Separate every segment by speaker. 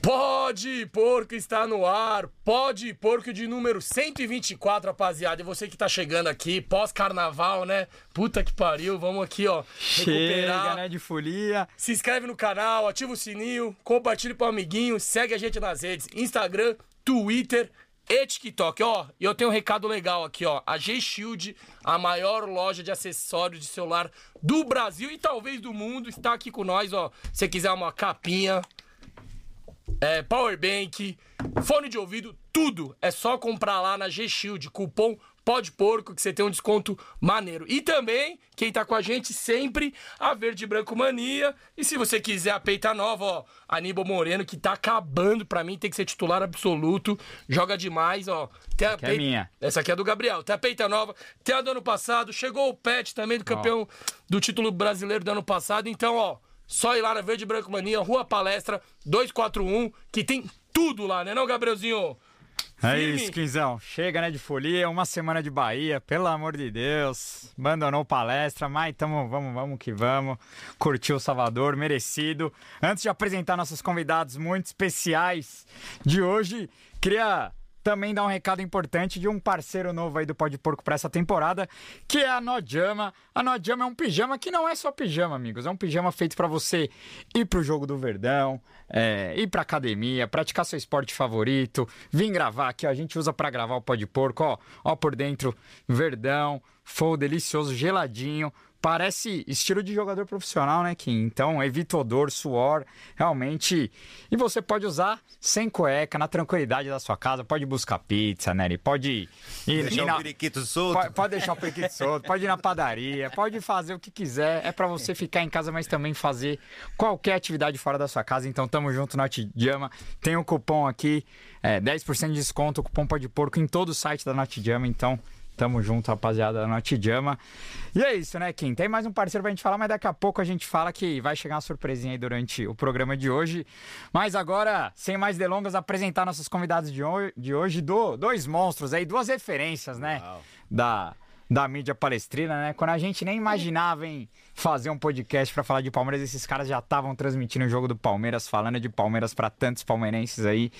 Speaker 1: Pode Porco está no ar. Pode Porco de número 124, rapaziada. E você que tá chegando aqui pós-carnaval, né? Puta que pariu. Vamos aqui, ó,
Speaker 2: Chega,
Speaker 1: recuperar.
Speaker 2: né, de folia.
Speaker 1: Se inscreve no canal, ativa o sininho, compartilha pro amiguinho, segue a gente nas redes, Instagram, Twitter e TikTok. Ó, e eu tenho um recado legal aqui, ó. A G Shield, a maior loja de acessórios de celular do Brasil e talvez do mundo, está aqui com nós, ó. Se você quiser uma capinha, é, powerbank, fone de ouvido, tudo. É só comprar lá na G-Shield, cupom Pode Porco, que você tem um desconto maneiro. E também, quem tá com a gente sempre, a Verde e Branco Mania. E se você quiser a peita nova, ó, Aníbal Moreno, que tá acabando, pra mim tem que ser titular absoluto. Joga demais, ó. Tem a
Speaker 2: é minha.
Speaker 1: Essa aqui é do Gabriel. Tem a peita nova, tem a do ano passado. Chegou o pet também do campeão do título brasileiro do ano passado. Então, ó, só ir lá na Verde e Branco Mania, Rua Palestra 241, que tem tudo lá, né não, Gabrielzinho?
Speaker 2: É
Speaker 1: Firme.
Speaker 2: isso, Quinzão. Chega, né, de folia. Uma semana de Bahia, pelo amor de Deus. Abandonou palestra, mas tamo, vamos, vamos que vamos. Curtiu o Salvador, merecido. Antes de apresentar nossos convidados muito especiais de hoje, queria também dar um recado importante de um parceiro novo aí do Pode Porco para essa temporada, que é a Nojama. A Nojama é um pijama que não é só pijama, amigos. É um pijama feito para você ir pro jogo do Verdão, é, ir pra academia, praticar seu esporte favorito, vir gravar aqui. ó, a gente usa para gravar o Pode Porco, ó, ó por dentro, Verdão, fogo delicioso, geladinho. Parece estilo de jogador profissional, né, Kim? Então evita odor, suor, realmente. E você pode usar sem cueca, na tranquilidade da sua casa. Pode buscar pizza, né? Ele Pode ir, ir
Speaker 3: Deixar
Speaker 2: na-
Speaker 3: o periquito solto.
Speaker 2: Pode, pode deixar o periquito solto, pode ir na padaria, pode fazer o que quiser. É pra você ficar em casa, mas também fazer qualquer atividade fora da sua casa. Então tamo junto, Notijama. Tem o cupom aqui, é, 10% de desconto, o cupom pode porco em todo o site da Notijama. Então tamo junto, rapaziada da Notijama. E é isso, né, Kim? Tem mais um parceiro pra gente falar, mas daqui a pouco a gente fala que vai chegar uma surpresinha aí durante o programa de hoje. Mas agora, sem mais delongas, apresentar nossos convidados de, ho- de hoje, do- dois monstros aí, duas referências, né? da, da mídia palestrina, né? Quando a gente nem imaginava em fazer um podcast pra falar de Palmeiras, esses caras já estavam transmitindo o jogo do Palmeiras, falando de Palmeiras pra tantos palmeirenses aí.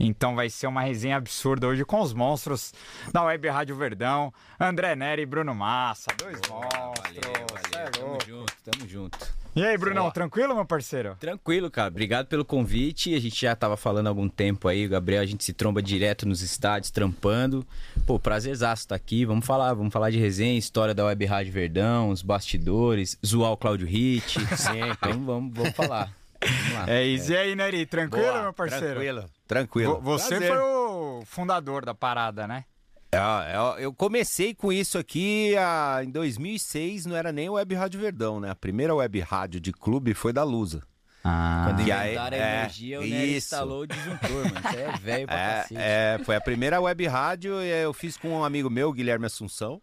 Speaker 2: Então vai ser uma resenha absurda hoje com os monstros da Web Rádio Verdão, André Neri e Bruno Massa, dois monstros.
Speaker 4: Valeu,
Speaker 2: cê é
Speaker 4: valeu. Tamo
Speaker 2: louco.
Speaker 4: junto, tamo junto.
Speaker 2: E aí, Brunão, tranquilo, meu parceiro?
Speaker 4: Tranquilo, cara. Obrigado pelo convite. A gente já tava falando há algum tempo aí, o Gabriel. A gente se tromba direto nos estádios, trampando. Pô, prazerzaço estar aqui. Vamos falar, vamos falar de resenha, história da Web Rádio Verdão, os bastidores, zoar o Cláudio Hit. Sempre. Vamos, vamos, vamos falar.
Speaker 3: Ah.
Speaker 4: Vamos lá.
Speaker 2: É isso. E aí, Neri, tranquilo,
Speaker 3: Boa,
Speaker 2: meu parceiro?
Speaker 3: Tranquilo, tranquilo.
Speaker 2: Vo- Você
Speaker 3: Prazer.
Speaker 2: foi o fundador da parada, né?
Speaker 3: É, é, eu comecei com isso aqui ah, em 2006, não era nem Web Rádio Verdão, né? A primeira Web Rádio de clube foi da Lusa.
Speaker 2: Ah,
Speaker 4: Quando
Speaker 3: E aí,
Speaker 4: inventaram a
Speaker 3: é,
Speaker 4: energia, o Nery
Speaker 3: isso.
Speaker 4: instalou o disjuntor, mano. Você é velho pra
Speaker 3: É,
Speaker 4: cacete.
Speaker 3: é, foi a primeira web rádio e eu fiz com um amigo meu, Guilherme Assunção.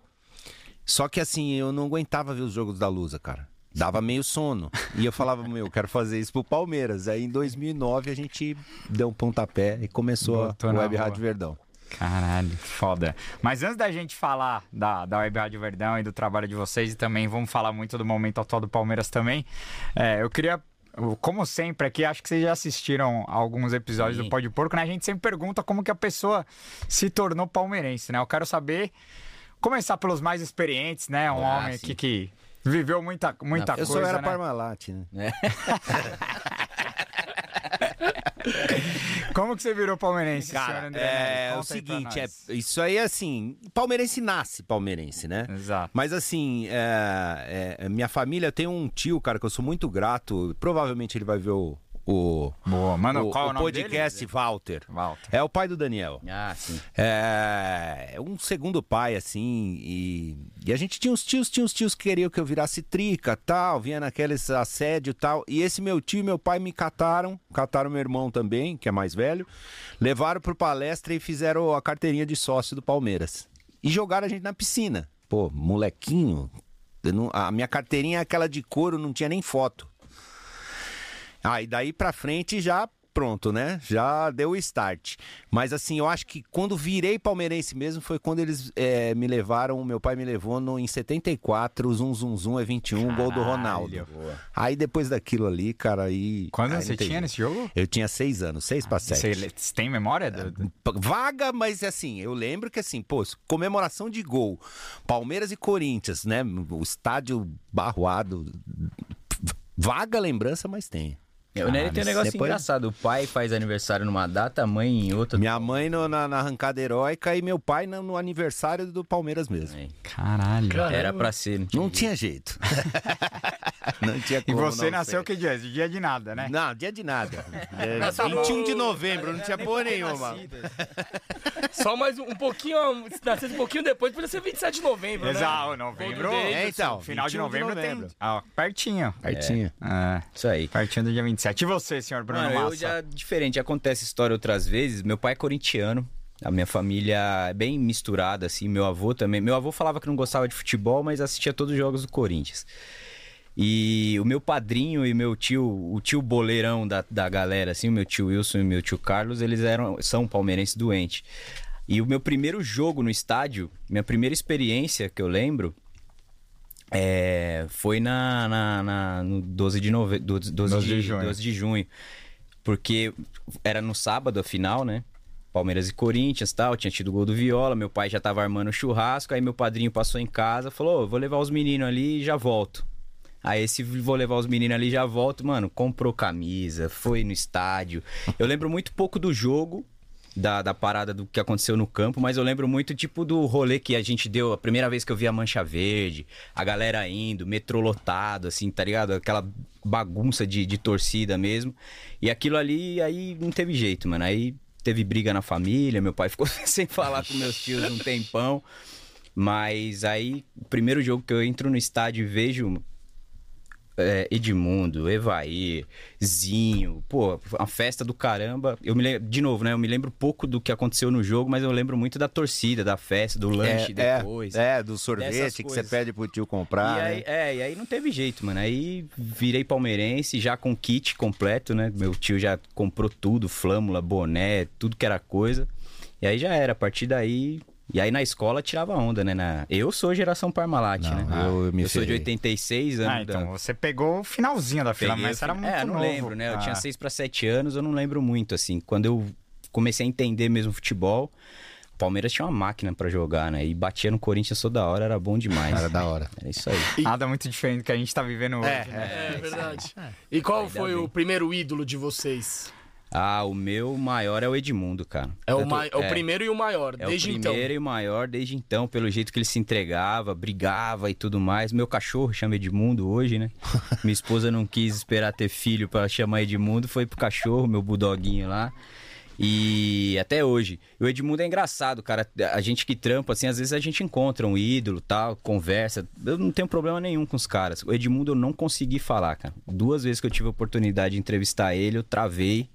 Speaker 3: Só que assim, eu não aguentava ver os jogos da Lusa, cara. Dava meio sono. E eu falava, meu, eu quero fazer isso pro Palmeiras. Aí em 2009 a gente deu um pontapé e começou
Speaker 2: Botou
Speaker 3: a
Speaker 2: na
Speaker 3: Web
Speaker 2: rua.
Speaker 3: Rádio Verdão.
Speaker 2: Caralho, foda. Mas antes da gente falar da, da Web Rádio Verdão e do trabalho de vocês, e também vamos falar muito do momento atual do Palmeiras também, é, eu queria. eu, Como sempre aqui, acho que vocês já assistiram a alguns episódios do Pode Porco, né? A gente sempre pergunta como que a pessoa se tornou palmeirense, né? Eu quero saber, começar pelos mais experientes, né? Um
Speaker 4: Ah,
Speaker 2: homem
Speaker 4: sim.
Speaker 2: aqui que Viveu muita, muita
Speaker 3: Eu
Speaker 2: coisa.
Speaker 3: só
Speaker 2: né?
Speaker 3: era Parmalat, né?
Speaker 2: Como que você virou palmeirense, senhor
Speaker 3: Cara,
Speaker 2: André? Neri?
Speaker 3: é,
Speaker 2: Conta aí
Speaker 3: o
Speaker 2: pra
Speaker 3: seguinte, é,
Speaker 2: nós.
Speaker 3: isso aí é assim, palmeirense nasce palmeirense, né?
Speaker 2: Exato.
Speaker 3: Mas assim, é, é, minha família tem um tio, cara, que eu sou muito grato, provavelmente ele vai ver o, o,
Speaker 2: Boa, mano,
Speaker 3: o-
Speaker 2: qual é o
Speaker 3: o
Speaker 2: nome
Speaker 3: podcast Walter.
Speaker 2: Walter.
Speaker 3: É o pai do Daniel.
Speaker 4: Ah, sim.
Speaker 3: É, é um segundo pai, assim, e, e a gente tinha uns tios, tinha uns tios que queriam que eu virasse trica, tal, vinha naqueles assédio e tal. E esse meu tio e meu pai me cataram, cataram meu irmão também, que é mais velho, levaram pro palestra e fizeram a carteirinha de sócio do Palmeiras. E jogaram a gente na piscina. Pô, molequinho, eu não- a minha carteirinha, é aquela de couro, não tinha nem foto. Aí daí pra frente já pronto, né? Já deu o start. Mas assim, eu acho que quando virei palmeirense mesmo foi quando eles eh, me levaram, meu pai me levou no, em 74, o Zum Zum Zum é 21, gol do Ronaldo. Aí depois daquilo ali, cara, aí.
Speaker 2: Quantos
Speaker 3: aí
Speaker 2: anos
Speaker 3: não
Speaker 2: você
Speaker 3: tem
Speaker 2: tinha
Speaker 3: jeito.
Speaker 2: nesse jogo? Ah,
Speaker 3: Eu tinha seis anos, seis pra sete.
Speaker 2: Você le- você tem memória? do- do-
Speaker 3: P- Vaga, mas assim, eu lembro que assim, pô, comemoração de gol. Palmeiras e Corinthians, né? O estádio barroado. Vaga lembrança, mas tem.
Speaker 4: É, O Nery tem um
Speaker 3: Caralho,
Speaker 4: negócio
Speaker 3: Ah, depois-
Speaker 4: engraçado. O pai faz aniversário numa data, a mãe em outra.
Speaker 3: Minha mãe no- na, na arrancada heróica e meu pai na- no aniversário do Palmeiras mesmo.
Speaker 2: Caralho.
Speaker 4: Era pra ser. não tinha
Speaker 3: né? Não tinha jeito. não tinha
Speaker 2: E
Speaker 3: como
Speaker 2: você
Speaker 3: não
Speaker 2: nasceu
Speaker 3: ser.
Speaker 2: que dia? Esse Dia de nada, né?
Speaker 3: Não, dia de nada. É,
Speaker 5: Nessa
Speaker 3: 21 de É,
Speaker 5: boa.
Speaker 3: novembro, não tinha porra nenhuma.
Speaker 5: Só mais um, um pouquinho, um- se nascesse um pouquinho depois, podia ser 27 de novembro,
Speaker 2: Exato,
Speaker 5: né?
Speaker 2: novembro.
Speaker 5: Gol do Davidson.
Speaker 3: É, então.
Speaker 2: Final de
Speaker 3: 21
Speaker 2: novembro, tem. Ah, ó, pertinho.
Speaker 3: Pertinho.
Speaker 2: É,
Speaker 4: Isso aí.
Speaker 2: pertinho do dia 27. E você, senhor Bruno
Speaker 4: Mano,
Speaker 2: Massa?
Speaker 4: eu já diferente, acontece história outras vezes. Meu pai é corintiano. A minha família é bem misturada, assim. Meu avô também. Meu avô falava que não gostava de futebol, mas assistia todos os jogos do Corinthians. E o meu padrinho e meu tio, o tio boleirão da, da galera, assim, o meu tio Wilson e o meu tio Carlos, eles eram são palmeirenses doentes. E o meu primeiro jogo no estádio, minha primeira experiência que eu lembro, é, foi na, na, na- no 12 de, nove... 12, 12
Speaker 2: 12 de
Speaker 4: de,
Speaker 2: junho.
Speaker 4: 12 de junho. Porque era no sábado a final, né? Palmeiras e Corinthians tal, tinha tido gol do Viola, meu pai já tava armando o churrasco, aí meu padrinho passou em casa, falou, "Ô, vou levar os meninos ali e já volto. Aí esse vou levar os meninos ali já volto, mano, comprou camisa, foi no estádio. Eu lembro muito pouco do jogo, da, da parada do que aconteceu no campo, mas eu lembro muito, tipo, do rolê que a gente deu, a primeira vez que eu vi a Mancha Verde, a galera indo, metrô lotado, assim, tá ligado? Aquela bagunça de, de torcida mesmo. E aquilo ali, aí não teve jeito, mano. Aí teve briga na família, meu pai ficou sem falar com meus tios um tempão. Mas aí, o primeiro jogo que eu entro no estádio e vejo é, Edmundo, Evaí, Zinho, pô, a festa do caramba. Eu me lembro, de novo, né? Eu me lembro pouco do que aconteceu no jogo, mas eu lembro muito da torcida, da festa, do lanche
Speaker 3: É,
Speaker 4: depois.
Speaker 3: é, é, do
Speaker 4: dessas
Speaker 3: sorvete que você
Speaker 4: coisas.
Speaker 3: pede pro tio
Speaker 4: E
Speaker 3: comprar.
Speaker 4: aí,
Speaker 3: né?
Speaker 4: é, e aí não teve jeito, mano. Aí virei palmeirense já com kit completo, né? Meu tio já comprou tudo, flâmula, boné, tudo que era coisa. E aí já era, a partir daí. E aí na escola tirava onda, né? Na... Eu sou geração Parmalat,
Speaker 3: Não,
Speaker 4: né?
Speaker 3: eu me
Speaker 4: sou de
Speaker 3: ferrei.
Speaker 4: 86 anos.
Speaker 2: Ah,
Speaker 4: da-
Speaker 2: então você pegou o finalzinho da fila,
Speaker 4: Peguei
Speaker 2: mas
Speaker 4: o
Speaker 2: era
Speaker 4: fim-
Speaker 2: muito
Speaker 4: É, eu não
Speaker 2: novo.
Speaker 4: lembro, né? Eu
Speaker 2: Ah.
Speaker 4: tinha 6 para 7 anos, eu não lembro muito, assim. Quando eu comecei a entender mesmo futebol, o Palmeiras tinha uma máquina pra jogar, né? E batia no Corinthians toda hora, era bom demais.
Speaker 3: Era da hora.
Speaker 4: Era isso aí.
Speaker 2: Nada muito diferente do que a gente tá vivendo hoje. né?
Speaker 1: É verdade. E qual foi o primeiro ídolo de vocês?
Speaker 4: Ah, o meu maior é o Edmundo, cara.
Speaker 5: É o,
Speaker 4: Tanto-
Speaker 5: mai- é o primeiro e o maior,
Speaker 4: É
Speaker 5: desde
Speaker 4: o primeiro
Speaker 5: então.
Speaker 4: e o maior desde então, pelo jeito que ele se entregava, brigava e tudo mais. Meu cachorro chama Edmundo hoje, né? Minha esposa não quis esperar ter filho pra chamar Edmundo, foi pro cachorro, meu budoguinho lá. E até hoje. O Edmundo é engraçado, cara. A gente que trampa, assim, às vezes a gente encontra um ídolo, tal, conversa. Eu não tenho problema nenhum com os caras. O Edmundo eu não consegui falar, cara. Duas vezes que eu tive a oportunidade de entrevistar ele, eu travei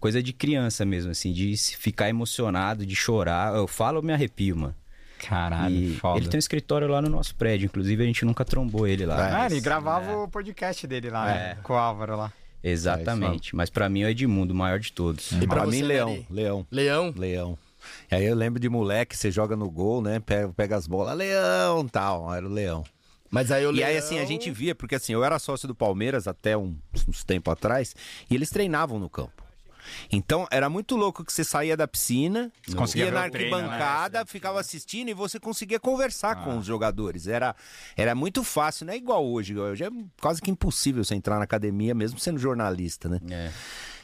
Speaker 4: coisa de criança mesmo, assim, de se ficar emocionado, de chorar. Eu falo, eu me arrepio, mano.
Speaker 2: Caralho,
Speaker 4: E
Speaker 2: foda.
Speaker 4: ele tem um escritório lá no nosso prédio, inclusive a gente nunca trombou ele lá.
Speaker 2: Ah, ele
Speaker 4: É.
Speaker 2: gravava o podcast dele lá, né? Com o Álvaro lá.
Speaker 4: Exatamente. Mas pra mim é o Edmundo, o maior de todos.
Speaker 3: E pra
Speaker 1: pra
Speaker 3: mim,
Speaker 1: você,
Speaker 3: leão,
Speaker 1: Neri?
Speaker 3: leão.
Speaker 1: Leão?
Speaker 3: Leão. E aí eu lembro de moleque, você joga no gol, né? Pega, pega as bolas, leão, tal. Era o leão.
Speaker 1: Mas aí eu
Speaker 3: E aí, assim, a gente via, porque assim, eu era sócio do Palmeiras até um- uns tempos atrás, e eles treinavam no campo. Então era muito louco que você saía da piscina,
Speaker 2: conseguia
Speaker 3: ia
Speaker 2: ver
Speaker 3: na
Speaker 2: o treino, né?
Speaker 3: arquibancada, ficava assistindo e você conseguia conversar com os jogadores. Era, era muito fácil, não é igual hoje. Hoje é quase que impossível você entrar na academia, mesmo sendo jornalista, né?
Speaker 4: É.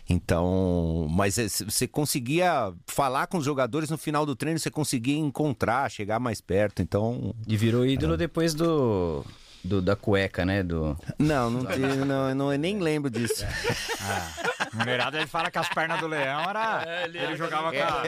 Speaker 3: Então, mas é, c- você conseguia falar com os jogadores no final do treino, você conseguia encontrar, chegar mais perto. Então,
Speaker 4: E virou ídolo depois do, do- da cueca, né? Do...
Speaker 3: não, não, te- não, não eu nem lembro disso.
Speaker 2: Mulherada, ele fala que as pernas do leão era.
Speaker 4: É,
Speaker 2: ele, jogava com a.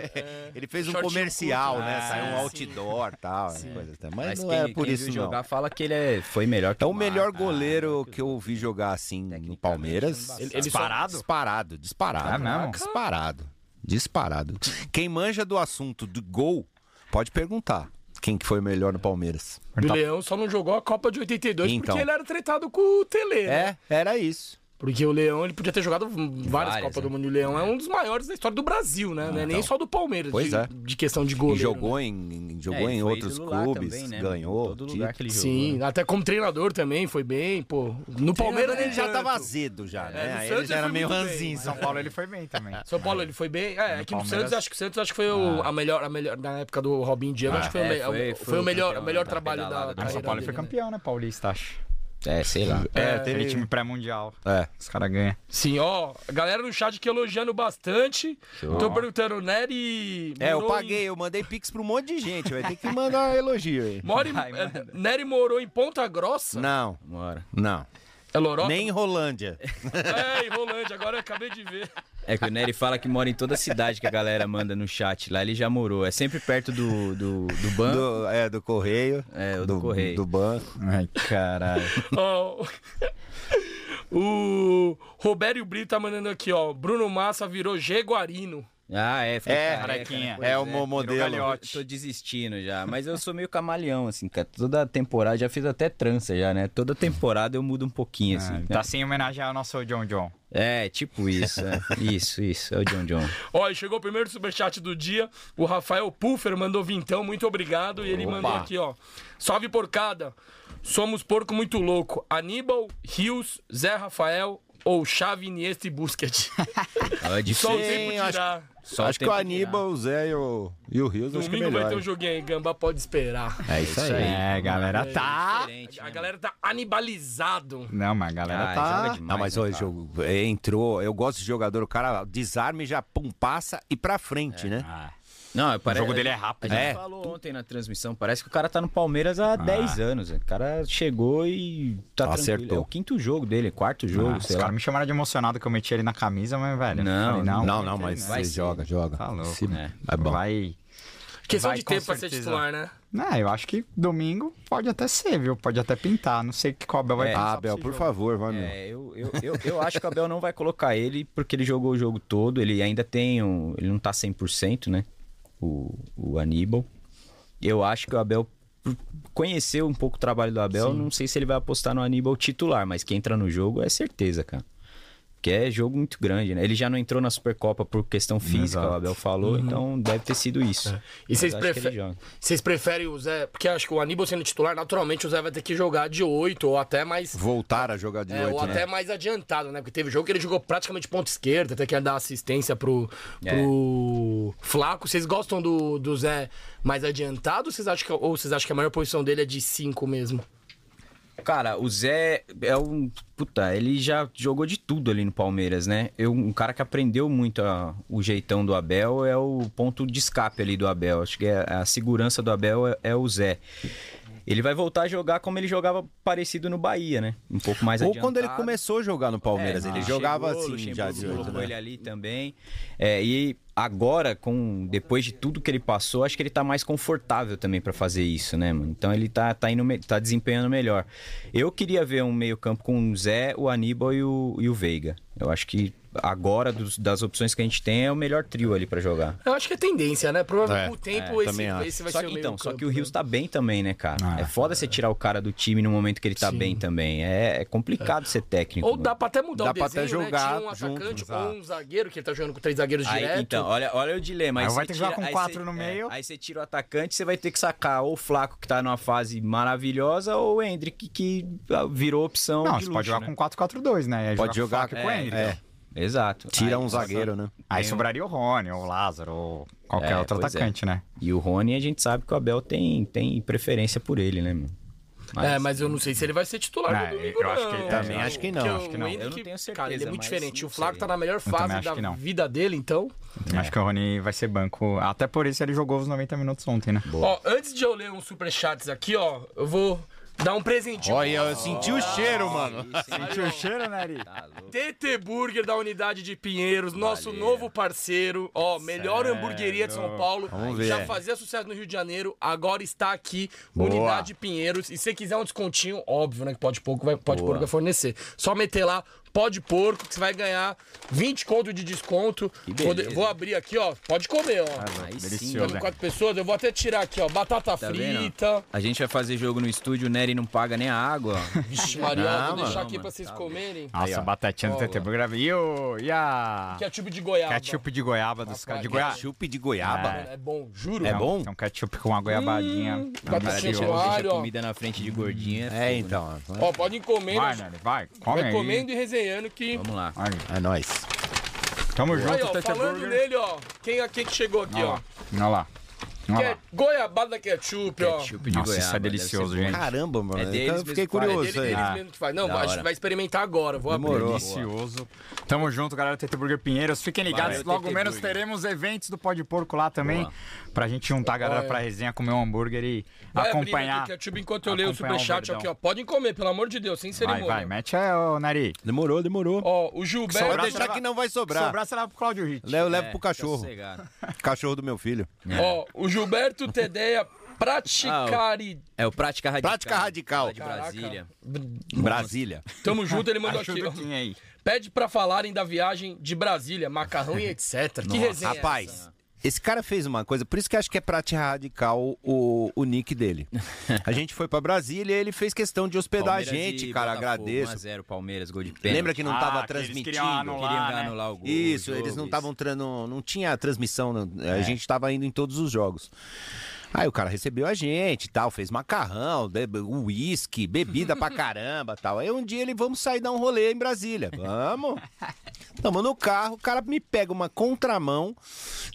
Speaker 3: Ele fez um
Speaker 1: Shortinho
Speaker 3: comercial,
Speaker 1: curto,
Speaker 3: né?
Speaker 1: né?
Speaker 3: Saiu
Speaker 1: Sim.
Speaker 3: um outdoor, tal, coisa assim. Mas,
Speaker 4: Mas
Speaker 3: não
Speaker 4: quem,
Speaker 3: era por
Speaker 4: quem
Speaker 3: isso
Speaker 4: viu
Speaker 3: não.
Speaker 4: jogar fala que ele é, foi melhor que
Speaker 3: É o
Speaker 4: Marca.
Speaker 3: melhor goleiro que eu vi jogar assim no Palmeiras.
Speaker 4: Ele-
Speaker 2: disparado?
Speaker 3: Disparado, disparado.
Speaker 2: Ah, não?
Speaker 3: Disparado. Disparado. Quem manja do assunto do gol, pode perguntar quem que foi o melhor no Palmeiras.
Speaker 1: O Leão só não jogou a Copa de 82
Speaker 3: Então.
Speaker 1: porque ele era tretado com o Tele. né?
Speaker 3: É, era isso.
Speaker 1: Porque o Leão ele podia ter jogado várias,
Speaker 4: Várias,
Speaker 1: Copas
Speaker 4: né?
Speaker 1: do Mundo. E o Leão é. um dos maiores da história do Brasil, né? Não é nem só do Palmeiras,
Speaker 3: Pois
Speaker 1: de,
Speaker 3: é.
Speaker 1: de questão de
Speaker 3: E
Speaker 1: goleiro. né?
Speaker 3: jogou em, em- jogou
Speaker 4: É, ele
Speaker 3: em
Speaker 4: foi
Speaker 3: outros
Speaker 4: ídolo lá
Speaker 3: clubes,
Speaker 4: também, né?
Speaker 3: ganhou.
Speaker 4: Todo
Speaker 3: título.
Speaker 4: lugar que ele jogou. né?
Speaker 1: Sim, até como treinador também foi bem, pô. No Palmeiras
Speaker 2: é
Speaker 3: ele já
Speaker 1: tava
Speaker 3: tava azedo já, né?
Speaker 1: no
Speaker 3: Aí ele
Speaker 1: Santos
Speaker 3: já
Speaker 1: ele
Speaker 3: era
Speaker 1: foi muito
Speaker 3: meio
Speaker 1: bem,
Speaker 3: ranzinho.
Speaker 2: Em São Paulo né? ele foi bem também.
Speaker 1: São Paulo ele foi bem. É, aqui no
Speaker 2: Palmeiras-
Speaker 1: Santos acho que o Santos acho que foi o- a melhor, a melhor na época do Robinho Diego, acho que foi, o
Speaker 4: É,
Speaker 1: me-
Speaker 4: foi-
Speaker 1: o-
Speaker 4: foi
Speaker 1: foi o
Speaker 4: o
Speaker 1: melhor,
Speaker 4: campeão
Speaker 1: o melhor
Speaker 4: da
Speaker 1: trabalho da,
Speaker 4: pedalada.
Speaker 1: da
Speaker 2: São
Speaker 4: Ah,
Speaker 1: carreira
Speaker 2: Paulo ele foi
Speaker 1: dele, né?
Speaker 2: campeão, né? Paulista, acho.
Speaker 4: É, sei lá.
Speaker 2: É, teve time pré-mundial.
Speaker 3: É.
Speaker 2: Os caras ganham.
Speaker 1: Sim, ó, a galera no chat aqui elogiando bastante. Tô perguntando, Nery.
Speaker 3: É, eu
Speaker 1: morou em-
Speaker 3: paguei, eu mandei pix pra um monte de gente, vai ter que mandar elogio aí.
Speaker 1: Mora em- é, Nery morou em Ponta Grossa?
Speaker 3: Não,
Speaker 4: Bora.
Speaker 3: não.
Speaker 1: É Lorota?
Speaker 3: Nem em Rolândia.
Speaker 1: É, em Rolândia, agora eu acabei de ver.
Speaker 4: É que o Nery fala que mora em toda a cidade que a galera manda no chat. Lá ele já morou. É sempre perto do, do, do banco.
Speaker 3: Do, é, do correio.
Speaker 4: É, o do correio.
Speaker 3: Do banco.
Speaker 2: Ai, caralho.
Speaker 1: Ó, o Robério Brito tá mandando aqui, ó. Bruno Massa virou Jeguarino.
Speaker 4: Ah, é. fica
Speaker 3: É,
Speaker 4: careca,
Speaker 2: carequinha.
Speaker 4: Pois
Speaker 3: É, o meu
Speaker 4: Eu
Speaker 3: modelo.
Speaker 4: Tô desistindo já, mas eu sou meio camaleão, assim, cara. Toda temporada, já fiz até trança já, né? Toda temporada eu mudo um pouquinho, assim. né?
Speaker 2: Tá sem homenagear o nosso John John.
Speaker 4: É, tipo isso. é. Isso, isso. É o John John.
Speaker 1: Ó, e chegou o primeiro superchat do dia. O Rafael Puffer mandou vintão, muito obrigado. E ele mandou aqui, ó. Salve porcada. Somos porco muito louco. Aníbal, Rios, Zé Rafael ou Xavi, Iniesta e Busquets.
Speaker 4: É
Speaker 1: Só o
Speaker 4: difícil.
Speaker 1: tempo
Speaker 3: acho-
Speaker 1: dirá.
Speaker 4: Só
Speaker 3: acho que o
Speaker 4: tempo
Speaker 3: Aníbal, o Zé e o, e o Rios, acho que é
Speaker 1: Domingo vai
Speaker 3: melhor.
Speaker 1: ter um joguinho aí, Gamba pode esperar.
Speaker 3: É isso aí.
Speaker 2: É, galera tá.
Speaker 4: Diferente,
Speaker 1: A
Speaker 4: né?
Speaker 1: galera tá anibalizado.
Speaker 2: Não, mas a galera
Speaker 4: Ah,
Speaker 2: tá.
Speaker 4: joga demais,
Speaker 3: Ah, mas
Speaker 4: né,
Speaker 3: olha,
Speaker 4: cara?
Speaker 3: jogo é, entrou. Eu gosto de jogador, o cara desarme já pum, passa e pra frente,
Speaker 4: É,
Speaker 3: né?
Speaker 2: Ah,
Speaker 4: Não,
Speaker 2: o
Speaker 4: parece...
Speaker 2: jogo dele é
Speaker 4: A
Speaker 2: rápido. Ah.
Speaker 4: gente
Speaker 3: É.
Speaker 4: falou ontem na transmissão, parece que o cara tá no Palmeiras há 10 anos. né? O cara chegou e tá tranquilo.
Speaker 3: Acertou.
Speaker 4: É o quinto jogo dele, quarto jogo,
Speaker 2: Ah, os
Speaker 4: sei lá.
Speaker 2: caras me chamaram de emocionado que eu meti ele na camisa, mas, velho. eu
Speaker 4: é. Não,
Speaker 2: falei,
Speaker 3: Não,
Speaker 2: não,
Speaker 3: não, mas
Speaker 4: Vai
Speaker 3: você
Speaker 4: sim.
Speaker 3: joga, joga.
Speaker 2: Tá louco,
Speaker 3: Se-
Speaker 4: né?
Speaker 3: É bom.
Speaker 2: Vai.
Speaker 1: Questão
Speaker 2: Vai,
Speaker 1: de
Speaker 2: com
Speaker 1: tempo pra ser
Speaker 2: certeza.
Speaker 1: titular, né?
Speaker 2: Não, eu acho que domingo pode até ser, viu? Pode até pintar. Não sei o que que o Abel vai
Speaker 4: É.
Speaker 2: pensar
Speaker 3: Ah,
Speaker 2: pra
Speaker 3: Bel,
Speaker 2: esse
Speaker 3: por
Speaker 2: jogo.
Speaker 3: favor, vai, meu.
Speaker 4: É, eu, eu, eu, eu acho que o Abel não vai colocar ele porque ele jogou o jogo todo. Ele ainda tem um. Ele não tá 100%, né? O, o Aníbal. Eu acho que o Abel por conhecer um pouco o trabalho do Abel. Não sei se ele vai apostar no Aníbal titular, mas quem entra no jogo é certeza, cara. Porque é jogo muito grande, né? Ele já não entrou na Supercopa por questão física,
Speaker 2: Exato.
Speaker 4: o Abel falou, então deve ter sido isso.
Speaker 1: Uhum. É. E
Speaker 4: Mas
Speaker 1: vocês,
Speaker 4: acho que ele
Speaker 1: prefe-
Speaker 4: joga.
Speaker 1: vocês preferem o Zé? Porque acho que o Aníbal sendo titular, naturalmente o Zé vai ter que jogar de 8 ou até mais.
Speaker 3: Voltar a jogar de
Speaker 1: é, ou
Speaker 3: oito, né?
Speaker 1: até mais adiantado, né? Porque teve jogo que ele jogou praticamente ponta esquerda, até que ia dar assistência pro,
Speaker 4: É.
Speaker 1: pro Flaco. Vocês gostam do, do Zé mais adiantado ou vocês, acham que, ou vocês acham que a maior posição dele é de 5 mesmo?
Speaker 4: Cara, o Zé é um. Puta, ele já jogou de tudo ali no Palmeiras, né? Eu, um cara que aprendeu muito a- o jeitão do Abel é o ponto de escape ali do Abel. Acho que é, a segurança do Abel é, é o Zé. Ele vai voltar a jogar como ele jogava parecido no Bahia, né? Um pouco mais
Speaker 3: Ou
Speaker 4: adiantado.
Speaker 3: quando ele começou a jogar no Palmeiras,
Speaker 4: É,
Speaker 3: ele
Speaker 4: ah,
Speaker 3: jogava
Speaker 4: chegou,
Speaker 3: assim
Speaker 4: Luxemburgo
Speaker 3: já de oito,
Speaker 4: colocou
Speaker 3: né?
Speaker 4: ele ali também. É, e agora, com depois de tudo que ele passou, acho que ele tá mais confortável também pra fazer isso, né, mano? Então ele tá, tá, indo, me- tá desempenhando melhor. Eu queria ver um meio-campo com o Zé, o Aníbal e o, e o Veiga. Eu acho que agora, dos- das opções que a gente tem, é o melhor trio ali pra jogar.
Speaker 1: Eu acho que é tendência, né? Provavelmente
Speaker 3: É,
Speaker 1: com o tempo esse,
Speaker 3: é, também acho.
Speaker 1: esse vai
Speaker 4: só
Speaker 1: ser
Speaker 4: que,
Speaker 1: o meio
Speaker 4: então, só
Speaker 1: campo,
Speaker 4: que o
Speaker 1: né?
Speaker 4: Rios tá bem também, né, cara?
Speaker 2: Ah,
Speaker 4: é foda você tirar o cara do time no momento que ele tá bem também. É, é complicado ser técnico.
Speaker 1: Ou
Speaker 4: mano.
Speaker 1: dá pra até mudar
Speaker 3: Dá
Speaker 1: o
Speaker 3: pra até
Speaker 1: desenho, né? Tinha
Speaker 3: jogar
Speaker 1: um
Speaker 3: junto,
Speaker 1: atacante
Speaker 3: exato.
Speaker 1: ou um zagueiro, que ele tá jogando com três zagueiros
Speaker 4: Aí,
Speaker 1: direto.
Speaker 4: então, olha, olha o dilema.
Speaker 2: Aí
Speaker 4: você
Speaker 2: vai ter que jogar com
Speaker 4: aí
Speaker 2: quatro
Speaker 4: você- é,
Speaker 2: no meio.
Speaker 4: aí você tira o atacante, você vai ter que sacar ou o Flaco, que tá numa fase maravilhosa, ou o Hendrick, que ah, virou opção
Speaker 2: Não,
Speaker 4: de
Speaker 2: você
Speaker 4: luxo,
Speaker 2: pode jogar
Speaker 4: né?
Speaker 2: com 4-4-2, né? Aí
Speaker 3: Pode jogar
Speaker 2: com o Flaco e com o
Speaker 3: é,
Speaker 2: Henrique.
Speaker 3: é.
Speaker 4: Exato.
Speaker 3: Tira
Speaker 4: Aí,
Speaker 3: um zagueiro, né?
Speaker 2: Aí sobraria o Rony, ou o Lázaro, ou qualquer
Speaker 4: É,
Speaker 2: outro
Speaker 4: pois é.
Speaker 2: atacante, né?
Speaker 4: E o Rony, a gente sabe que o Abel tem, tem preferência por ele, né, mano?
Speaker 6: É, mas eu não sei se ele vai ser titular
Speaker 2: É,
Speaker 6: no domingo,
Speaker 2: eu acho
Speaker 6: não.
Speaker 2: que ele
Speaker 3: também acho que não,
Speaker 6: Porque
Speaker 3: acho
Speaker 2: que não.
Speaker 6: o Henrique,
Speaker 4: Eu não tenho certeza,
Speaker 6: Cara, ele é muito
Speaker 4: mas
Speaker 6: diferente.
Speaker 4: não
Speaker 6: O Flaco
Speaker 4: sei.
Speaker 6: tá na melhor fase
Speaker 2: acho que
Speaker 6: da
Speaker 2: não.
Speaker 6: vida dele, então.
Speaker 2: Eu Acho que o Rony vai ser banco. Até por isso ele jogou os 90 minutos ontem, né?
Speaker 1: Ó, antes de eu ler
Speaker 6: um
Speaker 1: uns superchats aqui, ó, eu vou dar um presentinho.
Speaker 3: Olha, eu senti o cheiro, mano.
Speaker 2: Sentiu o cheiro, né, Ari?
Speaker 1: TT Burger da unidade de Pinheiros, nosso novo parceiro, ó, melhor hamburgueria de São Paulo.
Speaker 3: Vamos ver.
Speaker 1: Já fazia sucesso no Rio de Janeiro, agora está aqui,
Speaker 3: Boa.
Speaker 1: unidade de Pinheiros. E se quiser um descontinho, óbvio, né? Que pode pouco, vai, pode porco vai fornecer. Só meter lá, pode porco, que você vai ganhar 20 conto de desconto. Vou, de-
Speaker 4: beleza.
Speaker 1: vou abrir aqui, ó. Pode comer, ó.
Speaker 4: Aí sim,
Speaker 2: Delicioso,
Speaker 4: mano.
Speaker 1: Temos
Speaker 2: velho.
Speaker 1: quatro pessoas, eu vou até tirar aqui, ó. Batata
Speaker 4: Tá vendo?
Speaker 1: frita.
Speaker 4: A gente vai fazer jogo no estúdio, o Nery não paga nem a água. ó.
Speaker 1: Vixe, Maria, ó, vou
Speaker 3: Não,
Speaker 1: deixar
Speaker 4: mano.
Speaker 1: aqui pra vocês comerem.
Speaker 2: Nossa, batatinha do TT Burger. E, o, e a
Speaker 1: Que é tipo de goiaba.
Speaker 2: ketchup de goiaba dos caras. De goiaba.
Speaker 3: Chup de goiaba.
Speaker 1: É bom, juro.
Speaker 3: É bom?
Speaker 2: É um ketchup com uma goiabadinha.
Speaker 1: batatinha de
Speaker 4: Deixa
Speaker 2: Maravilhoso.
Speaker 1: goiaba. Claro, ó.
Speaker 4: comida na frente de gordinha. né?
Speaker 3: É, então.
Speaker 1: Ó, podem comer,
Speaker 2: Vai,
Speaker 1: né?
Speaker 2: Nery, vai. Come
Speaker 1: Vai
Speaker 2: aí.
Speaker 1: comendo e resenhando que.
Speaker 4: Vamos lá.
Speaker 2: Olha,
Speaker 3: É nóis.
Speaker 2: Tamo
Speaker 1: Aí,
Speaker 2: junto,
Speaker 1: ó,
Speaker 2: TT
Speaker 1: falando
Speaker 2: Burger.
Speaker 1: nele, ó. Quem aqui que chegou aqui, ó?
Speaker 2: Olha lá.
Speaker 1: Que
Speaker 2: Olha
Speaker 1: é
Speaker 2: lá.
Speaker 1: goiabada ketchup, ó.
Speaker 4: Ketchup de
Speaker 2: Nossa, isso é
Speaker 4: goiaba, deve
Speaker 2: delicioso,
Speaker 4: ser bom.
Speaker 2: gente.
Speaker 3: Caramba, mano.
Speaker 4: É
Speaker 3: então
Speaker 4: deles
Speaker 3: eu fiquei
Speaker 4: mesmo que faz.
Speaker 3: curioso
Speaker 1: Ele,
Speaker 3: aí.
Speaker 1: ele
Speaker 2: Ah,
Speaker 1: mesmo que faz. Não,
Speaker 4: da
Speaker 1: acho
Speaker 4: hora.
Speaker 1: que vai experimentar agora. Vou abrir.
Speaker 3: Demorou.
Speaker 2: Delicioso. Tamo junto, galera do TT Burger Pinheiros. Fiquem ligados,
Speaker 4: Valeu,
Speaker 2: logo
Speaker 4: TT
Speaker 2: menos
Speaker 4: Burger.
Speaker 2: teremos eventos do Pode Porco lá também. Pra gente juntar a galera pra resenha, comer um hambúrguer e
Speaker 1: Vai abrir
Speaker 2: acompanhar.
Speaker 1: aqui, ketchup enquanto eu leio o
Speaker 2: acompanhar o
Speaker 1: superchat
Speaker 2: verdão.
Speaker 1: aqui, ó. Podem comer, pelo amor de Deus, sem
Speaker 2: Vai, né?
Speaker 1: cerimônia.
Speaker 2: vai, mete aí, ô Nari.
Speaker 3: Demorou, demorou.
Speaker 1: Ó, o
Speaker 3: Pode
Speaker 1: Gilberto.
Speaker 2: deixa-
Speaker 3: deixar que não vai sobrar.
Speaker 2: Sobrar, você leva pro Claudio Ritt.
Speaker 3: Léo, leva
Speaker 4: É,
Speaker 3: pro
Speaker 4: fica
Speaker 3: cachorro.
Speaker 4: sossegado.
Speaker 3: Cachorro do meu filho.
Speaker 1: Ó, o Gilberto Tedeia praticari.
Speaker 4: É o Prática Radical.
Speaker 3: Prática Radical.
Speaker 4: Lá de Brasília.
Speaker 3: Brasília.
Speaker 2: Ah,
Speaker 1: Tamo junto, ele mandou aqui.
Speaker 2: Ajuda
Speaker 1: ó.
Speaker 2: quem aí.
Speaker 1: Pede pra falarem da viagem de Brasília, macarrão e etc. que resenha. é essa?
Speaker 3: Rapaz, esse cara fez uma coisa, por isso que acho que é prática radical o, o nick dele. A gente foi pra Brasília e ele fez questão de hospedar a gente, cara, agradeço.
Speaker 4: 1x0 Palmeiras, gol de pênalti.
Speaker 3: Lembra que não
Speaker 2: Ah,
Speaker 3: tava
Speaker 2: que eles queriam
Speaker 3: transmitindo?
Speaker 2: anular.
Speaker 4: Queriam
Speaker 2: lá, né?
Speaker 4: anular o gol.
Speaker 3: É. Isso,
Speaker 4: o jogo,
Speaker 3: eles
Speaker 4: isso.
Speaker 3: não
Speaker 4: É.
Speaker 3: estavam entrando, não tinha transmissão, não- a gente tava indo em todos os jogos. Aí o cara recebeu a gente e tal, fez macarrão, de- uísque, bebida pra caramba e tal. Aí um dia ele, vamos sair dar um rolê em Brasília, vamos. Tamo no carro, o cara me pega uma contramão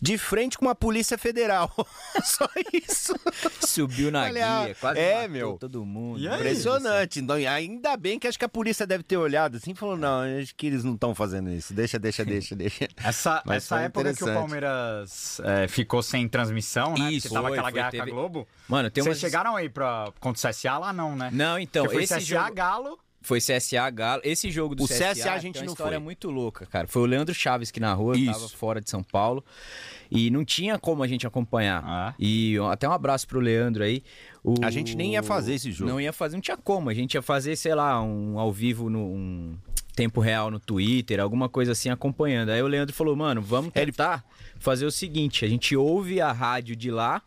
Speaker 3: de frente com uma polícia federal. Só isso.
Speaker 4: Subiu na
Speaker 3: Olha,
Speaker 4: guia, quase
Speaker 3: é,
Speaker 4: matou
Speaker 3: meu.
Speaker 4: todo mundo.
Speaker 2: E aí?
Speaker 3: Impressionante. Então, ainda bem que acho que a polícia deve ter olhado assim e falou: não, acho que eles não estão fazendo isso. Deixa, deixa, deixa, deixa.
Speaker 2: Essa,
Speaker 3: Mas
Speaker 2: essa
Speaker 3: foi
Speaker 2: época que o
Speaker 3: interessante.
Speaker 2: Palmeiras é, ficou sem transmissão, né? Porque
Speaker 4: Isso,
Speaker 2: tava
Speaker 4: foi,
Speaker 2: aquela
Speaker 4: foi,
Speaker 2: guerra
Speaker 4: teve-
Speaker 2: com a Globo.
Speaker 4: Mano, tem
Speaker 2: Vocês
Speaker 4: umas-
Speaker 2: chegaram aí pra, contra o CSA lá, não, né?
Speaker 4: Não, então,
Speaker 2: Porque foi
Speaker 4: esse
Speaker 2: CSA
Speaker 4: jogo-
Speaker 2: Galo.
Speaker 4: Foi CSA Galo. Esse jogo do
Speaker 3: O CSA a
Speaker 4: tem
Speaker 3: gente
Speaker 4: uma
Speaker 3: não
Speaker 4: história
Speaker 3: foi.
Speaker 4: muito louca, cara. Foi o Leandro Chaves que na rua, eu tava
Speaker 3: Isso.
Speaker 4: fora de São Paulo. E não tinha como a gente acompanhar.
Speaker 2: Ah.
Speaker 4: E ó, até um abraço pro Leandro aí. O-
Speaker 3: A gente nem ia fazer esse jogo.
Speaker 4: Não ia fazer, não tinha como. A gente ia fazer, sei lá, um ao vivo no um tempo real no Twitter, alguma coisa assim acompanhando. Aí o Leandro falou: "Mano, vamos tentar fazer o seguinte, a gente ouve a rádio de lá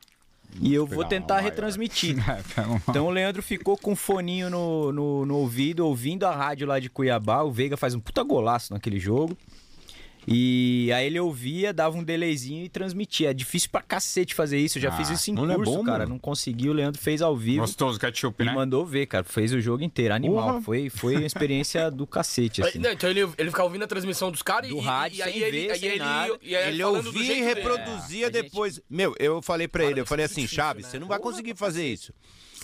Speaker 4: e eu vou tentar retransmitir. Então o Leandro ficou com um foninho no, no, no ouvido, ouvindo a rádio lá de Cuiabá. O Veiga faz um puta golaço naquele jogo. E aí ele ouvia, dava um delayzinho e transmitia. É difícil pra cacete fazer isso. Eu já fiz isso em
Speaker 3: não
Speaker 4: curso,
Speaker 3: é bom,
Speaker 4: cara.
Speaker 3: mano.
Speaker 4: Não consegui, o Leandro fez ao vivo.
Speaker 2: Gostoso, ketchup,
Speaker 4: E
Speaker 2: né?
Speaker 4: mandou ver, cara. Fez o jogo inteiro. Animal. Foi, foi uma experiência do cacete, assim.
Speaker 6: Não, então ele, ele ficava ouvindo a transmissão dos caras e,
Speaker 4: Do
Speaker 6: e-
Speaker 4: rádio,
Speaker 6: e aí
Speaker 4: sem
Speaker 6: ele,
Speaker 4: ver,
Speaker 6: e aí
Speaker 4: sem
Speaker 6: ele-
Speaker 4: nada.
Speaker 6: e aí ele
Speaker 3: Ele
Speaker 6: falando do
Speaker 3: ouvia e
Speaker 6: jeito dele.
Speaker 3: reproduzia
Speaker 4: É, a gente- é
Speaker 3: depois. Meu, eu falei pra ele, eu falei assim, Chaves,
Speaker 4: né?
Speaker 3: você não vai conseguir fazer isso.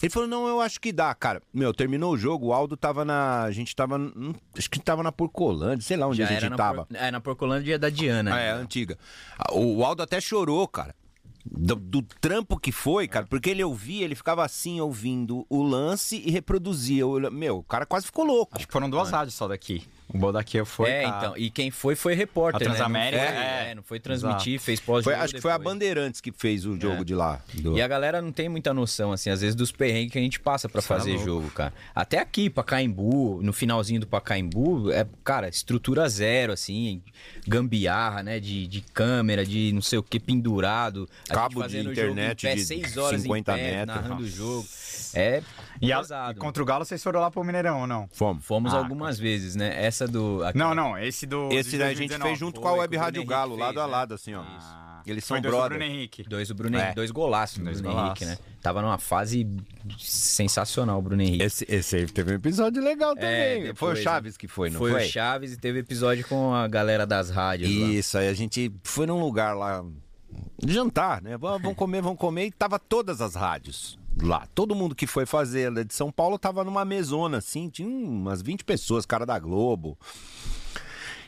Speaker 3: Ele falou, não, eu acho que dá, cara. Meu, terminou o jogo, o Aldo tava na. A gente tava. hum, Acho que tava na Porcolândia, sei lá onde
Speaker 4: Já
Speaker 3: a gente
Speaker 4: era na,
Speaker 3: tava.
Speaker 4: Por- é, na Porcolândia da Diana.
Speaker 3: É,
Speaker 4: né?
Speaker 3: a antiga. Ah, O o Aldo até chorou, cara. Do, do trampo que foi,
Speaker 4: É.
Speaker 3: cara, porque ele ouvia, ele ficava assim ouvindo o lance e reproduzia. o- Meu, o cara quase ficou louco.
Speaker 2: Acho que foram
Speaker 3: Né?
Speaker 2: duas rádios só daqui. O bom daqui foi.
Speaker 4: É,
Speaker 2: a-
Speaker 4: então. E quem foi, foi
Speaker 2: A
Speaker 4: repórter, né? Não
Speaker 2: Transamérica,
Speaker 4: foi-
Speaker 2: é.
Speaker 4: é, não foi transmitir, fez pós
Speaker 3: Foi- acho que foi a Bandeirantes que fez o jogo de lá. do-
Speaker 4: É. E a galera não tem muita noção, assim, às vezes dos perrengues que a gente passa pra
Speaker 2: tá
Speaker 4: fazer jogo, cara. Até aqui, Pacaembu, no finalzinho do Pacaembu, é, cara, estrutura zero, assim, gambiarra, né? De, de câmera, de não sei o que, pendurado. A gente
Speaker 3: Cabo de
Speaker 4: fazendo o
Speaker 3: internet
Speaker 4: jogo em pé,
Speaker 3: de
Speaker 4: seis horas em
Speaker 3: 50
Speaker 4: pé,
Speaker 3: metros.
Speaker 4: narrando o jogo. É
Speaker 2: E, a-
Speaker 4: pesado.
Speaker 2: e contra o Galo, vocês foram lá pro Mineirão ou não?
Speaker 3: Fomos.
Speaker 4: Fomos
Speaker 2: Ah,
Speaker 4: algumas vezes, né? Essa do...
Speaker 2: Não, não, esse do.
Speaker 3: Esse
Speaker 2: de
Speaker 3: daí a gente
Speaker 2: 2019.
Speaker 3: fez junto
Speaker 4: Foi,
Speaker 3: com a
Speaker 4: que o
Speaker 3: Web
Speaker 4: Bruno
Speaker 3: Rádio
Speaker 4: Henrique
Speaker 3: Galo,
Speaker 4: fez,
Speaker 3: lado a
Speaker 4: né?
Speaker 3: lado, assim, ó. Eles
Speaker 2: Ah. Foi
Speaker 3: são
Speaker 2: dois do
Speaker 3: brother.
Speaker 2: Bruno né, Henrique.
Speaker 4: Dois do Bruno Henrique,
Speaker 2: É.
Speaker 4: dois golaços do
Speaker 2: Dois
Speaker 4: Bruno
Speaker 2: golaços.
Speaker 4: Henrique, né? Tava numa fase sensacional o Bruno Henrique.
Speaker 3: Esse, esse aí teve um episódio legal também.
Speaker 4: É, depois,
Speaker 3: foi o
Speaker 4: né?
Speaker 3: Chaves que foi, não foi?
Speaker 4: foi, o Chaves e teve episódio com a galera das rádios lá.
Speaker 3: Isso, aí a gente foi num lugar lá, um jantar, né? Vamos vamos comer, vamos comer. E tava todas as rádios lá. Todo mundo que foi fazer lá de São Paulo tava numa mesona, assim. Tinha umas 20 pessoas, cara da Globo.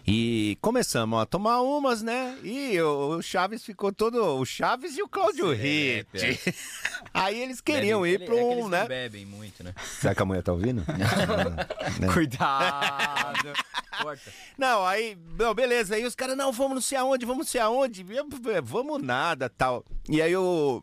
Speaker 3: E começamos a tomar umas, né? E o o Chaves ficou todo... O Chaves e o Cláudio Ritt.
Speaker 4: Serelepe, é.
Speaker 3: Aí eles queriam
Speaker 4: Bebe- aquele-
Speaker 3: ir pra
Speaker 4: é que eles
Speaker 3: um,
Speaker 4: não
Speaker 3: né?
Speaker 4: bebem muito, né?
Speaker 3: Será que a mulher tá ouvindo? Né?
Speaker 2: Cuidado.
Speaker 4: Corta.
Speaker 3: Não, aí, não, beleza. Aí os caras, não, vamos não sei aonde, vamos não sei aonde, eu, eh, vamos nada tal. E aí eu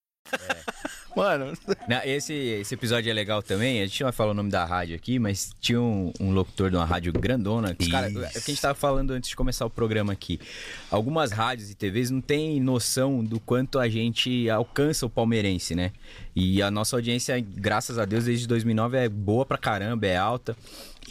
Speaker 3: Mano,
Speaker 4: Na- Esse, esse episódio é legal também. A gente não vai falar o nome da tá rádio aqui, mas tinha um, um locutor de uma rádio grandona. que Os cara, é o que a gente tava falando antes de começar o programa aqui. Algumas rádios e TVs não têm noção do quanto a gente alcança o palmeirense, né? E a nossa audiência, graças a Deus, desde 2009 é boa pra caramba, é alta.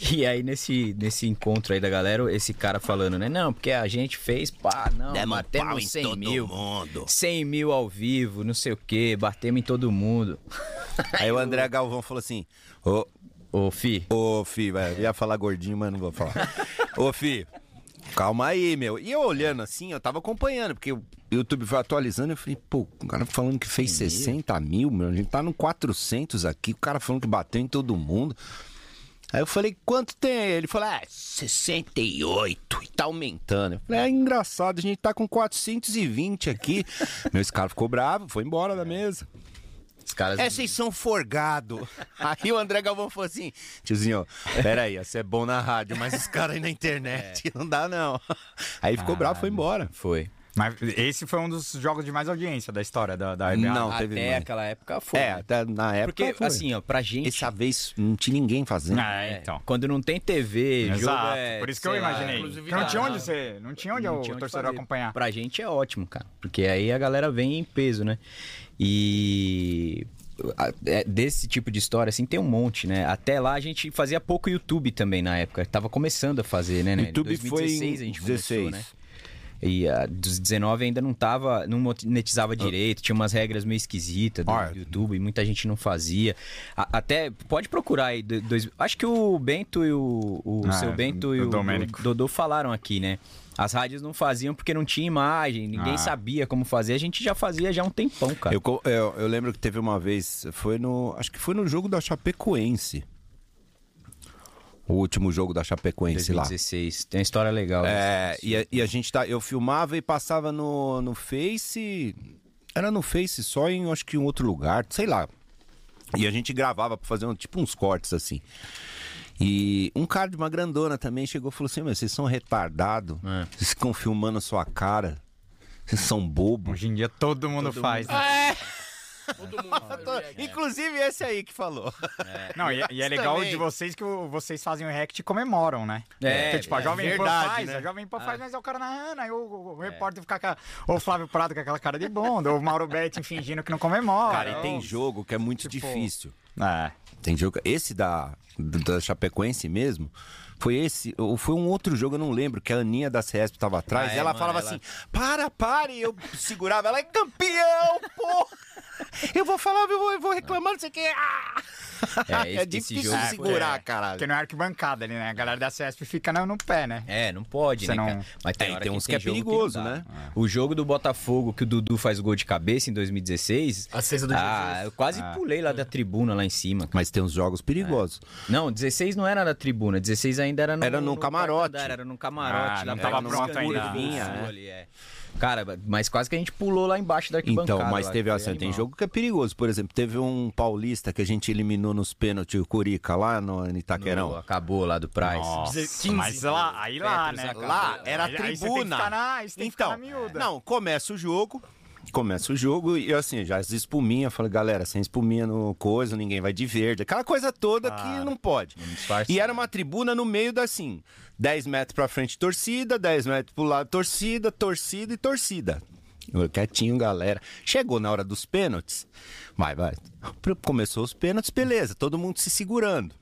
Speaker 4: E aí, nesse, nesse encontro aí da galera, esse cara falando, né? Não, porque a gente fez, pá, não,
Speaker 3: Demos pau em
Speaker 4: batemos 100
Speaker 3: todo
Speaker 4: mil.
Speaker 3: mundo.
Speaker 4: 100 mil ao vivo, não sei o quê, batemos em todo mundo.
Speaker 3: Aí o André Galvão falou assim: Ô,
Speaker 4: Ô, Fi,
Speaker 3: Ô, Fi, vai, eu ia falar gordinho, mas não vou falar. Ô, Fi, calma aí, meu. E eu olhando assim, eu tava acompanhando, porque o YouTube foi atualizando, eu falei, pô, o cara falando que fez 60 mil, meu, a gente tá no 400 aqui, o cara falando que bateu em todo mundo. Aí eu falei, quanto tem? Ele falou, ah, 68 e tá aumentando. Eu falei, é engraçado, a gente tá com 420 aqui. meu, esse cara ficou bravo, foi embora da mesa.
Speaker 4: os caras.
Speaker 3: É, vocês são forgado. Aí o André Galvão falou assim: tiozinho, peraí, você é bom na rádio, mas os caras aí na internet
Speaker 4: É.
Speaker 3: não dá não. Aí ficou bravo, foi embora.
Speaker 4: Foi.
Speaker 2: Mas esse foi um dos jogos de mais audiência da história da, da NBA.
Speaker 3: Não,
Speaker 4: Até
Speaker 3: teve. mais.
Speaker 4: aquela época foi.
Speaker 3: É,
Speaker 4: né?
Speaker 3: até na época.
Speaker 4: Porque,
Speaker 3: foi.
Speaker 4: assim, ó, pra gente. Ah,
Speaker 3: Essa vez não tinha ninguém fazendo.
Speaker 2: É, então.
Speaker 4: Quando não tem TV, jogo
Speaker 2: Exato.
Speaker 4: é,
Speaker 2: Por isso que eu
Speaker 4: sei lá,
Speaker 2: imaginei.
Speaker 4: inclusive,
Speaker 2: Porque não tinha onde
Speaker 5: não.
Speaker 2: você. Não tinha onde
Speaker 4: não
Speaker 2: o
Speaker 4: tinha onde
Speaker 2: torcedor
Speaker 4: fazer.
Speaker 2: acompanhar.
Speaker 4: Pra gente é ótimo, cara. Porque aí a galera vem em peso, né? E. a- é, Desse tipo de história, assim, tem um monte, né? Até lá a gente fazia pouco YouTube também na época. Tava começando a fazer, né? né?
Speaker 3: YouTube foi em
Speaker 4: 2016 a gente começou,
Speaker 3: 16.
Speaker 4: né? E a dos 19 ainda não tava, não
Speaker 2: Ah.
Speaker 4: monetizava direito, tinha umas regras meio esquisitas do
Speaker 3: Ah,
Speaker 4: YouTube, muita gente não fazia. A- até, pode procurar aí, do- dois- acho que o Bento e o, o
Speaker 2: Ah,
Speaker 4: seu Bento e
Speaker 2: o
Speaker 4: o
Speaker 2: Domênico.
Speaker 4: Dodô falaram aqui, né? As rádios não faziam porque não tinha imagem, ninguém
Speaker 2: Ah.
Speaker 4: sabia como fazer, a gente já fazia já há um tempão, cara.
Speaker 3: Eu, co- é, eu, eu lembro que teve uma vez, foi no. Acho que foi no jogo da Chapecoense. O último jogo da Chapecoense lá.
Speaker 4: 2016, tem uma história legal.
Speaker 3: É, e a, e a gente tá. Eu filmava e passava no, no Face. Era no Face só em acho que em outro lugar, sei lá. E a gente gravava pra fazer um- tipo uns cortes assim. E um cara de uma grandona também chegou e falou assim: Meu, vocês são retardados, vocês ficam filmando a sua cara, vocês são bobos.
Speaker 2: Hoje em dia todo mundo faz. né?
Speaker 3: É. Inclusive esse aí que falou.
Speaker 2: Não, e, e é
Speaker 3: Isso
Speaker 2: legal
Speaker 3: também.
Speaker 2: de vocês que o- vocês fazem o react e comemoram, né?
Speaker 4: É,
Speaker 2: Porque, tipo, a
Speaker 4: é
Speaker 2: Jovem
Speaker 3: verdade,
Speaker 2: Pan faz,
Speaker 3: né?
Speaker 2: a Jovem Pan faz, mas é o cara na Ana, aí o, o- o repórter fica com a, ou o Flávio Prado com aquela cara de bunda, ou o Mauro Betting fingindo que não comemora.
Speaker 3: Cara, e
Speaker 2: ou-
Speaker 3: tem jogo que é muito difícil.
Speaker 2: É.
Speaker 3: Tem jogo. Esse da, da Chapecoense mesmo Foi esse, ou foi um outro jogo, eu não lembro, que a Aninha da CESP tava atrás.
Speaker 4: Ah,
Speaker 3: e
Speaker 4: é,
Speaker 3: ela
Speaker 4: mano,
Speaker 3: falava
Speaker 4: ela-
Speaker 3: assim: para, pare! Eu segurava, ela é campeão, porra! Eu vou falar, eu vou, eu vou reclamar, não sei o quê. Ah!
Speaker 4: É, esse- esse
Speaker 3: difícil
Speaker 4: jogo foi-
Speaker 3: segurar,
Speaker 4: é.
Speaker 3: caralho.
Speaker 2: Porque não é arquibancada ali, né? A galera da CESP fica no, no pé, né?
Speaker 4: É, não pode,
Speaker 2: Você
Speaker 4: né,
Speaker 2: não-
Speaker 4: cara? Mas
Speaker 3: É,
Speaker 4: tem,
Speaker 3: e
Speaker 4: hora
Speaker 3: tem
Speaker 4: que
Speaker 3: uns que
Speaker 4: tem
Speaker 3: é
Speaker 4: jogo
Speaker 3: perigoso,
Speaker 4: não dá.
Speaker 3: né?
Speaker 4: O jogo do Botafogo, que o Dudu faz gol de cabeça em 2016.
Speaker 1: A cesta do
Speaker 4: Ah,
Speaker 1: Jesus.
Speaker 4: eu quase
Speaker 3: É.
Speaker 4: pulei lá da tribuna, lá em cima. cara.
Speaker 3: Mas tem uns jogos perigosos.
Speaker 4: Não, 16 não era na tribuna, 16 ainda era no
Speaker 3: Era num camarote.
Speaker 4: quarto andar, Era num camarote,
Speaker 2: Ah,
Speaker 4: lá
Speaker 2: não
Speaker 3: tava
Speaker 4: no
Speaker 3: pronto
Speaker 4: escanteio
Speaker 3: ainda.
Speaker 4: do
Speaker 3: Vinha,
Speaker 4: sul
Speaker 3: né?
Speaker 4: ali, é. Cara, mas quase que a gente pulou lá embaixo da arquibancada.
Speaker 3: Então, mas
Speaker 4: lá,
Speaker 3: teve
Speaker 4: que foi
Speaker 3: assim, tem
Speaker 4: animal.
Speaker 3: jogo que é perigoso. Por exemplo, teve um paulista que a gente eliminou nos pênaltis, o Curica, lá no em Itaquerão.
Speaker 4: No- Acabou lá do Price.
Speaker 2: Nossa, mas lá, aí lá,
Speaker 4: Petros
Speaker 2: né?
Speaker 4: acabou.
Speaker 3: Lá era
Speaker 2: Aí- aí você tem que
Speaker 3: tribuna.
Speaker 2: ficar na- aí você tem que
Speaker 3: então,
Speaker 2: ficar na miúda.
Speaker 3: não, começa o jogo. Começa o jogo e assim, já as espuminhas, falei, galera, sem espuminha no coisa, ninguém vai de verde. Aquela coisa toda que não pode.
Speaker 4: disfarça.
Speaker 3: e era uma tribuna no meio da assim, 10 metros pra frente torcida, 10 metros pro lado torcida, torcida e torcida. Eu quietinho, galera. Chegou na hora dos pênaltis. Vai, vai. Começou os pênaltis, beleza, todo mundo se segurando.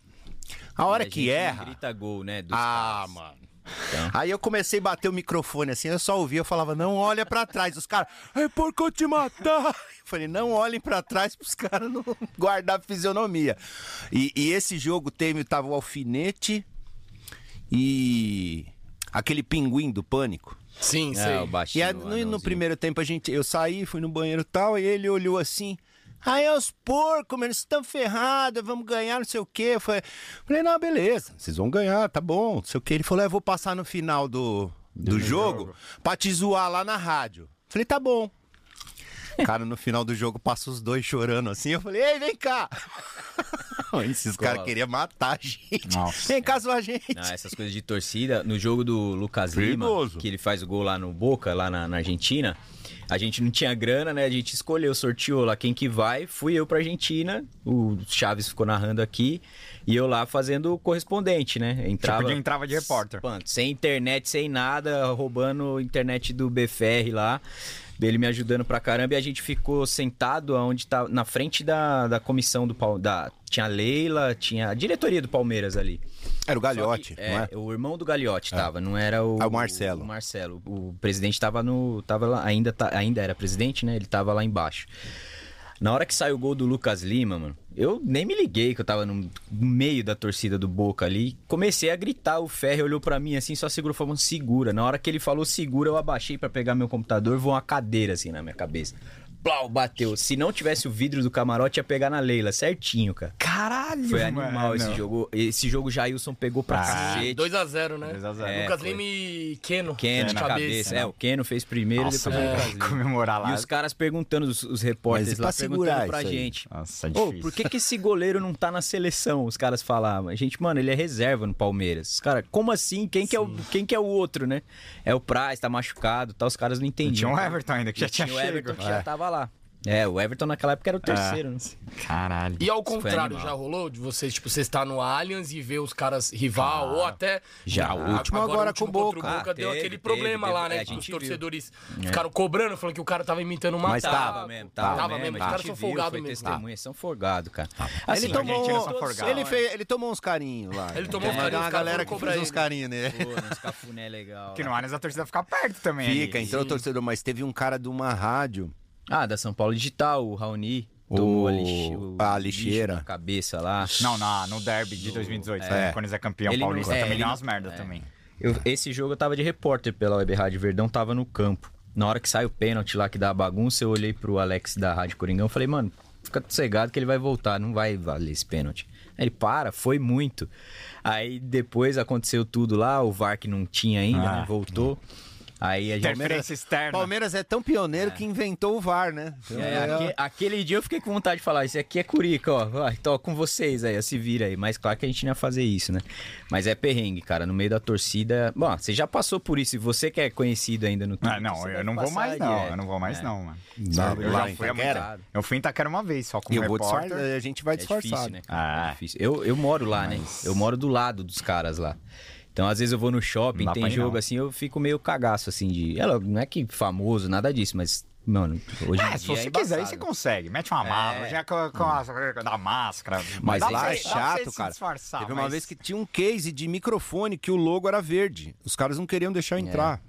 Speaker 3: A hora
Speaker 4: E É, a
Speaker 3: é que
Speaker 4: gente não
Speaker 3: erra.
Speaker 4: Grita gol, né? dos
Speaker 3: Ah,
Speaker 4: caras.
Speaker 3: mano. Aí eu comecei a bater o microfone assim, eu só ouvia, eu falava, não olha pra trás, os caras, é porque eu te matar. Eu falei, não olhem pra trás pros caras não guardar a fisionomia. E, e esse jogo teve, tava o alfinete e aquele pinguim do pânico.
Speaker 1: Sim,
Speaker 4: É, o
Speaker 1: sim.
Speaker 3: E
Speaker 4: baixinho.
Speaker 3: aí,
Speaker 4: o
Speaker 3: no, no
Speaker 4: anãozinho.
Speaker 3: primeiro tempo a gente, eu saí, fui no banheiro e tal, e ele olhou assim. Aí é os porcos, mano, vocês estão ferrados, vamos ganhar, não sei o quê. Eu falei, falei, não, beleza, vocês vão ganhar, tá bom, não sei o quê. Ele falou, é, eu vou passar no final do, do, jogo, pra te zoar lá na rádio. Falei, tá bom. Cara, no final do jogo passa os dois chorando assim. Eu falei, ei, vem cá! Esses caras
Speaker 4: Cola.
Speaker 3: queriam matar a gente.
Speaker 2: Nossa.
Speaker 3: Vem cá zoar a gente.
Speaker 4: Ah, essas coisas de torcida. No jogo do Lucas
Speaker 3: Perigoso.
Speaker 4: Lima, que ele faz o gol lá no Boca, lá na, na Argentina, a gente não tinha grana, né? A gente escolheu, sorteou lá quem que vai. Fui eu pra Argentina, o Chaves ficou narrando aqui, e eu lá fazendo o correspondente, né? Entrava,
Speaker 2: de- entrava de repórter.
Speaker 4: Espanto, Sem internet, sem nada, roubando internet do BFR lá. Dele me ajudando pra caramba e a gente ficou sentado aonde tá na frente da, da comissão do Pal- da Tinha a Leila, tinha a diretoria do Palmeiras ali.
Speaker 3: Era o Galhote,
Speaker 4: Só que, é,
Speaker 3: não é?
Speaker 4: O irmão do Galiote tava, não era o.
Speaker 3: Ah, o Marcelo.
Speaker 4: O Marcelo. O presidente tava no. Tava lá, ainda, tá- ainda era presidente, né? Ele tava lá embaixo. Na hora que saiu o gol do Lucas Lima, mano, eu nem me liguei que eu tava no meio da torcida do Boca ali. Comecei a gritar, o Ferre olhou pra mim assim, só segurou, falando segura. Na hora que ele falou segura, eu abaixei pra pegar meu computador, voou uma cadeira assim na minha cabeça. Plau, bateu. Se não tivesse o vidro do camarote, ia pegar na Leila, certinho, cara.
Speaker 2: Caralho,
Speaker 4: Foi animal
Speaker 2: mano.
Speaker 4: esse jogo. Esse jogo Jailson pegou pra cacete.
Speaker 1: 2x0, né?
Speaker 2: 2x0. É,
Speaker 1: Lucas
Speaker 4: foi.
Speaker 1: Lima e Keno.
Speaker 4: Keno na cabeça.
Speaker 1: né?
Speaker 4: É, o Keno fez primeiro e
Speaker 2: Nossa,
Speaker 4: depois o Lucas
Speaker 2: velho,
Speaker 4: Lima.
Speaker 2: comemorar lá.
Speaker 4: E os caras perguntando, os, os
Speaker 3: Mas
Speaker 4: repórteres
Speaker 3: e
Speaker 4: lá
Speaker 3: pra segurar
Speaker 4: perguntando pra
Speaker 3: isso aí? tá
Speaker 4: gente.
Speaker 2: Nossa, é
Speaker 4: Ô,
Speaker 2: difícil.
Speaker 4: por que, que esse goleiro não tá na seleção? Os caras falavam. Gente, mano, ele é reserva no Palmeiras. Os caras, como assim? Quem que, é o, quem que é o outro, né? É o Praz, tá machucado tal. Os caras não entendiam.
Speaker 2: Tinha o Everton ainda, que já
Speaker 4: Uhum. E
Speaker 2: tinha
Speaker 4: tinha o Everton
Speaker 2: chego.
Speaker 4: que já tava lá. É, o Everton naquela época era o terceiro, né? não sei.
Speaker 2: É. Caralho.
Speaker 1: E ao
Speaker 4: foi
Speaker 1: contrário,
Speaker 4: animal.
Speaker 1: já rolou de vocês, tipo, você estar no Allianz e ver os caras rival, ou até.
Speaker 4: Já, o último
Speaker 3: agora
Speaker 1: o último
Speaker 3: com o
Speaker 1: contra
Speaker 3: Boca.
Speaker 4: Ah,
Speaker 1: deu
Speaker 4: teve,
Speaker 1: aquele
Speaker 4: teve,
Speaker 1: problema
Speaker 4: teve.
Speaker 1: lá, né?
Speaker 4: É, a
Speaker 1: que os
Speaker 4: gente viu.
Speaker 1: torcedores ficaram cobrando, falando que o cara tava imitando uma
Speaker 3: Mas
Speaker 1: tábua.
Speaker 3: tava
Speaker 4: mesmo,
Speaker 1: Tava,
Speaker 4: tava,
Speaker 1: mesmo. Os
Speaker 4: a
Speaker 1: caras
Speaker 4: gente
Speaker 1: são
Speaker 4: viu,
Speaker 1: folgados
Speaker 4: foi
Speaker 1: mesmo.
Speaker 4: testemunha, são folgados, cara.
Speaker 3: ele
Speaker 4: Assim, a
Speaker 3: tomou,
Speaker 4: gente
Speaker 2: era só forgado.
Speaker 3: ele, fez- ele tomou uns carinhos lá.
Speaker 1: Ele tomou uns
Speaker 3: Mas
Speaker 1: carinhos,
Speaker 3: tem uma
Speaker 1: os caras foram
Speaker 3: galera que fez
Speaker 1: cobrar
Speaker 3: uns
Speaker 1: ele.
Speaker 3: carinhos nele.
Speaker 4: Pô, nos cafuné legal.
Speaker 2: Que
Speaker 4: lá.
Speaker 2: no Ares a torcida fica perto também.
Speaker 3: Fica,
Speaker 2: ali.
Speaker 3: entrou o torcedor, mas teve um cara de uma rádio.
Speaker 4: Ah, da São Paulo Digital, o Raoni. Tomou a, lixi- o
Speaker 3: a
Speaker 4: lixo
Speaker 3: lixeira.
Speaker 4: Na cabeça lá.
Speaker 2: Não, na, no derby de 2018, né, quando eles é campeão
Speaker 4: Ele não-
Speaker 2: paulista,
Speaker 4: é,
Speaker 2: também
Speaker 4: ele
Speaker 2: deu
Speaker 4: não-
Speaker 2: umas merdas também.
Speaker 4: Eu- esse jogo eu tava de repórter pela Web Rádio Verdão, tava no campo. Na hora que sai o pênalti lá que dá a bagunça, eu olhei pro Alex da Rádio Coringão e falei, mano, fica sossegado que ele vai voltar, não vai valer esse pênalti. Aí Ele para, foi muito. Aí depois aconteceu tudo lá, o VAR que não tinha ainda, né, voltou. Aí a gente.
Speaker 2: Interferência externa.
Speaker 3: Palmeiras é tão pioneiro que inventou o VAR, né?
Speaker 2: Então,
Speaker 4: É, aque- aquele dia eu fiquei com vontade de falar, isso aqui é Curica, ó. Vai, tô com vocês aí, ó, se vira aí. Mas claro que a gente não ia fazer isso, né? Mas é perrengue, cara. No meio da torcida. Bom, você já passou por isso. E você que é conhecido ainda no Twitter.
Speaker 2: Ah, não,
Speaker 4: você
Speaker 2: eu
Speaker 4: deve
Speaker 2: não vou
Speaker 4: passar
Speaker 2: mais não,
Speaker 4: direto.
Speaker 2: eu não vou mais
Speaker 4: É.
Speaker 2: não, mano.
Speaker 3: Não,
Speaker 2: eu
Speaker 3: lá
Speaker 2: já
Speaker 3: em
Speaker 2: fui há muito
Speaker 3: Itaquera?
Speaker 2: tempo. Eu fui em Itaquera uma vez só é com
Speaker 3: E eu vou
Speaker 2: repórter.
Speaker 3: disfarçar, a gente vai
Speaker 4: É difícil,
Speaker 3: disfarçado.
Speaker 4: né? cara?
Speaker 2: Ah.
Speaker 4: É difícil. Eu, eu moro lá, né? Eu moro do lado dos caras lá. Então, às vezes eu vou no shopping,
Speaker 2: Não dá
Speaker 4: tem
Speaker 2: pra ir,
Speaker 4: jogo
Speaker 2: não.
Speaker 4: assim, eu fico meio cagaço, assim, de... Ela não é que famoso, nada disso, mas Mano, hoje em
Speaker 2: É, se
Speaker 4: dia
Speaker 2: você quiser, aí
Speaker 4: é embaçado. É.
Speaker 2: você consegue. Mete uma mala, já com, com a, da máscara.
Speaker 3: Mas
Speaker 2: Dá pra
Speaker 3: lá é
Speaker 2: você- dá pra você
Speaker 3: chato,
Speaker 2: se
Speaker 3: cara.
Speaker 2: disfarçar,
Speaker 3: Teve uma
Speaker 2: mas-
Speaker 3: vez que tinha um case de microfone que o logo era verde. Os caras não queriam deixar entrar.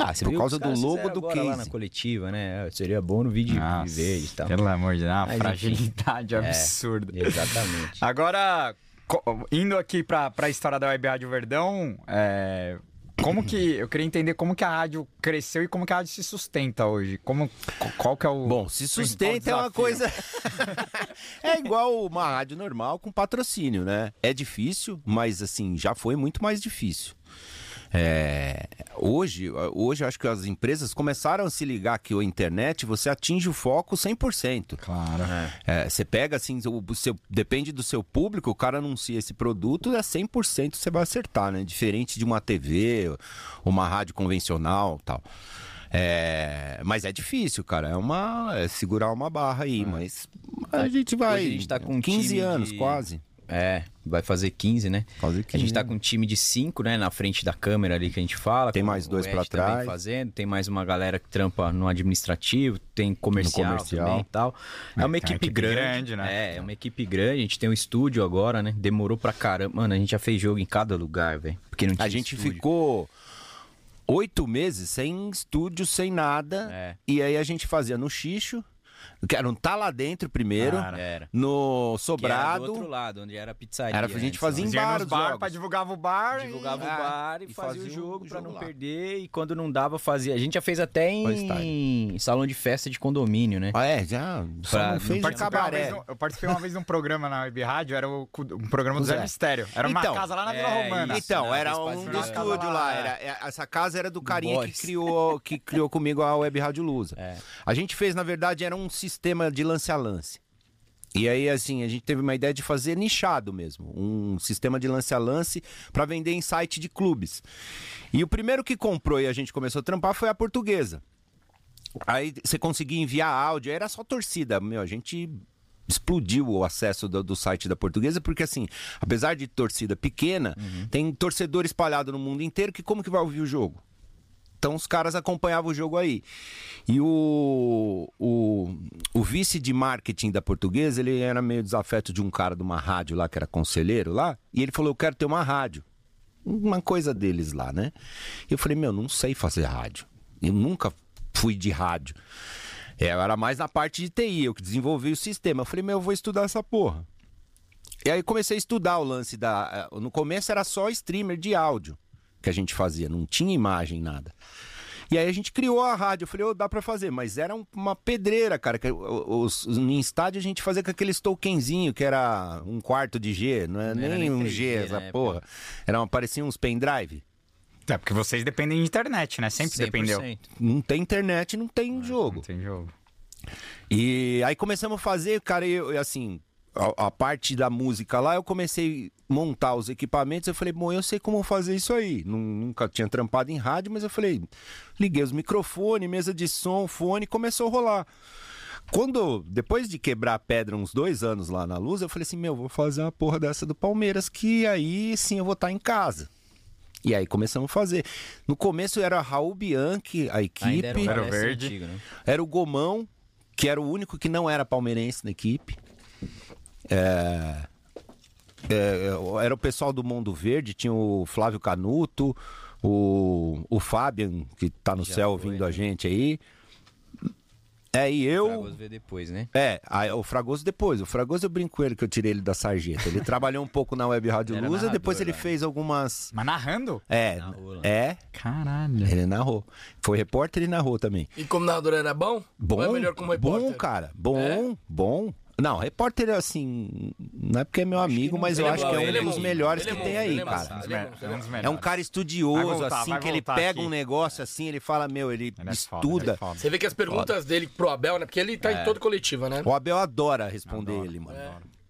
Speaker 4: Ah, você viu
Speaker 3: Por
Speaker 4: o que
Speaker 3: causa
Speaker 4: os
Speaker 3: do
Speaker 4: caras
Speaker 3: logo
Speaker 4: fizeram
Speaker 3: do
Speaker 4: agora lá
Speaker 3: case.
Speaker 4: na coletiva, né? É, Seria bom no vídeo de
Speaker 2: Nossa,
Speaker 4: verde e tal.
Speaker 2: Pelo amor de Deus, é uma
Speaker 4: Mas, enfim.
Speaker 2: fragilidade
Speaker 4: É,
Speaker 2: absurda.
Speaker 4: Exatamente.
Speaker 3: Ah.
Speaker 2: Agora, co- indo aqui pra, pra história da Web Rádio Verdão, é, como que. Eu queria entender como que a rádio cresceu e como que a rádio se sustenta hoje. Como, co- qual que é o.
Speaker 3: Bom, se
Speaker 2: principal
Speaker 3: sustenta é uma
Speaker 2: desafio?
Speaker 3: coisa. é igual uma rádio normal com patrocínio, né? É difícil, mas assim, já foi muito mais difícil. É, hoje, hoje eu acho que as empresas começaram a se ligar que a internet você atinge o foco 100%.
Speaker 2: Claro.
Speaker 3: É, você pega assim, o, o seu, depende do seu público, o cara anuncia esse produto, é 100% você vai acertar, né? Diferente de uma TV, uma rádio convencional tal. É, mas é difícil, cara. É uma. é segurar uma barra aí, mas a gente vai.
Speaker 4: É. Hoje a gente tá com um
Speaker 3: 15
Speaker 4: time
Speaker 3: anos,
Speaker 4: de-
Speaker 3: quase.
Speaker 4: É, vai fazer 15, né?
Speaker 3: Quase
Speaker 4: A gente
Speaker 3: 15.
Speaker 4: tá com um time de 5, né? Na frente da câmera ali que a gente fala.
Speaker 3: Tem
Speaker 4: com
Speaker 3: mais
Speaker 4: o
Speaker 3: dois
Speaker 4: Ed
Speaker 3: pra
Speaker 4: também
Speaker 3: trás.
Speaker 4: fazendo, tem mais uma galera que trampa no administrativo, tem comercial,
Speaker 3: comercial.
Speaker 4: também e tal.
Speaker 2: É, tem
Speaker 4: É uma equipe,
Speaker 2: uma equipe
Speaker 4: grande.
Speaker 2: grande, né?
Speaker 4: É, é uma equipe grande. A gente tem um estúdio agora, né? Demorou pra caramba. Mano, a gente já fez jogo em cada lugar, velho. Porque não tinha
Speaker 3: A gente
Speaker 4: estúdio.
Speaker 3: ficou oito meses sem estúdio, sem nada.
Speaker 4: É.
Speaker 3: E aí a gente fazia no Xixo, que era um tá lá dentro primeiro,
Speaker 4: Cara. Era.
Speaker 3: no
Speaker 4: Que era do
Speaker 3: Sobrado.
Speaker 4: outro lado, onde era a pizzaria.
Speaker 3: Era pra gente
Speaker 4: antes,
Speaker 3: fazer
Speaker 4: né?
Speaker 3: em
Speaker 2: Mas ia
Speaker 3: bar
Speaker 2: nos
Speaker 3: os
Speaker 2: bar
Speaker 3: jogos.
Speaker 2: pra divulgava o bar. e-
Speaker 4: Divulgava
Speaker 3: Ah,
Speaker 4: o bar e,
Speaker 3: e
Speaker 4: fazia, o
Speaker 3: fazia o
Speaker 4: jogo pra
Speaker 3: jogo
Speaker 4: não
Speaker 3: lá.
Speaker 4: perder. E quando não dava, fazia. A gente já fez até em
Speaker 3: Freestyle.
Speaker 4: salão de festa de condomínio, né?
Speaker 3: Ah, é, já. Só
Speaker 4: Pra-
Speaker 3: não
Speaker 4: não
Speaker 3: fez
Speaker 4: participar,
Speaker 2: Participei uma
Speaker 3: de
Speaker 2: vez
Speaker 3: cabaré.
Speaker 2: de um- eu participei uma vez de um programa na Web Rádio, era o, cu- um programa do Zé
Speaker 3: Zé.
Speaker 2: Mistério. Era uma
Speaker 3: Então,
Speaker 2: casa lá na Vila
Speaker 4: é,
Speaker 2: Romana.
Speaker 4: isso.
Speaker 3: Então,
Speaker 4: Não,
Speaker 3: era
Speaker 4: fez
Speaker 3: um
Speaker 4: parte de
Speaker 3: do
Speaker 4: uma casa
Speaker 3: estúdio
Speaker 2: lá,
Speaker 3: lá.
Speaker 2: é.
Speaker 3: era- é- essa casa era do carinha que
Speaker 4: Boys.
Speaker 3: criou, que criou comigo a Web Rádio Lusa.
Speaker 4: É.
Speaker 3: A gente fez, na verdade, era um sistema de lance a lance. E aí, assim, a gente teve uma ideia de fazer nichado mesmo, um sistema de lance a lance para vender em site de clubes. E o primeiro que comprou e a gente começou a trampar foi a portuguesa. Aí você conseguia enviar áudio, era só torcida, meu, a gente explodiu o acesso do, do site da portuguesa, porque assim, apesar de torcida pequena, tem torcedor espalhado no mundo inteiro que como que vai ouvir o jogo? Então os caras acompanhavam o jogo aí. E o, o, o vice de marketing da portuguesa, ele era meio desafeto de um cara de uma rádio lá, que era conselheiro lá, e ele falou, eu quero ter uma rádio uma coisa deles lá, né? Eu falei, meu, não sei fazer rádio. Eu nunca fui de rádio. É, Eu era mais na parte de TI, eu que desenvolvi o sistema. Eu falei, meu, eu vou estudar essa porra. E aí comecei a estudar o lance da. eh, No começo era só streamer de áudio que a gente fazia, não tinha imagem, nada. E aí a gente criou a rádio. Eu falei, ô, dá pra fazer, mas era um- uma pedreira, cara. Que os, os- em estádio a gente fazia com aqueles tokenzinho que era um quarto de G, não é
Speaker 4: Não era
Speaker 3: nem,
Speaker 4: nem
Speaker 3: um
Speaker 4: 3G
Speaker 3: G
Speaker 4: na
Speaker 3: essa
Speaker 4: época.
Speaker 3: porra. Era uma, parecia uns pendrive.
Speaker 2: É porque vocês dependem de internet, né? Sempre dependeu.
Speaker 4: 100%.
Speaker 3: Não tem internet, não tem jogo.
Speaker 2: Não tem jogo.
Speaker 3: E aí começamos a fazer, cara, e eu, e assim, a, a parte da música lá, eu comecei a montar os equipamentos. Eu falei, bom, eu sei como fazer isso aí. Nu- Nunca tinha trampado em rádio, mas eu falei, liguei os microfones, mesa de som, fone, começou a rolar. Quando, depois de quebrar a pedra uns dois anos lá na luz, eu falei assim, meu, vou fazer uma porra dessa do Palmeiras, que aí sim eu vou estar em casa. E aí começamos a fazer. No começo era Raul Bianchi, a
Speaker 4: Ainda
Speaker 3: equipe.
Speaker 4: era um
Speaker 2: Era o
Speaker 4: Palestra
Speaker 2: verde.
Speaker 4: antigo, né?
Speaker 3: Era o Gomão, que era o único que não era palmeirense na equipe. É, é, era o pessoal do Mundo Verde, tinha o Flávio Canuto, o, o Fabian, que tá no céu
Speaker 4: foi,
Speaker 3: ouvindo
Speaker 4: né?
Speaker 3: a gente aí. É, e eu.
Speaker 4: Fragoso veio depois, né?
Speaker 3: É, aí o Fragoso depois. O Fragoso eu brinco com ele que eu tirei ele da sarjeta. Ele trabalhou um pouco na Web Rádio
Speaker 4: Ele era
Speaker 3: Lusa, depois
Speaker 4: narrador
Speaker 3: ele
Speaker 4: lá, né?
Speaker 3: fez algumas.
Speaker 2: Mas narrando?
Speaker 3: É,
Speaker 4: Narrou lá.
Speaker 3: é,
Speaker 2: Caralho.
Speaker 3: ele narrou. Foi repórter e narrou também.
Speaker 1: E como narrador era bom?
Speaker 3: Bom,
Speaker 1: Ou é melhor como repórter? É?
Speaker 3: bom, cara. Bom, bom. Não, repórter assim, não é porque é meu amigo, mas eu
Speaker 1: Ele
Speaker 3: acho
Speaker 1: bom,
Speaker 3: que é
Speaker 1: ele
Speaker 3: um
Speaker 1: bom,
Speaker 3: dos melhores
Speaker 1: ele
Speaker 3: que
Speaker 1: é bom,
Speaker 3: tem
Speaker 1: ele
Speaker 3: aí,
Speaker 1: é
Speaker 3: cara.
Speaker 1: embaçado, ele é embaçado.
Speaker 3: É um cara
Speaker 2: Vai
Speaker 3: estudioso,
Speaker 2: voltar,
Speaker 3: assim,
Speaker 2: vai
Speaker 3: que ele
Speaker 2: voltar
Speaker 3: pega
Speaker 2: aqui.
Speaker 3: um negócio assim, ele fala, meu, ele,
Speaker 2: Ele é foda, ele é
Speaker 3: estuda.
Speaker 2: foda.
Speaker 1: Você vê que as perguntas dele pro Abel, né? Porque ele tá em todo coletiva, né?
Speaker 3: o Abel adora responder ele, mano.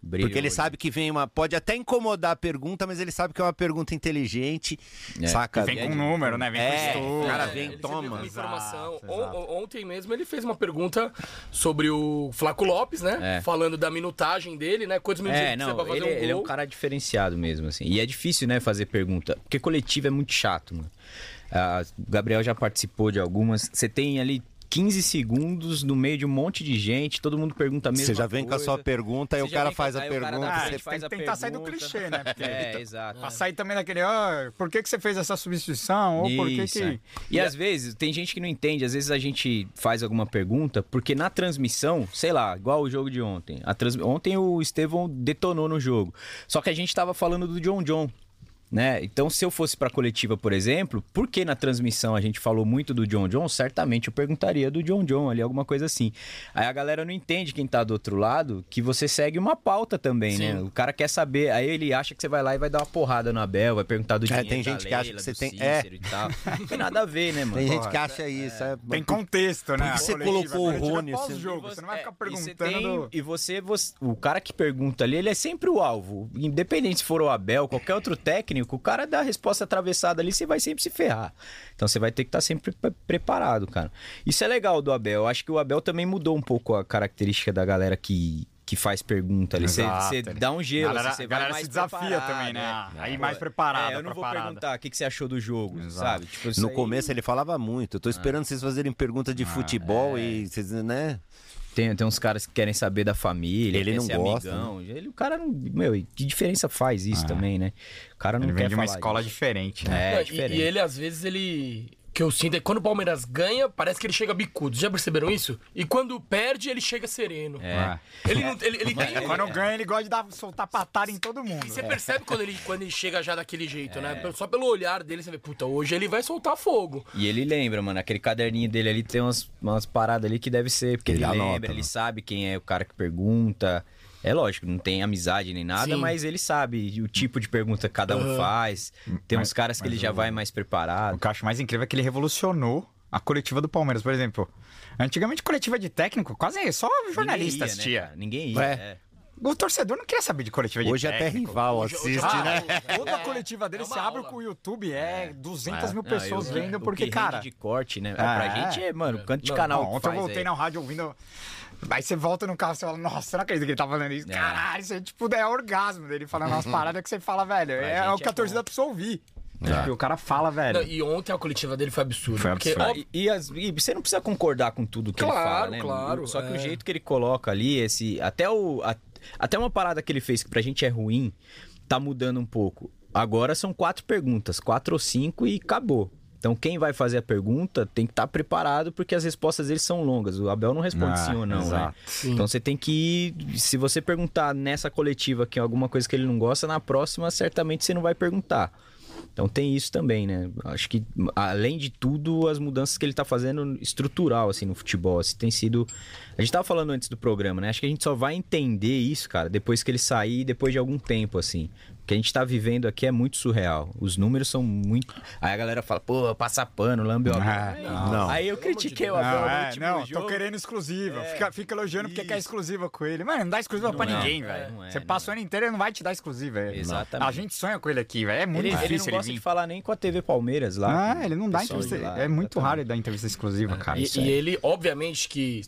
Speaker 4: Brilhou
Speaker 3: Porque ele
Speaker 4: hoje.
Speaker 3: sabe que vem uma. Pode até incomodar a pergunta, mas ele sabe que é uma pergunta inteligente. Saca?
Speaker 2: É, Vem com número, né? Vem
Speaker 3: É,
Speaker 2: com estudo.
Speaker 3: o cara
Speaker 1: É,
Speaker 3: vem,
Speaker 1: ele sempre
Speaker 3: toma.
Speaker 1: tem informação.
Speaker 2: Exato,
Speaker 1: On-
Speaker 2: exato.
Speaker 1: on- ontem mesmo ele fez uma pergunta sobre o Flaco Lopes, né?
Speaker 4: É.
Speaker 1: Falando da minutagem dele, né? Quantos minutos
Speaker 4: É,
Speaker 1: ele precisa pra
Speaker 4: não,
Speaker 1: fazer
Speaker 4: ele,
Speaker 1: um gol.
Speaker 4: ele é um cara diferenciado mesmo, assim. E é difícil, né, fazer pergunta. Porque coletivo é muito chato, mano. Ah, o Gabriel já participou de algumas. Você tem ali 15 segundos no meio de um monte de gente, todo mundo pergunta a mesma
Speaker 3: Você já vem com a sua
Speaker 4: coisa.
Speaker 3: pergunta, aí
Speaker 4: Você
Speaker 3: o
Speaker 4: já
Speaker 3: cara
Speaker 4: vem com-
Speaker 3: faz a
Speaker 4: aí o cara da
Speaker 3: pergunta.
Speaker 4: frente
Speaker 3: você-
Speaker 4: faz
Speaker 2: tem
Speaker 4: a
Speaker 2: que tentar sair do
Speaker 4: pergunta.
Speaker 2: clichê, né? Porque-
Speaker 4: É, exato.
Speaker 2: Pra sair também daquele, ó, por que, que você fez essa substituição? Ou por que
Speaker 4: Isso,
Speaker 2: que.
Speaker 4: é. E às vezes, tem gente que não entende, às vezes a gente faz alguma pergunta, porque na transmissão, sei lá, igual o jogo de ontem. A trans... Ontem o Estevão detonou no jogo. Só que a gente tava falando do John John. Né? Então, se eu fosse pra coletiva, por exemplo, por que na transmissão a gente falou muito do John John? Certamente eu perguntaria do John John ali, alguma coisa assim. Aí a galera não entende quem tá do outro lado que você segue uma pauta também, né? O cara quer saber, aí ele acha que você vai lá e vai dar uma porrada no Abel, vai perguntar do
Speaker 3: É,
Speaker 4: dinheiro
Speaker 3: tem
Speaker 4: da
Speaker 3: gente que acha
Speaker 4: Leila,
Speaker 3: que você
Speaker 4: do
Speaker 3: tem-
Speaker 4: Cícero
Speaker 3: é.
Speaker 4: e tal. Não tem nada a ver, né, mano?
Speaker 3: Tem gente que acha isso. é-
Speaker 2: Tem contexto, né?
Speaker 3: que
Speaker 2: A
Speaker 3: você
Speaker 2: coletiva, a
Speaker 3: colocou o
Speaker 2: coletiva
Speaker 3: Rony,
Speaker 2: é
Speaker 3: você-
Speaker 2: pós-jogo, você não vai ficar
Speaker 4: É, e você
Speaker 2: perguntando.
Speaker 4: tem-
Speaker 2: do-
Speaker 4: E você, você- o cara que pergunta ali, ele é sempre o alvo. Independente se for o Abel, qualquer outro técnico, o cara dá a resposta atravessada ali, você vai sempre se ferrar. Então você vai ter que estar sempre pre- preparado, cara. Isso é legal do Abel. Eu acho que o Abel também mudou um pouco a característica da galera que, que faz pergunta ali. Você,
Speaker 2: Exato,
Speaker 4: você
Speaker 2: né?
Speaker 4: dá um gelo,
Speaker 2: Galera-
Speaker 4: assim, você vai
Speaker 2: galera
Speaker 4: mais
Speaker 2: se desafia
Speaker 4: preparado,
Speaker 2: também, né?
Speaker 4: é.
Speaker 2: Aí mais preparado,
Speaker 4: É, eu não
Speaker 2: preparado.
Speaker 4: vou perguntar o que, que você achou do jogo, sabe? Tipo, isso
Speaker 3: No
Speaker 4: aí-
Speaker 3: começo ele falava muito. Eu tô esperando vocês fazerem pergunta de futebol e vocês, né?
Speaker 4: Tem, tem uns caras que querem saber da família,
Speaker 3: Ele
Speaker 4: quer
Speaker 3: não
Speaker 4: ser
Speaker 3: gosta, né?
Speaker 4: amigão. Ele, o cara não. Meu, e que diferença faz isso também, né? O cara não
Speaker 2: É. Ele
Speaker 4: quer
Speaker 2: vem de uma
Speaker 4: falar
Speaker 2: escola
Speaker 4: isso.
Speaker 2: diferente, né?
Speaker 4: É,
Speaker 5: Não, e-
Speaker 4: diferente.
Speaker 5: E, ele, às vezes, ele. o Que eu sinto é que quando o Palmeiras ganha, parece que ele chega bicudo. Já perceberam isso? E quando perde, ele chega sereno. Né?
Speaker 2: É.
Speaker 5: Ele, não, ele, ele tem.
Speaker 3: É.
Speaker 2: Quando ganha, ele gosta de dar, soltar patada em todo mundo. É.
Speaker 5: E você percebe quando ele, quando ele chega já daquele jeito, né? Só pelo olhar dele, você vê, puta, hoje ele vai soltar fogo.
Speaker 4: E ele lembra, mano, aquele caderninho dele ali tem umas, umas paradas ali que deve ser, porque ele,
Speaker 3: Ele
Speaker 4: lembra,
Speaker 3: anota,
Speaker 4: ele
Speaker 3: né?
Speaker 4: sabe quem é o cara que pergunta. É lógico, não tem amizade nem nada,
Speaker 5: Sim.
Speaker 4: mas ele sabe o tipo de pergunta que cada um faz. Tem uns caras que ele já vai mais
Speaker 2: O
Speaker 4: preparado.
Speaker 2: que eu acho mais incrível é que ele revolucionou a coletiva do Palmeiras, por exemplo. Antigamente, coletiva de técnico, quase só jornalistas é
Speaker 4: Ninguém ia, né,
Speaker 2: tia.
Speaker 4: cara? Ninguém ia.
Speaker 3: É.
Speaker 4: é.
Speaker 2: O torcedor não queria saber de coletiva de
Speaker 3: Hoje até
Speaker 2: é técnico.
Speaker 3: rival
Speaker 5: Hoje- hoje é
Speaker 3: assiste,
Speaker 5: uma
Speaker 3: né?
Speaker 5: aula.
Speaker 2: Toda a coletiva dele
Speaker 5: é uma
Speaker 2: se abre
Speaker 5: aula.
Speaker 2: com o YouTube, é 200 mil
Speaker 4: Não,
Speaker 2: pessoas
Speaker 4: e o-
Speaker 2: vendo,
Speaker 4: o
Speaker 2: porque,
Speaker 4: que
Speaker 2: cara...
Speaker 4: rende de corte, né? É,
Speaker 2: Ah,
Speaker 4: pra
Speaker 2: é.
Speaker 4: gente é, mano, canto de
Speaker 2: Não,
Speaker 4: canal. que
Speaker 2: ontem eu
Speaker 4: faz é.
Speaker 2: voltei
Speaker 4: aí.
Speaker 2: na rádio ouvindo. Aí você volta no carro e você fala, nossa, não acredito que ele tá falando isso.
Speaker 4: É. Uhum.
Speaker 2: Caralho, isso é tipo, é orgasmo dele falando umas paradas que você fala, velho. É,
Speaker 4: gente
Speaker 2: o que
Speaker 4: é
Speaker 2: a torcida
Speaker 4: bom.
Speaker 2: precisa ouvir.
Speaker 4: É.
Speaker 2: Tipo, o cara fala, velho.
Speaker 5: Não, e ontem a coletiva dele foi absurda.
Speaker 2: Foi
Speaker 5: porque,
Speaker 2: absurdo.
Speaker 5: ó,
Speaker 4: Ah, e, e as- e você não precisa concordar com tudo que ele
Speaker 5: Claro,
Speaker 4: fala, né?
Speaker 5: claro,
Speaker 4: Só que
Speaker 5: é.
Speaker 4: o jeito que ele coloca ali, esse até o a- até uma parada que ele fez que pra gente é ruim, tá mudando um pouco. Agora são quatro perguntas, quatro ou cinco e acabou. Então quem vai fazer a pergunta tem que estar preparado porque as respostas deles são longas. O Abel não responde
Speaker 2: Ah,
Speaker 4: sim ou não, né?
Speaker 2: exato.
Speaker 4: Então você tem que ir, se você perguntar nessa coletiva que é alguma coisa que ele não gosta, na próxima certamente você não vai perguntar. Então tem isso também, né? Acho que, além de tudo, as mudanças que ele tá fazendo estrutural, assim, no futebol, assim, tem sido... A gente tava falando antes do programa, né? Acho que a gente só vai entender isso, cara, depois que ele sair, depois de algum tempo, assim. O que a gente tá vivendo aqui é muito surreal. Os números são muito... Aí a galera fala, pô, passar pano, lambe o Abel.
Speaker 2: Ah,
Speaker 3: não.
Speaker 4: Aí eu critiquei o
Speaker 2: Não,
Speaker 4: Abel no
Speaker 2: é,
Speaker 4: último
Speaker 2: não,
Speaker 4: jogo.
Speaker 2: tô querendo exclusiva.
Speaker 5: É.
Speaker 2: Fica, fica elogiando porque quer exclusiva com ele. Mano, não dá exclusiva pra
Speaker 4: é,
Speaker 2: ninguém,
Speaker 4: é,
Speaker 2: velho.
Speaker 4: não é,
Speaker 2: você
Speaker 4: não
Speaker 2: passa o ano inteiro e não vai te dar exclusiva. velho.
Speaker 4: Exatamente.
Speaker 2: A gente sonha com ele aqui, velho. É muito
Speaker 4: Ele, ele não
Speaker 2: difícil ele,
Speaker 4: gosta de
Speaker 2: vir.
Speaker 4: falar nem com a TV Palmeiras lá.
Speaker 2: Ah, ele não dá
Speaker 4: Pessoal de
Speaker 2: entrevista.
Speaker 4: lá,
Speaker 2: é muito
Speaker 4: exatamente.
Speaker 2: raro ele dar entrevista exclusiva, cara.
Speaker 5: E,
Speaker 2: isso
Speaker 5: e
Speaker 2: é.
Speaker 5: ele, obviamente, que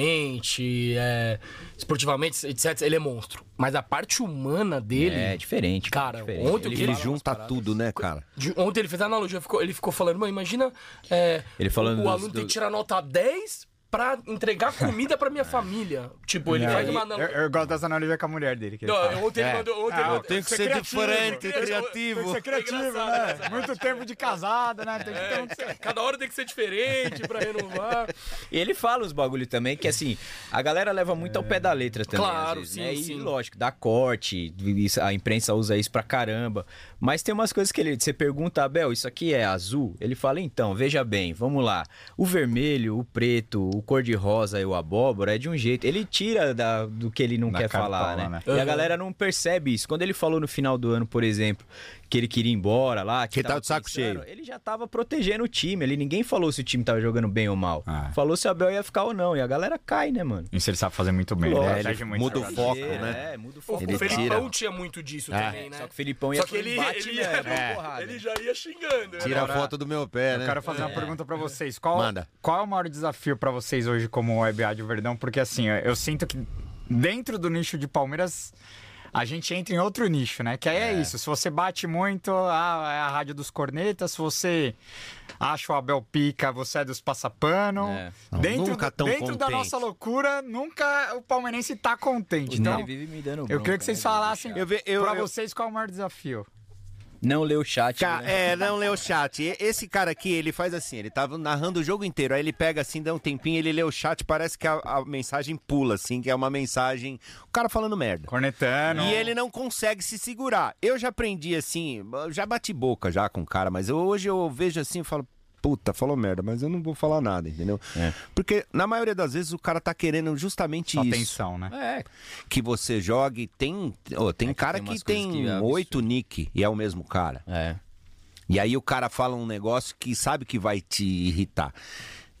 Speaker 5: taticamente, é, esportivamente, etc., ele é monstro. Mas a parte humana dele.
Speaker 4: É diferente.
Speaker 5: Cara,
Speaker 4: diferente.
Speaker 5: ontem o que
Speaker 3: Ele
Speaker 5: fala
Speaker 3: junta tudo, né, cara?
Speaker 5: de- ontem ele fez a analogia, ficou- ele ficou falando, mano, imagina é,
Speaker 4: Ele falando
Speaker 5: o, o
Speaker 4: dos-
Speaker 5: aluno tem
Speaker 4: do- É.
Speaker 5: que tirar nota 10 pra entregar comida pra minha família. Tipo, ele faz uma
Speaker 2: eu,
Speaker 5: analogia.
Speaker 2: eu gosto das analogias com a mulher dele. Que ele
Speaker 5: Não,
Speaker 2: fala.
Speaker 5: ontem ele
Speaker 2: É.
Speaker 5: mandou. Ontem
Speaker 2: Ah,
Speaker 5: ele mandou-
Speaker 3: tem que ser diferente, criativo.
Speaker 2: Tem que ser é criativo,
Speaker 5: engraçado,
Speaker 2: né?
Speaker 5: engraçado.
Speaker 2: Muito tempo de casada, né? Tem que ter um...
Speaker 5: É, cada hora tem que ser diferente pra renovar.
Speaker 4: E ele fala os bagulho também, que assim, a galera leva muito ao pé da letra também.
Speaker 5: Claro,
Speaker 4: às vezes,
Speaker 5: sim,
Speaker 4: né? E
Speaker 5: sim.
Speaker 4: lógico, dá corte, isso- a imprensa usa isso pra caramba. Mas tem umas coisas que ele. Você pergunta, Abel, isso aqui é azul? Ele fala, então, veja bem, vamos lá. O vermelho, o preto, o cor-de-rosa e o abóbora é de um jeito. Ele tira da- do que ele não
Speaker 2: Da
Speaker 4: quer falar,
Speaker 2: cartola,
Speaker 4: né?
Speaker 2: né?
Speaker 4: E a galera não percebe isso. Quando ele falou no final do ano, por exemplo, que ele queria ir embora lá.
Speaker 3: Que tá
Speaker 4: tava
Speaker 3: de saco cheio.
Speaker 4: ele já tava protegendo o time ali. Ninguém falou se o time tava jogando bem ou mal.
Speaker 2: Ah.
Speaker 4: Falou se o Abel ia ficar ou não. E a galera cai, né, mano?
Speaker 2: Isso ele sabe fazer muito bem.
Speaker 4: Lógico.
Speaker 2: né?
Speaker 4: É, ele
Speaker 2: Protege muito
Speaker 3: muda o
Speaker 2: a
Speaker 3: foco,
Speaker 2: jogadora.
Speaker 3: né?
Speaker 4: É, muda o
Speaker 5: O,
Speaker 4: foco.
Speaker 3: Ele
Speaker 5: o Felipão
Speaker 3: tira.
Speaker 5: tinha muito disso
Speaker 3: É.
Speaker 5: também, né?
Speaker 4: Ah, Só que o Felipão ia
Speaker 5: Só que
Speaker 4: pro
Speaker 5: ele,
Speaker 4: embate,
Speaker 5: ele,
Speaker 4: né?
Speaker 5: é,
Speaker 4: Pra
Speaker 2: É.
Speaker 4: porrada.
Speaker 5: ele já ia xingando. né?
Speaker 3: Tira a
Speaker 2: Agora-
Speaker 3: foto do meu pé,
Speaker 2: Eu
Speaker 3: né?
Speaker 2: quero fazer uma pergunta pra vocês. Qual,
Speaker 3: Manda.
Speaker 2: qual é o maior desafio pra vocês hoje como WebA de Verdão? Porque assim, eu- eu sinto que dentro do nicho de Palmeiras a gente entra em outro nicho, né? Que aí é, isso. Se você bate muito, ah, é a rádio dos cornetas. Se você acha o Abel Pica, você é dos passapano.
Speaker 4: É.
Speaker 3: Não,
Speaker 2: dentro
Speaker 3: nunca
Speaker 2: do-
Speaker 3: tão
Speaker 2: dentro da
Speaker 3: contente.
Speaker 2: nossa loucura, nunca o palmeirense tá contente.
Speaker 4: Ele
Speaker 2: Então,
Speaker 4: vive me dando
Speaker 2: eu
Speaker 4: bronca,
Speaker 2: queria que vocês
Speaker 4: né,
Speaker 2: falassem
Speaker 3: Eu ve- eu-
Speaker 2: pra
Speaker 3: eu-
Speaker 2: vocês qual é o maior desafio.
Speaker 4: Não lê o chat.
Speaker 3: Ca-
Speaker 4: né?
Speaker 3: É, não lê o chat. E- Esse cara aqui, ele faz assim, ele tava narrando o jogo inteiro, aí ele pega assim, dá um tempinho, ele lê o chat, parece que a, a mensagem pula, assim, que é uma mensagem... O cara falando merda.
Speaker 2: Cornetano.
Speaker 3: E ele não consegue se segurar. Eu já aprendi assim, eu já bati boca já com o cara, mas eu- hoje eu vejo assim e falo, puta, falou merda, mas eu não vou falar nada, entendeu?
Speaker 4: É.
Speaker 3: Porque na maioria das vezes o cara tá querendo justamente isso.
Speaker 2: Atenção, né?
Speaker 4: É,
Speaker 3: Que você jogue. Tem, ô, tem
Speaker 4: É que
Speaker 3: cara
Speaker 4: tem
Speaker 3: que
Speaker 4: umas
Speaker 3: tem
Speaker 4: coisas que é absurdo.
Speaker 3: oito nick e é o mesmo cara.
Speaker 4: é.
Speaker 3: E aí o cara fala um negócio que sabe que vai te irritar.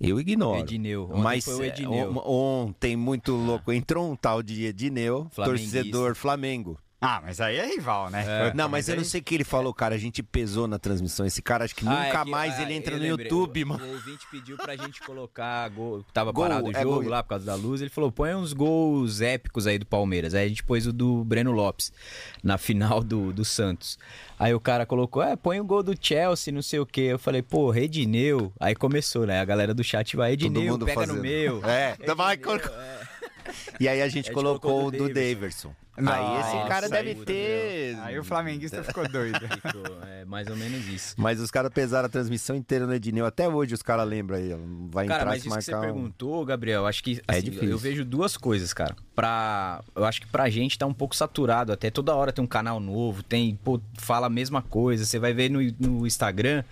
Speaker 3: Eu ignoro.
Speaker 4: Edineu. Ontem
Speaker 3: Mas
Speaker 4: foi o
Speaker 3: é,
Speaker 4: Edineu.
Speaker 3: on- ontem, muito louco, entrou um tal de Edineu,
Speaker 4: Flamenguista.
Speaker 3: torcedor Flamengo.
Speaker 2: Ah, mas aí é rival, né?
Speaker 3: Não, mas eu não sei o que ele falou, cara. A gente pesou na transmissão. Esse cara, acho que
Speaker 4: Ah,
Speaker 3: nunca
Speaker 4: é que-
Speaker 3: mais
Speaker 4: ah,
Speaker 3: ele entra
Speaker 4: eu
Speaker 3: no
Speaker 4: lembrei.
Speaker 3: YouTube,
Speaker 4: o,
Speaker 3: mano.
Speaker 4: O ouvinte pediu pra gente colocar gol. Tava
Speaker 3: Gol,
Speaker 4: parado o
Speaker 3: é
Speaker 4: jogo
Speaker 3: gol.
Speaker 4: lá por causa da luz. Ele falou: põe uns gols épicos aí do Palmeiras. Aí a gente pôs o do Breno Lopes na final do, do Santos. Aí o cara colocou: é, põe o gol do Chelsea, não sei o quê. Eu falei: pô, Redineu. Aí começou, né? A galera do chat vai:
Speaker 3: Todo
Speaker 4: Edineu,
Speaker 3: mundo
Speaker 4: pega
Speaker 3: fazendo.
Speaker 4: no meu.
Speaker 3: É,
Speaker 4: Edineu,
Speaker 3: vai, colocou. E aí a gente
Speaker 4: gente
Speaker 3: colocou,
Speaker 4: colocou
Speaker 3: o
Speaker 4: do
Speaker 3: do
Speaker 4: Daverson.
Speaker 3: Daverson.
Speaker 2: Nossa,
Speaker 3: Aí esse cara
Speaker 4: aí
Speaker 3: deve
Speaker 4: mudou,
Speaker 3: ter.
Speaker 2: Aí o flamenguista ficou doido.
Speaker 4: Ficou, é, mais ou menos isso.
Speaker 3: Mas os caras pesaram a transmissão inteira no Edneu. Até hoje os caras lembram aí. ó, Vai
Speaker 4: Cara,
Speaker 3: entrar
Speaker 4: mas
Speaker 3: se
Speaker 4: isso que você
Speaker 3: marcar. um...
Speaker 4: perguntou, Gabriel, acho que
Speaker 3: É
Speaker 4: assim,
Speaker 3: difícil.
Speaker 4: eu vejo duas coisas, cara. Pra, eu acho que pra gente tá um pouco saturado, até toda hora tem um canal novo, tem, pô, fala a mesma coisa, você vai ver no, no Instagram,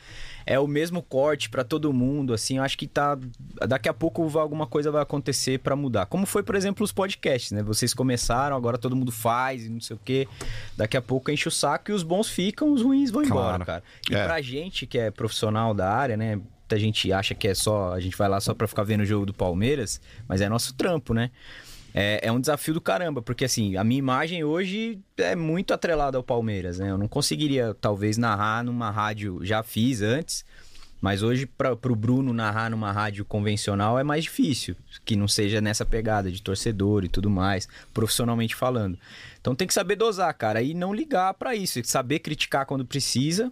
Speaker 4: é o mesmo corte pra todo mundo, assim, eu acho que tá daqui a pouco vai- alguma coisa vai acontecer pra mudar. Como foi, por exemplo, os podcasts, né? Vocês começaram, agora todo mundo faz e não sei o quê. Daqui a pouco enche o saco e os bons ficam, os ruins vão embora,
Speaker 2: Claro.
Speaker 4: cara. E
Speaker 3: É.
Speaker 4: pra gente que é profissional da área, né? Muita gente acha que é só. A gente vai lá só pra ficar vendo o jogo do Palmeiras, mas é nosso trampo, né? É, é um desafio do caramba, porque assim, a minha imagem hoje é muito atrelada ao Palmeiras, né? Eu não conseguiria, talvez, narrar numa rádio, já fiz antes, mas hoje pra, pro Bruno narrar numa rádio convencional é mais difícil, que não seja nessa pegada de torcedor e tudo mais, profissionalmente falando. Então tem que saber dosar, cara, e não ligar pra isso, e saber criticar quando precisa,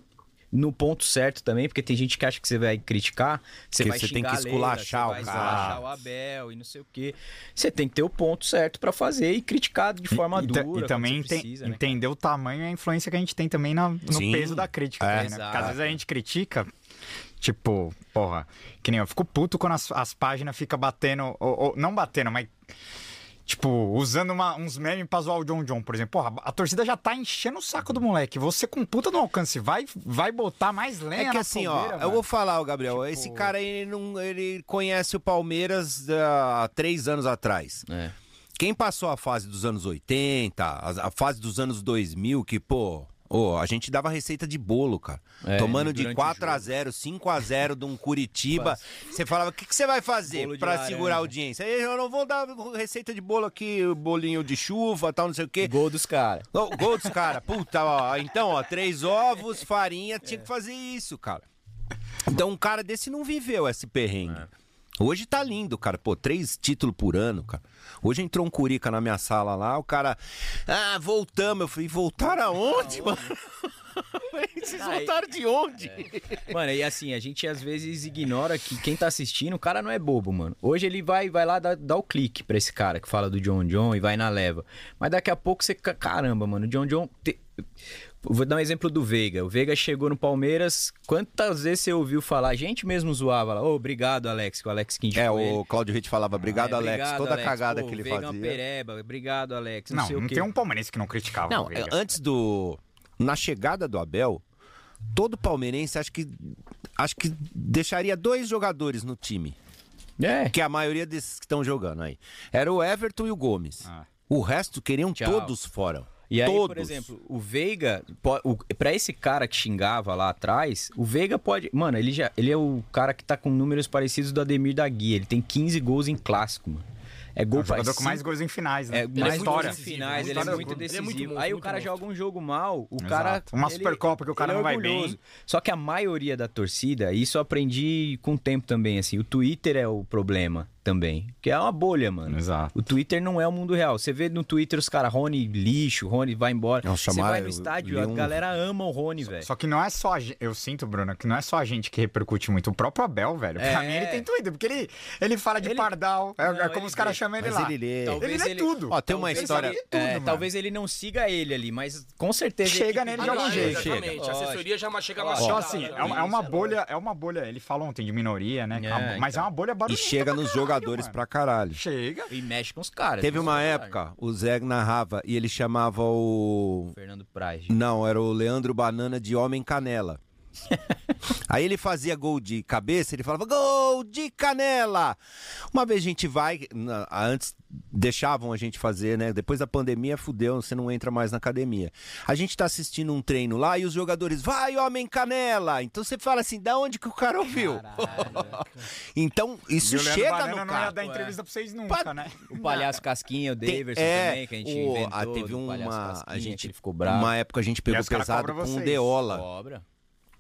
Speaker 4: no ponto certo também, porque tem gente que acha que você vai criticar, você
Speaker 3: Que
Speaker 4: vai
Speaker 3: você tem
Speaker 4: xingar
Speaker 3: que
Speaker 4: a Leila,
Speaker 3: esculachar
Speaker 4: você
Speaker 3: o
Speaker 4: vai
Speaker 3: cara.
Speaker 4: esculachar o Abel e não sei o quê. Você tem que ter o ponto certo pra fazer e criticar de forma
Speaker 2: e, ta-
Speaker 4: dura.
Speaker 2: e
Speaker 4: quando
Speaker 2: também
Speaker 4: você
Speaker 2: enten-
Speaker 4: precisa, né?
Speaker 2: entender o tamanho e a influência que a gente tem também na- no
Speaker 3: Sim.
Speaker 2: peso da crítica.
Speaker 3: É.
Speaker 2: também, né? Porque às
Speaker 4: Exato.
Speaker 2: vezes a gente critica, tipo, porra, que nem eu fico puto quando as, as páginas ficam batendo, ou, ou- não batendo, mas. Tipo, usando uma- uns memes pra zoar o John John, por exemplo. Porra, a torcida já tá enchendo o saco do moleque. Você com puta no alcance vai, vai botar mais lenha
Speaker 3: É que
Speaker 2: né? na
Speaker 3: assim, ó,
Speaker 2: fogueira,
Speaker 3: eu
Speaker 2: mano. Tipo
Speaker 3: vou falar, o Gabriel. Esse cara aí não, ele conhece o Palmeiras ah, há três anos atrás.
Speaker 4: É.
Speaker 3: Quem passou a fase dos anos 80, a, a fase dos anos 2000, que, pô, ô, a gente dava receita de bolo, cara.
Speaker 4: É,
Speaker 3: Tomando de
Speaker 4: durante o
Speaker 3: 4 a 0 5 a 0 de um Curitiba. Você falava, o que, que você vai
Speaker 4: Bolo
Speaker 3: fazer
Speaker 4: de
Speaker 3: pra
Speaker 4: laranja.
Speaker 3: segurar a audiência? Eu não vou dar receita de bolo aqui, bolinho de chuva, tal, não sei o quê.
Speaker 4: Gol dos caras.
Speaker 3: Ô, Gol dos cara, puta, ó. Então, ó, três ovos, farinha, tinha que fazer isso, cara. Então, um cara desse não viveu esse perrengue.
Speaker 4: É.
Speaker 3: Hoje tá lindo, cara. Pô, três títulos por ano, cara. Hoje entrou um Curica na minha sala lá, o cara. Ah, voltamos. Eu falei, voltaram
Speaker 4: Ah,
Speaker 3: aonde, mano? Vocês
Speaker 4: Aí-
Speaker 3: voltaram de onde?
Speaker 4: Mano, e assim, a gente às vezes ignora que quem tá assistindo, o cara não é bobo, mano. Hoje ele vai, vai lá dar, dar o clique pra esse cara que fala do John John e vai na leva. Mas daqui a pouco você. ca- Caramba, mano, o John John. te- Vou dar um exemplo do Veiga. O Veiga chegou no Palmeiras. Quantas vezes você ouviu falar? A gente mesmo zoava lá. Ô, obrigado, Alex, que o Alex que
Speaker 3: É,
Speaker 4: indicou ele.
Speaker 3: o Claudio Ritt falava, obrigado,
Speaker 4: É,
Speaker 3: Alex. Toda
Speaker 4: Alex.
Speaker 3: a cagada
Speaker 4: Pô,
Speaker 3: que ele
Speaker 4: o Veiga é um
Speaker 3: fazia.
Speaker 4: pereba. Obrigado, Alex. Não,
Speaker 2: Não,
Speaker 4: sei
Speaker 2: não
Speaker 4: o quê.
Speaker 2: tem um palmeirense que não criticava.
Speaker 3: Não,
Speaker 2: o Veiga.
Speaker 3: antes do. Na chegada do Abel, todo palmeirense acho que. Acho que deixaria dois jogadores no time.
Speaker 4: É.
Speaker 3: Que é a maioria desses que estão jogando aí. Era o Everton e o Gomes. O resto queriam
Speaker 4: Ah. Tchau.
Speaker 3: todos fora.
Speaker 4: E aí,
Speaker 3: todos.
Speaker 4: por exemplo, o Veiga, po- o- pra esse cara que xingava lá atrás, o Veiga pode. Mano, ele, já, ele é o cara que tá com números parecidos do Ademir da Guia. Ele tem 15 gols em clássico, mano. É
Speaker 2: É
Speaker 4: gol
Speaker 2: um jogador
Speaker 4: faz
Speaker 2: com mais
Speaker 3: assim,
Speaker 4: cinco-
Speaker 2: gols em finais, né?
Speaker 4: é,
Speaker 2: Na
Speaker 4: mais
Speaker 2: história.
Speaker 4: gols em finais,
Speaker 2: Na
Speaker 4: ele é
Speaker 2: história do
Speaker 4: muito
Speaker 2: clube.
Speaker 4: decisivo.
Speaker 1: muito monstro,
Speaker 4: aí o
Speaker 1: muito
Speaker 4: cara
Speaker 1: monstro.
Speaker 4: joga um jogo mal, o cara.
Speaker 2: Uma
Speaker 4: ele-
Speaker 2: Supercopa que o cara
Speaker 4: ele é
Speaker 2: não vai bem.
Speaker 4: orgulhoso. Só que a maioria da torcida, isso eu aprendi com o tempo também, assim, o Twitter é o problema. também. Que é uma bolha, mano.
Speaker 2: Exato.
Speaker 4: O Twitter não é o mundo real. Você vê no Twitter os caras, Rony lixo, Rony vai embora.
Speaker 3: Nossa,
Speaker 4: Você
Speaker 3: Mara,
Speaker 4: vai no
Speaker 3: eu
Speaker 4: estádio,
Speaker 3: li
Speaker 4: a
Speaker 3: um-
Speaker 4: galera ama o Rony, velho.
Speaker 2: Só que não é só a gente, eu sinto, Bruno, que não é só a gente que repercute muito. O próprio Abel, velho, pra
Speaker 4: É.
Speaker 2: mim ele tem Twitter, porque ele, ele fala de
Speaker 4: Ele-
Speaker 2: pardal, é, é
Speaker 4: Não,
Speaker 2: como
Speaker 4: ele
Speaker 2: os caras
Speaker 4: vê,
Speaker 2: chamam ele
Speaker 3: mas
Speaker 2: lá.
Speaker 3: ele lê.
Speaker 2: Ele
Speaker 4: Talvez
Speaker 2: lê
Speaker 4: ele-
Speaker 2: tudo.
Speaker 3: Ó, tem uma
Speaker 2: Talvez
Speaker 3: história-
Speaker 2: ele lê
Speaker 4: É,
Speaker 2: tudo, mano.
Speaker 4: talvez ele não siga ele ali, mas com certeza.
Speaker 2: Chega nele de
Speaker 4: Ah,
Speaker 2: algum
Speaker 4: não,
Speaker 2: jeito.
Speaker 5: Exatamente.
Speaker 4: Chega.
Speaker 5: A assessoria já chega
Speaker 4: Ó,
Speaker 5: mais
Speaker 2: Só
Speaker 4: Ó,
Speaker 2: assim,
Speaker 4: tá,
Speaker 2: é uma, é uma
Speaker 4: tá,
Speaker 2: bolha, é uma bolha. Ele fala ontem de minoria, né?
Speaker 4: É,
Speaker 2: Acabou- mas
Speaker 4: então.
Speaker 2: é uma bolha
Speaker 3: E
Speaker 2: barulhenta.
Speaker 3: chega
Speaker 2: pra
Speaker 3: nos
Speaker 2: caralho,
Speaker 3: jogadores
Speaker 2: mano.
Speaker 3: pra caralho.
Speaker 2: Chega.
Speaker 4: E mexe com os caras.
Speaker 3: Teve
Speaker 4: com os
Speaker 3: uma
Speaker 4: caras.
Speaker 3: época, o Zé narrava e ele chamava o.
Speaker 4: Fernando Praz.
Speaker 3: Não, era o Leandro Banana de Homem Canela. Aí ele fazia gol de cabeça, ele falava gol de canela. Uma vez a gente vai, na- antes deixavam a gente fazer, né? Depois da pandemia fudeu, você não entra mais na academia. A gente tá assistindo um treino lá e os jogadores, vai homem canela. Então você fala assim, da onde que o cara ouviu? então
Speaker 2: E
Speaker 3: isso
Speaker 2: o Leandro
Speaker 3: chega
Speaker 2: Banana
Speaker 3: no
Speaker 2: não ia
Speaker 3: cara.
Speaker 2: dar entrevista pra vocês nunca,
Speaker 3: Pa-
Speaker 2: né?
Speaker 4: é. O Palhaço Casquinha, o
Speaker 3: Tem-
Speaker 4: Daverson também, que a gente
Speaker 3: o-
Speaker 4: inventou.
Speaker 3: ah, teve
Speaker 4: do Palhaço
Speaker 3: uma
Speaker 4: Casquinha,
Speaker 3: a gente
Speaker 4: que ele ficou bravo.
Speaker 3: Uma época a gente pegou
Speaker 2: os caras
Speaker 3: pesado
Speaker 2: cobram
Speaker 3: com o
Speaker 2: vocês.
Speaker 3: Deola.
Speaker 4: Cobra.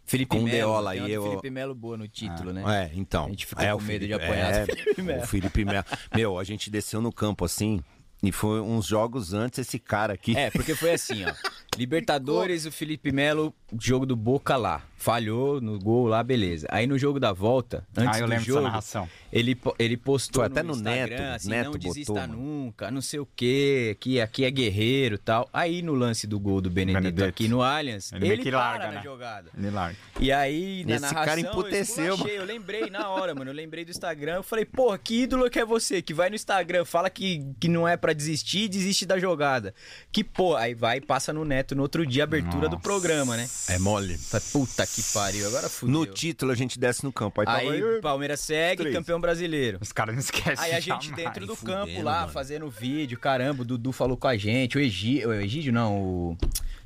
Speaker 4: Felipe
Speaker 3: Com
Speaker 4: Melo.
Speaker 3: Deola
Speaker 4: tem uma
Speaker 3: e
Speaker 4: do
Speaker 3: eu-
Speaker 4: Felipe Melo boa no título, né?
Speaker 3: É, então.
Speaker 4: A gente ficou
Speaker 3: é,
Speaker 4: com
Speaker 3: o
Speaker 4: medo de
Speaker 3: Felipe-
Speaker 4: apanhar
Speaker 3: é,
Speaker 4: do Felipe Melo.
Speaker 3: O Felipe Melo. Meu, a gente desceu no campo assim e foi uns jogos antes esse cara aqui.
Speaker 4: É, porque foi assim, ó. Libertadores, o Felipe Melo, jogo do Boca lá. Falhou no gol lá, beleza. Aí no jogo da volta, antes
Speaker 2: Ah, eu lembro
Speaker 4: do
Speaker 2: dessa
Speaker 4: jogo,
Speaker 2: narração.
Speaker 4: Ele, po- ele postou
Speaker 3: Foi até no
Speaker 4: Instagram,
Speaker 3: Neto,
Speaker 4: assim,
Speaker 3: Neto
Speaker 4: não desista
Speaker 3: botou, mano.
Speaker 4: nunca, não sei o quê, que aqui é guerreiro e tal. Aí no lance do gol do Benedito,
Speaker 2: Benedetto.
Speaker 4: aqui no Allianz,
Speaker 2: Ele
Speaker 4: ele,
Speaker 2: meio que larga,
Speaker 4: para
Speaker 2: né?
Speaker 4: na jogada.
Speaker 2: Ele larga.
Speaker 4: E aí, na
Speaker 3: Esse
Speaker 4: narração,
Speaker 3: cara
Speaker 4: eu
Speaker 3: emputeceu,
Speaker 4: esculachei, eu lembrei na hora, mano. Eu lembrei do Instagram. Eu falei, porra, que ídolo que é você? Que vai no Instagram, fala que, que não é pra desistir e desiste da jogada. Que porra. Aí vai e passa no Neto no outro dia, abertura do programa, né?
Speaker 3: É mole.
Speaker 4: Falei, Puta que pariu, agora fudeu.
Speaker 3: No título a gente desce no campo. Aí, tava
Speaker 4: Aí
Speaker 3: eu-
Speaker 4: o Palmeiras segue,
Speaker 3: Três.
Speaker 4: campeão brasileiro.
Speaker 2: Os caras não esquecem.
Speaker 4: Aí a gente
Speaker 2: jamais.
Speaker 4: dentro do
Speaker 3: tá Fudendo,
Speaker 4: campo lá,
Speaker 3: mano.
Speaker 4: fazendo vídeo, caramba, o Dudu falou com a gente, o Egídio, o Egídio não, o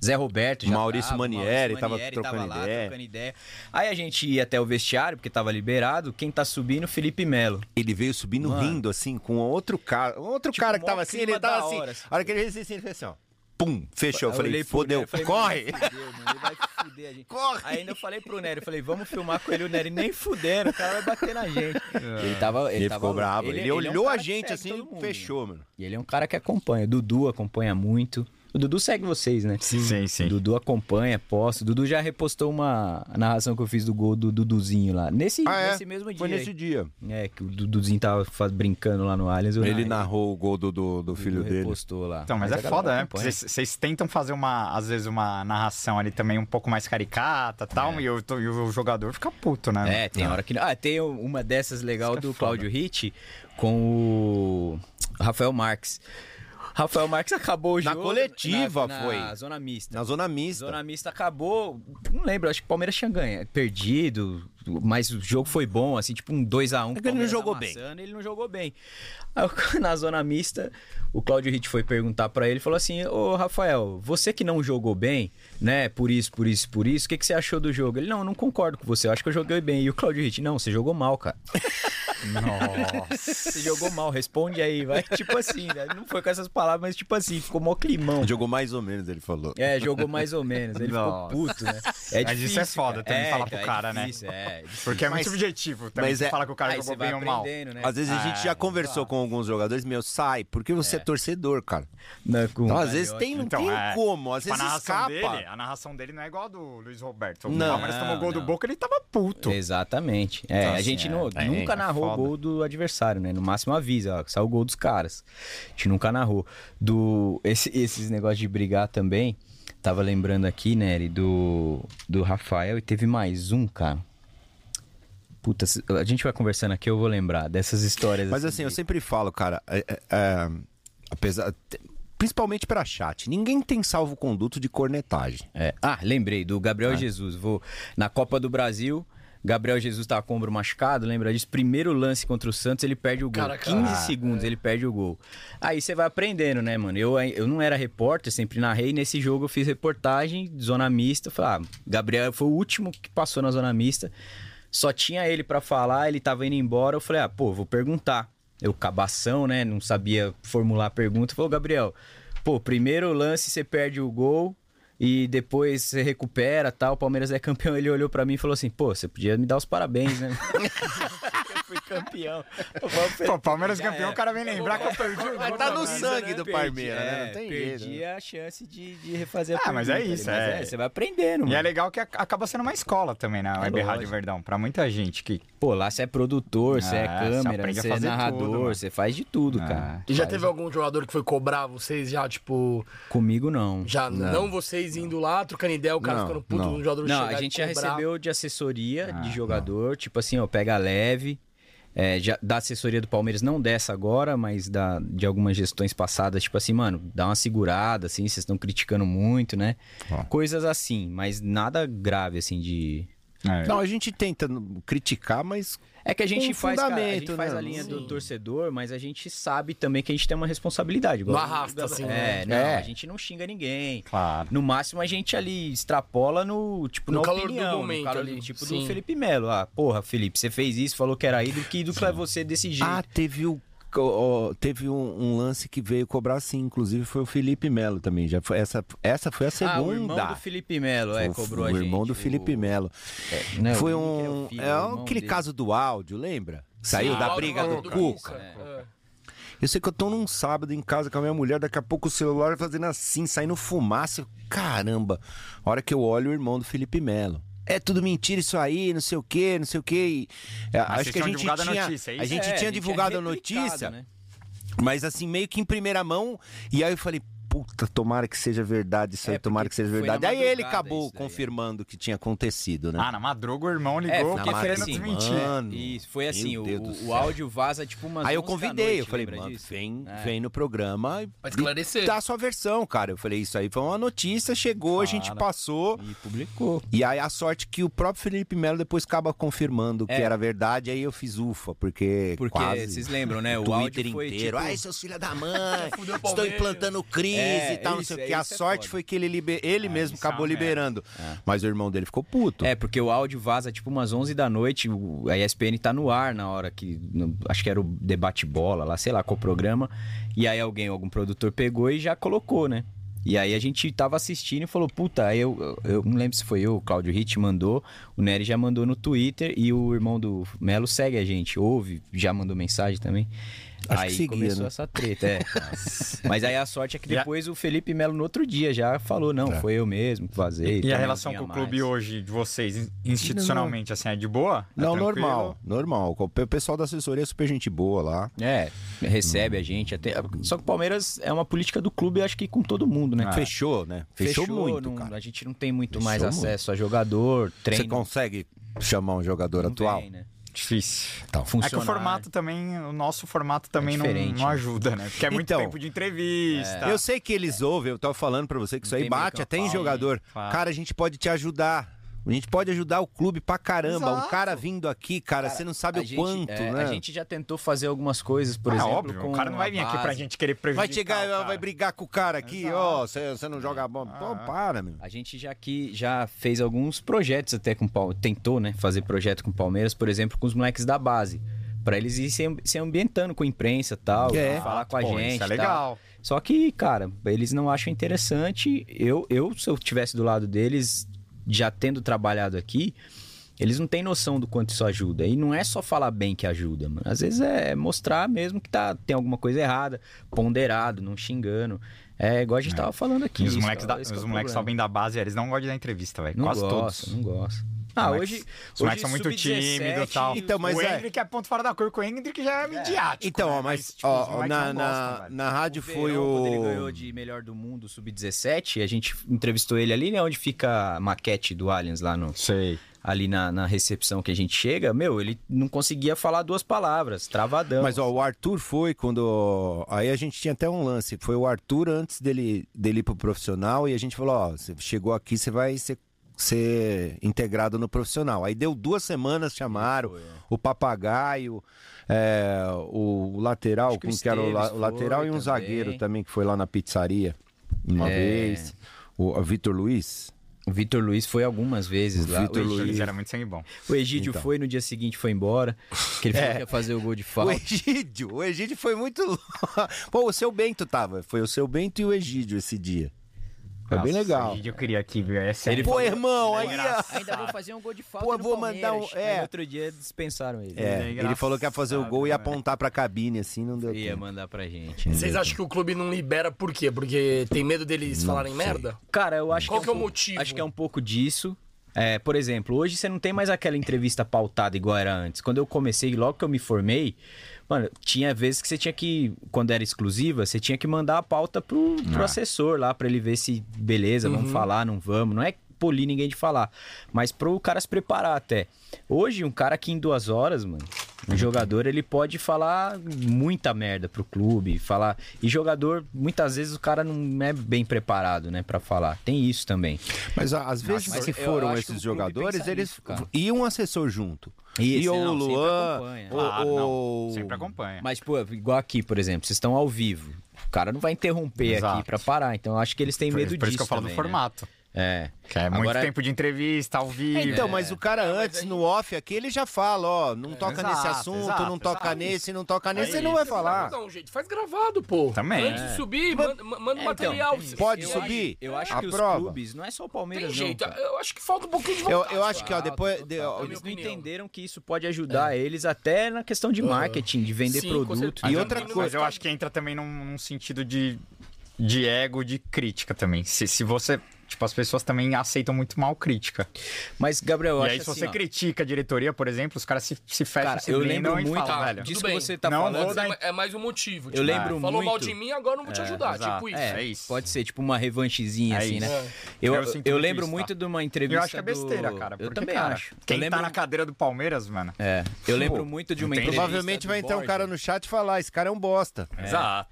Speaker 4: Zé Roberto já
Speaker 3: Maurício
Speaker 4: tava, o
Speaker 3: Manieri tava
Speaker 4: tava
Speaker 3: trocando
Speaker 4: lá,
Speaker 3: ideia.
Speaker 4: trocando ideia. Aí a gente ia até o vestiário, porque tava liberado, quem tá subindo, Felipe Melo.
Speaker 3: ele veio subindo
Speaker 4: Mano.
Speaker 3: rindo assim com outro cara. Outro
Speaker 4: Tipo,
Speaker 3: cara que
Speaker 4: mó
Speaker 3: tava assim,
Speaker 4: clima
Speaker 3: ele tava
Speaker 4: da
Speaker 3: assim.
Speaker 4: hora, assim.
Speaker 3: a hora que ele fez assim, ele fez assim, ó. Pum, fechou. Eu,
Speaker 4: Aí
Speaker 3: falei,
Speaker 4: olhei pro
Speaker 3: fodeu,
Speaker 4: Nery, falei,
Speaker 3: corre!
Speaker 4: "Mano, fudeu, mano, ele vai fuder a gente.
Speaker 3: Corre!
Speaker 4: Aí ainda eu falei pro Nery, eu falei, vamos filmar com ele, o Nery nem fudendo, o cara vai bater na gente. Ele tava,
Speaker 3: É. Ele,
Speaker 4: tava-
Speaker 3: ficou bravo. Ele,
Speaker 4: é um
Speaker 3: olhou
Speaker 4: cara
Speaker 3: a
Speaker 4: que
Speaker 3: gente
Speaker 4: segue
Speaker 3: assim,
Speaker 4: todo mundo,
Speaker 3: fechou, mano.
Speaker 4: E ele é um cara que acompanha. Dudu acompanha muito. O Dudu segue vocês, né?
Speaker 2: Sim, sim.
Speaker 4: Dudu acompanha, posta. Dudu já repostou uma narração que eu fiz do gol do Duduzinho lá. Nesse,
Speaker 3: Ah, é?
Speaker 4: nesse mesmo dia.
Speaker 3: Foi nesse
Speaker 4: aí.
Speaker 3: dia.
Speaker 4: É, que o Duduzinho tava fa- brincando lá no Allianz. eu
Speaker 3: Ele
Speaker 4: narrei.
Speaker 3: narrou o gol do, do, do
Speaker 4: O
Speaker 3: filho
Speaker 4: Dudu
Speaker 3: dele.
Speaker 4: repostou lá.
Speaker 2: Então, mas,
Speaker 4: a
Speaker 2: é
Speaker 4: galera
Speaker 2: foda, né?
Speaker 4: acompanha.
Speaker 2: Vocês- Vocês tentam fazer uma, às vezes, uma narração ali também um pouco mais caricata e tal, e, eu tô- e o jogador fica puto, né?
Speaker 4: É, tem hora que. não. Ah, tem uma dessas legal
Speaker 2: Isso que é
Speaker 4: do
Speaker 2: foda.
Speaker 4: Cláudio Hit com o Rafael Marques. Rafael Marques acabou o
Speaker 3: Na
Speaker 4: jogo.
Speaker 3: coletiva,
Speaker 4: na,
Speaker 3: foi.
Speaker 4: Na zona mista.
Speaker 3: Na zona mista.
Speaker 4: Zona mista acabou, não lembro, acho que o Palmeiras tinha ganho, perdido, mas o jogo foi bom, assim, tipo um 2x1.
Speaker 3: É que ele não jogou bem.
Speaker 4: Ele não jogou bem. Aí, o- na zona mista, o Cláudio Ritt foi perguntar pra ele, falou assim, ô Rafael, você que não jogou bem, né, por isso, por isso, por isso, o que, que você achou do jogo? Ele, não, não concordo com você, eu acho que eu joguei bem. E o Cláudio Ritt, não, você jogou mal, cara.
Speaker 2: Nossa.
Speaker 4: Você jogou mal, responde aí, vai. Tipo assim, né? não foi com essas palavras, mas tipo assim, ficou mó climão.
Speaker 3: Jogou mais ou menos, ele falou.
Speaker 4: É, jogou mais ou menos. Ele ficou
Speaker 2: Nossa.
Speaker 4: puto, né?
Speaker 2: Mas isso é foda também, falar pro cara, né?
Speaker 4: né? É, difícil.
Speaker 2: Porque é muito
Speaker 3: Mas-
Speaker 2: objetivo também.
Speaker 3: mas
Speaker 2: Você
Speaker 3: é-
Speaker 2: fala que o cara
Speaker 4: Aí
Speaker 2: jogou
Speaker 4: você vai
Speaker 2: bem ou mal.
Speaker 4: aprendendo, né? tá.
Speaker 3: Às vezes a gente já
Speaker 2: Ah,
Speaker 3: conversou com alguns jogadores, meu, sai, porque você é, torcedor, cara.
Speaker 4: Na- com
Speaker 3: Então,
Speaker 4: o
Speaker 3: às vezes
Speaker 4: Carioca.
Speaker 3: tem, não
Speaker 2: Então,
Speaker 3: tem
Speaker 2: é.
Speaker 3: como, às
Speaker 2: Tipo, a
Speaker 3: vezes
Speaker 2: narração
Speaker 3: escapa.
Speaker 2: dele, a narração dele não é igual a do Luiz Roberto. O
Speaker 3: Não.
Speaker 2: Palmeiras tomou o gol do
Speaker 4: Não.
Speaker 2: Boca, ele tava puto.
Speaker 4: Exatamente. É,
Speaker 2: Então,
Speaker 4: a
Speaker 2: assim,
Speaker 4: gente
Speaker 2: é,
Speaker 4: não-
Speaker 2: é,
Speaker 4: nunca
Speaker 2: é
Speaker 4: narrou o
Speaker 2: foda.
Speaker 4: gol do adversário, né? No máximo avisa, ó, que saiu o gol dos caras. A gente nunca narrou. Do, esse- esses negócios de brigar também, tava lembrando aqui, Nery, do, do Rafael e teve mais um, cara. Puta, se- a gente vai conversando aqui, eu vou lembrar dessas histórias.
Speaker 3: Mas assim, eu
Speaker 4: de-
Speaker 3: sempre falo, cara, é- é- é, apesar. te- Principalmente pra chat, ninguém tem salvo conduto de cornetagem.
Speaker 4: É. Ah, lembrei do Gabriel Jesus. Vou na Copa do Brasil. Gabriel Jesus tá com o ombro machucado, lembra disso? Primeiro lance contra o Santos, ele perde o gol.
Speaker 2: Ah.
Speaker 4: 15 segundos, ele perde o gol. Aí você vai aprendendo, né, mano? Eu, eu não era repórter, sempre narrei. Nesse jogo eu fiz reportagem, zona mista. Falei, ah, Gabriel foi o último que passou na zona mista. Só tinha ele pra falar, ele tava indo embora. Eu falei, ah, pô, vou perguntar. Eu, cabação, né? Não sabia formular a pergunta. Falou, Gabriel, pô, primeiro lance você perde o gol e depois você recupera tal. O Palmeiras é campeão. Ele olhou pra mim e falou assim: pô, você podia me dar os parabéns, né? Eu fui, campeão.
Speaker 2: Pô, Palmeiras
Speaker 4: Já é.
Speaker 2: campeão,
Speaker 4: era.
Speaker 2: o cara vem lembrar que eu perdi o
Speaker 3: Mas
Speaker 2: gol
Speaker 3: tá
Speaker 2: da
Speaker 3: no
Speaker 2: vida.
Speaker 3: sangue do Palmeiras, né? Não
Speaker 4: é,
Speaker 3: tem
Speaker 4: perdi
Speaker 3: jeito.
Speaker 4: a chance de, de refazer a
Speaker 2: Ah, mas é
Speaker 4: pergunta,
Speaker 2: isso,
Speaker 4: né? Mas
Speaker 2: é.
Speaker 4: Você vai aprendendo,
Speaker 2: E
Speaker 4: mano.
Speaker 2: é legal que ac- acaba sendo uma escola também na Web Rádio
Speaker 4: É lógico.
Speaker 2: Verdão, pra muita gente que
Speaker 4: Pô, lá você é produtor, você é,
Speaker 2: É, você
Speaker 4: câmera,
Speaker 2: aprende a
Speaker 4: você é
Speaker 2: fazer
Speaker 4: narrador,
Speaker 2: tudo, mano.
Speaker 4: você faz de tudo,
Speaker 2: É.
Speaker 4: cara.
Speaker 1: E já
Speaker 4: Faz-
Speaker 1: teve algum jogador que foi cobrar vocês já, tipo,
Speaker 4: Comigo, não.
Speaker 1: já não, vocês indo lá, trocando ideia, o cara
Speaker 3: Não,
Speaker 1: ficando puto
Speaker 3: não.
Speaker 1: no jogador
Speaker 4: Não,
Speaker 1: chegar
Speaker 4: a
Speaker 1: e
Speaker 4: gente já
Speaker 1: cobrar.
Speaker 4: recebeu de
Speaker 2: Ah,
Speaker 4: assessoria de jogador, tipo assim, ó, pega leve. é, já- da assessoria do Palmeiras, não dessa agora, mas da, de algumas gestões passadas, tipo assim, mano, dá uma segurada, assim, vocês estão criticando muito, né? Coisas assim, mas nada grave, assim, de.
Speaker 2: é,
Speaker 3: Não, a gente tenta n- criticar, mas
Speaker 4: É que a gente
Speaker 3: Com
Speaker 4: faz, cara, a gente
Speaker 3: Um fundamento,
Speaker 4: faz
Speaker 3: né?
Speaker 4: a linha do
Speaker 1: Sim.
Speaker 4: torcedor, mas a gente sabe também que a gente tem uma responsabilidade. igual-
Speaker 1: Não arrasta, assim,
Speaker 4: É,
Speaker 1: né?
Speaker 4: não,
Speaker 3: É.
Speaker 4: a gente não xinga ninguém.
Speaker 2: claro.
Speaker 4: No máximo a gente ali extrapola no tipo
Speaker 1: No
Speaker 4: na
Speaker 1: calor do
Speaker 4: opinião, no
Speaker 1: momento
Speaker 4: calor
Speaker 1: ali,
Speaker 4: do tipo do
Speaker 1: sim.
Speaker 4: Felipe Melo. Ah, porra, Felipe, você fez isso, falou que era ídolo, que ídolo que é você desse jeito.
Speaker 3: Ah, teve o. o- Teve um, um lance que veio cobrar sim, inclusive foi o Felipe Melo também. Já foi essa, essa foi a segunda.
Speaker 4: Ah, o irmão do Felipe Melo, é,
Speaker 3: O-
Speaker 4: cobrou a
Speaker 3: o
Speaker 4: gente.
Speaker 3: irmão do Felipe Melo.
Speaker 4: É, não,
Speaker 3: foi
Speaker 4: o Henrique era o
Speaker 3: um.
Speaker 4: filho,
Speaker 3: é
Speaker 4: o irmão
Speaker 3: aquele
Speaker 4: dele.
Speaker 3: caso do áudio, lembra? Saiu
Speaker 1: Sim,
Speaker 3: da
Speaker 1: áudio
Speaker 3: briga
Speaker 1: do
Speaker 3: do,
Speaker 1: áudio do
Speaker 3: Cuca.
Speaker 1: É.
Speaker 3: Eu sei que eu tô num sábado em casa com a minha mulher, daqui a pouco o celular fazendo assim, saindo fumaça. Caramba! A hora que eu olho o irmão do Felipe Melo. É tudo mentira isso aí, não sei o quê, não sei o quê. E, é, acho
Speaker 2: vocês
Speaker 3: que a
Speaker 2: tinham
Speaker 3: gente tinha,
Speaker 2: divulgado a notícia, é
Speaker 3: a
Speaker 2: isso?
Speaker 3: gente
Speaker 4: É,
Speaker 3: tinha divulgado a
Speaker 4: replicado,
Speaker 3: notícia,
Speaker 4: né?
Speaker 3: mas assim, meio que em primeira mão. E aí eu falei, puta, tomara que seja verdade isso
Speaker 4: É,
Speaker 3: aí, tomara que
Speaker 4: porque
Speaker 3: seja
Speaker 4: foi na
Speaker 3: verdade. Aí ele
Speaker 4: madrugada
Speaker 3: acabou
Speaker 4: isso daí, é.
Speaker 3: confirmando que tinha acontecido, né?
Speaker 2: Ah, na madruga o irmão
Speaker 4: É,
Speaker 2: ligou
Speaker 4: na
Speaker 2: porque querendo
Speaker 4: madruga, sim.
Speaker 2: desmentir.
Speaker 3: assim, Mano,
Speaker 4: Isso, foi assim,
Speaker 3: meu
Speaker 4: o,
Speaker 3: Deus do
Speaker 4: o
Speaker 3: céu.
Speaker 4: áudio vaza tipo umas
Speaker 3: Aí eu
Speaker 4: 11 da
Speaker 3: convidei,
Speaker 4: noite,
Speaker 3: eu falei,
Speaker 4: lembra
Speaker 3: mano,
Speaker 4: disso?
Speaker 3: vem,
Speaker 4: É.
Speaker 3: vem no programa e
Speaker 1: Pra esclarecer.
Speaker 3: dá a sua versão, cara. Eu falei, isso aí foi uma notícia, chegou, a gente passou.
Speaker 4: E publicou.
Speaker 3: E aí a sorte que o próprio Felipe Melo depois acaba confirmando que
Speaker 4: É.
Speaker 3: era verdade, aí eu fiz ufa, porque,
Speaker 4: Porque
Speaker 3: quase
Speaker 4: vocês lembram, né?
Speaker 3: o
Speaker 4: O
Speaker 3: Twitter
Speaker 4: áudio foi,
Speaker 3: inteiro.
Speaker 4: tipo-
Speaker 3: Ai, seus filha da mãe,
Speaker 1: Fudeu o
Speaker 3: estou
Speaker 1: Palmeiras."
Speaker 3: implantando crise
Speaker 4: É,
Speaker 3: e tal, não sei
Speaker 4: isso,
Speaker 3: o
Speaker 4: é,
Speaker 3: que. A
Speaker 4: isso é
Speaker 3: sorte
Speaker 4: foda. Ah,
Speaker 3: foi que ele, liber- ele mesmo
Speaker 2: isso é uma
Speaker 3: acabou
Speaker 2: merda.
Speaker 3: liberando. Mas o irmão dele ficou puto.
Speaker 4: É, porque o áudio vaza tipo umas 11 da noite, o- a ESPN tá no ar na hora que, no- acho que era o debate bola lá, sei lá qual programa, e aí alguém, algum produtor pegou e já colocou, né? E aí a gente tava assistindo e falou, puta, aí eu, eu eu não lembro se foi eu, o Cláudio Hit mandou, o Nery já mandou no Twitter e o irmão do Melo segue a gente, ouve, já mandou mensagem também.
Speaker 3: Acho que
Speaker 4: aí
Speaker 3: seguia,
Speaker 4: começou
Speaker 3: né?
Speaker 4: essa treta, é. Mas aí a sorte é que depois o Felipe Melo no outro dia já falou, não, foi eu mesmo que vazei.
Speaker 2: E
Speaker 4: também
Speaker 2: a
Speaker 4: não
Speaker 2: relação
Speaker 4: tinha
Speaker 2: com o clube
Speaker 4: mais.
Speaker 2: hoje de vocês, in- institucionalmente, assim, é de boa? É
Speaker 4: tá
Speaker 3: Não,
Speaker 2: tranquilo?
Speaker 3: normal, normal. O pessoal da assessoria é super gente boa lá.
Speaker 4: É, recebe a gente. Até... Só que o Palmeiras é uma política do clube, eu acho que com todo mundo,
Speaker 2: Ah,
Speaker 4: né?
Speaker 3: Fechou, né? Fechou, muito,
Speaker 4: não-
Speaker 3: cara.
Speaker 4: A gente não tem muito
Speaker 3: Fechou
Speaker 4: mais
Speaker 3: muito.
Speaker 4: acesso a jogador, treino.
Speaker 3: Você consegue chamar um jogador
Speaker 4: não
Speaker 3: atual?
Speaker 4: vem, né?
Speaker 2: Difícil.
Speaker 3: Então,
Speaker 2: É que É o
Speaker 4: Funcionário.
Speaker 2: formato também, o nosso formato também não,
Speaker 4: diferente,
Speaker 2: não
Speaker 4: né?
Speaker 2: ajuda, né? Porque é muito
Speaker 3: Então,
Speaker 2: tempo de entrevista.
Speaker 3: Eu sei que eles ouvem, eu tava falando pra você que isso aí
Speaker 4: Tá. tem meio
Speaker 3: bate
Speaker 4: campo,
Speaker 3: até em
Speaker 4: hein?
Speaker 3: jogador.
Speaker 2: Claro.
Speaker 3: Cara, a gente pode te ajudar. A gente pode ajudar o clube pra caramba. Um cara vindo aqui, cara, você não sabe
Speaker 4: A
Speaker 3: o
Speaker 4: gente-
Speaker 3: quanto,
Speaker 4: é,
Speaker 3: né?
Speaker 4: A gente já tentou fazer algumas coisas, por
Speaker 2: é
Speaker 4: exemplo.
Speaker 2: óbvio,
Speaker 4: com
Speaker 2: o cara não vai
Speaker 4: a
Speaker 2: vir aqui pra
Speaker 4: base.
Speaker 2: gente querer prejudicar.
Speaker 3: Vai chegar,
Speaker 2: o cara. Ah.
Speaker 3: vai brigar com o cara aqui, ó, você você não joga a bola. Pô, para, meu.
Speaker 4: A gente já aqui já fez alguns projetos até com o Palmeiras. Tentou, né? Fazer projeto com o Palmeiras, por exemplo, com os moleques da base. Pra eles irem se, se ambientando com a imprensa e tal,
Speaker 3: É.
Speaker 4: falar com a
Speaker 2: Pô,
Speaker 4: gente.
Speaker 2: Isso é
Speaker 4: tal.
Speaker 2: legal.
Speaker 4: Só que, cara, eles não acham interessante. Eu, eu se eu tivesse do lado deles, já tendo trabalhado aqui, eles não têm noção do quanto isso ajuda. E não é só falar bem que ajuda, mano. Às vezes é mostrar mesmo que tá, tem alguma coisa errada, ponderado, não xingando. É igual a gente tava falando aqui.
Speaker 2: E os
Speaker 4: isso,
Speaker 2: moleques, da,
Speaker 4: esse que é
Speaker 2: os
Speaker 4: o
Speaker 2: moleques
Speaker 4: problema.
Speaker 2: sobem da base, eles não gostam de dar entrevista, velho.
Speaker 4: Não
Speaker 2: Quase
Speaker 4: gosta,
Speaker 2: todos.
Speaker 4: não gosta. Ah,
Speaker 2: moleques-
Speaker 4: hoje.
Speaker 2: Os moleques são
Speaker 4: hoje
Speaker 2: muito
Speaker 4: sub-17
Speaker 2: tímidos e tal.
Speaker 3: Então, mas
Speaker 2: o
Speaker 3: é-
Speaker 2: Hendrick é ponto fora da cor, porque o Hendrick já é midiático.
Speaker 3: Então,
Speaker 2: né?
Speaker 3: ó, mas,
Speaker 2: tipo, os
Speaker 3: ó,
Speaker 2: moleques
Speaker 3: na,
Speaker 2: não gostam,
Speaker 3: na,
Speaker 2: velho.
Speaker 3: na rádio
Speaker 4: Verão,
Speaker 3: foi
Speaker 4: Quando ele ganhou
Speaker 3: o.
Speaker 4: de melhor do mundo, sub-17, a gente entrevistou ele ali, né? Onde fica a maquete do Allianz lá no.
Speaker 2: Sei.
Speaker 4: Ali na, na recepção que a gente chega, meu, ele não conseguia falar duas palavras, travadão.
Speaker 3: Mas ó, o Arthur foi quando. Aí a gente tinha até um lance. Foi o Arthur antes dele, dele ir pro profissional e a gente falou: ó, você chegou aqui, você vai ser, ser integrado no profissional. Aí deu duas semanas, chamaram
Speaker 4: é.
Speaker 3: o papagaio, é, o lateral,
Speaker 4: Acho que o
Speaker 3: como que era o, la-
Speaker 4: Esteves
Speaker 3: o lateral
Speaker 4: foi
Speaker 3: e um
Speaker 4: também. É.
Speaker 3: zagueiro também, que foi lá na pizzaria uma vez. O o Vitor Luiz.
Speaker 4: O Vitor Luiz foi algumas vezes lá.
Speaker 3: Vitor
Speaker 4: o Egídio,
Speaker 3: Luiz. Então.
Speaker 2: Eles eram muito sangue bom.
Speaker 4: O Egídio foi, no dia seguinte foi embora, que ele falou que ia fazer o gol de
Speaker 3: É. O
Speaker 4: falta.
Speaker 3: Egídio, o Egídio foi muito. lou- Pô, o seu Bento tava. Foi o seu Bento e o Egídio esse dia. É bem legal.
Speaker 2: Eu queria aqui ver essa. é
Speaker 3: Pô, irmão, aí. ó.
Speaker 4: Ainda vou fazer um gol de falta
Speaker 3: Pô,
Speaker 4: no
Speaker 3: vou mandar
Speaker 4: Palmeiras.
Speaker 3: um- é.
Speaker 4: Aí outro dia dispensaram ele.
Speaker 3: É, né? ele falou que ia fazer o gol e ia apontar pra cabine, assim, não deu
Speaker 4: Ia
Speaker 3: tempo.
Speaker 4: mandar pra gente. né?
Speaker 1: Vocês acham que o clube não libera por quê? Porque tem medo deles falarem merda?
Speaker 4: Cara, eu acho
Speaker 1: Qual
Speaker 4: que,
Speaker 1: que é o
Speaker 4: pouco-
Speaker 1: motivo?
Speaker 4: Acho que é um pouco disso. É, por exemplo, hoje você não tem mais aquela entrevista pautada igual era antes. Quando eu comecei, logo que eu me formei, mano, tinha vezes que você tinha que, quando era exclusiva, você tinha que mandar a pauta pro, pro assessor lá pra ele ver se beleza, vamos falar, não vamos. Não é polir ninguém de falar, mas pro cara se preparar até. Hoje, um cara que em duas horas, mano, um jogador ele pode falar muita merda pro clube, falar. E jogador, muitas vezes o cara não é bem preparado, né, Pra falar. Tem isso também.
Speaker 3: Mas ó, às vezes
Speaker 4: mas
Speaker 3: que
Speaker 4: eu
Speaker 3: foram
Speaker 4: acho que o
Speaker 3: esses
Speaker 4: clube
Speaker 3: jogadores,
Speaker 4: pensa
Speaker 3: eles
Speaker 4: nisso, cara.
Speaker 3: e um assessor junto.
Speaker 4: Isso,
Speaker 3: e ou o
Speaker 4: não, sempre
Speaker 3: Luan,
Speaker 4: acompanha.
Speaker 3: ou,
Speaker 2: Claro,
Speaker 3: ou-
Speaker 2: não. Sempre acompanha.
Speaker 4: Mas, tipo, igual aqui, por exemplo, vocês estão ao vivo. O cara não vai interromper aqui
Speaker 2: Exato.
Speaker 4: pra parar. Então, eu acho que eles têm medo
Speaker 2: por, por
Speaker 4: disso.
Speaker 2: isso que eu falo
Speaker 4: também,
Speaker 2: do
Speaker 4: né?
Speaker 2: formato.
Speaker 4: É.
Speaker 2: Que é muito
Speaker 4: Agora-
Speaker 2: tempo de entrevista, ao vivo.
Speaker 3: É, Então, mas o cara antes no off aqui ele já fala, ó, não toca nesse
Speaker 2: exato,
Speaker 3: assunto,
Speaker 2: exato,
Speaker 3: não toca
Speaker 2: exato.
Speaker 3: nesse, não toca nesse,
Speaker 2: É
Speaker 3: você não
Speaker 2: isso.
Speaker 3: vai falar.
Speaker 1: Não, gente, faz gravado, pô.
Speaker 2: Também.
Speaker 1: Antes de subir, manda, manda material.
Speaker 4: é, então, tem isso.
Speaker 3: Pode
Speaker 4: Eu
Speaker 3: subir?
Speaker 4: acho- eu acho
Speaker 3: A
Speaker 4: que
Speaker 3: prova.
Speaker 4: os clubes, não é só o Palmeiras,
Speaker 1: Tem
Speaker 4: não,
Speaker 1: jeito.
Speaker 4: cara.
Speaker 1: Eu acho que falta um pouquinho de
Speaker 3: Eu,
Speaker 1: vontade.
Speaker 3: eu acho que ó, depois
Speaker 4: Total,
Speaker 3: de-
Speaker 4: total.
Speaker 3: ó,
Speaker 4: Eles não
Speaker 1: minha opinião. É.
Speaker 4: entenderam que isso pode ajudar eles até na questão de marketing, de vender
Speaker 1: Sim, com
Speaker 4: produto.
Speaker 1: certeza.
Speaker 3: E outra
Speaker 2: mas
Speaker 3: coisa-
Speaker 2: eu acho que entra também num, num sentido de, de ego, de crítica também. Se, se você. Tipo, as pessoas também aceitam muito mal crítica.
Speaker 4: Mas, Gabriel, eu
Speaker 2: e
Speaker 4: acho
Speaker 2: aí, se
Speaker 4: assim,
Speaker 2: você
Speaker 4: ó,
Speaker 2: critica a diretoria, por exemplo, os caras se, se fecham,
Speaker 4: Cara,
Speaker 2: se
Speaker 4: eu
Speaker 2: blindam e
Speaker 4: lembro muito
Speaker 2: falam,
Speaker 4: tá,
Speaker 2: velho.
Speaker 4: disso
Speaker 1: tudo bem.
Speaker 4: que você tá
Speaker 2: Não
Speaker 4: falando.
Speaker 2: vou dar-
Speaker 1: É mais um motivo.
Speaker 4: Eu lembro
Speaker 1: Falou mal
Speaker 4: muito-
Speaker 1: de mim, agora eu não vou te ajudar.
Speaker 2: exato.
Speaker 1: Tipo isso.
Speaker 4: É,
Speaker 2: É isso.
Speaker 4: Pode ser tipo uma revanchezinha,
Speaker 2: É
Speaker 4: assim,
Speaker 2: isso.
Speaker 4: né?
Speaker 2: É.
Speaker 4: Eu,
Speaker 2: Eu sinto
Speaker 4: eu
Speaker 2: muito
Speaker 4: lembro
Speaker 2: isso,
Speaker 4: muito
Speaker 2: tá?
Speaker 4: de uma entrevista.
Speaker 2: Eu acho que é
Speaker 4: do-
Speaker 2: besteira, cara.
Speaker 4: Eu
Speaker 2: porque,
Speaker 4: também
Speaker 2: cara,
Speaker 4: acho.
Speaker 2: Quem
Speaker 4: eu lembro...
Speaker 2: tá na cadeira do Palmeiras, mano.
Speaker 4: É, eu lembro
Speaker 2: Pô,
Speaker 4: muito de
Speaker 2: não
Speaker 4: uma
Speaker 2: tem-
Speaker 4: entrevista.
Speaker 3: Provavelmente
Speaker 4: do
Speaker 3: vai entrar um
Speaker 4: Borja.
Speaker 3: cara no chat e falar, esse cara é um bosta.
Speaker 2: Exato.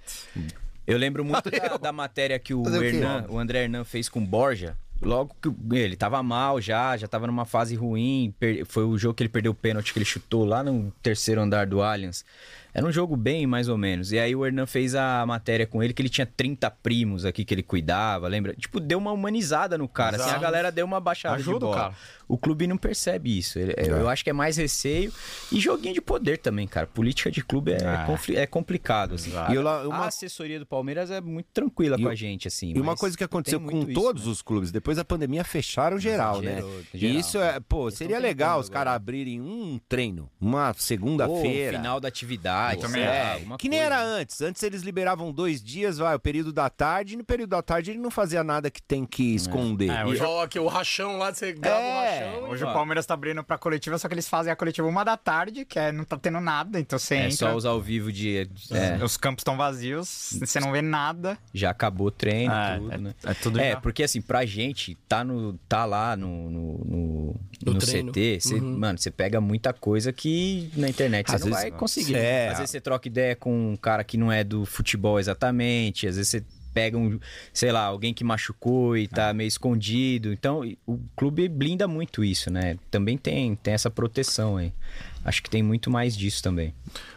Speaker 4: Eu lembro muito da, da matéria que o,
Speaker 3: Fazer o quê?
Speaker 4: Hernan- o André Hernan fez com o Borja. Logo que o- ele tava mal já, já tava numa fase ruim. per- foi o jogo que ele perdeu o pênalti que ele chutou lá no terceiro andar do Allianz. Era um jogo bem, mais ou menos. E aí o Hernan fez a matéria com ele que ele tinha 30 primos aqui que ele cuidava, lembra? Tipo, deu uma humanizada no cara. Assim, a galera deu uma baixada de
Speaker 2: Ajuda o
Speaker 4: bola.
Speaker 2: cara.
Speaker 4: O clube não percebe isso. Ele- Eu acho que é mais receio e joguinho de poder também, cara. Política de clube é,
Speaker 2: É.
Speaker 4: confli- é complicado. assim.
Speaker 3: E eu lá-
Speaker 4: A
Speaker 3: uma
Speaker 4: assessoria do Palmeiras é muito tranquila
Speaker 3: E
Speaker 4: com
Speaker 3: o-
Speaker 4: a gente, assim.
Speaker 3: E uma
Speaker 4: mas
Speaker 3: coisa que aconteceu
Speaker 4: tem
Speaker 3: com
Speaker 4: muito isso,
Speaker 3: todos
Speaker 4: né? Ah,
Speaker 3: os clubes, depois da pandemia fecharam geral, né?
Speaker 4: Gerou,
Speaker 3: e
Speaker 4: geral.
Speaker 3: isso é, pô,
Speaker 4: Eles
Speaker 3: seria
Speaker 4: tão tentando
Speaker 3: legal os
Speaker 4: agora.
Speaker 3: caras abrirem um treino, uma
Speaker 4: Ou
Speaker 3: segunda-feira.
Speaker 4: final da atividade.
Speaker 2: também
Speaker 4: sei lá,
Speaker 3: É,
Speaker 4: alguma
Speaker 3: que nem
Speaker 4: coisa.
Speaker 3: era antes. Antes eles liberavam dois dias, vai, o período da tarde, e no período da tarde ele não fazia nada que tem que esconder.
Speaker 4: Ah,
Speaker 2: É,
Speaker 1: E
Speaker 2: hoje,
Speaker 1: ó, que o rachão lá, você grava
Speaker 3: É,
Speaker 1: o rachão.
Speaker 2: hoje o Palmeiras tá abrindo pra coletiva, só que eles fazem a coletiva uma da tarde, que é, não tá tendo nada, então você
Speaker 4: É
Speaker 2: entra.
Speaker 4: só usar ao vivo de. é,
Speaker 2: Os campos estão vazios, você não vê nada.
Speaker 4: já acabou o treino,
Speaker 2: Ah,
Speaker 4: tudo, né?
Speaker 2: é tudo
Speaker 4: É,
Speaker 2: já.
Speaker 4: porque assim, pra gente, tá, no, tá lá no, no, no,
Speaker 1: No
Speaker 4: no
Speaker 1: treino.
Speaker 4: CT, cê- mano, você pega muita coisa que na internet você
Speaker 3: Às
Speaker 4: Ah, não
Speaker 3: vezes-
Speaker 4: vai conseguir. né?
Speaker 3: É.
Speaker 4: Às vezes você troca ideia com um cara que não é do futebol exatamente, às vezes você pega um, sei lá, alguém que machucou e tá meio escondido. Então, e- o clube blinda muito isso, né? Também tem, tem essa proteção aí. Acho que tem muito mais disso também.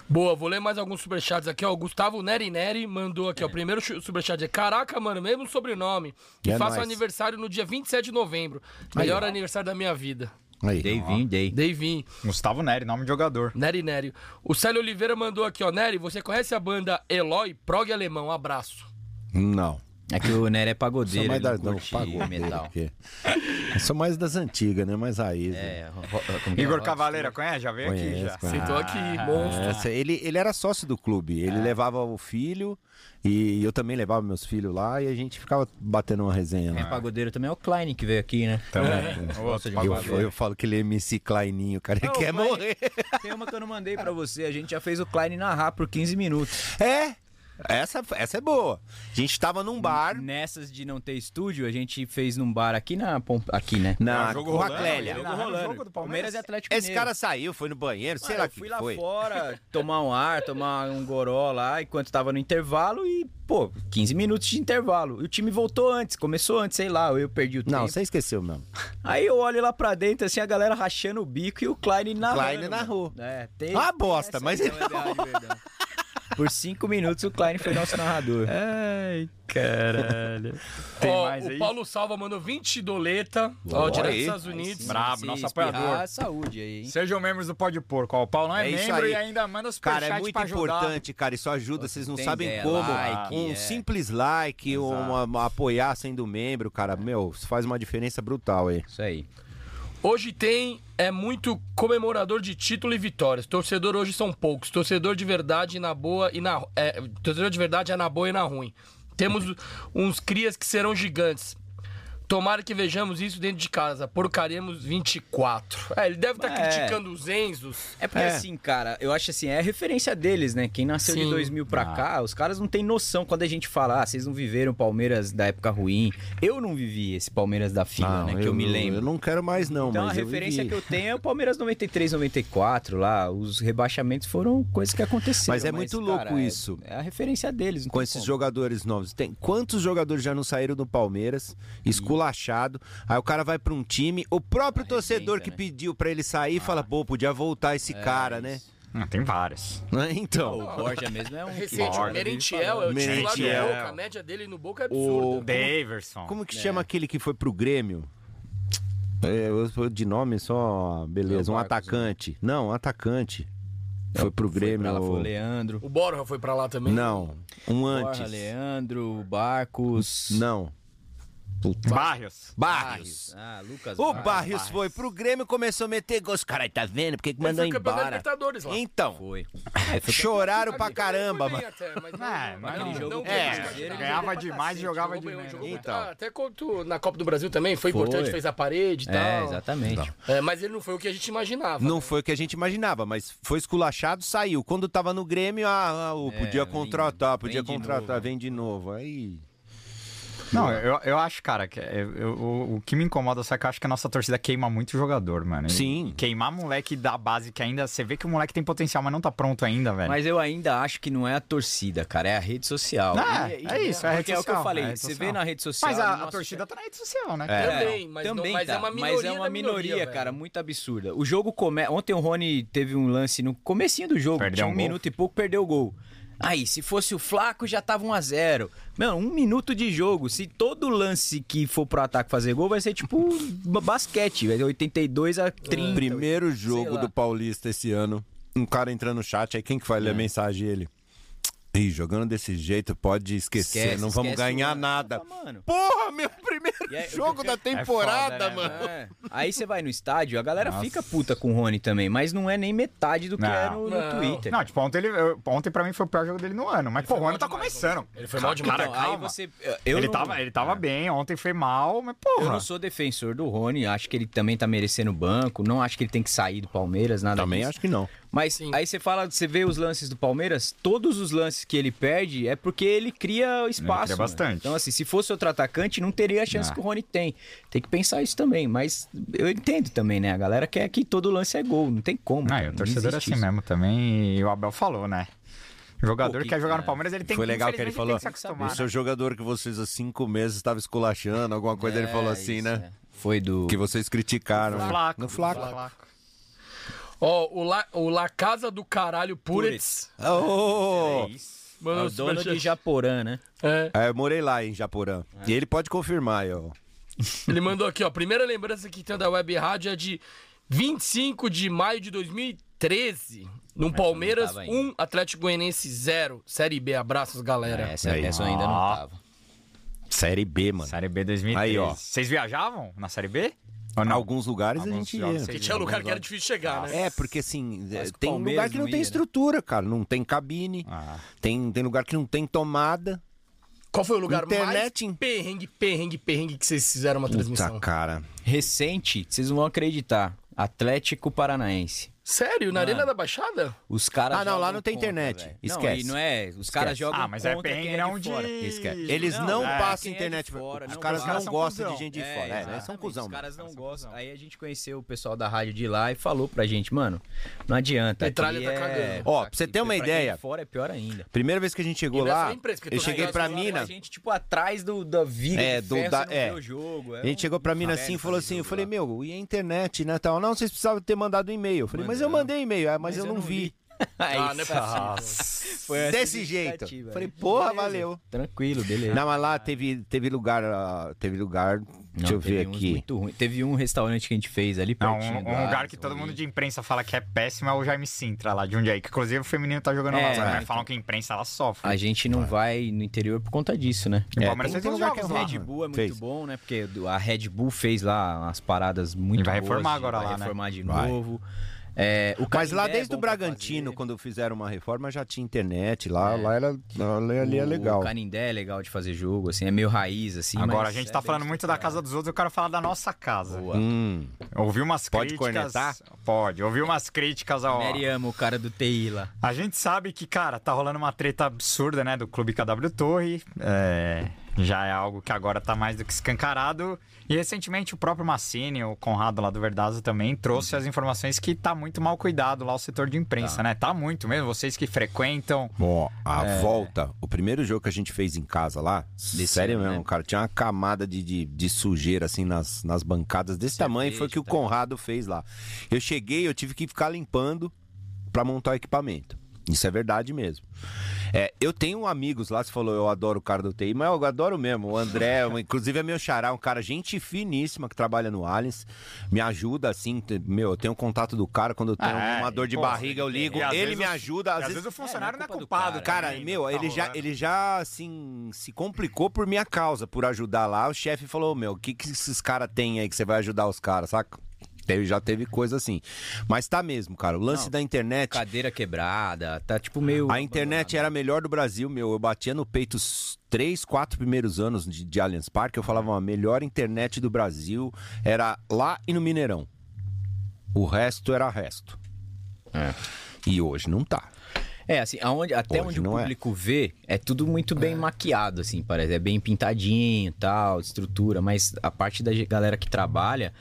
Speaker 1: Boa, vou ler mais alguns superchats aqui, ó. O Gustavo Neri Neri mandou aqui, ó. Primeiro chu- superchat é: Caraca, mano, mesmo sobrenome. E
Speaker 3: É
Speaker 1: faço
Speaker 3: nóis.
Speaker 1: aniversário no dia 27 de novembro. Melhor aniversário da minha vida.
Speaker 3: Aí.
Speaker 4: Dei vim, dei.
Speaker 1: Deivin.
Speaker 2: Gustavo Neri, nome de jogador.
Speaker 1: Neri Neri. O Célio Oliveira mandou aqui, ó. Neri, você conhece a banda Eloy Prog Alemão? Abraço.
Speaker 3: Não.
Speaker 4: É que o Nery é
Speaker 3: Sou
Speaker 4: pagodeiro,
Speaker 3: mais
Speaker 4: ele não
Speaker 3: das não,
Speaker 4: curte
Speaker 3: pagou
Speaker 4: metal.
Speaker 3: Sou mais das antigas, né? Mais raiz. né?
Speaker 4: É, ro- ro- como que é?
Speaker 2: Igor
Speaker 4: Ro-
Speaker 2: Cavaleira, conhece? Já
Speaker 4: É,
Speaker 2: veio aqui
Speaker 3: Conheço,
Speaker 2: já.
Speaker 3: conheço.
Speaker 1: Sentou aqui, monstro.
Speaker 3: Essa- É, ele, ele era sócio do clube, ele
Speaker 4: É.
Speaker 3: levava o filho e eu também levava meus filhos lá e a gente ficava batendo uma resenha
Speaker 4: Quem é
Speaker 3: lá.
Speaker 4: pagodeiro também é o Klein que veio aqui, né?
Speaker 3: Tá.
Speaker 2: Então, Também.
Speaker 4: Gosta de
Speaker 3: Eu,
Speaker 4: pagodeiro.
Speaker 3: eu falo que ele é MC Kleininho, cara, ele
Speaker 4: Não,
Speaker 3: quer
Speaker 4: mas-
Speaker 3: morrer.
Speaker 4: Tem uma que eu não mandei pra você. A gente já fez o Klein narrar por 15 minutos.
Speaker 3: É, essa, essa é boa. A gente tava num bar,
Speaker 4: Nessas de não ter estúdio, a gente fez num bar aqui na Pomp- aqui, né?
Speaker 3: na
Speaker 2: jogo rolando, ele
Speaker 3: Raclélia.
Speaker 4: Jogo
Speaker 2: narrando o
Speaker 4: rolando.
Speaker 2: jogo do Palmeiras?
Speaker 4: Palmeiras e Atlético
Speaker 3: Tá Esse
Speaker 4: Mineiro.
Speaker 3: cara saiu, foi no banheiro,
Speaker 4: Mano,
Speaker 3: sei lá
Speaker 4: Ah, eu
Speaker 3: que
Speaker 4: fui lá
Speaker 3: foi.
Speaker 4: fora tomar um ar, tomar um goró lá, enquanto tava no intervalo e, pô, 15 minutos de intervalo. E o time voltou antes, começou antes, sei lá, eu perdi o tempo.
Speaker 3: Não, você esqueceu mesmo.
Speaker 4: Aí eu olho lá pra dentro, assim, a galera rachando o bico e o Klein narrou.
Speaker 3: Klein Ah, narrou.
Speaker 4: É, tem.
Speaker 3: Uma
Speaker 4: tem
Speaker 3: bosta,
Speaker 4: essa é
Speaker 3: mas então-
Speaker 4: aí
Speaker 3: ele
Speaker 4: também, verdade, verdade. Por cinco minutos o Klein foi nosso narrador.
Speaker 3: É.
Speaker 2: Ai, caralho. Tem
Speaker 1: Ó,
Speaker 2: mais
Speaker 1: o
Speaker 2: aí?
Speaker 1: Paulo Salva mandou 20 doleta. Ó,
Speaker 3: Olha
Speaker 1: direto
Speaker 3: aí.
Speaker 1: dos Estados Unidos.
Speaker 2: Brabo,
Speaker 4: Se
Speaker 2: nosso
Speaker 4: espirrar,
Speaker 2: apoiador.
Speaker 4: saúde aí, hein?
Speaker 2: Sejam membros do Pode Porco. Ó, o Paulo não é,
Speaker 3: É isso
Speaker 2: membro
Speaker 3: aí.
Speaker 2: e ainda manda superchat
Speaker 3: Cara, é muito
Speaker 2: pra ajudar.
Speaker 3: importante, cara. Isso ajuda, vocês não
Speaker 4: Tem
Speaker 3: sabem
Speaker 4: ideia,
Speaker 3: como.
Speaker 4: like,
Speaker 3: um
Speaker 4: é.
Speaker 3: simples like, um, uma- apoiar sendo membro,
Speaker 4: É.
Speaker 3: cara. Meu, isso faz uma diferença brutal aí.
Speaker 4: Isso aí.
Speaker 1: Hoje tem é muito comemorador de título e vitórias. Torcedor hoje são poucos. Torcedor de verdade na boa e na é, torcedor de verdade é na boa e na ruim. Temos uns crias que serão gigantes. Tomara que vejamos isso dentro de casa. Porcaremos 24. É, ele deve estar
Speaker 4: É.
Speaker 1: criticando os Enzos.
Speaker 4: É porque assim, cara, eu acho assim, é a referência deles, né? Quem nasceu
Speaker 1: Sim.
Speaker 4: de 2000 pra
Speaker 3: Ah.
Speaker 4: cá, os caras não têm noção quando a gente fala, ah, vocês não viveram Palmeiras da época ruim. Eu não vivi esse Palmeiras da fila, né? Que eu, me lembro.
Speaker 3: Ah, Eu não quero mais, não,
Speaker 4: Então a
Speaker 3: mas.
Speaker 4: referência
Speaker 3: eu vivi.
Speaker 4: que eu tenho é o Palmeiras 93, 94 lá. Os rebaixamentos foram coisas que aconteceram.
Speaker 3: Mas é muito louco
Speaker 4: é-
Speaker 3: isso.
Speaker 4: É, a referência deles. não
Speaker 3: com
Speaker 4: tem
Speaker 3: esses
Speaker 4: como.
Speaker 3: jogadores novos. Tem quantos jogadores já não saíram do Palmeiras, esculachado? Aí o cara vai pra um time, o próprio torcedor que
Speaker 4: né? Ah. É
Speaker 3: pediu pra ele sair fala: "Pô, podia voltar esse cara, né?"
Speaker 2: Ah, tem várias.
Speaker 3: Não é? Então,
Speaker 4: O Borja mesmo é um...
Speaker 1: Recente, o
Speaker 2: Borja.
Speaker 1: Merentiel é o titular do
Speaker 3: Merentiel.
Speaker 1: Boca. A média dele no Boca é absurda.
Speaker 2: Daverson.
Speaker 3: como
Speaker 4: É.
Speaker 3: que chama aquele que foi pro Grêmio? É, eu- de nome só, beleza,
Speaker 4: É o
Speaker 3: um
Speaker 4: Marcos,
Speaker 3: atacante. Não, um atacante. Foi pro Grêmio.
Speaker 4: Ela É, foi o Leandro.
Speaker 1: O Borja foi pra lá também.
Speaker 3: Não, um
Speaker 4: Borja,
Speaker 3: antes.
Speaker 4: Leandro, Barcos...
Speaker 3: Não.
Speaker 2: Barrios.
Speaker 3: Barrios.
Speaker 4: Ah, Lucas
Speaker 3: O
Speaker 4: Barros.
Speaker 3: Barrios foi pro Grêmio, começou a meter gol. Os caras, tá vendo? Por que que
Speaker 1: Ele
Speaker 3: mandou
Speaker 1: foi campeão da
Speaker 3: embora?
Speaker 1: Libertadores lá.
Speaker 3: Então,
Speaker 4: Foi.
Speaker 3: Choraram pra caramba,
Speaker 1: Foi bem
Speaker 3: mano.
Speaker 1: até, mas não-
Speaker 2: É, mas
Speaker 1: aquele
Speaker 2: não-
Speaker 1: jogo
Speaker 4: não
Speaker 1: que
Speaker 4: é,
Speaker 1: eles
Speaker 4: ganhava
Speaker 1: ganharam.
Speaker 2: né? Ganhava demais e jogava de
Speaker 1: Jogou bem,
Speaker 2: menos.
Speaker 1: jogou bem.
Speaker 3: Então.
Speaker 1: Ah, até quanto na Copa do Brasil também, foi,
Speaker 4: Foi.
Speaker 1: importante, fez a parede e tal.
Speaker 4: É, exatamente.
Speaker 1: É, mas ele não foi o que a gente imaginava.
Speaker 3: Não foi o que a gente imaginava, mas foi esculachado, saiu. Quando tava no Grêmio, ah, ah, ô, podia
Speaker 4: É, vem-
Speaker 3: contratar, podia
Speaker 4: vem de
Speaker 3: contratar,
Speaker 4: novo.
Speaker 3: vem de novo. Aí.
Speaker 2: Não, eu, eu acho, cara, que é- eu- o, o que me incomoda só que eu acho que a nossa torcida queima muito jogador, mano. E
Speaker 3: Sim.
Speaker 2: Queimar moleque da base que ainda. Você vê que o moleque tem potencial, mas não tá pronto ainda, velho.
Speaker 4: Mas eu ainda acho que não é a torcida, cara, é a rede social.
Speaker 2: Ah,
Speaker 4: E- e-
Speaker 2: é isso, é a rede
Speaker 4: porque é o que
Speaker 2: social,
Speaker 4: eu falei,
Speaker 2: é a rede
Speaker 4: você vê
Speaker 2: social.
Speaker 4: na rede social.
Speaker 2: Mas a, a
Speaker 4: nossa,
Speaker 2: torcida tá na rede social, né?
Speaker 4: É.
Speaker 1: Também, mas não- mas é
Speaker 4: tá,
Speaker 1: uma
Speaker 4: Mas é
Speaker 1: minoria
Speaker 4: uma
Speaker 1: da minoria,
Speaker 4: minoria,
Speaker 1: velho.
Speaker 4: cara, muito absurda. O jogo come... Ontem o Rony teve um lance no comecinho do jogo,
Speaker 2: Perdeu
Speaker 4: tinha um,
Speaker 2: um gol.
Speaker 4: minuto e pouco, perdeu o gol. Aí, se fosse o Flaco, já tava 1 a 0 Mano, um minuto de jogo. Se todo lance que for pro ataque fazer gol, vai ser tipo ba- basquete, vai ser 82 a 30.
Speaker 3: Primeiro jogo
Speaker 4: lá.
Speaker 3: do Paulista esse ano. Um cara entrando no chat, aí quem que vai ler a mensagem ele? Ih, jogando desse jeito, pode esquecer,
Speaker 4: Esquece,
Speaker 3: não vamos
Speaker 4: esquece
Speaker 3: ganhar
Speaker 4: o-
Speaker 3: nada.
Speaker 4: Opa, mano.
Speaker 3: Porra, meu primeiro
Speaker 4: E aí,
Speaker 3: jogo
Speaker 4: o-
Speaker 3: da temporada,
Speaker 2: foda, né,
Speaker 3: mano.
Speaker 4: É. Aí você vai no estádio, a galera fica puta com o Rony também, mas não é nem metade do que
Speaker 2: Não.
Speaker 4: é no, no
Speaker 1: Não.
Speaker 4: Twitter.
Speaker 2: Não, tipo, ontem, ele, eu- ontem pra mim foi o pior jogo dele no ano. Mas, pô, o ano tá começando.
Speaker 1: Ele foi mal demais.
Speaker 2: Cara,
Speaker 4: Então,
Speaker 2: calma.
Speaker 4: Aí você, eu
Speaker 2: ele,
Speaker 4: não- É.
Speaker 2: tava, ele tava bem, ontem foi mal, mas,
Speaker 4: Eu
Speaker 2: porra.
Speaker 4: não sou defensor do Rony, acho que ele também tá merecendo o banco, não acho que ele tem que sair do Palmeiras, nada
Speaker 3: Também
Speaker 4: disso.
Speaker 3: acho que não.
Speaker 4: Mas aí você fala, você vê os lances do Palmeiras, todos os lances que ele perde é porque ele cria espaço. mano.
Speaker 2: bastante.
Speaker 4: Então, assim, se fosse outro atacante, não teria a chance
Speaker 2: Ah.
Speaker 4: que o Rony tem. Tem que pensar isso também, mas eu entendo também, né? A galera quer que todo lance é gol, não tem como.
Speaker 2: Ah,
Speaker 4: cara,
Speaker 2: e o
Speaker 4: não
Speaker 2: torcedor é
Speaker 4: existe
Speaker 2: assim
Speaker 4: isso.
Speaker 2: mesmo também. E o Abel falou, né? O jogador
Speaker 4: Pô,
Speaker 2: que
Speaker 4: que-
Speaker 2: quer jogar no
Speaker 4: é.
Speaker 2: Palmeiras, ele tem
Speaker 3: Foi legal que ele
Speaker 2: infelizmente,
Speaker 3: falou.
Speaker 2: tem que se
Speaker 3: Eu
Speaker 2: acostumar,
Speaker 3: sou
Speaker 2: né?
Speaker 3: jogador que vocês há cinco meses estavam esculachando, alguma coisa ele falou
Speaker 4: É,
Speaker 3: assim,
Speaker 4: isso, é.
Speaker 3: né?
Speaker 4: Foi do.
Speaker 3: Que vocês criticaram. né?
Speaker 2: Flaco.
Speaker 3: No Flaco.
Speaker 1: Ó, o La, o La Casa do Caralho Puretz.
Speaker 3: Oh!
Speaker 4: É
Speaker 1: Mandou
Speaker 4: o dono
Speaker 1: superchat.
Speaker 4: de Japorã, né?
Speaker 1: É,
Speaker 3: É, eu morei lá em Japorã.
Speaker 2: É.
Speaker 3: E ele pode confirmar, eu.
Speaker 1: ele mandou aqui, ó. Primeira lembrança que tem da Web Rádio é de 25 de maio de 2013. No Palmeiras
Speaker 4: tava ainda.
Speaker 1: 1, Atlético Goianiense 0. Série B, abraços, galera.
Speaker 4: É, essa
Speaker 3: É
Speaker 4: peça eu ainda não
Speaker 2: Ah.
Speaker 4: tava.
Speaker 3: Série B, mano.
Speaker 2: Série B 2013.
Speaker 3: Aí, ó.
Speaker 2: Vocês viajavam na Série B? Ou
Speaker 3: Em
Speaker 2: não?
Speaker 3: alguns lugares a
Speaker 2: Alguns
Speaker 3: gente
Speaker 2: jogos
Speaker 3: ia.
Speaker 2: vocês
Speaker 1: Tinha lugar que era difícil
Speaker 4: Ah,
Speaker 1: chegar, né?
Speaker 3: É, porque assim, é,
Speaker 4: Mas com
Speaker 3: tem
Speaker 4: Palmeiras
Speaker 3: lugar que não,
Speaker 4: não
Speaker 3: tem
Speaker 4: ia, né?
Speaker 3: estrutura, cara. Não tem cabine.
Speaker 2: Ah.
Speaker 3: Tem, tem lugar que não tem tomada.
Speaker 1: Qual foi o lugar
Speaker 3: Internet, hein?
Speaker 1: mais perrengue, perrengue, perrengue que vocês fizeram uma transmissão?
Speaker 3: Puta, cara.
Speaker 4: Recente, vocês não vão acreditar. Atlético Paranaense.
Speaker 1: Sério? Na Arena da Baixada?
Speaker 4: Os caras.
Speaker 3: Ah, não,
Speaker 4: jogam
Speaker 3: lá não tem
Speaker 4: contra,
Speaker 3: internet.
Speaker 4: velho. Não,
Speaker 3: Esquece.
Speaker 4: e não é. Os caras jogam.
Speaker 2: Ah, mas é
Speaker 4: contra quem
Speaker 2: perrengue
Speaker 4: é
Speaker 2: não
Speaker 4: de
Speaker 2: de...
Speaker 4: fora.
Speaker 3: Eles não,
Speaker 4: é.
Speaker 3: passam
Speaker 4: Quem é de
Speaker 3: internet.
Speaker 4: fora,
Speaker 3: os
Speaker 4: não
Speaker 3: caras
Speaker 4: passa.
Speaker 3: não
Speaker 2: São
Speaker 3: gostam
Speaker 2: cuzão.
Speaker 3: de gente de
Speaker 4: É,
Speaker 3: fora. É, né? São
Speaker 4: exatamente.
Speaker 3: cuzão.
Speaker 4: Os
Speaker 3: mano.
Speaker 4: caras não gostam. Aí a gente conheceu o pessoal da rádio de lá e falou pra gente, mano, não adianta.
Speaker 1: Petralha
Speaker 4: aqui
Speaker 1: tá
Speaker 4: é-
Speaker 1: cagando.
Speaker 3: Ó, pra você ter
Speaker 4: aqui,
Speaker 3: uma
Speaker 4: pra quem é
Speaker 3: ideia.
Speaker 4: de fora é pior ainda.
Speaker 3: Primeira vez que a gente
Speaker 1: E
Speaker 3: chegou
Speaker 1: não é só
Speaker 3: lá,
Speaker 1: empresa, porque
Speaker 3: eu
Speaker 1: tu
Speaker 3: cheguei
Speaker 1: vai
Speaker 3: pra
Speaker 1: gastar
Speaker 3: mina.
Speaker 4: A gente, tipo, atrás do, da viga.
Speaker 3: É,
Speaker 4: de
Speaker 3: do-
Speaker 4: ferro, você
Speaker 3: da-
Speaker 4: não
Speaker 3: é.
Speaker 4: vê o jogo. um
Speaker 3: A gente chegou pra mina assim e falou assim, eu falei, meu, e a internet, né, tal? Não, vocês precisavam ter mandado um e-mail. Eu falei, mas eu
Speaker 4: Mandamos.
Speaker 3: mandei e-mail. Ah, mas, eu não vi.
Speaker 1: Ah, não é possível.
Speaker 4: ah, Foi essa
Speaker 3: desse jeito.
Speaker 4: justificativa.
Speaker 3: Falei, porra, valeu.
Speaker 4: né? Tranquilo, beleza.
Speaker 3: Não, mas lá teve, teve lugar. ah, Teve lugar. deixa eu
Speaker 4: teve
Speaker 3: ver
Speaker 4: uns
Speaker 3: aqui.
Speaker 4: Muito ruim. Teve um restaurante que a gente fez ali
Speaker 2: Não,
Speaker 4: pertinho
Speaker 2: um,
Speaker 4: do
Speaker 2: um lugar
Speaker 4: Alisson
Speaker 2: que todo
Speaker 4: ali.
Speaker 2: mundo de imprensa fala que é péssimo é o Jaime Sintra lá de Jundiaí, que inclusive o feminino tá jogando
Speaker 4: É,
Speaker 2: lá, mas
Speaker 4: é.
Speaker 2: falam que a imprensa ela sofre.
Speaker 4: A gente não vai no interior por conta disso, né?
Speaker 2: O Palmeiras
Speaker 3: tem
Speaker 2: fez um
Speaker 3: todos
Speaker 2: lugar
Speaker 3: os
Speaker 2: que é
Speaker 3: jogos
Speaker 4: O
Speaker 2: ruim.
Speaker 3: lá.
Speaker 4: Red Bull é muito
Speaker 3: Fez.
Speaker 4: bom, né? Porque do- a Red Bull fez lá umas paradas muito
Speaker 2: E vai
Speaker 4: boas,
Speaker 2: reformar agora
Speaker 4: vai
Speaker 2: lá, né?
Speaker 4: reformar de
Speaker 3: Vai.
Speaker 4: novo. É, o
Speaker 3: Mas lá
Speaker 4: Canindé é
Speaker 3: desde o
Speaker 4: bom pra
Speaker 3: Bragantino,
Speaker 4: fazer.
Speaker 3: quando fizeram uma reforma, já tinha internet lá. Lá era, ali, ali é
Speaker 4: É. O-
Speaker 3: legal.
Speaker 4: O Canindé é legal de fazer jogo, assim, é meio raiz, assim.
Speaker 2: Agora
Speaker 4: mas
Speaker 2: a gente
Speaker 4: é
Speaker 2: tá
Speaker 4: bem
Speaker 2: falando muito da
Speaker 4: estruturado.
Speaker 2: casa dos outros, eu quero falar da nossa casa.
Speaker 4: Boa.
Speaker 3: Hum.
Speaker 2: Ouvi umas
Speaker 3: Pode
Speaker 2: críticas.
Speaker 3: cornetar?
Speaker 2: Pode, ouvi umas críticas ao.
Speaker 4: Mary ama o cara do TI lá.
Speaker 2: A gente sabe que, cara, tá rolando uma treta absurda, né, do Clube KW Torre. É, já é algo que agora tá mais do que escancarado. E recentemente o próprio Massini, o Conrado lá do Verdazo também, trouxe as informações que tá muito mal cuidado lá o setor de imprensa, né? Tá muito mesmo. Vocês que frequentam.
Speaker 3: Ó, a volta, o primeiro jogo que a gente fez em casa lá, É. sério
Speaker 4: ano,
Speaker 3: mesmo,
Speaker 4: né?
Speaker 3: cara, tinha uma camada de, de, de sujeira assim nas, nas bancadas desse tamanho, foi o que o Conrado fez lá. Eu cheguei, eu tive que ficar limpando pra montar o equipamento. Isso é verdade mesmo. É, eu tenho amigos lá, você falou, eu adoro o cara do TI, mas eu adoro mesmo. O André, um- inclusive é meu xará, um cara gente finíssima que trabalha no Allianz, me ajuda assim, te- meu, eu tenho o contato do cara quando eu tenho
Speaker 2: Ah, é,
Speaker 3: uma dor um de
Speaker 2: pô,
Speaker 3: barriga, eu ligo,
Speaker 2: e às
Speaker 3: ele
Speaker 2: vezes
Speaker 3: me
Speaker 2: o-
Speaker 3: ajuda,
Speaker 2: Às,
Speaker 3: às,
Speaker 2: vezes, o funcionário não é
Speaker 4: culpa do
Speaker 2: culpado,
Speaker 4: cara,
Speaker 3: Cara,
Speaker 2: também,
Speaker 3: meu,
Speaker 2: tá
Speaker 3: ele já,
Speaker 2: rolando.
Speaker 3: ele já assim, se complicou por minha causa, por ajudar lá. O chefe falou: Meu, o que, que esses caras têm aí que você vai ajudar os caras, saca? Teve, já teve coisa assim. Mas tá mesmo, cara. O lance da internet.
Speaker 4: Cadeira quebrada, tá tipo meio.
Speaker 3: A internet era a melhor do Brasil, meu. Eu batia no peito os três, quatro primeiros anos de, de Allianz Parque. Eu falava, "Ó, a melhor internet do Brasil era lá e no Mineirão. O resto era resto.
Speaker 2: É.
Speaker 3: E hoje não tá.
Speaker 4: É, assim, aonde, até onde
Speaker 3: Hoje
Speaker 4: o
Speaker 3: não é.
Speaker 4: público vê, é tudo muito bem maquiado, assim, parece. É bem pintadinho e tal, estrutura, mas a parte da ge- galera que trabalha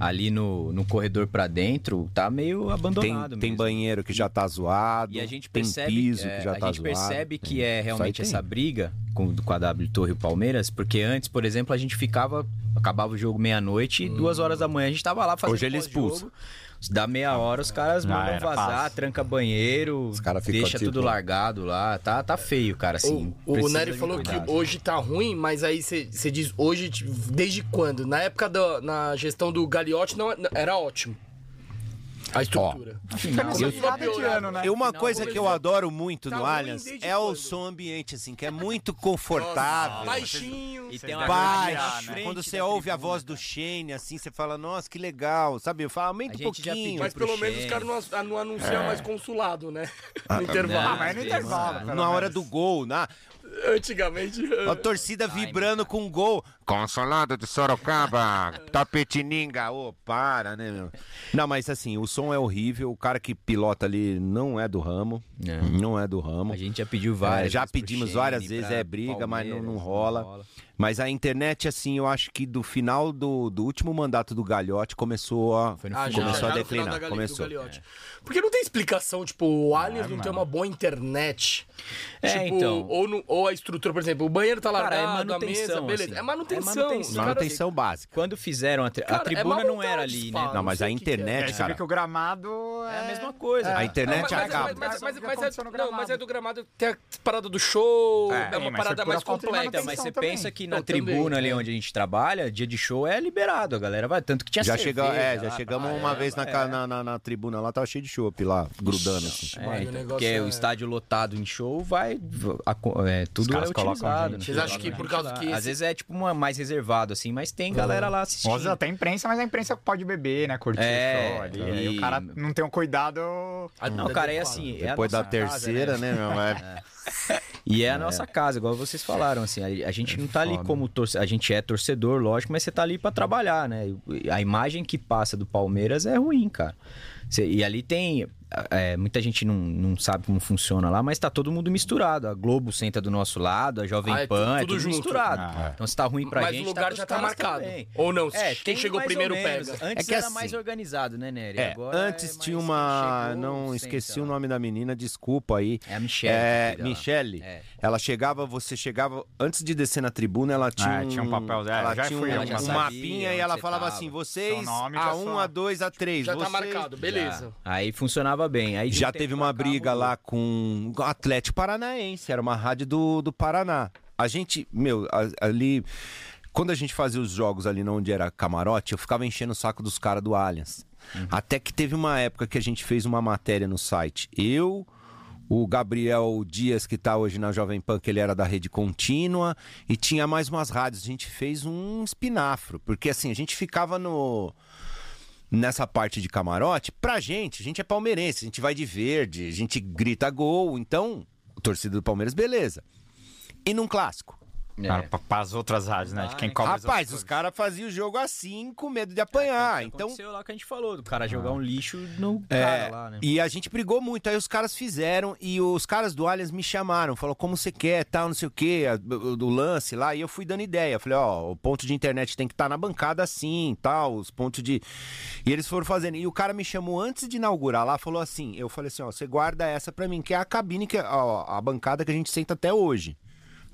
Speaker 4: ali no, no corredor pra dentro tá meio
Speaker 3: Tem,
Speaker 4: abandonado
Speaker 3: tem
Speaker 4: mesmo. assim.
Speaker 3: banheiro que já tá zoado.
Speaker 4: E a gente
Speaker 3: tem
Speaker 4: percebe,
Speaker 3: piso
Speaker 4: é,
Speaker 3: que já
Speaker 4: a
Speaker 3: tá
Speaker 4: gente
Speaker 3: zoado,
Speaker 4: percebe que
Speaker 3: tem-
Speaker 4: é
Speaker 3: isso aí
Speaker 4: realmente
Speaker 3: tem.
Speaker 4: essa briga com, com a W Torre e o Palmeiras, porque antes, por exemplo, a gente ficava, acabava o jogo meia-noite e duas horas da manhã a gente tava lá fazendo
Speaker 3: Hum. Hoje ele é Ah,
Speaker 4: pós-jogo.
Speaker 3: expulsa.
Speaker 4: Da meia hora os caras
Speaker 2: Já
Speaker 4: mandam
Speaker 2: era,
Speaker 4: vazar,
Speaker 2: passa.
Speaker 4: tranca banheiro,
Speaker 3: caras ficam
Speaker 4: deixa
Speaker 3: tipo-
Speaker 4: tudo largado lá, tá, tá feio, cara, assim.
Speaker 1: O, o
Speaker 4: precisa
Speaker 1: Nery
Speaker 4: de
Speaker 1: falou
Speaker 4: cuidado.
Speaker 1: que hoje tá ruim, mas aí você diz hoje, t- desde quando? Na época da na gestão do Gagliotti não era ótimo. A estrutura.
Speaker 2: Fica nessa
Speaker 1: Eu-
Speaker 2: virada de ano, né?
Speaker 3: E uma coisa que eu adoro muito
Speaker 1: Tá
Speaker 3: no
Speaker 1: ruim
Speaker 3: Allianz
Speaker 1: desde
Speaker 3: é o
Speaker 1: quando?
Speaker 3: som ambiente, assim, que é muito confortável.
Speaker 1: Ah,
Speaker 4: Tá
Speaker 1: Baixinho.
Speaker 4: E tem uma grade
Speaker 3: Baixo,
Speaker 4: tá na frente
Speaker 3: quando você
Speaker 4: da
Speaker 3: ouve a
Speaker 4: tribuna.
Speaker 3: voz do Shane, assim, você fala, nossa, que legal, sabe? Eu falo, aumenta
Speaker 4: A
Speaker 3: um
Speaker 4: gente já
Speaker 3: pouquinho.
Speaker 4: pediu
Speaker 1: Mas
Speaker 4: pro
Speaker 1: pelo menos os
Speaker 4: chefe.
Speaker 1: caras não, as- não anunciam mais consulado, né? No intervalo.
Speaker 2: Ah, mas no
Speaker 4: Às vezes,
Speaker 2: intervalo.
Speaker 4: ah,
Speaker 2: pelo
Speaker 3: Na hora
Speaker 2: menos.
Speaker 3: do gol, na
Speaker 1: Antigamente.
Speaker 3: a torcida vibrando com o gol. Consolado de Sorocaba, Tapetininga, ô, para, né, meu? Não, mas assim, o som é horrível, o cara que pilota ali não é do ramo,
Speaker 4: É.
Speaker 3: não é do ramo.
Speaker 4: A gente já pediu várias.
Speaker 3: É, já
Speaker 4: vezes pro
Speaker 3: pedimos
Speaker 4: Shane,
Speaker 3: várias vezes,
Speaker 4: pra
Speaker 3: é briga, mas não- não
Speaker 4: Palmeiras,
Speaker 3: rola. Mas a internet, assim, eu acho que do final do, do último mandato do Galhote começou a,
Speaker 4: Foi no
Speaker 1: Ah, já,
Speaker 4: final.
Speaker 3: começou
Speaker 1: já
Speaker 3: a
Speaker 1: no final da
Speaker 3: declinar.
Speaker 1: Gali- do
Speaker 3: Começou.
Speaker 1: Gagliotti.
Speaker 4: É.
Speaker 1: Porque não tem explicação, tipo, o Allianz não tem uma boa internet.
Speaker 4: É,
Speaker 1: tipo,
Speaker 4: então.
Speaker 1: ou, no- ou a estrutura, por exemplo, o banheiro tá
Speaker 4: Cara,
Speaker 1: largado,
Speaker 4: é
Speaker 1: a mesa,
Speaker 4: manutenção,
Speaker 1: beleza.
Speaker 4: assim.
Speaker 1: É manutenção.
Speaker 4: É manutenção.
Speaker 1: os caras-
Speaker 3: Manutenção básica.
Speaker 4: Quando fizeram a, tri- a
Speaker 1: Cara, é
Speaker 4: tribuna
Speaker 1: má
Speaker 4: não era
Speaker 1: vontade,
Speaker 4: ali,
Speaker 1: fala.
Speaker 4: né?
Speaker 3: Não, mas a
Speaker 1: sei o que que é.
Speaker 3: internet,
Speaker 2: É, você vê
Speaker 3: cara.
Speaker 2: que o gramado
Speaker 4: É a
Speaker 2: é,
Speaker 4: mesma coisa.
Speaker 3: A internet
Speaker 1: Mas, mas,
Speaker 3: acaba.
Speaker 1: mas, mas, mas,
Speaker 2: O que
Speaker 1: mas,
Speaker 2: aconteceu
Speaker 1: é,
Speaker 2: no
Speaker 1: não, mas é
Speaker 2: gramado.
Speaker 1: do gramado tem a parada do show, é,
Speaker 2: É,
Speaker 1: uma
Speaker 2: mas
Speaker 1: parada
Speaker 2: procura
Speaker 1: mais
Speaker 2: falta de
Speaker 1: completa.
Speaker 4: Então,
Speaker 1: Mas
Speaker 2: manutenção
Speaker 4: mas você
Speaker 2: também.
Speaker 4: pensa que na
Speaker 1: Eu também,
Speaker 4: tribuna ali
Speaker 1: é.
Speaker 4: onde a gente trabalha, dia de show é liberado, a galera vai. Tanto que tinha
Speaker 3: Já,
Speaker 4: cerveja
Speaker 3: chega, é, já
Speaker 4: lá, é.
Speaker 3: chegamos
Speaker 4: pra
Speaker 3: uma vez na, ca-
Speaker 4: caramba,
Speaker 3: na, na- na tribuna lá, tava cheio de chopp lá, grudando. Assim.
Speaker 4: é.
Speaker 1: Mano,
Speaker 4: É,
Speaker 1: o
Speaker 4: então,
Speaker 1: negócio
Speaker 4: porque
Speaker 1: é-
Speaker 4: o estádio lotado em show vai. v- a co- é, tudo é
Speaker 2: caras colocam
Speaker 4: utilizado.
Speaker 2: gente
Speaker 4: né?
Speaker 1: Vocês acham que por
Speaker 4: Gente
Speaker 1: causa
Speaker 4: lá.
Speaker 1: que esse-
Speaker 4: Às vezes é tipo uma mais reservado, assim, mas tem galera
Speaker 3: Uhum.
Speaker 4: lá assistindo.
Speaker 2: Às vezes até a imprensa, mas a imprensa pode beber, né? Curtir
Speaker 4: É,
Speaker 2: o show ali. Aí
Speaker 4: e-
Speaker 2: o cara não tem um cuidado.
Speaker 4: Não, cara, é assim. é a
Speaker 3: Depois da
Speaker 4: nossa casa,
Speaker 3: terceira, né, meu? É-
Speaker 4: E é a nossa casa, igual vocês falaram, assim, a, a gente
Speaker 3: É
Speaker 4: não tá ali como torcedor, a gente é torcedor, lógico, mas você tá ali pra trabalhar, né? E A imagem que passa do Palmeiras é ruim, cara. Você- e ali tem, é, muita gente não, não sabe como funciona lá, mas tá todo mundo misturado, a Globo senta do nosso lado, a Jovem
Speaker 1: Ah, é
Speaker 4: Pan, é
Speaker 1: tudo
Speaker 4: tudo,
Speaker 1: junto.
Speaker 4: misturado.
Speaker 2: Ah, é.
Speaker 4: Então se tá ruim pra
Speaker 1: Mas
Speaker 4: gente,
Speaker 1: o lugar
Speaker 4: pros
Speaker 1: já tá
Speaker 4: caras
Speaker 1: marcado.
Speaker 4: também.
Speaker 1: Ou não,
Speaker 4: É,
Speaker 1: quem
Speaker 4: tem
Speaker 1: chegou
Speaker 4: mais ou
Speaker 1: primeiro
Speaker 4: menos.
Speaker 1: pega.
Speaker 4: Antes
Speaker 3: É que
Speaker 4: era
Speaker 3: assim,
Speaker 4: mais organizado, né, Nery?
Speaker 3: É,
Speaker 4: Agora
Speaker 3: antes
Speaker 4: é
Speaker 3: tinha
Speaker 4: mais
Speaker 3: uma.
Speaker 4: quem chegou,
Speaker 3: não
Speaker 4: senta
Speaker 3: esqueci o
Speaker 4: lá.
Speaker 3: nome da menina, desculpa aí.
Speaker 4: É a Michelle
Speaker 3: É,
Speaker 4: que cuida lá.
Speaker 3: Michelle.
Speaker 4: É.
Speaker 3: Ela chegava, você chegava. Antes de descer na tribuna, ela tinha.
Speaker 2: Ah, tinha um papel dela,
Speaker 3: Ela
Speaker 2: já
Speaker 3: tinha
Speaker 2: fui
Speaker 3: um,
Speaker 2: eu,
Speaker 3: um
Speaker 4: já sabia
Speaker 3: mapinha e
Speaker 4: onde
Speaker 3: ela
Speaker 4: você
Speaker 3: falava
Speaker 4: tava.
Speaker 3: assim: vocês
Speaker 2: nome,
Speaker 3: a
Speaker 2: já
Speaker 3: 1,
Speaker 2: só-
Speaker 4: tipo,
Speaker 3: a 2, a 3.
Speaker 1: Já tá
Speaker 3: vocês...
Speaker 1: marcado, beleza.
Speaker 4: Aí funcionava bem. Aí
Speaker 3: Já teve uma briga lá com o Atlético Paranaense, era uma rádio do, do Paraná. A gente, meu, a- ali. Quando a gente fazia os jogos ali na onde era camarote, eu ficava enchendo o saco dos caras do Allianz. Até que teve uma época que a gente fez uma matéria no site. Eu, o Gabriel Dias, que tá hoje na Jovem Pan, que ele era da Rede Contínua, e tinha mais umas rádios. A gente fez um espinafro, porque assim, a gente ficava no nessa parte de camarote, pra gente, a gente é palmeirense, a gente vai de verde, a gente grita gol, então, torcida do Palmeiras, beleza. E num clássico.
Speaker 4: É.
Speaker 2: Cara, pra, para as outras rádios, né? De quem cobra os
Speaker 3: É. Ah, Rapaz,
Speaker 2: outros
Speaker 3: os caras faziam o jogo assim, com medo de apanhar. então, Ah. É,
Speaker 4: Aconteceu lá É, que a gente falou, do cara jogar um lixo no cara lá, né?
Speaker 3: E a gente brigou muito, aí os caras fizeram e os caras do Allianz me chamaram, falou como você quer, tal, não sei o quê, a- do do lance lá, e eu fui dando ideia. Falei, ó, o ponto de internet tem que estar na bancada assim, tal, os pontos de E eles foram fazendo. E o cara me chamou antes de inaugurar lá, falou assim, eu falei assim, ó, você guarda essa pra mim, que é a cabine que é, ó, a bancada que a gente senta até hoje.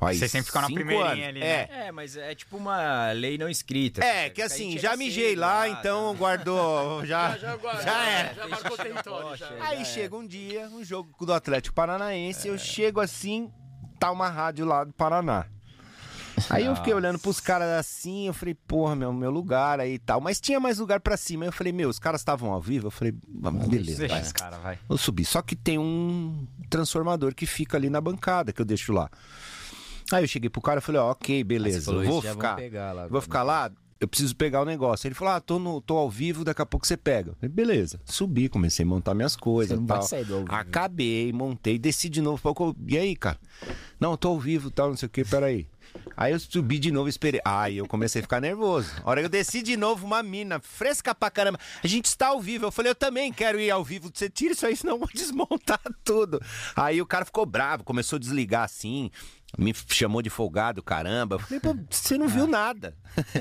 Speaker 3: Aí,
Speaker 2: Vocês sempre ficam na
Speaker 3: cinco
Speaker 2: primeirinha
Speaker 3: anos.
Speaker 2: ali,
Speaker 3: É.
Speaker 2: né?
Speaker 4: É, mas é tipo uma lei não escrita.
Speaker 3: É, que
Speaker 4: A
Speaker 3: assim,
Speaker 4: gente
Speaker 3: já
Speaker 4: era
Speaker 3: mijei
Speaker 4: cedo
Speaker 3: lá,
Speaker 4: tá?
Speaker 3: então guardou, já, já, era.
Speaker 1: Já marcou território, já.
Speaker 3: Aí chega um dia, um jogo do Atlético Paranaense, eu chego assim, tá uma rádio lá do Paraná. Aí eu fiquei olhando pros caras assim, eu falei, porra, meu, meu lugar aí e tal. Mas tinha mais lugar pra cima. Aí eu falei, meu, os caras estavam ao vivo? Eu falei, "Ah, beleza,
Speaker 2: Deixa
Speaker 4: né?
Speaker 3: vai.
Speaker 2: os caras, vai.
Speaker 3: Eu subi. Só que tem um transformador que fica ali na bancada, que eu deixo lá. Aí eu cheguei pro cara e falei, ó, ok,
Speaker 4: Ah, você
Speaker 3: beleza,
Speaker 4: falou
Speaker 3: eu vou
Speaker 4: isso, já vão
Speaker 3: ficar.
Speaker 4: pegar lá
Speaker 3: vou
Speaker 4: agora.
Speaker 3: ficar lá, eu preciso pegar o negócio. Ele falou, ah, tô, no, tô ao vivo, daqui a pouco você pega. Eu falei, beleza. Subi, comecei a montar minhas coisas
Speaker 4: Você não
Speaker 3: tal.
Speaker 4: vai sair do ao vivo.
Speaker 3: Acabei, montei, desci de novo. Falei, "Pô, e aí, cara? Não, eu tô ao vivo tal, não sei o que, peraí. Aí eu subi de novo, esperei. Aí eu comecei a ficar nervoso. A hora que eu desci de novo, uma mina fresca pra caramba. A gente está ao vivo. Eu falei, eu também quero ir ao vivo. Você tira isso aí, senão eu vou desmontar tudo. Aí o cara ficou bravo, começou a desligar assim. Me chamou de folgado, caramba. Eu falei, pô, você não viu nada.
Speaker 2: Aí,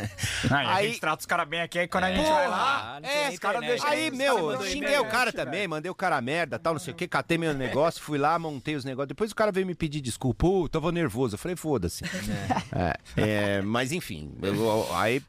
Speaker 2: Ah. a
Speaker 3: Aí- É.
Speaker 2: gente trata os caras bem aqui, aí quando a gente vai lá.
Speaker 3: Porra!
Speaker 4: não tem
Speaker 3: É,
Speaker 4: nem
Speaker 3: os caras
Speaker 4: internet,
Speaker 3: deixam. Aí,
Speaker 4: né?
Speaker 3: meu,
Speaker 4: Mandou
Speaker 3: eu xinguei
Speaker 4: e-mail,
Speaker 3: o cara também, mandei o cara a merda, tal, não sei o que, catei meu negócio, fui lá, montei os negócios. Depois o cara veio me pedir desculpa. Pô, tava nervoso. Eu falei, foda-se. É. é, mas enfim, eu- eu- aí.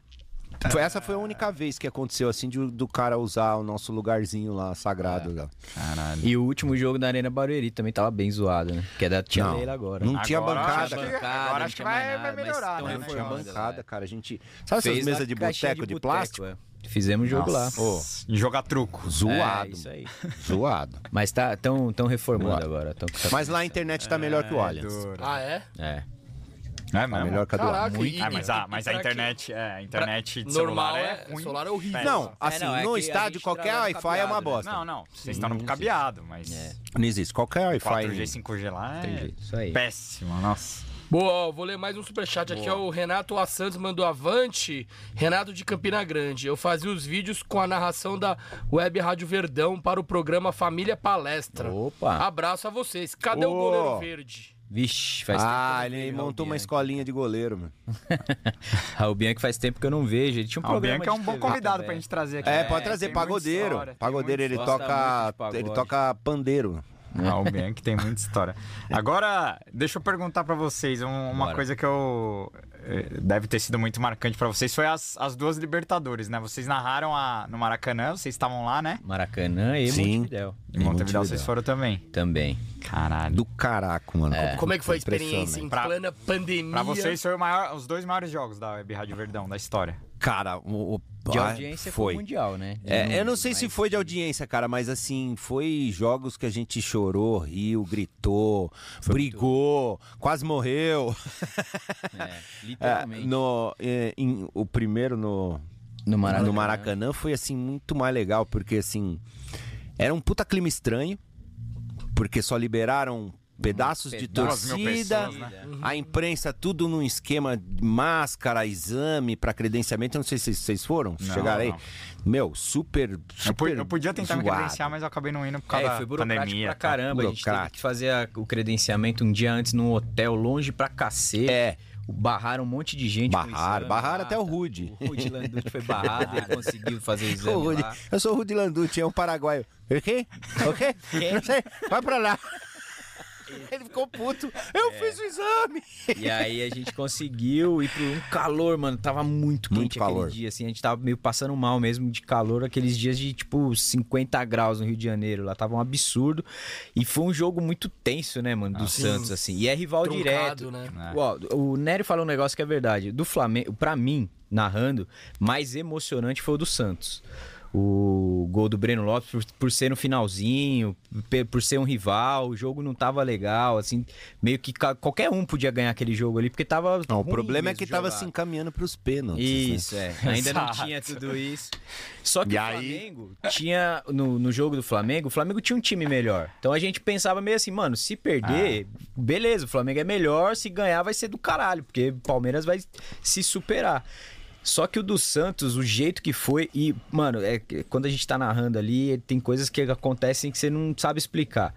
Speaker 3: foi- essa foi a única vez que aconteceu assim de- do cara usar o nosso lugarzinho lá sagrado. lá.
Speaker 4: Ah, E o último jogo da Arena Barueri também tava bem zoado, né? Que é da Tia Leila agora.
Speaker 3: não tinha
Speaker 2: Agora-
Speaker 3: bancada.
Speaker 2: Agora
Speaker 3: cara.
Speaker 2: acho que- agora
Speaker 4: não
Speaker 2: acho que
Speaker 4: tinha mais
Speaker 2: vai, vai
Speaker 4: nada, mas
Speaker 2: melhorar,
Speaker 4: tão
Speaker 2: né?
Speaker 3: Não tinha
Speaker 4: reformada,
Speaker 3: bancada,
Speaker 4: né?
Speaker 3: cara. A gente. Sabe essas
Speaker 4: Fez
Speaker 3: mesas
Speaker 4: na
Speaker 3: de
Speaker 4: caixinha
Speaker 3: boteco, de
Speaker 4: boteco,
Speaker 3: plástico?
Speaker 4: é. Fizemos um jogo lá.
Speaker 2: Ô, jogar truco.
Speaker 3: Zoado.
Speaker 4: É, isso aí.
Speaker 3: Zoado.
Speaker 4: Mas tá, tão, tão reformando agora. Tão,
Speaker 3: Mas lá a internet tá melhor que o Allianz.
Speaker 1: Ah, é?
Speaker 4: É.
Speaker 2: É
Speaker 3: Tá
Speaker 2: mesmo?
Speaker 3: melhor que a do Allianz.
Speaker 1: Caraca, e-
Speaker 2: Ah, mas a,
Speaker 1: e-
Speaker 2: mas
Speaker 1: e
Speaker 2: a
Speaker 1: pra
Speaker 2: internet, é, a internet de
Speaker 1: que- normal
Speaker 2: celular
Speaker 1: é,
Speaker 2: é ruim.
Speaker 1: solar é horrível.
Speaker 3: Não,
Speaker 4: É,
Speaker 3: assim,
Speaker 4: não, é
Speaker 3: no
Speaker 4: que a
Speaker 3: estádio
Speaker 4: gente
Speaker 3: qualquer
Speaker 4: trabalha
Speaker 3: Wi-Fi é uma
Speaker 4: cabeado, né?
Speaker 3: bosta. É,
Speaker 2: Não, não. Vocês estão no cabeado, mas
Speaker 3: Não existe. Qualquer Wi-Fi.
Speaker 2: 4G, 5G lá
Speaker 4: Tem
Speaker 2: é
Speaker 4: jeito, isso aí.
Speaker 2: péssimo, nossa.
Speaker 1: Boa, ó, vou ler mais um superchat aqui. ó, O Renato A. Santos mandou avante. Renato de Campina Grande. Eu fazia os vídeos com a narração da Web Rádio Verdão para o programa Família Palestra.
Speaker 4: Opa.
Speaker 1: Abraço a vocês. Cadê o
Speaker 3: Ô.
Speaker 1: goleiro verde?
Speaker 4: Vixe, faz tempo.
Speaker 3: Ah, ele montou
Speaker 4: né?
Speaker 3: uma escolinha de goleiro, mano.
Speaker 4: Raul Bianchi faz tempo que eu não vejo. Ele tinha um
Speaker 2: Ah, O
Speaker 4: programa
Speaker 2: Bianca é um
Speaker 4: de
Speaker 2: bom
Speaker 4: TV
Speaker 2: convidado
Speaker 4: também.
Speaker 2: pra gente trazer aqui. né?
Speaker 3: É, pode trazer
Speaker 2: tem muita
Speaker 3: pagodeiro.
Speaker 2: história, tem
Speaker 3: pagodeiro ele
Speaker 4: muita história.
Speaker 3: toca,
Speaker 4: Gosta muito de
Speaker 3: ele
Speaker 4: pagode.
Speaker 3: toca pandeiro.
Speaker 2: Ah, o Bianchi tem muita história. Agora, deixa eu perguntar pra vocês um- uma
Speaker 4: Bora.
Speaker 2: coisa que eu eh, deve ter sido muito marcante pra vocês foi as, as duas Libertadores, né? Vocês narraram a, no Maracanã, vocês estavam lá, né?
Speaker 4: Maracanã e
Speaker 3: Sim.
Speaker 4: Montevidéu.
Speaker 2: Em Montevideo vocês foram também.
Speaker 4: Também.
Speaker 2: Caralho.
Speaker 3: Do caraca, mano.
Speaker 1: Como é que foi a experiência em
Speaker 3: Impressionante.
Speaker 2: Pra-
Speaker 1: plena pandemia?
Speaker 2: Pra vocês foi o maior- os dois maiores jogos da Web Rádio Verdão da história.
Speaker 3: Cara, o, o
Speaker 4: De
Speaker 3: ah,
Speaker 4: audiência foi, mundial, né? De
Speaker 3: É, eu
Speaker 4: número,
Speaker 3: não sei se
Speaker 4: mas-
Speaker 3: foi de audiência, cara, mas assim, foi jogos que a gente chorou, riu, gritou, brigou, quase morreu.
Speaker 4: É,
Speaker 3: É,
Speaker 4: literalmente.
Speaker 3: no, é, em- o primeiro no,
Speaker 4: No Maracanã.
Speaker 3: no Maracanã foi assim muito mais legal, porque assim era um puta clima estranho, porque só liberaram pedaços de
Speaker 4: pedaços,
Speaker 2: mil
Speaker 3: torcida,
Speaker 2: pessoas, né?
Speaker 3: a imprensa tudo num esquema de máscara, exame pra credenciamento. Eu não sei se vocês foram, se
Speaker 2: Não,
Speaker 3: chegaram aí.
Speaker 2: não.
Speaker 3: Meu, super, super
Speaker 2: Eu, pu- eu podia tentar me
Speaker 3: zoado.
Speaker 2: credenciar, mas eu acabei não indo por causa
Speaker 4: É, foi
Speaker 2: da
Speaker 4: burocrático
Speaker 2: pandemia.
Speaker 4: pra
Speaker 2: tá?
Speaker 4: caramba. A gente teve
Speaker 3: Burocrático.
Speaker 4: que fazer a- o credenciamento um dia antes num hotel longe pra cacete.
Speaker 3: É.
Speaker 4: Barraram um monte de gente. com
Speaker 3: Barraram,
Speaker 4: exame
Speaker 3: barraram
Speaker 4: lá,
Speaker 3: até o
Speaker 4: tá?
Speaker 3: Rude.
Speaker 4: O Rude Landucci foi barrado, ele conseguiu fazer o exame
Speaker 3: Ô, Rudy,
Speaker 4: lá.
Speaker 3: eu sou o Rudy Landucci, é um paraguaio. O quê? O quê? Não sei, vai pra lá. Ele ficou puto.
Speaker 2: É.
Speaker 3: Eu fiz o exame.
Speaker 4: E aí a gente conseguiu ir pro um calor, mano. Tava muito quente
Speaker 3: Muito calor.
Speaker 4: aquele dia, assim. A gente tava meio passando mal mesmo de calor. Aqueles dias de, tipo, 50 graus no Rio de Janeiro. Lá tava um absurdo. E foi um jogo muito tenso, né, mano,
Speaker 3: Ah,
Speaker 4: do Santos, assim. E é rival
Speaker 1: Truncado,
Speaker 4: direto.
Speaker 1: né?
Speaker 4: Ó, o Nery falou um negócio que é verdade. Do Flamengo, pra mim, narrando, mais emocionante foi o do Santos. O gol do Breno Lopes por, por ser no finalzinho, pe- por ser um rival, o jogo não tava legal, assim, meio que ca- qualquer um podia ganhar aquele jogo ali, porque tava.
Speaker 3: Não, o
Speaker 4: ruim
Speaker 3: problema é
Speaker 4: mesmo
Speaker 3: que tava
Speaker 4: Um jogar.
Speaker 3: se encaminhando pros pênaltis. né?
Speaker 4: Isso, é. Ainda não tinha tudo isso. Só que
Speaker 3: E
Speaker 4: o
Speaker 3: aí?
Speaker 4: Flamengo tinha. No, no jogo do Flamengo, o Flamengo tinha um time melhor. Então a gente pensava meio assim, mano, se perder,
Speaker 3: Ah.
Speaker 4: beleza, o Flamengo é melhor, se ganhar vai ser do caralho, porque o Palmeiras vai se superar. Só que o do Santos, o jeito que foi, e, mano, é, que quando a gente tá narrando ali, tem coisas que acontecem que você não sabe explicar.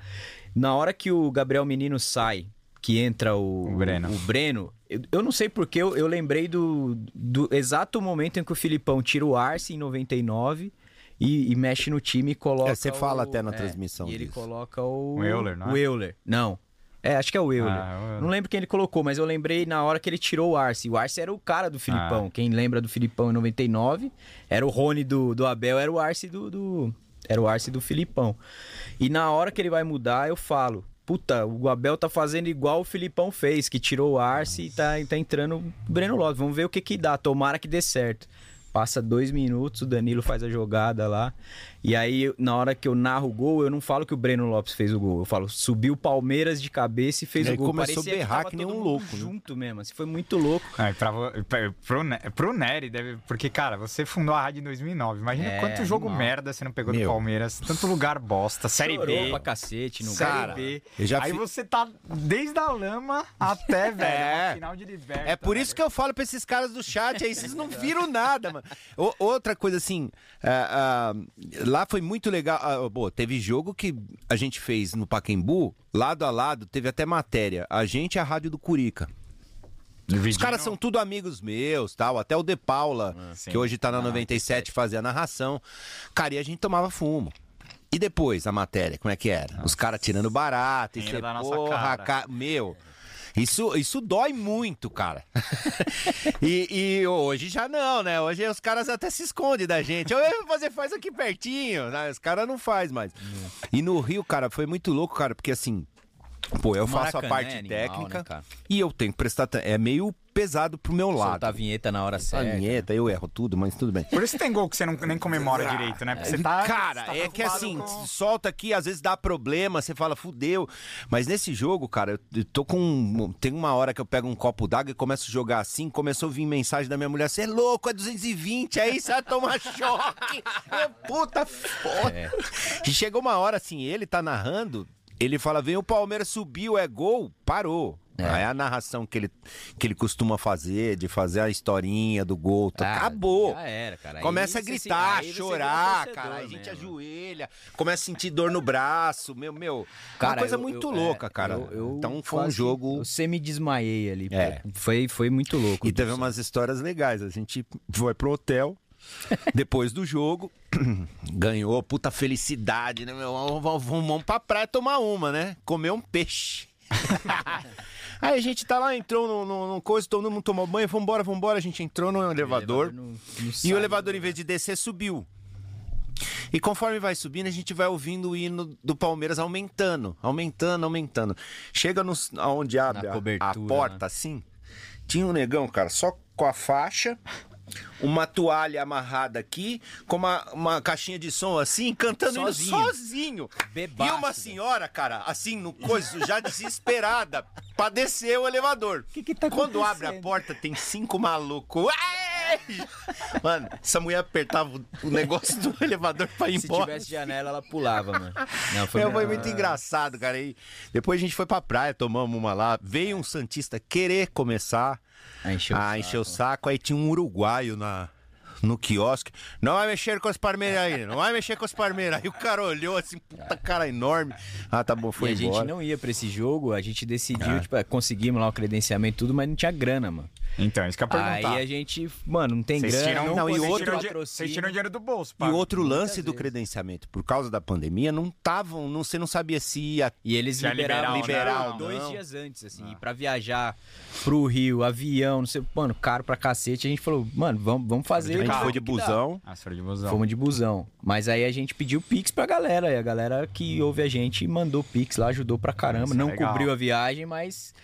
Speaker 4: Na hora que o Gabriel Menino sai, que entra o,
Speaker 2: O Breno.
Speaker 4: o Breno, eu, eu não sei porque eu, eu lembrei do, do exato momento em que o Filipão tira o Arce em 99 e, e mexe no time e coloca.
Speaker 3: É, você fala
Speaker 4: o-
Speaker 3: até na
Speaker 4: é,
Speaker 3: transmissão
Speaker 4: E ele
Speaker 3: disso.
Speaker 4: coloca o.
Speaker 2: O Euler, não é?
Speaker 4: O Euler. Não. É, acho que é o Euler.
Speaker 2: Ah, o Euler.
Speaker 4: Não lembro quem ele colocou, mas eu lembrei na hora que ele tirou o Arce. O Arce era o cara do Filipão. Quem lembra do Filipão em 99 era o Rony do, do Abel, era o Arce do, do- Era o Arce do Filipão. E na hora que ele vai mudar, eu falo. Puta, o Abel tá fazendo igual o Filipão fez, que tirou o Arce e tá, tá entrando o Breno Lopes. Vamos ver o que que dá. Tomara que dê certo. Passa dois minutos, o Danilo faz a jogada lá. E aí, eu- na hora que eu narro o gol, eu não falo que o Breno Lopes fez o gol. Eu falo, subiu o Palmeiras de cabeça e fez
Speaker 3: E
Speaker 4: o
Speaker 3: aí
Speaker 4: gol.
Speaker 3: começou a
Speaker 4: Parecia
Speaker 3: berrar
Speaker 4: tava
Speaker 3: que nem
Speaker 4: todo
Speaker 3: um
Speaker 4: mundo
Speaker 3: louco, né?
Speaker 4: Junto mesmo, assim, foi muito louco.
Speaker 2: Ah, e pra vo- pra- pro, Ne- pro Nery, deve, porque, cara, você fundou a rádio em 2009. Imagina quanto jogo merda você não pegou do
Speaker 3: É, Meu.
Speaker 2: Palmeiras. Tanto lugar bosta, Série
Speaker 4: Chorou
Speaker 2: B.
Speaker 4: pra cacete no
Speaker 2: Série
Speaker 4: cara.
Speaker 2: B.
Speaker 3: eu já
Speaker 2: Aí
Speaker 3: fi-
Speaker 2: você tá desde a lama até, velho,
Speaker 3: É.
Speaker 2: uma final de liberta. né?
Speaker 3: É por
Speaker 4: né?
Speaker 3: isso que eu falo pra esses caras do chat, aí vocês não viram nada, mano. O- outra coisa assim, ah, ah, lá foi muito legal. ah, pô, teve jogo que a gente fez no Paquembu, lado a lado, teve até matéria. A gente e a rádio do Curica.
Speaker 2: eu...
Speaker 3: Os caras são tudo amigos meus, tal. Até o De Paula,
Speaker 2: sim.
Speaker 3: que hoje tá na 97, fazia a narração. Cara, e a gente tomava fumo. E depois, a matéria, como é que era? Os caras tirando barato, e
Speaker 2: Ainda
Speaker 3: você,
Speaker 2: da nossa
Speaker 3: porra,
Speaker 2: cara."
Speaker 3: ca- meu... Isso, isso dói muito, cara. e, e hoje já não, né? Hoje os caras até se escondem da gente. Ô, Você faz aqui pertinho. né? Os caras não faz mais. E no Rio, cara, foi muito louco, cara, porque assim, Pô, eu faço a
Speaker 4: Maracanã
Speaker 3: parte
Speaker 4: é animal,
Speaker 3: técnica
Speaker 4: né, cara?
Speaker 3: e eu tenho que prestar atenção. É meio pesado pro meu lado.
Speaker 4: Soltar a vinheta na hora
Speaker 3: a
Speaker 4: certa.
Speaker 3: vinheta, eu erro tudo, mas tudo bem.
Speaker 2: Por isso tem gol que você não, nem comemora direito, né? Porque você tá.
Speaker 3: cara,
Speaker 2: você tá
Speaker 3: é que
Speaker 2: preocupado
Speaker 3: assim,
Speaker 2: com-
Speaker 3: solta aqui, às vezes dá problema, você fala, fudeu. Mas nesse jogo, cara, eu- eu tô com. Tem uma hora que eu pego um copo d'água e começo a jogar assim, começou a vir mensagem da minha mulher: você é louco, é 220, aí você vai tomar choque. É puta foda.
Speaker 2: É.
Speaker 3: E chegou uma hora assim, ele tá narrando, ele fala: vem o Palmeiras subiu, é gol, parou.
Speaker 2: É.
Speaker 3: Aí a narração que ele, que ele costuma fazer, de fazer a historinha do gol, tá-
Speaker 4: Ah,
Speaker 3: acabou.
Speaker 4: já era, cara. Aí
Speaker 3: Começa a
Speaker 4: você se-
Speaker 3: gritar,
Speaker 4: aí você vira um
Speaker 3: chorar,
Speaker 4: torcedor né,
Speaker 3: cara. Aí a gente
Speaker 4: mesmo.
Speaker 3: ajoelha, começa a sentir dor no braço, meu, meu. uma
Speaker 4: Cara,
Speaker 3: coisa
Speaker 4: eu-
Speaker 3: muito
Speaker 4: eu-
Speaker 3: louca,
Speaker 4: é,
Speaker 3: cara.
Speaker 4: eu- eu
Speaker 3: então foi um
Speaker 4: quase-
Speaker 3: jogo.
Speaker 4: Eu semi-desmaiei ali.
Speaker 3: É.
Speaker 4: pô. Foi, foi muito louco.
Speaker 3: E teve um umas histórias legais. A gente foi pro hotel depois do jogo, ganhou, puta felicidade, né? meu? Vamos, vamos, vamos pra praia tomar uma, né? Comer um peixe. Aí a gente tá lá, entrou no, no, no coisa, todo mundo tomou banho, vambora, vambora. A gente entrou no elevador.
Speaker 4: no- no
Speaker 3: e
Speaker 4: site,
Speaker 3: o elevador, em vez de descer, subiu. E conforme vai subindo, a gente vai ouvindo o hino do Palmeiras aumentando, aumentando, aumentando. Chega nos, aonde abre
Speaker 4: Na
Speaker 3: a- a,
Speaker 4: cobertura, né?
Speaker 3: porta, assim, tinha um negão, cara, só com a faixa, uma toalha amarrada aqui, com uma, uma caixinha de som assim, cantando hino
Speaker 4: Sozinho.
Speaker 3: sozinho.
Speaker 4: Bebaço, né?
Speaker 3: e uma
Speaker 4: velho.
Speaker 3: senhora, cara, assim, no coiso, já desesperada, pra descer o elevador.
Speaker 4: tá
Speaker 3: Quando abre a porta, tem cinco malucos. Ai! Mano, essa mulher apertava o- o negócio do elevador pra ir
Speaker 4: Se
Speaker 3: embora.
Speaker 4: tivesse janela, ela pulava, mano. Não,
Speaker 3: Foi, foi muito engraçado, cara. E depois a gente foi pra praia, tomamos uma lá. Veio um Santista querer começar
Speaker 4: Ah, encheu o
Speaker 3: a
Speaker 4: saco.
Speaker 3: encher o saco. Aí tinha um uruguaio na, no quiosque. Não vai mexer com as palmeiras aí, não vai mexer com as palmeiras. Aí o cara olhou assim, puta cara enorme. Ah, tá bom, foi
Speaker 4: e a
Speaker 3: embora.
Speaker 4: gente não ia pra esse jogo, a gente decidiu, tipo, é, conseguimos lá o credenciamento e tudo, mas não tinha grana, mano.
Speaker 2: Então, isso que eu ia
Speaker 4: Aí
Speaker 2: perguntar.
Speaker 4: a gente, mano, não tem
Speaker 2: Vocês
Speaker 4: grana.
Speaker 2: tiram,
Speaker 3: não, e
Speaker 2: vocês
Speaker 3: outro
Speaker 2: tiram di- Vocês
Speaker 4: patrocínio.
Speaker 2: tiram dinheiro do bolso,
Speaker 3: E
Speaker 2: pá.
Speaker 3: outro lance do credenciamento, por causa da pandemia, não estavam, não, você não sabia se ia.
Speaker 4: E eles
Speaker 2: Se é
Speaker 4: liberaram,
Speaker 2: liberal,
Speaker 4: liberal,
Speaker 3: não.
Speaker 4: dois
Speaker 3: Não.
Speaker 4: dias antes, assim,
Speaker 2: Ah.
Speaker 4: e pra viajar pro Rio, avião, não sei, mano, caro pra cacete. A gente falou, mano, vamos, vamos fazer.
Speaker 3: A gente
Speaker 4: vamos
Speaker 3: foi de
Speaker 4: ver o que dá.
Speaker 3: busão.
Speaker 2: Ah, se for de busão.
Speaker 4: Fomos de busão. Mas aí a gente pediu Pix pra galera. E a galera que ouve a gente mandou Pix lá, ajudou pra caramba.
Speaker 2: Isso é
Speaker 4: Não
Speaker 2: legal.
Speaker 4: cobriu a viagem, mas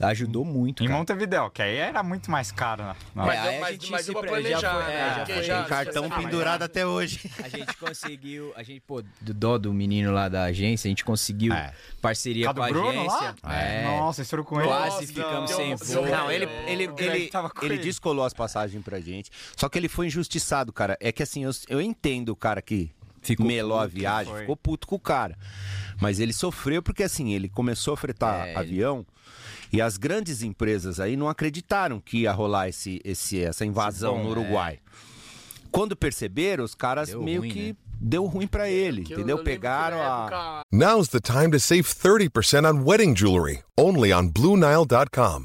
Speaker 4: ajudou muito.
Speaker 2: Em
Speaker 4: cara.
Speaker 2: Montevidéu, que aí era muito mais caro, né? Na-
Speaker 4: Mas,
Speaker 1: Mas
Speaker 4: É, aí
Speaker 1: eu-
Speaker 4: a
Speaker 1: mas-
Speaker 4: gente
Speaker 1: mas
Speaker 4: se
Speaker 1: eu vou
Speaker 4: pre-
Speaker 1: planejar,
Speaker 4: já foi,
Speaker 1: né?
Speaker 4: é, já
Speaker 1: Porque
Speaker 4: foi-
Speaker 1: já-
Speaker 3: Cartão pendurado até hoje.
Speaker 4: A gente conseguiu, a gente, pô, do dó do menino lá da agência, a gente conseguiu
Speaker 3: É.
Speaker 4: parceria
Speaker 2: Cada
Speaker 4: com a
Speaker 2: Tá Bruno
Speaker 4: agência.
Speaker 2: lá?
Speaker 4: É.
Speaker 2: Nossa, estourou com ele.
Speaker 4: Quase ficamos
Speaker 1: deu-
Speaker 4: sem
Speaker 1: deu-
Speaker 4: voo.
Speaker 3: Não, ele, ele,
Speaker 2: O Greg
Speaker 3: ele,
Speaker 2: tava com
Speaker 3: ele
Speaker 2: ele.
Speaker 3: descolou as passagens pra gente. Só que ele foi injustiçado, cara. É que assim, eu, eu entendo o cara que
Speaker 4: Ficou
Speaker 3: melou a
Speaker 4: puto, né?
Speaker 3: viagem,
Speaker 2: foi.
Speaker 3: ficou puto com o cara. Mas ele sofreu porque assim, ele começou a fretar
Speaker 4: É, ele-
Speaker 3: avião e as grandes empresas aí não acreditaram que ia rolar esse, esse, essa invasão
Speaker 4: bom,
Speaker 3: no
Speaker 4: né?
Speaker 3: Uruguai. Quando perceberam, os caras
Speaker 4: Deu
Speaker 3: meio
Speaker 4: ruim,
Speaker 3: que
Speaker 4: né?
Speaker 3: deu ruim pra ele,
Speaker 1: Que eu- eu
Speaker 3: entendeu?
Speaker 1: lembro que na
Speaker 3: Pegaram a.
Speaker 1: época-
Speaker 7: Now's the time to save 30% on wedding jewelry, only on BlueNile.com.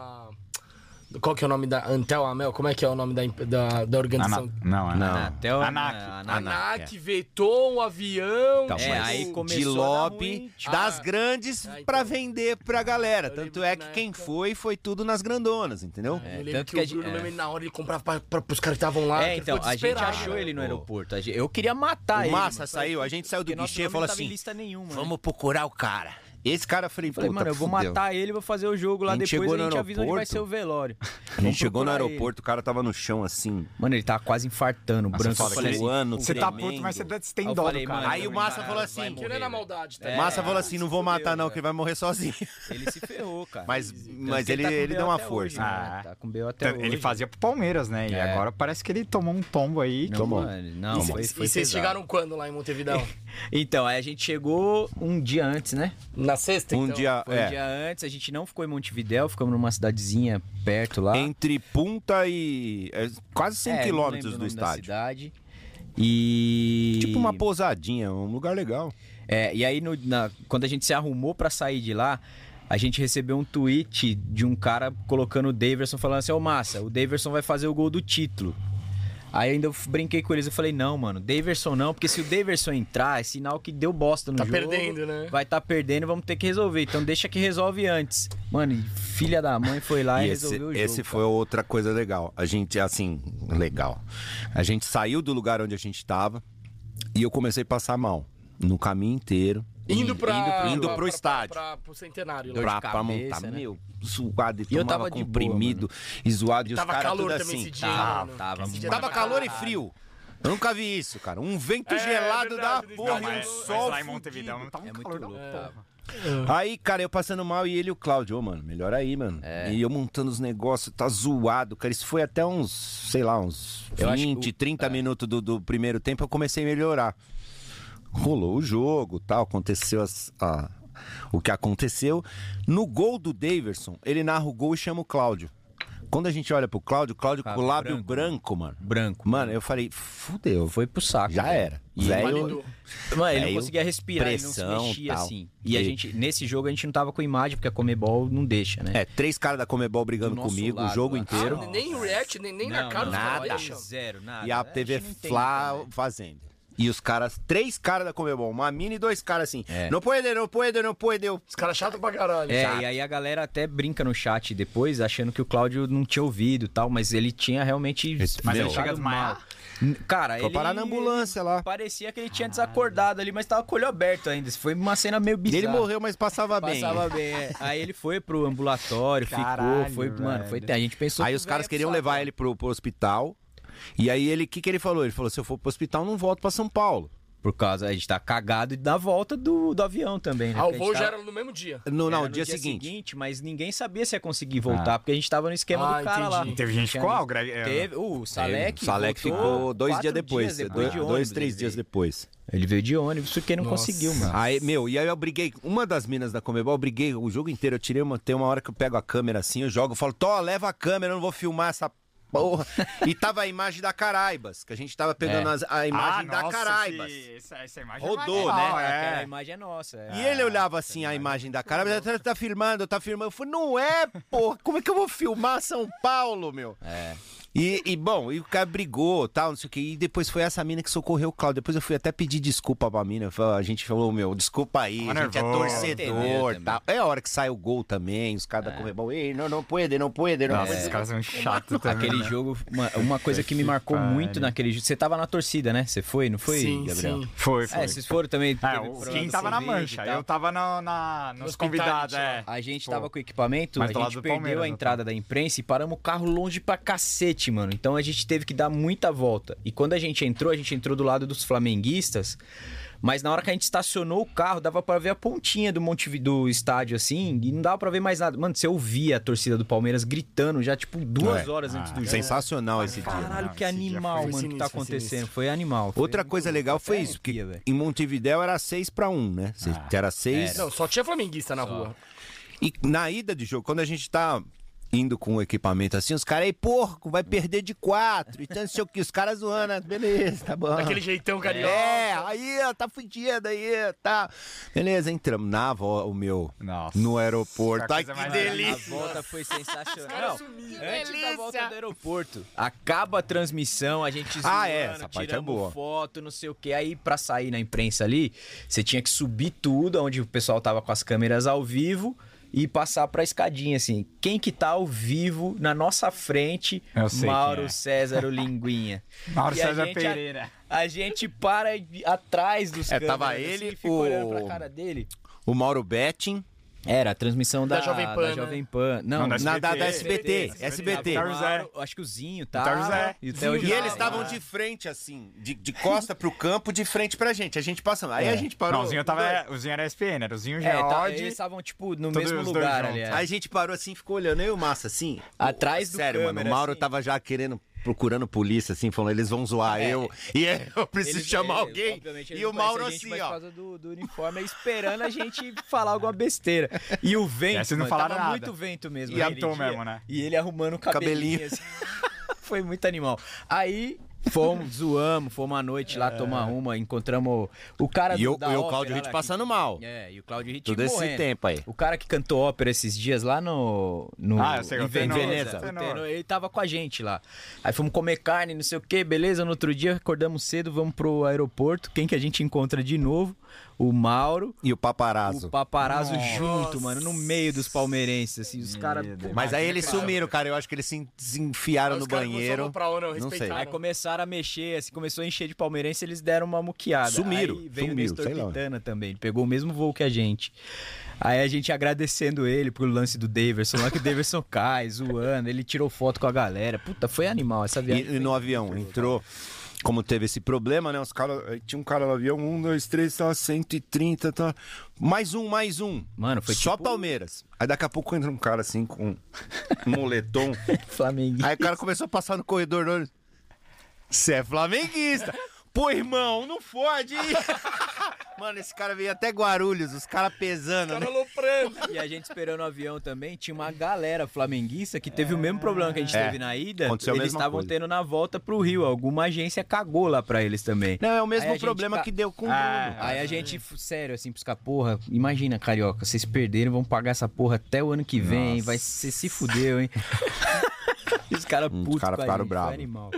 Speaker 1: Qual que é o nome da Antel Amel? Como é que é o nome da, imp- da, da
Speaker 2: Ana...
Speaker 1: organização?
Speaker 2: Não, é.
Speaker 4: Até o
Speaker 2: Anac.
Speaker 4: Anac.
Speaker 1: Anac vetou um avião.
Speaker 4: Então,
Speaker 1: tipo,
Speaker 4: mas- aí começou
Speaker 3: de
Speaker 4: a dar
Speaker 3: lobby
Speaker 4: ruim,
Speaker 3: das grandes
Speaker 1: Ah, então.
Speaker 3: pra vender pra galera. Tanto
Speaker 1: lembro
Speaker 3: é
Speaker 1: que
Speaker 3: que
Speaker 1: na
Speaker 3: quem
Speaker 1: época-
Speaker 3: foi, foi tudo nas grandonas, entendeu?
Speaker 1: Eu
Speaker 4: É,
Speaker 1: lembro
Speaker 4: tanto
Speaker 1: que,
Speaker 4: que a
Speaker 1: o Bruno,
Speaker 4: gente- é.
Speaker 1: mesmo, na hora, ele comprava pra, pra, pros caras que estavam lá.
Speaker 4: É,
Speaker 1: que
Speaker 4: então,
Speaker 1: ele ficou
Speaker 4: a gente
Speaker 1: desesperado.
Speaker 4: achou ele no aeroporto. A gente- Eu queria matar
Speaker 3: O
Speaker 4: ele.
Speaker 3: Massa
Speaker 4: mano.
Speaker 3: saiu, a gente saiu do
Speaker 4: Porque nosso
Speaker 3: guichê e
Speaker 4: nome
Speaker 3: falou
Speaker 4: não tava
Speaker 3: assim,
Speaker 4: em lista nenhuma. né?
Speaker 3: vamos procurar o cara. Esse cara eu falei,
Speaker 4: Falei,
Speaker 3: puta,
Speaker 4: mano, eu vou
Speaker 3: fudeu.
Speaker 4: matar ele, vou fazer o jogo lá
Speaker 3: A gente
Speaker 4: depois
Speaker 3: chegou
Speaker 4: a
Speaker 3: no
Speaker 4: gente avisa onde vai
Speaker 3: aeroporto.
Speaker 4: ser o velório.
Speaker 3: A gente chegou no
Speaker 4: procurar
Speaker 3: aeroporto, o cara tava no chão assim,
Speaker 4: ele. Mano, ele tava quase infartando, branco. Eu
Speaker 3: foda,
Speaker 4: falei
Speaker 3: que
Speaker 4: assim,
Speaker 3: ano
Speaker 2: Você tá
Speaker 3: tremendo.
Speaker 2: puto, mas você dá- você
Speaker 4: Aí
Speaker 2: tem
Speaker 4: eu
Speaker 2: dó
Speaker 4: falei,
Speaker 2: do cara.
Speaker 4: mano,
Speaker 3: Aí o Massa
Speaker 4: cara,
Speaker 3: falou
Speaker 4: vai
Speaker 3: assim,
Speaker 4: morrer,
Speaker 1: Que não é na
Speaker 4: velho.
Speaker 1: maldade, tá?
Speaker 4: É,
Speaker 3: Massa falou assim,
Speaker 4: se
Speaker 3: não vou
Speaker 4: fudeu,
Speaker 3: matar não,
Speaker 4: velho.
Speaker 3: que ele vai morrer sozinho.
Speaker 4: Ele se ferrou, cara.
Speaker 3: Mas,
Speaker 4: Tanto
Speaker 3: mas
Speaker 4: que
Speaker 3: ele,
Speaker 4: tá com
Speaker 3: ele
Speaker 4: BO
Speaker 3: deu uma
Speaker 4: até hoje,
Speaker 3: força.
Speaker 4: né?
Speaker 2: Ah.
Speaker 4: Tá com BO até
Speaker 2: Então, Ele
Speaker 4: hoje.
Speaker 2: fazia pro Palmeiras, né? E
Speaker 4: É.
Speaker 2: agora parece que ele tomou um tombo aí.
Speaker 4: Não,
Speaker 2: que-
Speaker 4: mano, não,
Speaker 1: E,
Speaker 4: foi,
Speaker 1: e
Speaker 4: foi
Speaker 1: vocês
Speaker 4: pesado.
Speaker 1: chegaram quando lá em Montevideo?
Speaker 4: Então, aí a gente chegou um dia antes, né?
Speaker 1: na sexta,
Speaker 3: Um
Speaker 1: então?
Speaker 3: dia,
Speaker 4: Foi
Speaker 3: é,
Speaker 4: um dia antes, a gente não ficou em Montevidéu, ficamos numa cidadezinha perto lá.
Speaker 3: entre Punta e... é, quase 100
Speaker 4: É, não
Speaker 3: quilômetros
Speaker 4: lembro o
Speaker 3: do
Speaker 4: nome da
Speaker 3: estádio.
Speaker 4: cidade. E.
Speaker 3: Tipo uma pousadinha, um lugar legal.
Speaker 4: É, e aí, no- na- quando a gente se arrumou pra sair de lá, a gente recebeu um tweet de um cara colocando o Daverson falando assim: Ô massa, o Daverson vai fazer o gol do título. Aí ainda eu brinquei com eles, eu falei, não, mano, Daverson não, porque se o Daverson entrar, é sinal que deu bosta no
Speaker 1: Tá
Speaker 4: jogo.
Speaker 1: perdendo, né?
Speaker 4: Vai tá perdendo, vamos ter que resolver. Então deixa que resolve antes. Mano, e filha da mãe foi lá e,
Speaker 3: E esse,
Speaker 4: resolveu o jogo.
Speaker 3: esse foi outra coisa legal. A gente, assim, legal. A gente saiu do lugar onde a gente tava e eu comecei a passar mal no caminho inteiro.
Speaker 1: Indo pra...
Speaker 3: indo
Speaker 1: pra-
Speaker 3: pro
Speaker 1: pra-
Speaker 3: estádio.
Speaker 1: Pra, pra, pro centenário.
Speaker 4: Dor
Speaker 1: lá.
Speaker 4: de
Speaker 3: Pra, pra
Speaker 4: cabeça,
Speaker 3: montar,
Speaker 4: né?
Speaker 3: meu, suado e
Speaker 4: E eu
Speaker 3: tomava
Speaker 4: tava de boa,
Speaker 3: comprimido e zoado. E, os
Speaker 1: Tava
Speaker 3: caras
Speaker 1: calor
Speaker 3: tudo
Speaker 1: também
Speaker 3: assim.
Speaker 1: esse dia, né,
Speaker 4: Tava,
Speaker 1: mano?
Speaker 4: tava
Speaker 1: Esse dia
Speaker 3: Tava calor e frio. Eu nunca vi isso, cara. Um vento gelado
Speaker 1: verdade,
Speaker 3: da
Speaker 1: não
Speaker 3: porra
Speaker 1: tava
Speaker 3: e um
Speaker 2: Mas,
Speaker 3: sol.
Speaker 2: mas lá em
Speaker 3: fudido.
Speaker 2: Montevidéu não tava um
Speaker 4: É muito
Speaker 2: calor
Speaker 4: louco,
Speaker 2: não.
Speaker 4: tava.
Speaker 3: Aí, cara, eu passando mal e ele e o Cláudio, ô, mano, melhor aí, mano.
Speaker 4: É.
Speaker 3: E eu montando os negócios, tá zoado, cara. Isso foi até uns, sei lá, uns
Speaker 4: Eu acho que
Speaker 3: 20,
Speaker 4: o- é.
Speaker 3: 30 minutos do, do primeiro tempo, eu comecei a melhorar. Rolou o jogo, tal, aconteceu as- a- o que aconteceu. No gol do Daverson, ele narra o gol e chama o Cláudio. Quando a gente olha pro Cláudio, Cláudio com o
Speaker 4: Cláudio
Speaker 3: lábio branco,
Speaker 4: branco, né?
Speaker 3: mano.
Speaker 4: Branco.
Speaker 3: Mano, eu falei, fudeu,
Speaker 4: Foi pro saco.
Speaker 3: já
Speaker 4: velho.
Speaker 3: era.
Speaker 4: E
Speaker 3: Zé, eu-
Speaker 1: validou.
Speaker 4: Mano, ele
Speaker 3: Aí
Speaker 4: não
Speaker 3: eu-
Speaker 4: conseguia respirar, ele não
Speaker 3: pressão,
Speaker 4: se mexia
Speaker 3: tal.
Speaker 4: assim. E a
Speaker 3: E-
Speaker 4: gente, nesse jogo, a gente não tava com imagem, porque a Comebol não deixa, né?
Speaker 3: É, três caras da Comebol brigando
Speaker 4: Do nosso
Speaker 3: comigo
Speaker 4: lado
Speaker 3: o jogo
Speaker 4: lá.
Speaker 3: inteiro.
Speaker 1: Ah, nem react, nem, nem na cara
Speaker 3: nada.
Speaker 1: Não,
Speaker 4: Zero, nada.
Speaker 3: E a
Speaker 4: gente
Speaker 3: TV
Speaker 4: não entende
Speaker 3: Flá
Speaker 4: também.
Speaker 3: fazendo. E os caras, três caras da Comebol, uma mina e dois caras assim.
Speaker 4: É.
Speaker 3: Não pode, não pode, não pode. Eu...
Speaker 1: Os caras chatos pra caralho.
Speaker 4: É, e aí a galera até brinca no chat depois, achando que o Cláudio não tinha ouvido e tal, mas ele tinha realmente.
Speaker 2: Mas ele
Speaker 4: ficado
Speaker 2: chega a desmaiar?
Speaker 4: N- Cara,
Speaker 3: Foi
Speaker 4: ele.
Speaker 3: parar na ambulância lá.
Speaker 4: Parecia que ele tinha desacordado ali, mas tava com o olho aberto ainda. Isso Foi uma cena meio
Speaker 3: E
Speaker 4: bizarra.
Speaker 3: ele morreu, mas passava,
Speaker 4: Passava bem. é. Aí ele foi pro ambulatório,
Speaker 2: Caralho,
Speaker 4: ficou, foi, mano, foi,
Speaker 2: velho.
Speaker 4: a gente pensou.
Speaker 3: Aí
Speaker 4: que
Speaker 3: os
Speaker 4: o
Speaker 3: caras
Speaker 4: velho ia
Speaker 3: queriam
Speaker 4: pro saco.
Speaker 3: levar ele pro, pro hospital. E aí ele, o que, que ele falou? Ele falou: se eu for pro hospital, eu não volto pra São Paulo.
Speaker 4: Por causa, a gente tá cagado da volta do, do avião também, né?
Speaker 1: Ah, o
Speaker 4: Porque a gente
Speaker 1: voo já
Speaker 4: tava-
Speaker 1: era no mesmo dia.
Speaker 3: No,
Speaker 4: era
Speaker 3: não,
Speaker 4: É, no
Speaker 3: dia, seguinte.
Speaker 4: mas ninguém sabia se ia conseguir voltar, porque a gente tava no esquema
Speaker 1: Ah,
Speaker 4: do cara
Speaker 1: entendi.
Speaker 4: lá.
Speaker 2: Teve gente que ficou lá, o Greg- é,
Speaker 4: Teve, uh, o Salek.
Speaker 3: né? o Salek
Speaker 4: voltou
Speaker 3: ficou dois
Speaker 4: quatro
Speaker 3: dias depois. dois,
Speaker 4: de
Speaker 3: dois,
Speaker 4: ônibus,
Speaker 3: três
Speaker 4: ele
Speaker 3: dias
Speaker 4: veio.
Speaker 3: depois.
Speaker 4: Ele veio de ônibus, porque não conseguiu, mano.
Speaker 3: Aí, meu, e aí eu briguei. Uma das minas da Comebol, eu briguei o jogo inteiro. Eu tirei uma. Tem uma hora que eu pego a câmera assim, eu jogo, eu falo, Tó, leva a câmera, eu não vou filmar essa porra. e tava a imagem da Caraibas, que a gente tava pegando
Speaker 4: É.
Speaker 3: as- a imagem da
Speaker 2: Ah, nossa,
Speaker 3: Caraibas.
Speaker 2: esse- Essa, essa imagem
Speaker 3: Rodou,
Speaker 2: é
Speaker 3: né?
Speaker 2: legal,
Speaker 4: Aquela
Speaker 2: É.
Speaker 4: imagem é nossa. é
Speaker 3: E
Speaker 4: a-
Speaker 3: ele olhava assim a imagem da Caraibas, tá, tá filmando, tá filmando. Eu falei, não é, porra, como é que eu vou filmar São Paulo, meu? É. E, e, bom, e o cara brigou, tal, não sei o quê. E depois foi essa mina que socorreu o Cláudio. Depois eu fui até pedir desculpa pra mina. eu falei- A gente falou, meu, desculpa aí, a
Speaker 2: Tá
Speaker 3: gente é
Speaker 2: nervoso.
Speaker 3: torcedor,
Speaker 4: Entendeu
Speaker 3: tal. É a hora que sai o gol também, os caras da Comebol, ei, não, não pode, não pode, não
Speaker 2: Nossa,
Speaker 3: pode.
Speaker 2: esses caras são
Speaker 1: Ah,
Speaker 2: chatos também.
Speaker 4: Aquele
Speaker 2: né?
Speaker 4: jogo, uma, uma coisa que me
Speaker 2: que
Speaker 4: marcou
Speaker 2: pariu.
Speaker 4: muito naquele jogo. Você tava na torcida, né? Você foi, não foi,
Speaker 1: Sim,
Speaker 4: Gabriel?
Speaker 1: sim.
Speaker 2: Foi, foi.
Speaker 4: É, vocês foram também.
Speaker 3: Ah,
Speaker 2: É,
Speaker 4: teve
Speaker 2: o-
Speaker 4: problema
Speaker 2: quem
Speaker 4: da
Speaker 2: tava na
Speaker 4: cerveja e
Speaker 2: mancha,
Speaker 4: tal.
Speaker 2: eu tava na, na- nos
Speaker 1: hospital,
Speaker 2: convidados,
Speaker 1: gente,
Speaker 2: é.
Speaker 4: A gente
Speaker 2: Pô.
Speaker 4: tava com equipamento,
Speaker 2: Mas do
Speaker 4: a
Speaker 2: lado
Speaker 4: gente
Speaker 2: do
Speaker 4: perdeu
Speaker 2: Palmeiras,
Speaker 4: a
Speaker 2: né,
Speaker 4: entrada da imprensa e paramos o carro longe pra cacete, mano. Então a gente teve que dar muita volta. E quando a gente entrou, a gente entrou do lado dos flamenguistas, mas na hora que a gente estacionou o carro, dava pra ver a pontinha do Monte do estádio assim, e não dava pra ver mais nada. Mano, você ouvia a torcida do Palmeiras gritando já tipo duas
Speaker 3: É.
Speaker 4: horas antes do jogo.
Speaker 3: Sensacional esse dia.
Speaker 4: Caralho, que
Speaker 2: Ah, esse dia
Speaker 4: animal,
Speaker 2: foi
Speaker 4: mano, que tá
Speaker 1: sinistro, foi
Speaker 4: acontecendo.
Speaker 1: sinistro.
Speaker 4: Foi animal. Foi
Speaker 3: Outra
Speaker 4: muito
Speaker 3: coisa
Speaker 4: louco.
Speaker 3: legal foi
Speaker 4: Até
Speaker 3: isso, porque
Speaker 4: arrepia, velho.
Speaker 3: em Montevidéu era 6 pra 1, né? Cê- Era 6.
Speaker 1: É, Não, só tinha flamenguista na rua.
Speaker 3: E na ida de jogo, quando a gente tá indo com o equipamento assim, os caras aí, porco, vai perder de quatro. Então, não sei o que, os caras zoando, né? beleza, tá bom.
Speaker 1: Daquele jeitão carioca.
Speaker 3: É, aí, ó, tá fudido aí, tá. Beleza, entramos. Na avó, o meu.
Speaker 2: Nossa.
Speaker 3: No
Speaker 2: Que
Speaker 3: aeroporto. Ai,
Speaker 2: coisa
Speaker 3: que
Speaker 2: mais
Speaker 4: A
Speaker 3: delícia.
Speaker 4: volta foi sensacional. Antes da volta do aeroporto, acaba a transmissão, a gente
Speaker 3: Ah, é, essa parte é
Speaker 4: tiramos
Speaker 3: boa.
Speaker 4: foto, não sei o que. Aí, pra sair na imprensa ali, você tinha que subir tudo, onde o pessoal tava com as câmeras ao vivo. E passar pra escadinha, assim. Quem que tá ao vivo na nossa frente?
Speaker 2: Eu sei quem
Speaker 4: Mauro
Speaker 2: é.
Speaker 4: César o Linguinha.
Speaker 2: Mauro
Speaker 4: a
Speaker 2: César
Speaker 4: gente a-
Speaker 2: Pereira.
Speaker 4: A, gente para de- atrás dos
Speaker 3: É, tava
Speaker 4: câmeras, assim,
Speaker 3: ele,
Speaker 4: e fica olhando pra
Speaker 3: o-
Speaker 4: cara dele.
Speaker 3: O Mauro Betting.
Speaker 4: Era a transmissão da,
Speaker 1: Da Jovem Pan, né?
Speaker 4: Jovem Pan. Não,
Speaker 2: Não, da
Speaker 3: Na da, da
Speaker 2: SBT.
Speaker 3: SBT. SBT.
Speaker 2: Tá,
Speaker 4: Tava
Speaker 2: José.
Speaker 4: Mauro, acho que o Zinho tá.
Speaker 2: Tá, José.
Speaker 4: E, o Theo
Speaker 3: E
Speaker 4: José.
Speaker 3: eles estavam de frente, assim, de, de costa pro campo, de frente pra gente. A gente passando. Aí a gente parou.
Speaker 2: Não, o Zinho, É. tava, o Zinho era SPN, era o Zinho
Speaker 4: É, tá,
Speaker 2: Geode.
Speaker 4: eles estavam, tipo, no
Speaker 2: Todos
Speaker 4: mesmo
Speaker 2: os dois
Speaker 4: lugar
Speaker 2: juntos.
Speaker 4: ali. é.
Speaker 3: Aí a gente parou assim, ficou olhando. Eu e o Massa, assim.
Speaker 4: Atrás do
Speaker 3: Sério, mano,
Speaker 4: câmera,
Speaker 3: o Mauro
Speaker 4: assim.
Speaker 3: tava já querendo, procurando polícia, assim, falando, eles vão zoar
Speaker 4: É.
Speaker 3: eu. E eu preciso
Speaker 4: Eles-
Speaker 3: chamar
Speaker 4: eles-
Speaker 3: alguém.
Speaker 4: obviamente, eles
Speaker 3: E o
Speaker 4: não conhecem
Speaker 3: Mauro
Speaker 4: a gente,
Speaker 3: assim,
Speaker 4: mas Por
Speaker 3: ó.
Speaker 4: causa do, do uniforme, é esperando a gente falar alguma besteira. E
Speaker 3: É,
Speaker 4: o vento,
Speaker 2: vocês não
Speaker 4: mano,
Speaker 2: falaram
Speaker 4: tava
Speaker 2: nada.
Speaker 4: muito vento mesmo.
Speaker 2: E
Speaker 4: naquele
Speaker 2: atou
Speaker 4: dia.
Speaker 2: mesmo, né?
Speaker 4: E ele arrumando o cabelinho.
Speaker 3: Cabelinho.
Speaker 4: assim. Foi muito animal. Aí... Fomos, zoamos, fomos à noite lá tomar uma, encontramos o cara
Speaker 3: É. E
Speaker 4: do
Speaker 3: eu-
Speaker 4: da
Speaker 3: e o
Speaker 4: ópera
Speaker 3: Claudio Ritt
Speaker 4: lá que-
Speaker 3: passando mal.
Speaker 4: É, e o Claudio Ritt
Speaker 3: Todo esse
Speaker 4: morrendo.
Speaker 3: tempo aí.
Speaker 4: O cara que cantou ópera esses dias lá no. no
Speaker 2: Ah, eu sei,
Speaker 4: em
Speaker 2: o tenor,
Speaker 4: Veneza.
Speaker 2: o tenor.
Speaker 4: O tenor, Ele tava com a gente lá. Aí fomos comer carne, não sei o que, beleza. No outro dia acordamos cedo, vamos pro aeroporto. Quem que a gente encontra de novo? O Mauro.
Speaker 3: E o
Speaker 4: O
Speaker 3: paparazzo.
Speaker 4: paparazzo junto, mano, no meio dos palmeirenses, assim, os caras.
Speaker 3: Mas aí eles sumiram, cara. Eu acho que eles se desenfiaram
Speaker 1: Aí
Speaker 3: no
Speaker 1: os caras começaram a
Speaker 3: banheiro.
Speaker 1: comprar ou não,
Speaker 3: Não sei.
Speaker 1: respeitaram.
Speaker 4: Aí começaram a mexer, assim, começou a encher de palmeirense, eles deram uma muqueada.
Speaker 3: Sumiram,
Speaker 4: Aí veio
Speaker 3: sumiram,
Speaker 4: o Nestor
Speaker 3: sei lá.
Speaker 4: Pitana também, ele pegou o mesmo voo que a gente. Aí a gente agradecendo ele pelo lance do Daverson, lá que o Daverson cai, zoando, ele tirou foto com a galera. Puta, foi animal essa
Speaker 3: E,
Speaker 4: viagem.
Speaker 3: e no avião, entrou. Como teve esse problema, né? Os caras. aí Tinha um cara no avião, um, dois, três, tá, 130, tá. Mais um, mais um.
Speaker 4: Mano, foi
Speaker 3: Só
Speaker 4: tipo-
Speaker 3: Palmeiras. Aí daqui a pouco entra um cara assim com um moletom.
Speaker 4: Flamengo.
Speaker 3: Aí o cara começou a passar no corredor do ônibus. Você é flamenguista. Pô, irmão, não fode. hein? Mano, esse cara veio até Guarulhos, os caras pesando, né?
Speaker 4: E a gente esperando o avião também, tinha uma galera flamenguista que teve o mesmo problema que a gente
Speaker 3: É.
Speaker 4: teve na ida.
Speaker 3: Aconteceu a
Speaker 4: eles
Speaker 3: mesma
Speaker 4: estavam
Speaker 3: coisa.
Speaker 4: tendo na volta pro Rio. Alguma agência cagou lá pra eles também.
Speaker 3: Não, é o
Speaker 4: Aí a
Speaker 3: mesmo
Speaker 4: gente
Speaker 3: problema
Speaker 4: ca-
Speaker 3: que deu com o
Speaker 2: Ah,
Speaker 3: Bruno.
Speaker 4: Aí a gente, f- sério, assim, pros caras, porra, imagina, carioca, vocês perderam, vão pagar essa porra até o ano que vem, vai ser se fudeu, hein? E os caras putos,
Speaker 3: caras
Speaker 4: com a
Speaker 3: ficaram
Speaker 4: gente,
Speaker 3: bravos.
Speaker 4: foi animal.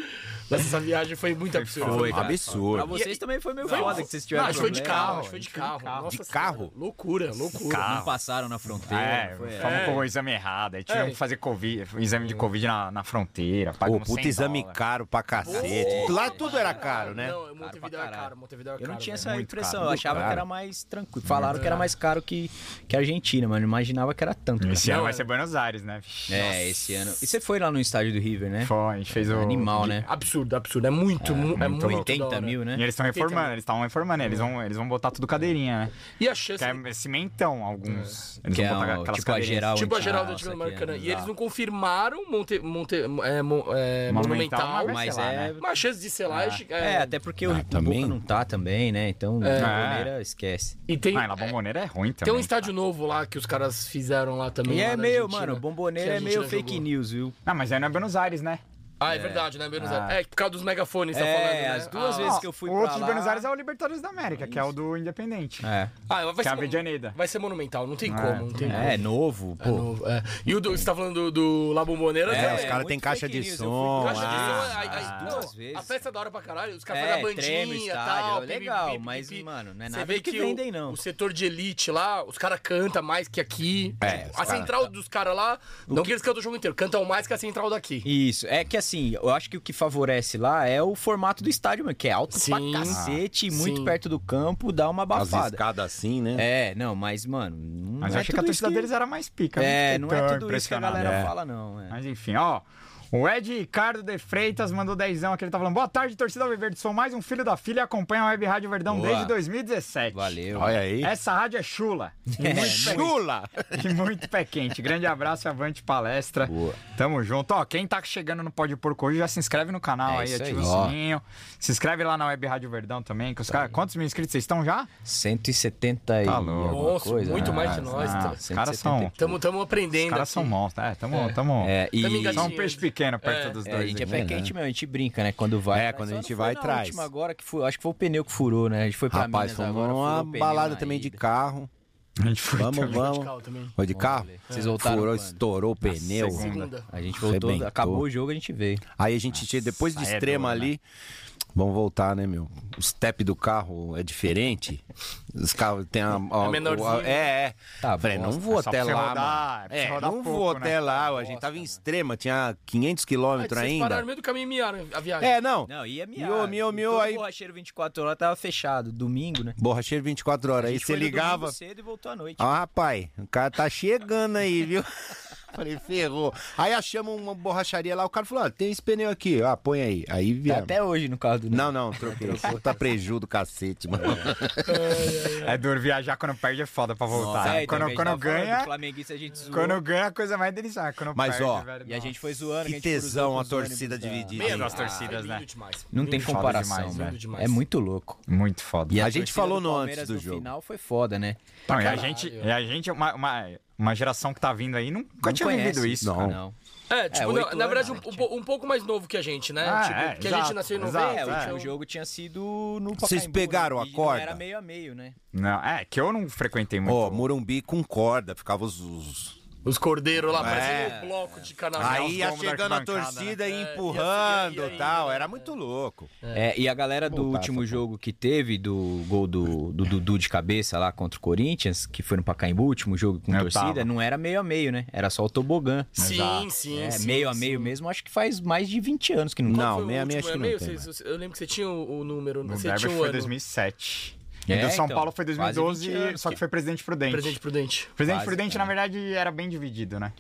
Speaker 1: Mas essa viagem foi muito absurda.
Speaker 4: Foi, cara. Pra
Speaker 3: Absurdo.
Speaker 4: vocês também foi meio
Speaker 1: Foi-
Speaker 4: foda que vocês tiveram.
Speaker 1: Não, acho que foi de
Speaker 4: problema.
Speaker 1: carro, acho que foi de carro. Nossa
Speaker 3: De
Speaker 1: senhora,
Speaker 3: carro?
Speaker 1: Loucura, loucura.
Speaker 4: Não passaram na fronteira.
Speaker 2: É,
Speaker 4: foi,
Speaker 2: fomos com o exame errado. Aí
Speaker 4: É.
Speaker 2: tivemos que fazer COVID, exame de Covid na, na fronteira.
Speaker 3: Pô,
Speaker 2: pagamos 100
Speaker 3: puta exame
Speaker 2: dólares.
Speaker 3: caro pra cacete. Lá tudo era caro, né?
Speaker 1: Não, Montevideo é
Speaker 4: caralho.
Speaker 1: caro, Montevideo é caro.
Speaker 4: Eu não tinha
Speaker 1: velho.
Speaker 4: essa impressão,
Speaker 2: caro,
Speaker 4: eu
Speaker 2: muito
Speaker 4: achava
Speaker 2: caro.
Speaker 4: que era mais tranquilo. Falaram que era mais caro que, que a Argentina, mas não imaginava que era tanto.
Speaker 2: Esse
Speaker 4: cara.
Speaker 2: ano vai ser Buenos Aires, né? Vixe,
Speaker 4: É, esse ano. E você foi lá no estádio do River, né?
Speaker 2: Foi, a gente fez o.
Speaker 4: Animal, né?
Speaker 1: Absurdo, absurdo, absurdo. É muito, mu- é, muito.
Speaker 2: muito louco.
Speaker 1: da hora.
Speaker 4: 80 mil, né? É.
Speaker 2: E eles estão reformando, eles estavam reformando, eles vão, eles vão botar tudo cadeirinha, né?
Speaker 1: E a chance.
Speaker 2: Que é cimentão, alguns. Eles
Speaker 4: Que é
Speaker 2: vão botar
Speaker 4: o-
Speaker 2: aquelas
Speaker 4: tipo a
Speaker 2: cadeirinhas.
Speaker 4: geral
Speaker 1: Tipo a
Speaker 4: antiga,
Speaker 1: Geraldo antiga
Speaker 4: isso
Speaker 1: do
Speaker 4: aqui,
Speaker 1: Maracanã.
Speaker 4: né?
Speaker 1: E eles não confirmaram monte, monte, é, mo- é,
Speaker 2: Monumental,
Speaker 1: Monumental,
Speaker 2: mas-
Speaker 4: Mas
Speaker 2: sei lá,
Speaker 4: é.
Speaker 2: né?
Speaker 1: mas a chance de ser lá é,
Speaker 4: É, até porque
Speaker 3: Ah,
Speaker 4: o
Speaker 3: também?
Speaker 4: Boca não tá também, né? Então, de maneira, esquece.
Speaker 1: E tem,
Speaker 2: Ah, e La Bombonera é ruim também.
Speaker 1: tem um estádio novo lá que os caras fizeram lá também.
Speaker 4: E
Speaker 1: lá
Speaker 4: é
Speaker 1: na
Speaker 4: meio,
Speaker 1: Argentina,
Speaker 4: mano, bomboneira
Speaker 1: que a
Speaker 4: é
Speaker 1: gente
Speaker 4: meio
Speaker 1: não
Speaker 4: fake
Speaker 1: jogou.
Speaker 4: news, viu?
Speaker 2: Ah, mas aí não é Buenos Aires, né?
Speaker 1: Ah, é verdade, né? Buenos Aires. É, por causa dos megafones, tá
Speaker 4: É,
Speaker 1: falando. né?
Speaker 4: as duas
Speaker 1: Ah,
Speaker 4: vezes que eu fui
Speaker 2: o
Speaker 4: pra
Speaker 2: outro de
Speaker 4: lá-
Speaker 2: Buenos Aires é o Libertadores da América, que é o do Independente.
Speaker 4: É.
Speaker 1: Ah, vai
Speaker 2: Que é a
Speaker 1: ser, mon-
Speaker 2: Avenida.
Speaker 1: vai ser monumental, não tem como, não tem como.
Speaker 4: É, novo,
Speaker 1: É
Speaker 4: pô.
Speaker 1: novo, é. E o do, você tá falando do, do La Bombonera?
Speaker 3: É,
Speaker 1: né?
Speaker 3: os caras
Speaker 4: muito
Speaker 3: têm caixa
Speaker 4: fake
Speaker 3: de
Speaker 4: news, eu fui-
Speaker 3: som,
Speaker 1: Caixa de
Speaker 3: ah,
Speaker 1: som, aí- aí-
Speaker 4: as
Speaker 1: não,
Speaker 4: duas vezes.
Speaker 1: é A festa é da hora pra caralho, os caras
Speaker 4: É,
Speaker 1: fazem a
Speaker 4: treme o
Speaker 1: bandinha e
Speaker 4: estádio,
Speaker 1: tal.
Speaker 4: é legal, mas, mano, não é
Speaker 1: Você
Speaker 4: nada
Speaker 1: vê
Speaker 4: do que
Speaker 1: o-
Speaker 4: vendem, não.
Speaker 1: O setor de elite lá, os caras cantam mais que aqui.
Speaker 3: É,
Speaker 1: Tipo,
Speaker 3: os
Speaker 1: a
Speaker 3: caras-
Speaker 1: central dos caras lá, não que eles cantam o jogo inteiro, cantam mais que a central daqui.
Speaker 4: Isso, é que assim, eu acho que o que favorece lá é o formato do estádio, mano, que é alto
Speaker 1: Sim. Ah,
Speaker 4: pra cacete, muito
Speaker 1: Sim.
Speaker 4: perto do campo, dá uma
Speaker 3: As
Speaker 4: abafada.
Speaker 3: escadas assim, né?
Speaker 4: É, não, mas, mano, não
Speaker 2: Mas
Speaker 4: é
Speaker 2: eu achei que a
Speaker 4: tudo isso
Speaker 2: torcida
Speaker 4: que-
Speaker 2: deles era mais pica. não
Speaker 4: É,
Speaker 2: fiquei
Speaker 4: não é
Speaker 2: tão
Speaker 4: tudo isso que a
Speaker 2: impressionado.
Speaker 4: galera
Speaker 2: É.
Speaker 4: fala, não. É.
Speaker 2: Mas enfim, ó. O Ed Ricardo de Freitas mandou dezão aqui. Ele tá falando: Boa tarde, torcida Alviverde. Sou mais um filho da filha e acompanho a Web Rádio Verdão
Speaker 4: Boa.
Speaker 2: desde 2017.
Speaker 4: Valeu.
Speaker 3: Olha aí.
Speaker 2: Essa rádio é chula. E
Speaker 4: É,
Speaker 2: muito pé-
Speaker 3: Chula!
Speaker 2: E muito pé quente. Grande abraço e avante palestra.
Speaker 4: Boa.
Speaker 2: Tamo junto. Ó, quem tá chegando no Pode Porco hoje, já se inscreve no canal
Speaker 4: É
Speaker 2: aí,
Speaker 4: isso
Speaker 2: ativa
Speaker 4: aí.
Speaker 2: o
Speaker 4: Ó. Tá.
Speaker 2: sininho. Se inscreve lá na Web Rádio Verdão também. Que os caras, quantos mil inscritos vocês estão já?
Speaker 4: 170 e
Speaker 2: Tá louco.
Speaker 4: alguma
Speaker 1: Nossa,
Speaker 4: coisa.
Speaker 1: muito
Speaker 4: né?
Speaker 1: mais que nós,
Speaker 4: Ah,
Speaker 1: tá?
Speaker 2: Os caras são.
Speaker 4: 170.
Speaker 1: Tamo, tamo aprendendo.
Speaker 2: Os caras são
Speaker 1: aqui.
Speaker 2: monstros. É, tamo. tamo...
Speaker 4: É, e...
Speaker 1: Tamo
Speaker 2: Só um
Speaker 1: engatinhando.
Speaker 2: peixe pequeno perto dos
Speaker 4: É, a
Speaker 2: dois.
Speaker 4: gente é
Speaker 2: aqui.
Speaker 4: pé quente mesmo, a gente brinca, né? Quando vai.
Speaker 3: É,
Speaker 4: atrás.
Speaker 3: quando a
Speaker 4: Só
Speaker 3: gente
Speaker 4: não
Speaker 3: vai
Speaker 4: foi na
Speaker 3: atrás.
Speaker 4: última agora que foi, acho que foi o pneu que furou, né? A gente foi pra
Speaker 3: Rapaz,
Speaker 4: Minas
Speaker 3: fomos
Speaker 4: agora, furou
Speaker 3: uma
Speaker 4: o pneu
Speaker 3: balada
Speaker 4: na
Speaker 3: também de
Speaker 4: ida.
Speaker 3: carro.
Speaker 2: A gente foi
Speaker 3: Vamos,
Speaker 2: também.
Speaker 3: vamos.
Speaker 1: carro também.
Speaker 3: Foi de carro?
Speaker 4: Vocês voltaram
Speaker 3: Furou,
Speaker 4: quando?
Speaker 3: estourou o pneu.
Speaker 1: Segunda.
Speaker 4: A gente voltou,
Speaker 3: Arrebentou.
Speaker 4: acabou o jogo, a gente veio.
Speaker 3: Aí a gente, tinha- depois de
Speaker 2: Nossa, é
Speaker 3: extrema
Speaker 2: duro, né?
Speaker 3: ali, vamos voltar, né, meu? O step do carro é diferente. Os carros têm a. a-
Speaker 1: É menorzinho,
Speaker 3: a- é, é.
Speaker 4: Tá,
Speaker 3: Falei, não
Speaker 4: bosta.
Speaker 3: vou
Speaker 2: É só
Speaker 3: até
Speaker 2: pra você
Speaker 3: lá.
Speaker 2: rodar, é
Speaker 3: mano.
Speaker 2: pra você
Speaker 3: É,
Speaker 2: rodar
Speaker 3: não
Speaker 2: pouco,
Speaker 3: vou
Speaker 2: né?
Speaker 3: até lá. A gente tava em extrema, tinha 500 quilômetros
Speaker 1: Vocês pararam no
Speaker 3: ainda.
Speaker 1: meio do caminho e miaram a viagem.
Speaker 3: É, não.
Speaker 4: Não, ia miar.
Speaker 3: Miou, miou, miou.
Speaker 4: Todo
Speaker 3: Aí,
Speaker 4: borracheiro 24 horas tava fechado, domingo, né?
Speaker 3: borracheiro 24 horas.
Speaker 4: A
Speaker 3: Aí
Speaker 4: gente
Speaker 3: você
Speaker 4: foi no domingo
Speaker 3: ligava.
Speaker 4: cedo e voltou à noite. Tá
Speaker 3: Ah, rapaz, o cara tá chegando aí, viu? Falei, ferrou. Aí achamos uma borracharia lá, o cara falou, ó, tem esse pneu aqui, ó, põe aí. Aí
Speaker 4: Tá
Speaker 3: viemos.
Speaker 4: até hoje no carro do
Speaker 3: Não, não, troquei. tá preju do cacete, mano.
Speaker 4: Tá
Speaker 2: É duro viajar quando perde é foda pra
Speaker 3: tá.
Speaker 2: voltar. né?
Speaker 4: Nossa, é, então, a
Speaker 2: quando
Speaker 4: gente
Speaker 2: quando
Speaker 4: tava falando do
Speaker 2: ganha,
Speaker 4: Flamenguista a gente zoou.
Speaker 2: quando ganha é a coisa mais deliciosa. Quando
Speaker 3: Mas,
Speaker 2: perde,
Speaker 3: ó,
Speaker 2: velho,
Speaker 4: E a
Speaker 2: nossa.
Speaker 4: gente foi zoando. que
Speaker 3: Que
Speaker 4: a gente cruzou
Speaker 3: tesão
Speaker 4: com
Speaker 3: a
Speaker 4: os ônibus né?
Speaker 3: torcida
Speaker 4: da-
Speaker 3: dividir.
Speaker 1: Menos
Speaker 2: as torcidas,
Speaker 1: lindo
Speaker 2: né?
Speaker 1: demais.
Speaker 4: Não tem
Speaker 1: Lindo
Speaker 4: comparação,
Speaker 2: demais,
Speaker 4: velho.
Speaker 1: demais.
Speaker 4: É muito louco.
Speaker 2: Muito foda.
Speaker 4: E
Speaker 3: A gente
Speaker 4: torcida
Speaker 3: falou
Speaker 4: do
Speaker 3: no
Speaker 4: Palmeiras
Speaker 3: antes do
Speaker 4: no
Speaker 3: jogo.
Speaker 4: final foi foda, né?
Speaker 2: Não, e a gente, e a gente uma, uma, uma geração que tá vindo aí nunca
Speaker 4: Não
Speaker 2: tinha
Speaker 4: conhece
Speaker 2: vivido isso.
Speaker 3: não.
Speaker 2: cara.
Speaker 4: Não.
Speaker 1: É, tipo,
Speaker 4: oito
Speaker 1: na, na
Speaker 4: anos,
Speaker 1: verdade,
Speaker 4: né,
Speaker 1: um, um po- um pouco mais novo que a gente, né?
Speaker 2: Ah,
Speaker 1: tipo,
Speaker 2: é,
Speaker 1: porque a
Speaker 2: exato,
Speaker 1: gente nasceu em
Speaker 2: exato,
Speaker 1: 90.
Speaker 4: É, o
Speaker 2: é.
Speaker 4: último jogo tinha sido no Pacaembu.
Speaker 3: Ah, tá. Vocês pegaram
Speaker 4: né?
Speaker 3: a
Speaker 4: E
Speaker 3: corda?
Speaker 4: Não era meio a meio, né?
Speaker 2: Não, é que eu não frequentei muito.
Speaker 3: Ó, Morumbi com corda, ficava os... os-
Speaker 1: Os cordeiros lá, parecia
Speaker 3: É.
Speaker 1: um bloco de carnaval.
Speaker 3: Aí ia
Speaker 2: donos da
Speaker 3: chegando a
Speaker 2: arquibancada,
Speaker 3: torcida e
Speaker 1: né? É, ia- né? ia-
Speaker 3: empurrando
Speaker 1: ia-
Speaker 3: e tal,
Speaker 1: ia-
Speaker 3: era muito louco.
Speaker 4: É, e a galera do
Speaker 3: Voltar,
Speaker 4: último
Speaker 3: essa
Speaker 4: jogo que teve, do gol do, do Dudu de cabeça lá contra o Corinthians, que foi no Pacaembu, último jogo com
Speaker 2: É, Eu
Speaker 4: torcida,
Speaker 2: tava.
Speaker 4: não era meio a meio, né? Era só o tobogã.
Speaker 1: Sim,
Speaker 2: Exato.
Speaker 1: sim,
Speaker 4: é,
Speaker 1: sim,
Speaker 4: meio a
Speaker 1: sim.
Speaker 4: meio mesmo, acho que faz mais de 20 anos que não
Speaker 3: Não.
Speaker 1: Qual foi o último?
Speaker 3: meia-meia acho que
Speaker 1: É
Speaker 3: não
Speaker 1: meio?
Speaker 3: tem,
Speaker 1: Vocês- eu lembro que você tinha o, o número,
Speaker 2: O
Speaker 1: você
Speaker 2: Derby
Speaker 1: tinha o
Speaker 2: foi
Speaker 1: ano.
Speaker 2: em 2007.
Speaker 4: É,
Speaker 2: e do São
Speaker 4: então,
Speaker 2: Paulo foi
Speaker 4: quase
Speaker 2: 2012,
Speaker 4: 20 anos,
Speaker 2: só que foi Presidente Prudente.
Speaker 1: Presidente Prudente.
Speaker 2: Presidente
Speaker 4: Quase,
Speaker 2: Prudente,
Speaker 4: é.
Speaker 2: na verdade, era bem dividido, né?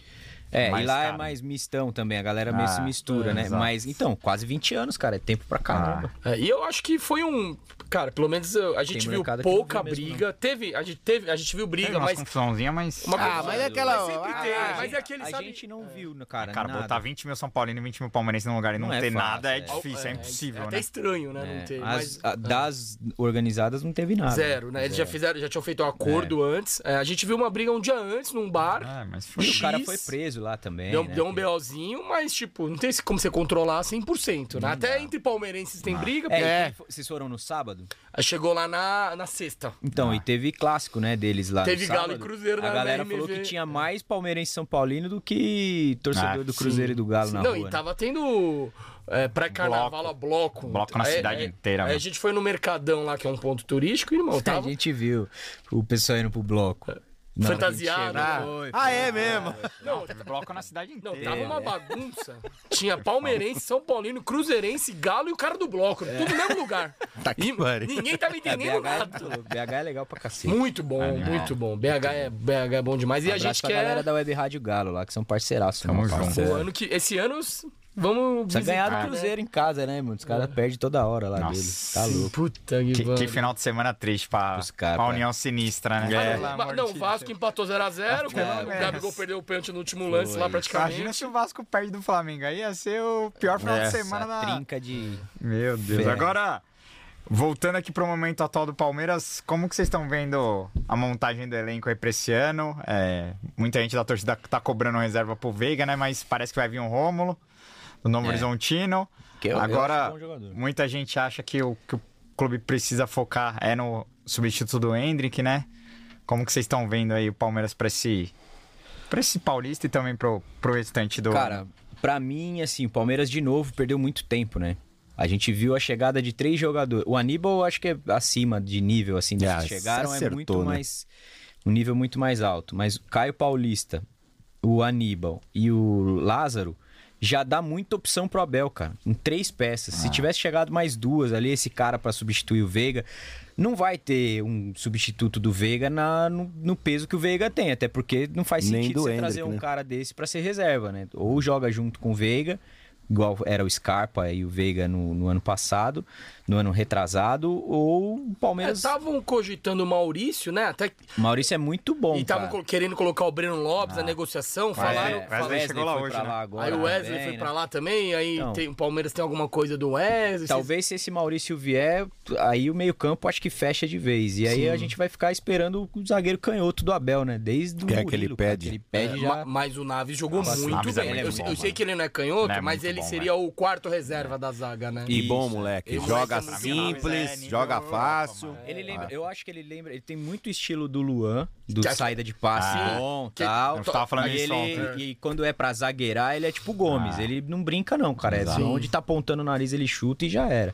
Speaker 2: tá,
Speaker 4: É,
Speaker 2: Mais
Speaker 4: e lá
Speaker 2: caro.
Speaker 4: é mais mistão também, a galera meio se
Speaker 2: Ah,
Speaker 4: mistura,
Speaker 2: é,
Speaker 4: né?
Speaker 2: exato. Ah.
Speaker 4: Mas, então, quase 20 anos, cara, é tempo pra caramba.
Speaker 1: É, e eu acho que foi um. Cara, pelo menos eu- a gente viu
Speaker 4: molecada que não
Speaker 1: pouca
Speaker 4: viu mesmo,
Speaker 1: briga. Teve, a gente teve, a gente viu briga,
Speaker 2: Teve umas
Speaker 1: mas.
Speaker 2: confusãozinhas, mas.
Speaker 1: Uma
Speaker 3: Ah,
Speaker 1: confusão.
Speaker 3: mas é aquela...
Speaker 1: Mas sempre tem,
Speaker 3: ah,
Speaker 1: mas é aquele,
Speaker 4: a
Speaker 1: sabe?
Speaker 4: gente não viu, cara,
Speaker 2: Cara,
Speaker 4: nada.
Speaker 2: botar 20 mil São Paulino e 20 mil palmeirenses num lugar e não,
Speaker 4: Não é
Speaker 2: ter
Speaker 4: fácil,
Speaker 2: nada é,
Speaker 4: é.
Speaker 2: difícil, é, impossível,
Speaker 1: É até
Speaker 2: né?
Speaker 1: estranho, né?
Speaker 4: É,
Speaker 1: Não ter.
Speaker 4: as- Ah,
Speaker 1: mas-
Speaker 4: a- das organizadas não teve nada.
Speaker 1: Zero, né? Eles já fizeram, já tinham feito um acordo antes. É, a gente viu uma briga um dia antes num bar.
Speaker 2: Ah, mas foi.
Speaker 4: E o cara
Speaker 1: X.
Speaker 4: foi preso lá também,
Speaker 1: Deu,
Speaker 4: né?
Speaker 1: deu um BOzinho, mas, tipo, não tem como você controlar 100%, né? Até entre palmeirenses tem briga. porque
Speaker 4: É, e quem foi- vocês foram no sábado?
Speaker 1: Aí Chegou lá na, na sexta.
Speaker 4: Então, e teve clássico, né, deles lá. no
Speaker 1: Ah. Teve Galo
Speaker 4: sábado.
Speaker 1: e Cruzeiro
Speaker 4: A
Speaker 1: na- na
Speaker 4: galera
Speaker 1: MV.
Speaker 4: falou que tinha mais palmeirense e São Paulino do que torcedor
Speaker 2: Ah,
Speaker 4: do Cruzeiro e do Galo na
Speaker 1: não,
Speaker 4: rua.
Speaker 1: e
Speaker 4: né?
Speaker 1: tava tendo é, pré-carnaval a bloco.
Speaker 2: Bloco na
Speaker 1: É,
Speaker 2: cidade
Speaker 1: é,
Speaker 2: inteira,
Speaker 1: é,
Speaker 2: mano.
Speaker 1: a gente foi no Mercadão lá, que é um ponto turístico, e, irmão.
Speaker 4: A
Speaker 1: Tava É.
Speaker 4: gente viu o pessoal indo pro bloco. Na hora que a gente
Speaker 1: Fantasiado.
Speaker 4: chegou.
Speaker 1: Ah,
Speaker 4: Foi,
Speaker 3: Ah, é mesmo?
Speaker 1: não,
Speaker 2: Teve bloco na cidade
Speaker 1: não,
Speaker 2: inteira.
Speaker 1: tava uma
Speaker 4: né?
Speaker 1: bagunça. Tinha palmeirense, São Paulino, Cruzeirense, Galo e o cara do bloco. Tudo no mesmo lugar.
Speaker 3: Tá que
Speaker 1: E
Speaker 3: pariu.
Speaker 1: ninguém tava
Speaker 4: É, Tá, BH,
Speaker 1: entendendo
Speaker 4: é
Speaker 1: nada.
Speaker 4: muito louco. BH é legal pra cacete.
Speaker 1: Muito bom, muito bom. BH é, BH é bom demais. Hum, E a
Speaker 4: Abraço
Speaker 1: gente
Speaker 4: pra
Speaker 1: quer.
Speaker 4: galera da Web Rádio Galo lá, que são parceiraços. né,
Speaker 2: Tamo
Speaker 4: nossos.
Speaker 2: junto.
Speaker 1: O ano que, esse ano s- Vamos
Speaker 4: Precisa ganhar
Speaker 1: visitar, É.
Speaker 4: do Cruzeiro em casa, né, mano? Os caras perdem toda hora lá
Speaker 2: Nossa.
Speaker 4: dele. Tá
Speaker 1: né?
Speaker 4: louco.
Speaker 1: Puta que,
Speaker 2: Que,
Speaker 1: pariu.
Speaker 2: que final de semana triste pra,
Speaker 4: Os caras,
Speaker 2: pra
Speaker 4: né?
Speaker 2: União Sinistra, né?
Speaker 1: Ah,
Speaker 2: Pelo
Speaker 1: não,
Speaker 2: amor
Speaker 1: ba- não,
Speaker 2: de
Speaker 1: o Vasco
Speaker 2: Deus.
Speaker 1: empatou 0x0.
Speaker 2: pelo
Speaker 1: O Gabigol
Speaker 2: menos.
Speaker 1: perdeu o pênalti no último lance lá
Speaker 2: Imagina
Speaker 1: praticamente.
Speaker 2: se o Vasco perde do Flamengo. Aí ia ser o pior final de
Speaker 4: Essa
Speaker 2: semana da.
Speaker 4: trinca de...
Speaker 2: Meu Deus.
Speaker 4: Ferro.
Speaker 2: Agora, voltando aqui pro momento atual do Palmeiras, como que vocês estão vendo a montagem do elenco aí pra esse ano? É, muita gente da torcida tá cobrando reserva pro Veiga, né? Mas parece que vai vir um Rômulo do Novo
Speaker 4: É.
Speaker 2: Horizontino.
Speaker 4: Que eu- eu acho um
Speaker 2: Agora,
Speaker 4: bom jogador.
Speaker 2: muita gente acha que o, que o clube precisa focar é no substituto do Hendrick, né? Como que vocês estão vendo aí o Palmeiras pra esse... Pra esse paulista e também pro, pro restante do.
Speaker 4: Cara, pra mim, assim, o Palmeiras de novo perdeu muito tempo, né? A gente viu a chegada de três jogadores. O Aníbal, eu acho que é acima de nível, assim, dos
Speaker 3: É,
Speaker 4: que chegaram. é
Speaker 3: acertou,
Speaker 4: muito
Speaker 3: né?
Speaker 4: mais. Um nível muito mais alto. Mas o Caio Paulista, o Aníbal e o Lázaro já dá muita opção pro Abel, cara. Em três peças.
Speaker 3: Ah.
Speaker 4: Se tivesse chegado mais duas ali, esse cara pra substituir o Veiga, não vai ter um substituto do Veiga na- no, no peso que o Veiga tem. Até porque não faz
Speaker 3: Nem
Speaker 4: sentido
Speaker 3: do
Speaker 4: você
Speaker 3: Hendrick,
Speaker 4: trazer um
Speaker 3: né?
Speaker 4: cara desse pra ser reserva, né? Ou joga junto com o Veiga, igual era o Scarpa e o Veiga no, no ano passado, no ano retrasado, ou o Palmeiras.
Speaker 1: Estavam É, cogitando o Maurício, né? Até que-
Speaker 4: Maurício é muito bom,
Speaker 1: e estavam
Speaker 4: cara.
Speaker 1: colo- querendo colocar o Breno Lopes na negociação. falaram.
Speaker 2: Wesley
Speaker 1: falaram-
Speaker 2: chegou lá
Speaker 4: foi
Speaker 2: hoje,
Speaker 4: pra
Speaker 2: né?
Speaker 4: lá agora,
Speaker 1: aí o Wesley
Speaker 4: também,
Speaker 1: foi
Speaker 4: né?
Speaker 1: pra lá também. Aí
Speaker 4: Então.
Speaker 1: tem- o Palmeiras tem alguma coisa do Wesley.
Speaker 4: Talvez se esse Maurício vier, aí o meio-campo acho que fecha de vez. E aí a gente vai ficar esperando o zagueiro canhoto do Abel, né? Desde o
Speaker 3: Que é que
Speaker 4: Murilo,
Speaker 3: ele
Speaker 4: cara,
Speaker 3: pede.
Speaker 4: que Ele pede
Speaker 1: É, ma-
Speaker 4: já.
Speaker 1: Mas o Naves jogou
Speaker 2: Nossa, o
Speaker 1: muito
Speaker 2: Naves é
Speaker 1: bem.
Speaker 2: muito
Speaker 1: eu,
Speaker 2: bom,
Speaker 1: eu sei
Speaker 2: mano.
Speaker 1: que ele não é canhoto,
Speaker 2: Ele é
Speaker 1: mas
Speaker 2: muito
Speaker 1: ele
Speaker 2: bom,
Speaker 1: seria o quarto reserva da zaga, né?
Speaker 3: E bom,
Speaker 4: Isso.
Speaker 3: moleque.
Speaker 1: Ele
Speaker 3: joga
Speaker 1: vai ser muito
Speaker 3: simples,
Speaker 2: bom.
Speaker 3: joga
Speaker 2: Zé,
Speaker 3: fácil. Ah,
Speaker 2: Nino,
Speaker 4: Ele lembra, eu acho que ele lembra, ele tem muito estilo do Luan, do
Speaker 1: Que-
Speaker 4: saída de passe,
Speaker 2: Ah,
Speaker 4: bom,
Speaker 1: que-
Speaker 4: tal.
Speaker 2: eu tava falando
Speaker 4: e
Speaker 2: isso
Speaker 4: ele,
Speaker 2: ontem.
Speaker 4: E quando é pra zagueirar, ele é tipo o Gomes, ele não brinca não, cara, é onde tá apontando o nariz, ele chuta e já era.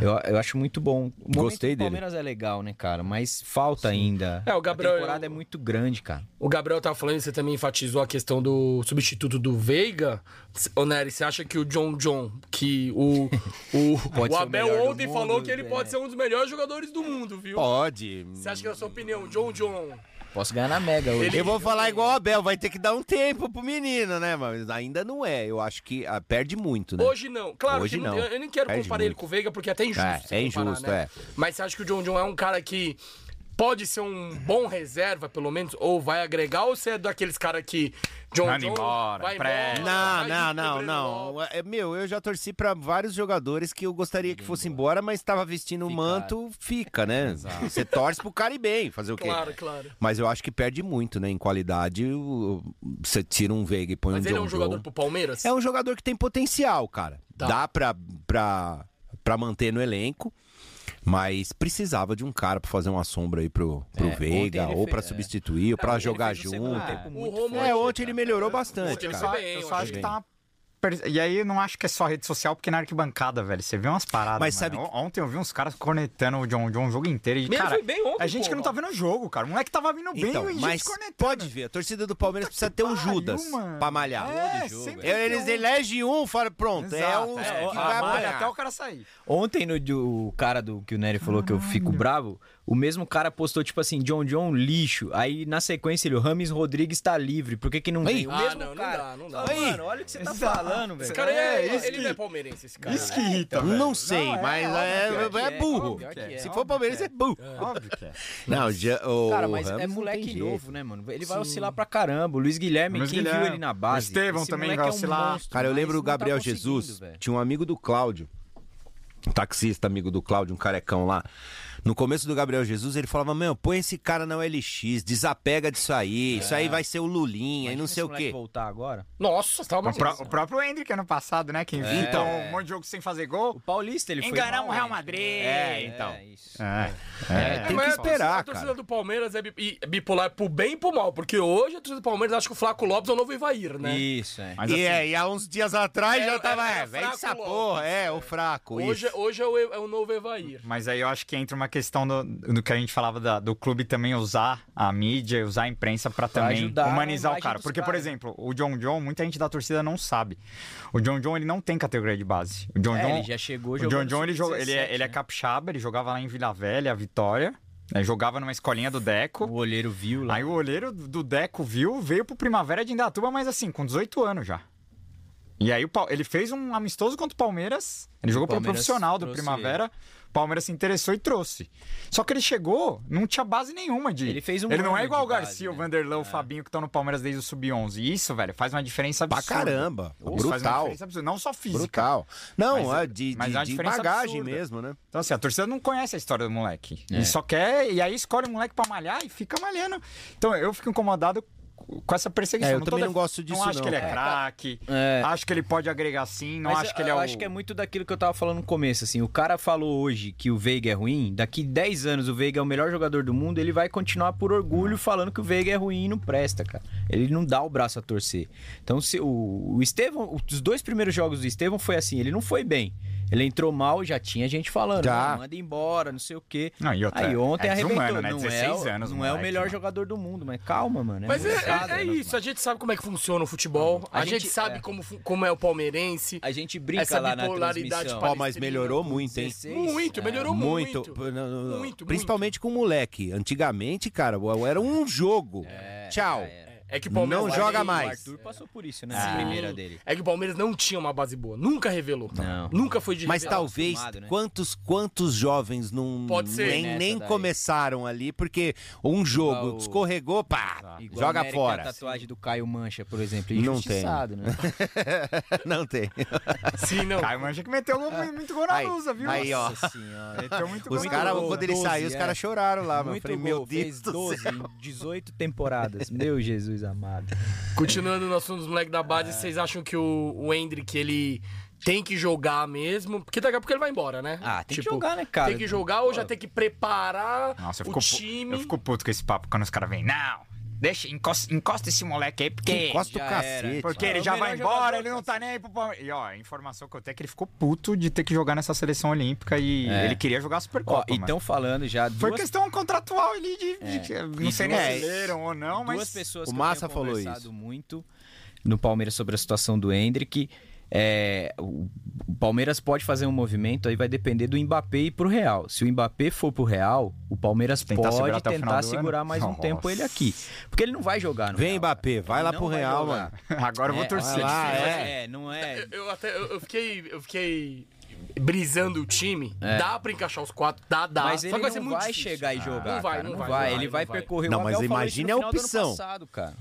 Speaker 4: Eu, eu acho muito bom. O momento
Speaker 3: Gostei
Speaker 4: do
Speaker 3: dele.
Speaker 4: Palmeiras é legal, né, cara, mas falta ainda.
Speaker 1: É, o Gabriel-
Speaker 4: A temporada é muito grande, cara.
Speaker 1: O Gabriel tá falando, você também enfatizou a questão do substituto do Veiga. C- Ô, Nery, você acha que o John John, que o, o, o
Speaker 4: Pode ser o
Speaker 1: Abel
Speaker 4: melhor do
Speaker 1: ontem
Speaker 4: mundo,
Speaker 1: falou que ele
Speaker 4: é.
Speaker 1: pode ser um dos melhores jogadores do mundo, viu?
Speaker 3: Pode.
Speaker 1: Você acha que, na sua opinião, o John John
Speaker 4: Posso ganhar na Mega hoje.
Speaker 3: Eu vou falar igual o Abel, vai ter que dar um tempo pro menino, né? Mas ainda não é. Eu acho que ah, perde muito, né?
Speaker 1: Hoje não. Claro
Speaker 3: Hoje
Speaker 1: que não.
Speaker 3: não.
Speaker 1: Eu nem quero
Speaker 3: Perde
Speaker 1: comparar ele
Speaker 3: muito.
Speaker 1: com o Veiga, porque é até injusto.
Speaker 3: É,
Speaker 1: você
Speaker 3: é
Speaker 1: comparar,
Speaker 3: injusto,
Speaker 1: né?
Speaker 3: é.
Speaker 1: Mas você acha que o John John é um cara que pode ser um bom reserva, pelo menos? Ou vai agregar? Ou você é daqueles caras que John
Speaker 2: Manda
Speaker 1: John
Speaker 2: embora,
Speaker 1: vai
Speaker 2: presta.
Speaker 1: embora?
Speaker 3: Não,
Speaker 1: É, vai junto
Speaker 3: não,
Speaker 1: com o
Speaker 3: não,
Speaker 1: Breno
Speaker 3: não.
Speaker 1: Lopes?
Speaker 3: É, Meu, eu já torci pra vários jogadores que eu gostaria que fosse embora, mas tava vestindo o manto, fica, né? Você torce pro cara ir bem, fazer o quê?
Speaker 1: Claro, claro.
Speaker 3: Mas eu acho que perde muito, né? Em qualidade, o- você tira um Veiga e põe
Speaker 1: Mas
Speaker 3: um
Speaker 1: ele é
Speaker 3: John
Speaker 1: um jogador
Speaker 3: Joe.
Speaker 1: pro Palmeiras?
Speaker 3: É um jogador que tem potencial, cara.
Speaker 1: Tá.
Speaker 3: Dá pra, pra, pra manter no elenco, mas precisava de um cara pra fazer uma sombra aí pro, pro Veiga,
Speaker 4: ontem ele
Speaker 3: ou pra
Speaker 4: fez, é.
Speaker 3: substituir, ou pra jogar
Speaker 4: fez um
Speaker 3: junto.
Speaker 4: segundo tempo muito
Speaker 1: O Romulo
Speaker 3: É, ontem ele melhorou bastante,
Speaker 1: Ontem ele
Speaker 3: cara.
Speaker 1: foi bem,
Speaker 2: eu
Speaker 1: eu
Speaker 2: só acho
Speaker 1: achei.
Speaker 2: que tá uma... per- E aí, eu não acho que é só rede social, porque na arquibancada, velho, você vê umas paradas.
Speaker 3: Mas
Speaker 2: mano.
Speaker 3: sabe-
Speaker 2: O- Ontem eu vi uns caras cornetando o John John o jogo inteiro. E,
Speaker 1: Mas ele
Speaker 2: cara,
Speaker 1: foi bem ontem,
Speaker 2: a gente
Speaker 1: pô,
Speaker 2: que não tá vendo o jogo, cara. O moleque tava vindo bem
Speaker 3: Então,
Speaker 2: e gente
Speaker 3: mas
Speaker 2: cornetando.
Speaker 3: pode ver, a torcida do Palmeiras precisa ter um
Speaker 2: pariu,
Speaker 3: Judas
Speaker 2: mano.
Speaker 3: pra malhar.
Speaker 2: É, sempre tem
Speaker 3: Eles
Speaker 2: um.
Speaker 3: elegem um, fala, pronto, é
Speaker 2: Exato,
Speaker 3: o
Speaker 2: é,
Speaker 3: que
Speaker 2: a
Speaker 3: vai
Speaker 2: malha
Speaker 3: apanhar.
Speaker 2: até o cara sair.
Speaker 4: Ontem, no, do- o cara do que o Nery falou que eu fico bravo, o mesmo cara postou, tipo assim, John John lixo. Aí, na sequência, ele, o Rames Rodrigues tá livre. Por que que não
Speaker 3: Ei.
Speaker 4: veio? O
Speaker 1: Ah,
Speaker 4: mesmo
Speaker 1: não, não
Speaker 4: cara.
Speaker 1: dá, não dá.
Speaker 4: Fala,
Speaker 3: Ei.
Speaker 4: Mano, olha o que você tá
Speaker 2: Exato.
Speaker 4: falando,
Speaker 2: Esse
Speaker 4: velho.
Speaker 1: Esse cara é,
Speaker 2: É, isso
Speaker 1: ele
Speaker 2: que-
Speaker 1: não é palmeirense, esse cara.
Speaker 2: Isso que irrita, velho.
Speaker 3: Então, Não sei,
Speaker 2: Não, é,
Speaker 3: mas
Speaker 2: óbvio
Speaker 3: é,
Speaker 2: que
Speaker 3: é
Speaker 4: é,
Speaker 3: burro.
Speaker 4: óbvio que é,
Speaker 3: Se for
Speaker 2: óbvio
Speaker 3: palmeirense,
Speaker 2: que
Speaker 3: é, burro.
Speaker 2: Óbvio que é.
Speaker 3: Não, já- o
Speaker 4: Cara, mas
Speaker 3: Ramos
Speaker 4: é
Speaker 3: não
Speaker 4: moleque
Speaker 3: tem jeito.
Speaker 4: novo, né, mano? Ele vai oscilar pra caramba. O Luiz Guilherme,
Speaker 2: Luiz
Speaker 4: quem
Speaker 2: Guilherme.
Speaker 4: viu ele na
Speaker 2: O
Speaker 4: base.
Speaker 2: Estevão
Speaker 4: esse
Speaker 2: também
Speaker 4: moleque
Speaker 2: vai
Speaker 4: é um
Speaker 2: oscilar.
Speaker 4: monstro,
Speaker 3: Cara, eu
Speaker 4: mas
Speaker 3: lembro o
Speaker 4: não tá
Speaker 3: Gabriel
Speaker 4: conseguindo,
Speaker 3: Jesus.
Speaker 4: velho.
Speaker 3: Tinha um amigo do Cláudio, um taxista amigo do Cláudio, um carecão lá. No começo do Gabriel Jesus, ele falava: Meu, põe esse cara na OLX, desapega disso aí, isso aí vai ser o Lulinha e não
Speaker 4: Imagina
Speaker 3: sei
Speaker 4: esse
Speaker 3: o
Speaker 4: moleque
Speaker 3: quê.
Speaker 4: voltar agora.
Speaker 1: Nossa, você tá tava
Speaker 2: O,
Speaker 1: mais
Speaker 2: pró- o próprio Hendrick ano passado, né? Que
Speaker 3: É.
Speaker 2: invita um monte de jogo sem fazer gol.
Speaker 4: O Paulista, ele foi.
Speaker 2: Enganar
Speaker 4: mal,
Speaker 2: o Real
Speaker 4: né?
Speaker 2: Madrid.
Speaker 4: É,
Speaker 2: então.
Speaker 4: É, isso.
Speaker 2: É.
Speaker 3: É, tem que
Speaker 1: Mas a torcida-
Speaker 3: esperar,
Speaker 1: A torcida
Speaker 3: cara.
Speaker 1: do Palmeiras é bi- e- bipolar pro bem e pro mal, porque hoje a torcida do Palmeiras acha que o Flaco Lopes é o novo Ivair, né?
Speaker 4: Isso, é.
Speaker 2: Mas
Speaker 3: E,
Speaker 2: assim,
Speaker 3: é, e há uns dias atrás
Speaker 1: Era-
Speaker 3: já tava,
Speaker 1: era
Speaker 3: é, vem
Speaker 1: fraco
Speaker 3: essa
Speaker 1: logo,
Speaker 3: porra, é, o fraco.
Speaker 1: Hoje,
Speaker 3: isso.
Speaker 1: hoje é, o, é o novo Evair.
Speaker 2: Mas aí eu acho que entra uma questão do, do que a gente falava da- do clube também usar a mídia, usar a imprensa pra também
Speaker 4: ajudar a
Speaker 2: humanizar o
Speaker 4: imagem
Speaker 2: cara.
Speaker 4: dos
Speaker 2: Porque, por
Speaker 4: caras.
Speaker 2: exemplo, o John John, muita gente da torcida não sabe. O John John, ele não tem categoria de base. O John
Speaker 4: É,
Speaker 2: John,
Speaker 4: ele já chegou
Speaker 2: o John
Speaker 4: jogando
Speaker 2: John, ele, joga- ele, é,
Speaker 4: sub-17,
Speaker 2: ele é
Speaker 4: né?
Speaker 2: capixaba, ele jogava lá em Vila Velha, Vitória, né, jogava numa escolinha do
Speaker 4: O
Speaker 2: Deco.
Speaker 4: olheiro viu lá.
Speaker 2: Aí o olheiro do do Deco viu, veio pro Primavera de Indatuba, mas assim, com 18 anos já. E aí o Pal- ele fez um amistoso contra o Palmeiras. Ele jogou pelo
Speaker 4: Palmeiras
Speaker 2: profissional do
Speaker 4: trouxe
Speaker 2: Primavera. O Palmeiras se interessou e trouxe. Só que ele chegou, não tinha base nenhuma de.
Speaker 4: Ele fez um
Speaker 2: Ele não é
Speaker 4: ano
Speaker 2: igual o
Speaker 4: de base,
Speaker 2: Garcia, o
Speaker 4: né?
Speaker 2: Vanderlan, o Fabinho que estão no Palmeiras desde o sub-11. E Isso, velho, faz uma diferença
Speaker 3: Pra
Speaker 2: absurda.
Speaker 3: caramba.
Speaker 2: Isso Faz uma
Speaker 3: Brutal.
Speaker 2: diferença absurda. Não só física.
Speaker 3: Brutal. Não,
Speaker 2: Mas-
Speaker 3: é de,
Speaker 2: mas
Speaker 3: de-
Speaker 2: é uma
Speaker 3: de
Speaker 2: diferença
Speaker 3: bagagem
Speaker 2: absurda.
Speaker 3: mesmo, né?
Speaker 2: Então, assim, a torcida não conhece a história do moleque.
Speaker 4: É.
Speaker 2: E só quer. E aí escolhe o moleque pra malhar e fica malhando. Então, eu fico incomodado com essa perseguição.
Speaker 3: É, eu
Speaker 2: tô
Speaker 3: também não
Speaker 2: def-
Speaker 3: gosto disso,
Speaker 2: Não acho
Speaker 3: não,
Speaker 2: que ele é
Speaker 3: cara.
Speaker 2: craque.
Speaker 4: É.
Speaker 2: Acho que ele pode agregar sim. Não
Speaker 4: Mas
Speaker 2: acho
Speaker 4: eu-
Speaker 2: que ele é
Speaker 4: eu
Speaker 2: o.
Speaker 4: acho que é muito daquilo que eu tava falando no começo, assim. O cara falou hoje que o Veiga é ruim, daqui 10 anos o Veiga é o melhor jogador do mundo, ele vai continuar por orgulho falando que o Veiga é ruim e não presta, cara. Ele não dá o braço a torcer. Então, se o, o Estevão, os dois primeiros jogos do Estevão foi assim, ele não foi bem. Ele entrou mal, já tinha gente falando,
Speaker 3: Já.
Speaker 4: "Ah, manda embora, não sei o quê.
Speaker 2: Não, e outra,
Speaker 4: Aí ontem
Speaker 2: é
Speaker 4: arrebentou,
Speaker 2: desumano, né?
Speaker 4: não, é,
Speaker 2: 16
Speaker 4: o-
Speaker 2: anos,
Speaker 4: não é o
Speaker 2: moleque, né?
Speaker 4: melhor
Speaker 2: mano.
Speaker 4: jogador do mundo, mas calma, mano.
Speaker 1: Mas é,
Speaker 4: molecada,
Speaker 1: é, é
Speaker 4: né,
Speaker 1: isso, a
Speaker 4: mano?
Speaker 1: gente sabe como é que funciona o futebol, a,
Speaker 4: A
Speaker 1: gente,
Speaker 4: gente-
Speaker 1: sabe
Speaker 4: é.
Speaker 1: como, fu- como é o palmeirense.
Speaker 4: A gente brinca
Speaker 1: Essa
Speaker 4: lá na
Speaker 1: bipolaridade
Speaker 4: transmissão.
Speaker 1: Pô,
Speaker 3: Ó,
Speaker 1: Palestrina,
Speaker 3: mas melhorou muito, hein?
Speaker 4: 16,
Speaker 1: Muito,
Speaker 4: é.
Speaker 1: melhorou muito.
Speaker 3: Muito, p- não, não, não.
Speaker 1: Muito,
Speaker 3: Principalmente com o moleque. Antigamente, cara, o- era um jogo. Tchau.
Speaker 1: É que o Palmeiras
Speaker 3: Não
Speaker 1: vai
Speaker 3: joga
Speaker 1: bem,
Speaker 3: mais.
Speaker 4: O Arthur passou por isso, né? A primeira dele.
Speaker 1: É que o Palmeiras não tinha uma base boa, nunca revelou.
Speaker 4: Não.
Speaker 1: Nunca foi de
Speaker 3: Mas
Speaker 1: revelar.
Speaker 3: talvez
Speaker 4: acostumado, né?
Speaker 3: quantos quantos jovens não
Speaker 1: Pode ser.
Speaker 3: nem,
Speaker 4: Nessa
Speaker 3: nem
Speaker 4: daí.
Speaker 3: começaram ali porque um jogo
Speaker 4: Igual o-
Speaker 3: escorregou, pá,
Speaker 4: Igual
Speaker 3: joga
Speaker 4: o América, tá
Speaker 3: fora.
Speaker 4: A tatuagem do Caio Mancha, por exemplo.
Speaker 3: Não
Speaker 4: Injustiçado, né?
Speaker 3: não tem.
Speaker 1: Sim, não.
Speaker 2: Caio Mancha que meteu gol- muito gol na
Speaker 3: É. Aí,
Speaker 2: lusa, viu?
Speaker 3: aí, ó.
Speaker 4: Nossa senhora.
Speaker 2: Meteu muito gol
Speaker 3: Os
Speaker 2: na
Speaker 3: caras,
Speaker 2: Lusa.
Speaker 3: quando ele
Speaker 4: 12,
Speaker 3: saiu, os
Speaker 4: é.
Speaker 3: caras choraram lá, mano. Eu
Speaker 4: Muito
Speaker 3: Falei,
Speaker 4: gol,
Speaker 3: meu Deus
Speaker 4: fez
Speaker 3: do
Speaker 4: 12
Speaker 3: céu.
Speaker 4: em 18 temporadas. Meu Jesus amado.
Speaker 1: Continuando no assunto dos moleques da
Speaker 4: É.
Speaker 1: base, vocês acham que o, o Hendrick, ele tem que jogar mesmo? Porque daqui a pouco ele vai embora, né?
Speaker 4: Ah, tem que jogar, né, cara?
Speaker 1: Tem que jogar ou já tem que preparar
Speaker 2: Nossa, eu
Speaker 1: o
Speaker 2: fico, pu-
Speaker 1: time?
Speaker 2: eu fico puto com esse papo quando os caras vêm. Não, deixa, encosta, encosta esse moleque aí, porque.
Speaker 3: Encosta o
Speaker 4: É, Já era.
Speaker 3: cacete.
Speaker 2: Porque
Speaker 4: É
Speaker 2: ele
Speaker 4: o
Speaker 2: já
Speaker 4: melhor
Speaker 2: vai
Speaker 4: jogador,
Speaker 2: embora, ele não tá nem aí pro Palmeiras. E ó, a informação que eu tenho é que ele ficou puto de ter que jogar nessa seleção olímpica e
Speaker 4: É.
Speaker 2: ele queria jogar a
Speaker 4: Ó,
Speaker 2: Supercopa. mano.
Speaker 4: então falando já
Speaker 2: Foi
Speaker 4: duas, É.
Speaker 2: questão contratual ali de. de- não
Speaker 4: E
Speaker 2: sei nem se
Speaker 4: duas-
Speaker 2: leram ou não, mas.
Speaker 4: duas pessoas
Speaker 3: o
Speaker 4: que
Speaker 3: Massa
Speaker 4: eu tenho
Speaker 3: falou
Speaker 4: conversado
Speaker 3: isso.
Speaker 4: muito no Palmeiras sobre a situação do Hendrick. É, o o Palmeiras pode fazer um movimento, aí vai depender do Mbappé ir pro Real. Se o Mbappé for pro Real, o Palmeiras
Speaker 2: Tentar
Speaker 4: pode
Speaker 2: segurar até o final
Speaker 4: tentar
Speaker 2: do
Speaker 4: segurar
Speaker 2: ano?
Speaker 4: mais um
Speaker 2: Nossa.
Speaker 4: tempo ele aqui. Porque ele não vai jogar no
Speaker 3: Vem,
Speaker 4: Real,
Speaker 3: Mbappé,
Speaker 4: cara.
Speaker 3: vai
Speaker 4: Ele
Speaker 3: lá
Speaker 4: não
Speaker 3: pro
Speaker 4: vai
Speaker 3: Real,
Speaker 4: jogar.
Speaker 3: mano.
Speaker 2: Agora eu vou
Speaker 4: É,
Speaker 2: torcer.
Speaker 3: vai lá, é.
Speaker 4: É, não é.
Speaker 1: Eu até eu eu fiquei, eu fiquei brisando o time. Dá pra encaixar os quatro, dá, dá.
Speaker 4: É. Mas
Speaker 1: Ah,
Speaker 4: ele
Speaker 1: Só que vai ser
Speaker 4: não
Speaker 1: muito
Speaker 4: vai
Speaker 1: difícil. Ah,
Speaker 4: chegar e jogar.
Speaker 1: Não vai,
Speaker 4: cara,
Speaker 1: não
Speaker 4: não
Speaker 1: vai, não
Speaker 4: vai.
Speaker 1: vai,
Speaker 4: Ele vai
Speaker 1: não vai.
Speaker 4: percorrer
Speaker 3: Não,
Speaker 4: o
Speaker 3: mas
Speaker 4: Abel falou isso
Speaker 3: imagina
Speaker 4: no final
Speaker 3: a
Speaker 4: do ano
Speaker 3: opção.
Speaker 4: Passado, cara.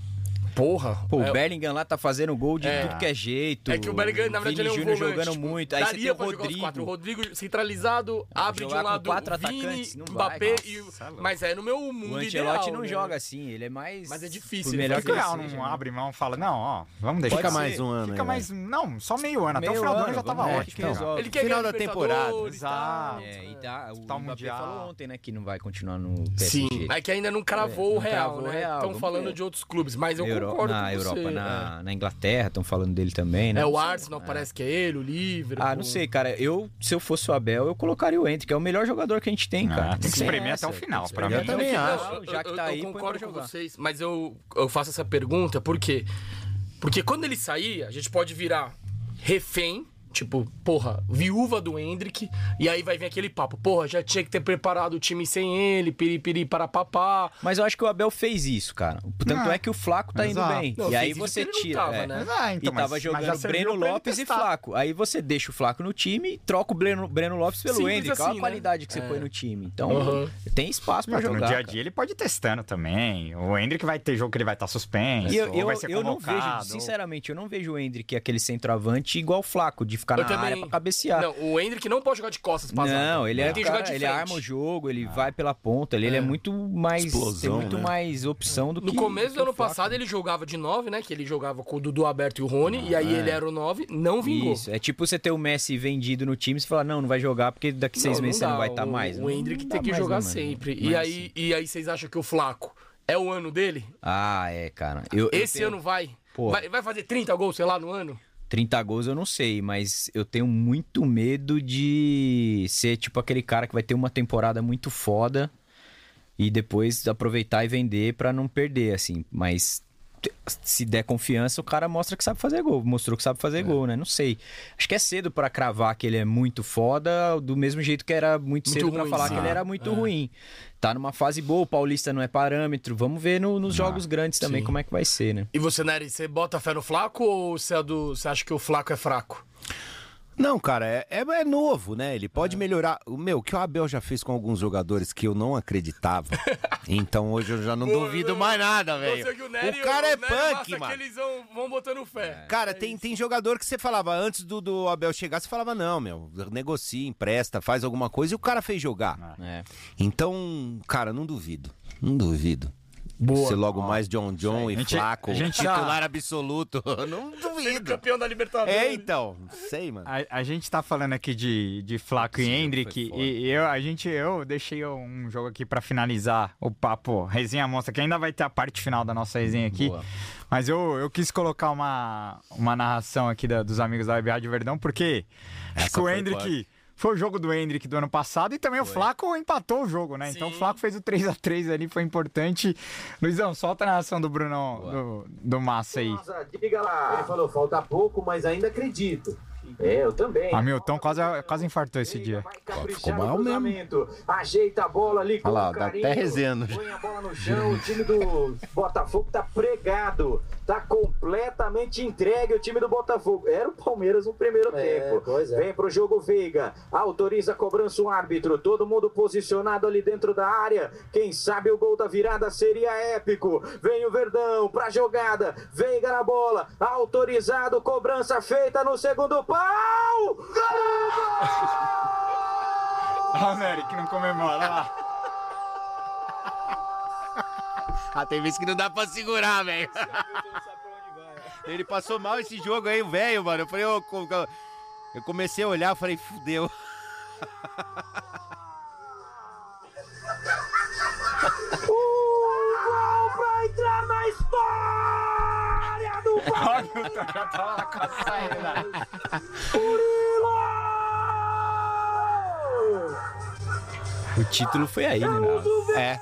Speaker 1: Porra.
Speaker 4: Pô,
Speaker 1: é,
Speaker 4: o Bellingham lá tá fazendo gol de tudo que é jeito.
Speaker 1: é que o Bellingham, na verdade,
Speaker 4: Vini
Speaker 1: ele é um
Speaker 4: Júnior
Speaker 1: volante.
Speaker 4: jogando
Speaker 1: tipo,
Speaker 4: muito. Aí você tem
Speaker 1: daria
Speaker 4: o
Speaker 1: pra jogar os quatro. O
Speaker 4: Rodrigo.
Speaker 1: Rodrigo centralizado, abre de
Speaker 4: jogar
Speaker 1: um
Speaker 4: com
Speaker 1: lado
Speaker 4: quatro
Speaker 1: Vini,
Speaker 4: atacantes, não vai.
Speaker 1: Mbappé
Speaker 4: Nossa,
Speaker 1: e... Mas é no meu mundo
Speaker 4: O
Speaker 1: ideal.
Speaker 4: Ancelotti não
Speaker 1: né?
Speaker 4: joga assim, ele é mais.
Speaker 1: Mas é difícil,
Speaker 4: por
Speaker 1: ele
Speaker 4: melhor
Speaker 1: faz
Speaker 2: Por que
Speaker 4: que
Speaker 2: o
Speaker 4: ele
Speaker 2: Real
Speaker 4: seja,
Speaker 2: não
Speaker 4: né?
Speaker 2: abre mão e fala, não, ó, vamos deixar.
Speaker 3: Fica
Speaker 2: Fica
Speaker 3: mais um ano. aí, vai.
Speaker 2: mais. Não, só meio ano. Até
Speaker 4: Meio
Speaker 2: o final do
Speaker 4: ano, né? Então,
Speaker 2: ano já tava
Speaker 4: vamos ver o
Speaker 2: ótimo.
Speaker 4: que
Speaker 2: cara.
Speaker 4: resolve.
Speaker 1: né? Ele quer
Speaker 3: Final
Speaker 1: ganhar
Speaker 3: da
Speaker 1: Libertadores
Speaker 3: temporada.
Speaker 1: e tal.
Speaker 2: Exato.
Speaker 4: É, e tá, o
Speaker 2: Tá
Speaker 4: Mbappé
Speaker 2: mundial.
Speaker 4: falou ontem, né, que não vai continuar no
Speaker 1: Sim,
Speaker 4: PSG.
Speaker 1: é que ainda não cravou o
Speaker 4: É, não
Speaker 1: Real,
Speaker 4: cravou o
Speaker 1: né?
Speaker 4: Real,
Speaker 1: Estão
Speaker 4: vamos
Speaker 1: falando
Speaker 4: ver.
Speaker 1: de outros clubes, mas eu
Speaker 4: Euro-
Speaker 1: concordo
Speaker 4: na
Speaker 1: com
Speaker 4: Europa,
Speaker 1: você.
Speaker 4: na, na Inglaterra, estão falando dele também, né?
Speaker 1: É,
Speaker 4: Não
Speaker 1: o
Speaker 4: sei.
Speaker 1: Arsenal parece que é ele, o Liverpool.
Speaker 4: Ah, não sei, cara. Eu, se eu fosse o Abel, eu colocaria o Hendrick, é o melhor jogador que a gente tem, cara.
Speaker 2: Ah, tem que
Speaker 4: Não
Speaker 2: espremer até
Speaker 4: essa,
Speaker 2: o
Speaker 4: tem que
Speaker 2: final, pra mim.
Speaker 4: espremer
Speaker 3: Eu também
Speaker 4: até o
Speaker 3: acho.
Speaker 4: final, Já que tá aí,
Speaker 1: eu
Speaker 4: põe pra
Speaker 1: concordo com
Speaker 4: jogar.
Speaker 1: vocês, mas eu, eu faço essa pergunta porque porque quando ele sair, a gente pode virar refém, tipo, porra, viúva do Hendrick, e aí vai vir aquele papo, porra, já tinha que ter preparado o time sem ele, piripiri para papá.
Speaker 4: Mas eu acho que o Abel fez isso, cara. Tanto é que o Flaco tá indo
Speaker 2: Ah, Exato.
Speaker 4: bem.
Speaker 1: Não,
Speaker 4: e aí
Speaker 1: fez isso
Speaker 4: você
Speaker 1: porque ele não
Speaker 4: tira.
Speaker 1: tava,
Speaker 4: é.
Speaker 1: né?
Speaker 2: Ah, então,
Speaker 4: e tava
Speaker 2: mas- mas
Speaker 4: jogando
Speaker 2: já serviu
Speaker 4: Breno
Speaker 2: pra ele
Speaker 4: Lopes e
Speaker 2: testar.
Speaker 4: Flaco. Aí você deixa o Flaco no time, troca o Breno, Breno Lopes pelo
Speaker 1: Simples
Speaker 4: Hendrick. Olha
Speaker 1: assim,
Speaker 4: a
Speaker 1: né?
Speaker 4: qualidade que você põe no time. Então,
Speaker 1: Uhum.
Speaker 4: tem espaço pra
Speaker 2: Não,
Speaker 4: jogar.
Speaker 2: no dia a
Speaker 4: cara.
Speaker 2: dia ele pode ir testando também. O Hendrick vai ter jogo que ele vai estar suspenso.
Speaker 4: E eu,
Speaker 2: ou
Speaker 4: eu,
Speaker 2: né? vai ser
Speaker 4: eu não
Speaker 2: convocado,
Speaker 4: vejo,
Speaker 2: ou-
Speaker 4: sinceramente, eu não vejo o Hendrick aquele centroavante igual o Flaco, de ficar
Speaker 1: Eu
Speaker 4: na
Speaker 1: também-
Speaker 4: área pra cabecear.
Speaker 1: Não, o Hendrick não pode jogar de costas pra zaga.
Speaker 4: Não, ele é,
Speaker 1: tem que
Speaker 4: cara,
Speaker 1: jogar de
Speaker 4: ele
Speaker 1: frente.
Speaker 4: arma o jogo,
Speaker 2: Ah.
Speaker 4: ele vai pela ponta, ele, ele é muito mais tem
Speaker 3: Explosão,
Speaker 4: muito
Speaker 3: né?
Speaker 4: mais opção do
Speaker 1: No
Speaker 4: que
Speaker 1: começo do
Speaker 4: que o
Speaker 1: ano
Speaker 4: Flaco.
Speaker 1: passado ele jogava de 9, né? Que ele jogava com o Dudu Aberto e o Rony, e aí ele era o 9, não vingou.
Speaker 4: Ah, é. Isso, é tipo você ter o Messi vendido no time e você falar, não, não vai jogar porque daqui seis
Speaker 1: Não, não
Speaker 4: meses
Speaker 1: dá.
Speaker 4: você não vai estar
Speaker 1: O-
Speaker 4: mais.
Speaker 1: O Hendrick
Speaker 4: Não
Speaker 1: tem
Speaker 4: dá
Speaker 1: que
Speaker 4: mais,
Speaker 1: jogar
Speaker 4: né, mano?
Speaker 1: sempre.
Speaker 4: Não
Speaker 1: E
Speaker 4: é
Speaker 1: aí,
Speaker 4: assim.
Speaker 1: e aí vocês acham que o Flaco é o ano dele?
Speaker 4: Ah, é, cara. Eu, eu
Speaker 1: Esse
Speaker 4: tenho
Speaker 1: ano vai.
Speaker 4: Pô.
Speaker 1: vai? Vai fazer 30 gols, sei lá, no ano?
Speaker 4: 30 gols eu não sei, mas eu tenho muito medo de ser tipo aquele cara que vai ter uma temporada muito foda e depois aproveitar e vender pra não perder, assim. Mas se der confiança, o cara mostra que sabe fazer gol. Mostrou que sabe fazer gol, né? Não sei. Acho que é cedo pra cravar que ele é muito foda, do mesmo jeito que era muito, É. cedo pra
Speaker 1: ruim,
Speaker 4: falar
Speaker 1: sim.
Speaker 4: que ele era muito ruim. Tá numa fase boa, o Paulista não é parâmetro. Vamos ver no- nos jogos grandes também como é que vai ser, né?
Speaker 1: E você, Nery, você bota fé no Flaco ou você, é do- você acha que o Flaco é fraco?
Speaker 3: Não, cara, é, é, é novo, né? Ele pode
Speaker 2: É.
Speaker 3: melhorar. O meu, o que o Abel já fez com alguns jogadores que eu não acreditava. então hoje eu já não duvido mais nada, velho.
Speaker 1: Você que o Nery-
Speaker 3: O cara é
Speaker 1: Nery massa
Speaker 3: punk,
Speaker 1: que
Speaker 3: mano.
Speaker 1: eles vão, vão botando fé.
Speaker 4: É.
Speaker 3: Cara, tem, tem jogador que você falava, antes do, do Abel chegar, você falava, não, meu, negocia, empresta, faz alguma coisa, e o cara fez jogar.
Speaker 4: É.
Speaker 3: Então, cara, não duvido. Não duvido. Boa. Ser logo mais John John e Flaco, é Tá. titular absoluto. não duvido.
Speaker 1: é Campeão da Libertadores.
Speaker 3: É, então, não sei, mano.
Speaker 2: A, a gente tá falando aqui de, de Flaco e Hendrick e eu, a gente, eu deixei um jogo aqui pra finalizar o papo Resenha Monstra, que ainda vai ter a parte final da nossa resenha aqui. Mas eu, eu quis colocar uma, uma narração aqui da- dos amigos da Web Rádio Verdão, porque acho que o Hendrick... Foi o jogo do Hendrick do ano passado e também o Flaco empatou o jogo, né? Então o Flaco fez o 3 a 3 ali, foi importante. Luizão, solta a narração do Brunão, do, do Massa aí.
Speaker 8: diga lá. Ele falou, falta pouco, mas ainda acredito. É, eu também.
Speaker 2: Ah, Milton quase, quase infartou Então, esse dia.
Speaker 8: Vai caprichar
Speaker 3: ficou
Speaker 8: no
Speaker 3: mal mesmo.
Speaker 8: cruzamento. Ajeita a bola ali com
Speaker 3: Olha lá,
Speaker 8: um
Speaker 3: dá até
Speaker 8: carinho.
Speaker 3: rezendo.
Speaker 8: Põe a bola no chão. O time do Botafogo tá pregado. Tá completamente entregue o time do Botafogo. Era o Palmeiras no primeiro tempo. Vem pro jogo Veiga. Autoriza a cobrança o árbitro. Todo mundo posicionado ali dentro da área. Quem sabe o gol da virada seria épico. Vem o Verdão pra jogada. Veiga na bola. Autorizado. Cobrança feita no segundo pau. Gol!
Speaker 2: Olha o Nery que não comemora, olha lá.
Speaker 3: Ah, tem vezes que não dá pra segurar, velho. Ele passou mal esse jogo aí, velho, mano. Eu falei, ô, co- co- eu comecei a olhar, eu falei, fudeu.
Speaker 8: Um gol pra entrar na história do
Speaker 2: Olha o Milton já tava lá com a saída.
Speaker 8: Murilo!
Speaker 4: O título foi aí, né? Nara?
Speaker 3: É.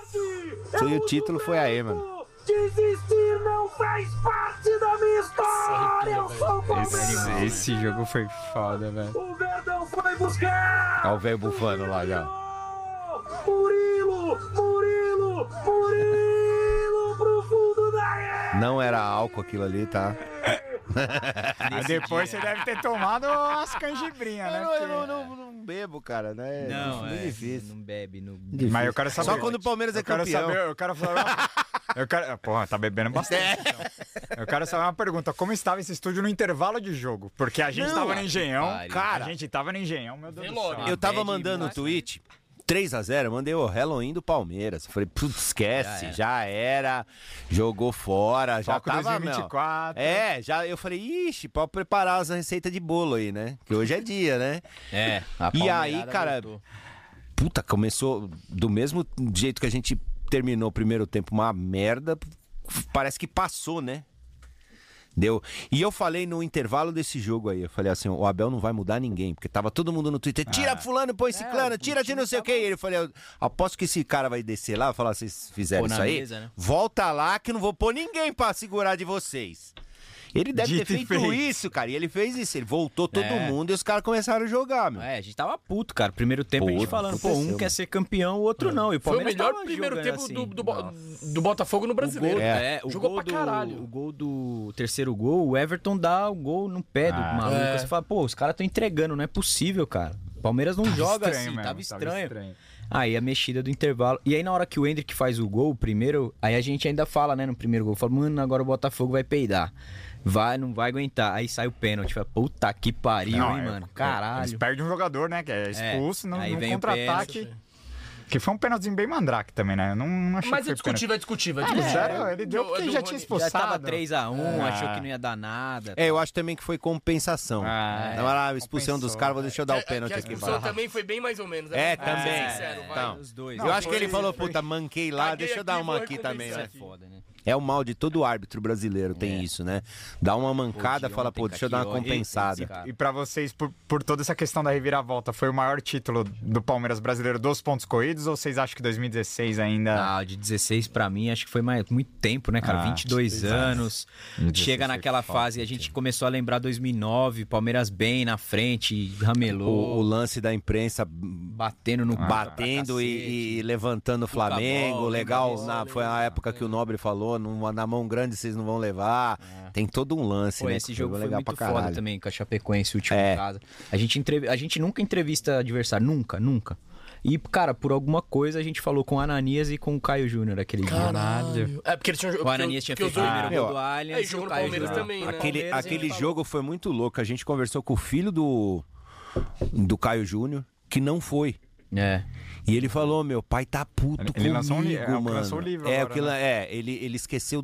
Speaker 3: Foi o título, foi aí, mano.
Speaker 8: Desistir não faz parte da minha história! Eu sou o Palmeiras!
Speaker 2: Esse, esse jogo foi foda, velho.
Speaker 8: O Verdão foi buscar!
Speaker 3: Olha o velho bufando lá já.
Speaker 8: Murilo! Murilo! Murilo! Pro fundo da rede!
Speaker 3: Não era álcool aquilo ali, tá?
Speaker 2: Aí Ah, depois você deve ter tomado umas canjibrinhas, né? Porque-
Speaker 3: bebo, cara, né?
Speaker 4: Não, é. Não bebe, não
Speaker 2: Mas eu quero saber.
Speaker 3: Só quando o Palmeiras é
Speaker 2: eu quero
Speaker 3: campeão.
Speaker 2: saber, eu quero falar. Eu quero, porra, tá bebendo bastante. então. Eu quero saber uma pergunta: como estava esse estúdio no intervalo de jogo? Porque a gente tava no Engenhão. Cara, a gente tava no Engenhão, meu Deus do céu.
Speaker 3: Eu tava mandando um tweet. 3x0, mandei o Halloween do Palmeiras. Falei, putz, esquece, já era. Jogou fora, já
Speaker 2: Foco
Speaker 3: tava. meu.
Speaker 2: 2024.
Speaker 3: É, já eu falei, ixi, pode preparar as receita de bolo aí, né? Que hoje é dia, né?
Speaker 4: É, a
Speaker 3: E
Speaker 4: palmeirada
Speaker 3: aí, cara,
Speaker 4: voltou.
Speaker 3: Puta, começou do mesmo jeito que a gente terminou o primeiro tempo, uma merda. Parece que passou, né? Deu. E eu falei no intervalo desse jogo aí, eu falei assim, o Abel não vai mudar ninguém, porque tava todo mundo no Twitter,
Speaker 4: Ah.
Speaker 3: tira fulano,
Speaker 4: É,
Speaker 3: põe ciclano, tira de não sei o
Speaker 4: tá
Speaker 3: quê. E ele falou, "Eu aposto que esse cara vai descer lá, falar, vocês fizeram
Speaker 4: Pô, na
Speaker 3: isso aí,
Speaker 4: mesa, né?"
Speaker 3: volta lá que eu não vou pôr ninguém pra segurar de vocês. Ele deve
Speaker 2: Dito
Speaker 3: ter
Speaker 2: e
Speaker 3: feito
Speaker 2: feito.
Speaker 3: isso, cara, e ele fez isso, ele voltou todo
Speaker 4: É.
Speaker 3: mundo e os caras começaram a jogar, meu.
Speaker 4: É, a gente tava puto, cara. Primeiro tempo a gente
Speaker 3: Puto,
Speaker 4: falando, pô, um
Speaker 3: aconteceu,
Speaker 4: quer
Speaker 3: mano. É.
Speaker 4: ser campeão, o outro não. E o
Speaker 1: Foi o
Speaker 4: Palmeiras
Speaker 1: melhor
Speaker 4: tava
Speaker 1: primeiro
Speaker 4: jogando
Speaker 1: tempo
Speaker 4: assim.
Speaker 1: do, do, Bo-
Speaker 4: Nossa.
Speaker 1: do Botafogo no
Speaker 4: O gol,
Speaker 1: brasileiro.
Speaker 4: é, o
Speaker 1: Jogou pra
Speaker 4: gol do,
Speaker 1: caralho.
Speaker 4: o gol do terceiro gol, o Everton dá o gol no pé do maluco.
Speaker 1: É.
Speaker 4: Você fala, pô, os caras estão entregando, não é possível, cara. O Palmeiras não joga
Speaker 2: estranho
Speaker 4: assim,
Speaker 2: mesmo,
Speaker 4: tava estranho.
Speaker 2: estranho.
Speaker 4: Aí a mexida do intervalo. E aí na hora que o Hendrick faz o gol, o primeiro, aí a gente ainda fala, né, no primeiro gol, fala, mano, agora o Botafogo vai peidar. Vai, não vai aguentar. Aí sai o pênalti, fala, puta que pariu,
Speaker 2: Não,
Speaker 4: hein,
Speaker 2: é-
Speaker 4: mano.
Speaker 2: Eles
Speaker 4: Caralho.
Speaker 2: perdem um jogador, né? Que é expulso num
Speaker 4: aí
Speaker 2: num
Speaker 4: vem o
Speaker 2: contra-ataque. Que foi um pênaltizinho bem mandrake também, né? Eu não, não achei
Speaker 1: Mas
Speaker 2: que
Speaker 1: é
Speaker 2: foi pênalti.
Speaker 1: discutível, é discutível. É
Speaker 2: Ele,
Speaker 1: discutível.
Speaker 2: já- ele deu
Speaker 1: Do-
Speaker 2: porque
Speaker 1: do
Speaker 2: já
Speaker 1: Rony.
Speaker 2: tinha expulsado.
Speaker 4: Já tava 3x1,
Speaker 2: É.
Speaker 4: achou que não ia dar nada.
Speaker 3: É, eu acho também que foi compensação.
Speaker 2: Ah, é.
Speaker 3: Não era a expulsão
Speaker 2: Compensou,
Speaker 3: dos caras, vou deixa eu dar o pênalti
Speaker 1: É, Que a
Speaker 3: aqui.
Speaker 1: expulsão
Speaker 3: vai.
Speaker 1: também foi bem mais ou menos.
Speaker 3: É,
Speaker 1: né? Vamos ser
Speaker 3: também.
Speaker 1: sincero, vai.
Speaker 3: então,
Speaker 4: Os dois. é
Speaker 3: eu acho que ele falou, puta, manquei lá,
Speaker 1: Caguei
Speaker 3: deixa eu
Speaker 1: aqui,
Speaker 3: dar uma
Speaker 1: vou
Speaker 3: aqui
Speaker 1: recompensar
Speaker 3: também, né?
Speaker 4: É foda, né?
Speaker 3: É o mal de todo árbitro brasileiro, tem isso, né? Dá uma mancada, fala, pô, deixa eu dar uma compensada.
Speaker 2: E pra vocês, por, por toda essa questão da reviravolta, foi o maior título do Palmeiras brasileiro dos pontos corridos ou vocês acham que 2016 ainda.
Speaker 4: Ah, de 16 pra mim, acho que foi mais, muito tempo, né, cara?
Speaker 2: Ah,
Speaker 4: 22 anos. Chega naquela fase, a gente começou a lembrar 2009, Palmeiras bem na frente,
Speaker 3: O, o
Speaker 4: ramelou,
Speaker 3: lance da imprensa
Speaker 4: batendo
Speaker 2: Ah,
Speaker 4: no
Speaker 3: batendo e, e levantando o Flamengo,
Speaker 4: Bowl,
Speaker 3: legal.
Speaker 4: lembra
Speaker 3: na-
Speaker 4: disso?
Speaker 3: foi a época que o Nobre falou, numa- na mão grande vocês não vão levar. Tem todo um lance,
Speaker 4: Pô,
Speaker 3: né?
Speaker 4: esse
Speaker 3: que
Speaker 4: jogo foi
Speaker 3: legal
Speaker 4: muito
Speaker 3: pra
Speaker 4: foda
Speaker 3: caralho.
Speaker 4: também, com a Chapecoense, o último
Speaker 3: É.
Speaker 4: em casa. A gente, entrev... a gente nunca entrevista adversário, nunca, nunca. E, cara, por alguma coisa a gente falou com o Ananias e com o Caio Júnior aquele dia.
Speaker 1: É porque eles tinham
Speaker 4: O Ananias tinha feito o primeiro
Speaker 3: Meu,
Speaker 4: gol do Allianz
Speaker 1: aí
Speaker 4: e
Speaker 1: jogou no
Speaker 4: o Caio
Speaker 1: Palmeiras
Speaker 4: Júnior.
Speaker 1: também, né?
Speaker 3: Aquele,
Speaker 4: Palmeiras, a gente
Speaker 3: aquele
Speaker 4: falou.
Speaker 3: jogo foi muito louco. A gente conversou com o filho do, do Caio Júnior, que não foi.
Speaker 4: É.
Speaker 3: E ele falou, meu pai tá puto
Speaker 2: Ele
Speaker 3: comigo,
Speaker 2: lançou um li- é, o que
Speaker 3: mano.
Speaker 2: lançou o livro agora,
Speaker 3: é,
Speaker 2: né?
Speaker 3: aquilo- é, ele, ele esqueceu o